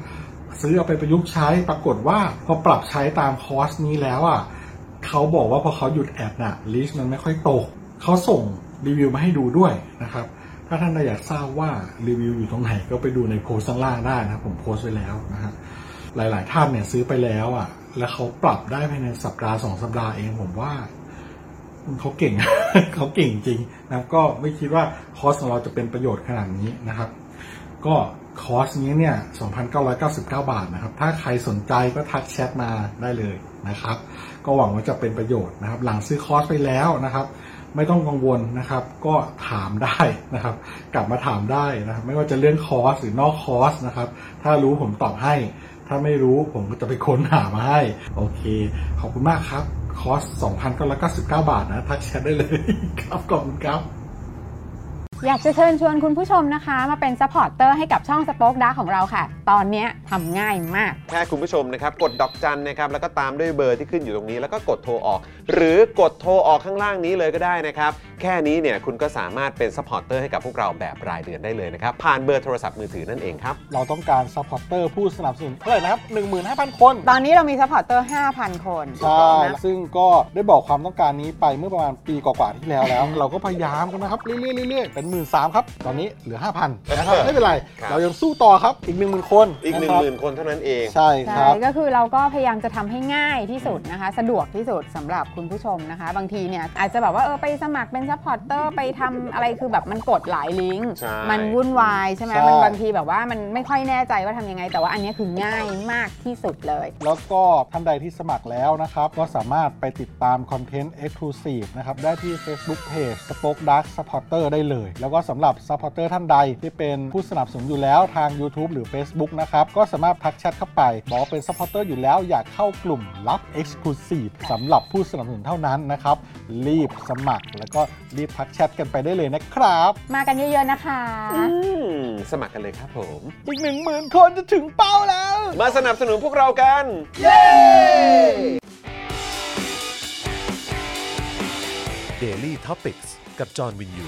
M: ซื้อเอาไปประยุกต์ใช้ปรากฏว่าพอปรับใช้ตามคอร์สนี้แล้วอ่ะเขาบอกว่าพอเขาหยุดแอดน่ะลิสต์มันไม่ค่อยตกเขาส่งรีวิวมาให้ดูด้วยนะครับ ถ้าท่านอยากทราบว่ารีวิวอยู่ตรงไหนก็ไปดูในโพสต์ข้างล่างได้นะครับผมโพสต์ไว้แล้วนะฮะ หลาย ๆ ท่านเนี่ยซื้อไปแล้วอ่ะ แล้วเขาปรับได้ภายในสัปดาห์สองสัปดาห์เองผมว่าเขาเก่ง (laughs) เขาเก่งจริงนะครับก็ไม่คิดว่าคอร์สของเราจะเป็นประโยชน์ขนาดนี้นะครับ ก็คอร์สนี้เนี่ย 2,999 บาทนะครับ ถ้าใครสนใจก็ทักแชทมาได้เลยนะครับ ก็หวังว่าจะเป็นประโยชน์นะครับ หลังซื้อคอร์สไปแล้วนะครับ ไม่ต้องกังวลนะครับ ก็ถามได้นะครับ กลับมาถามได้นะครับ ไม่ว่าจะเรื่องคอร์สหรือนอกคอร์สนะครับ ถ้ารู้ผมตอบให้ ถ้าไม่รู้ผมก็จะไปค้นหามาให้ โอเค ขอบคุณมากครับ คอร์ส 2,999 บาทนะ ทักแชทได้เลยครับขอบคุณครับ
F: อยากจะเชิญชวนคุณผู้ชมนะคะ มาเป็นซัพพอร์ตเตอร์ให้กับช่องสป็อคดาของเราค่ะ ตอนเนี้ยทำง่ายมาก
B: แค่คุณผู้ชมนะครับ กดดอกจันนะครับ แล้วก็ตามด้วยเบอร์ที่ขึ้นอยู่ตรงนี้ แล้วก็กดโทรออก หรือกดโทรออกข้างล่างนี้เลยก็ได้นะครับ แค่นี้เนี่ยคุณก็สามารถเป็นซัพพอร์ตเตอร์ให้กับพวกเราแบบรายเดือนได้เลยนะครับ ผ่านเบอร์โทรศัพท์มือถือนั่นเองครับ
M: เราต้องการซัพพอร์เตอร์ผู้สนับสนุนเท่าไหร่นะครับ 15,000 คน
F: ตอนนี้เรามีซัพพอร์ตเตอร์ 5,000 คน
M: ใช่ ซึ่งก็ได้บอกความต้องการนี้ไปเมื่อประมาณปีกว่าๆที่แล้ว (laughs) แล้ว เราก็พยายามกันนะครับ เรื่อยๆเรื่อยๆเป็นหมื่นสามครับ ตอนนี้เหลือ 5,000นะครับ ไม่เป็นไร
B: ครับ
M: เรายังสู้ต่อครับ อีก 10,000 คน
B: อีก1
M: ะครับ
B: 0,000คนเท่านั้นเอง
M: ใช่ค
F: ใช่
M: รับ
F: ก็คือเราก็พยายามจะทำให้ง่ายที่สุดนะคะ สะดวกที่สุดสำหรับคุณผู้ชมนะคะ บางทีเนี่ยอาจจะแบบว่าเออไปสมัครเป็น ซัพพอร์เตอร์ไปทำอะไรคือแบบมันกดหลายลิงก์
B: ใช่
F: มันวุ่นวายใช่ไหม
M: ใช่
F: มันบางทีแบบว่ามันไม่ค่อยแน่ใจว่าทำยังไง แต่ว่าอันเนี้ยคือง่ายมากที่สุดเลย
M: แล้วก็ท่านใดที่สมัครแล้วนะครับ ก็สามารถไปติดตามคอนเทนต์ Exclusive นะครับ ได้ที่ Facebook Page Spoke Dark Supporter ได้เลย แล้วก็สำหรับ Supporter ท่านใดที่เป็นผู้สนับสนุนอยู่แล้วทาง YouTube หรือ Facebook นะครับ ก็สามารถทักแชทเข้าไป บอกว่าเป็น Supporter อยู่แล้วอยากเข้ากลุ่มลับ Exclusive สำหรับผู้สนับสนุนเท่านั้นนะครับ รีบสมัคร แล้วก็รีบทักแชทกันไปได้เลยนะครับ
F: มากันเยอะๆนะคะ
B: สมัครกันเลยครับผม
M: อีก 1 0,000 คนจะถึงเป้าแล้ว
B: มาสนับสนุนพวกเรากัน
M: เย้
N: Daily t o p i c กกับจอห์นวินยู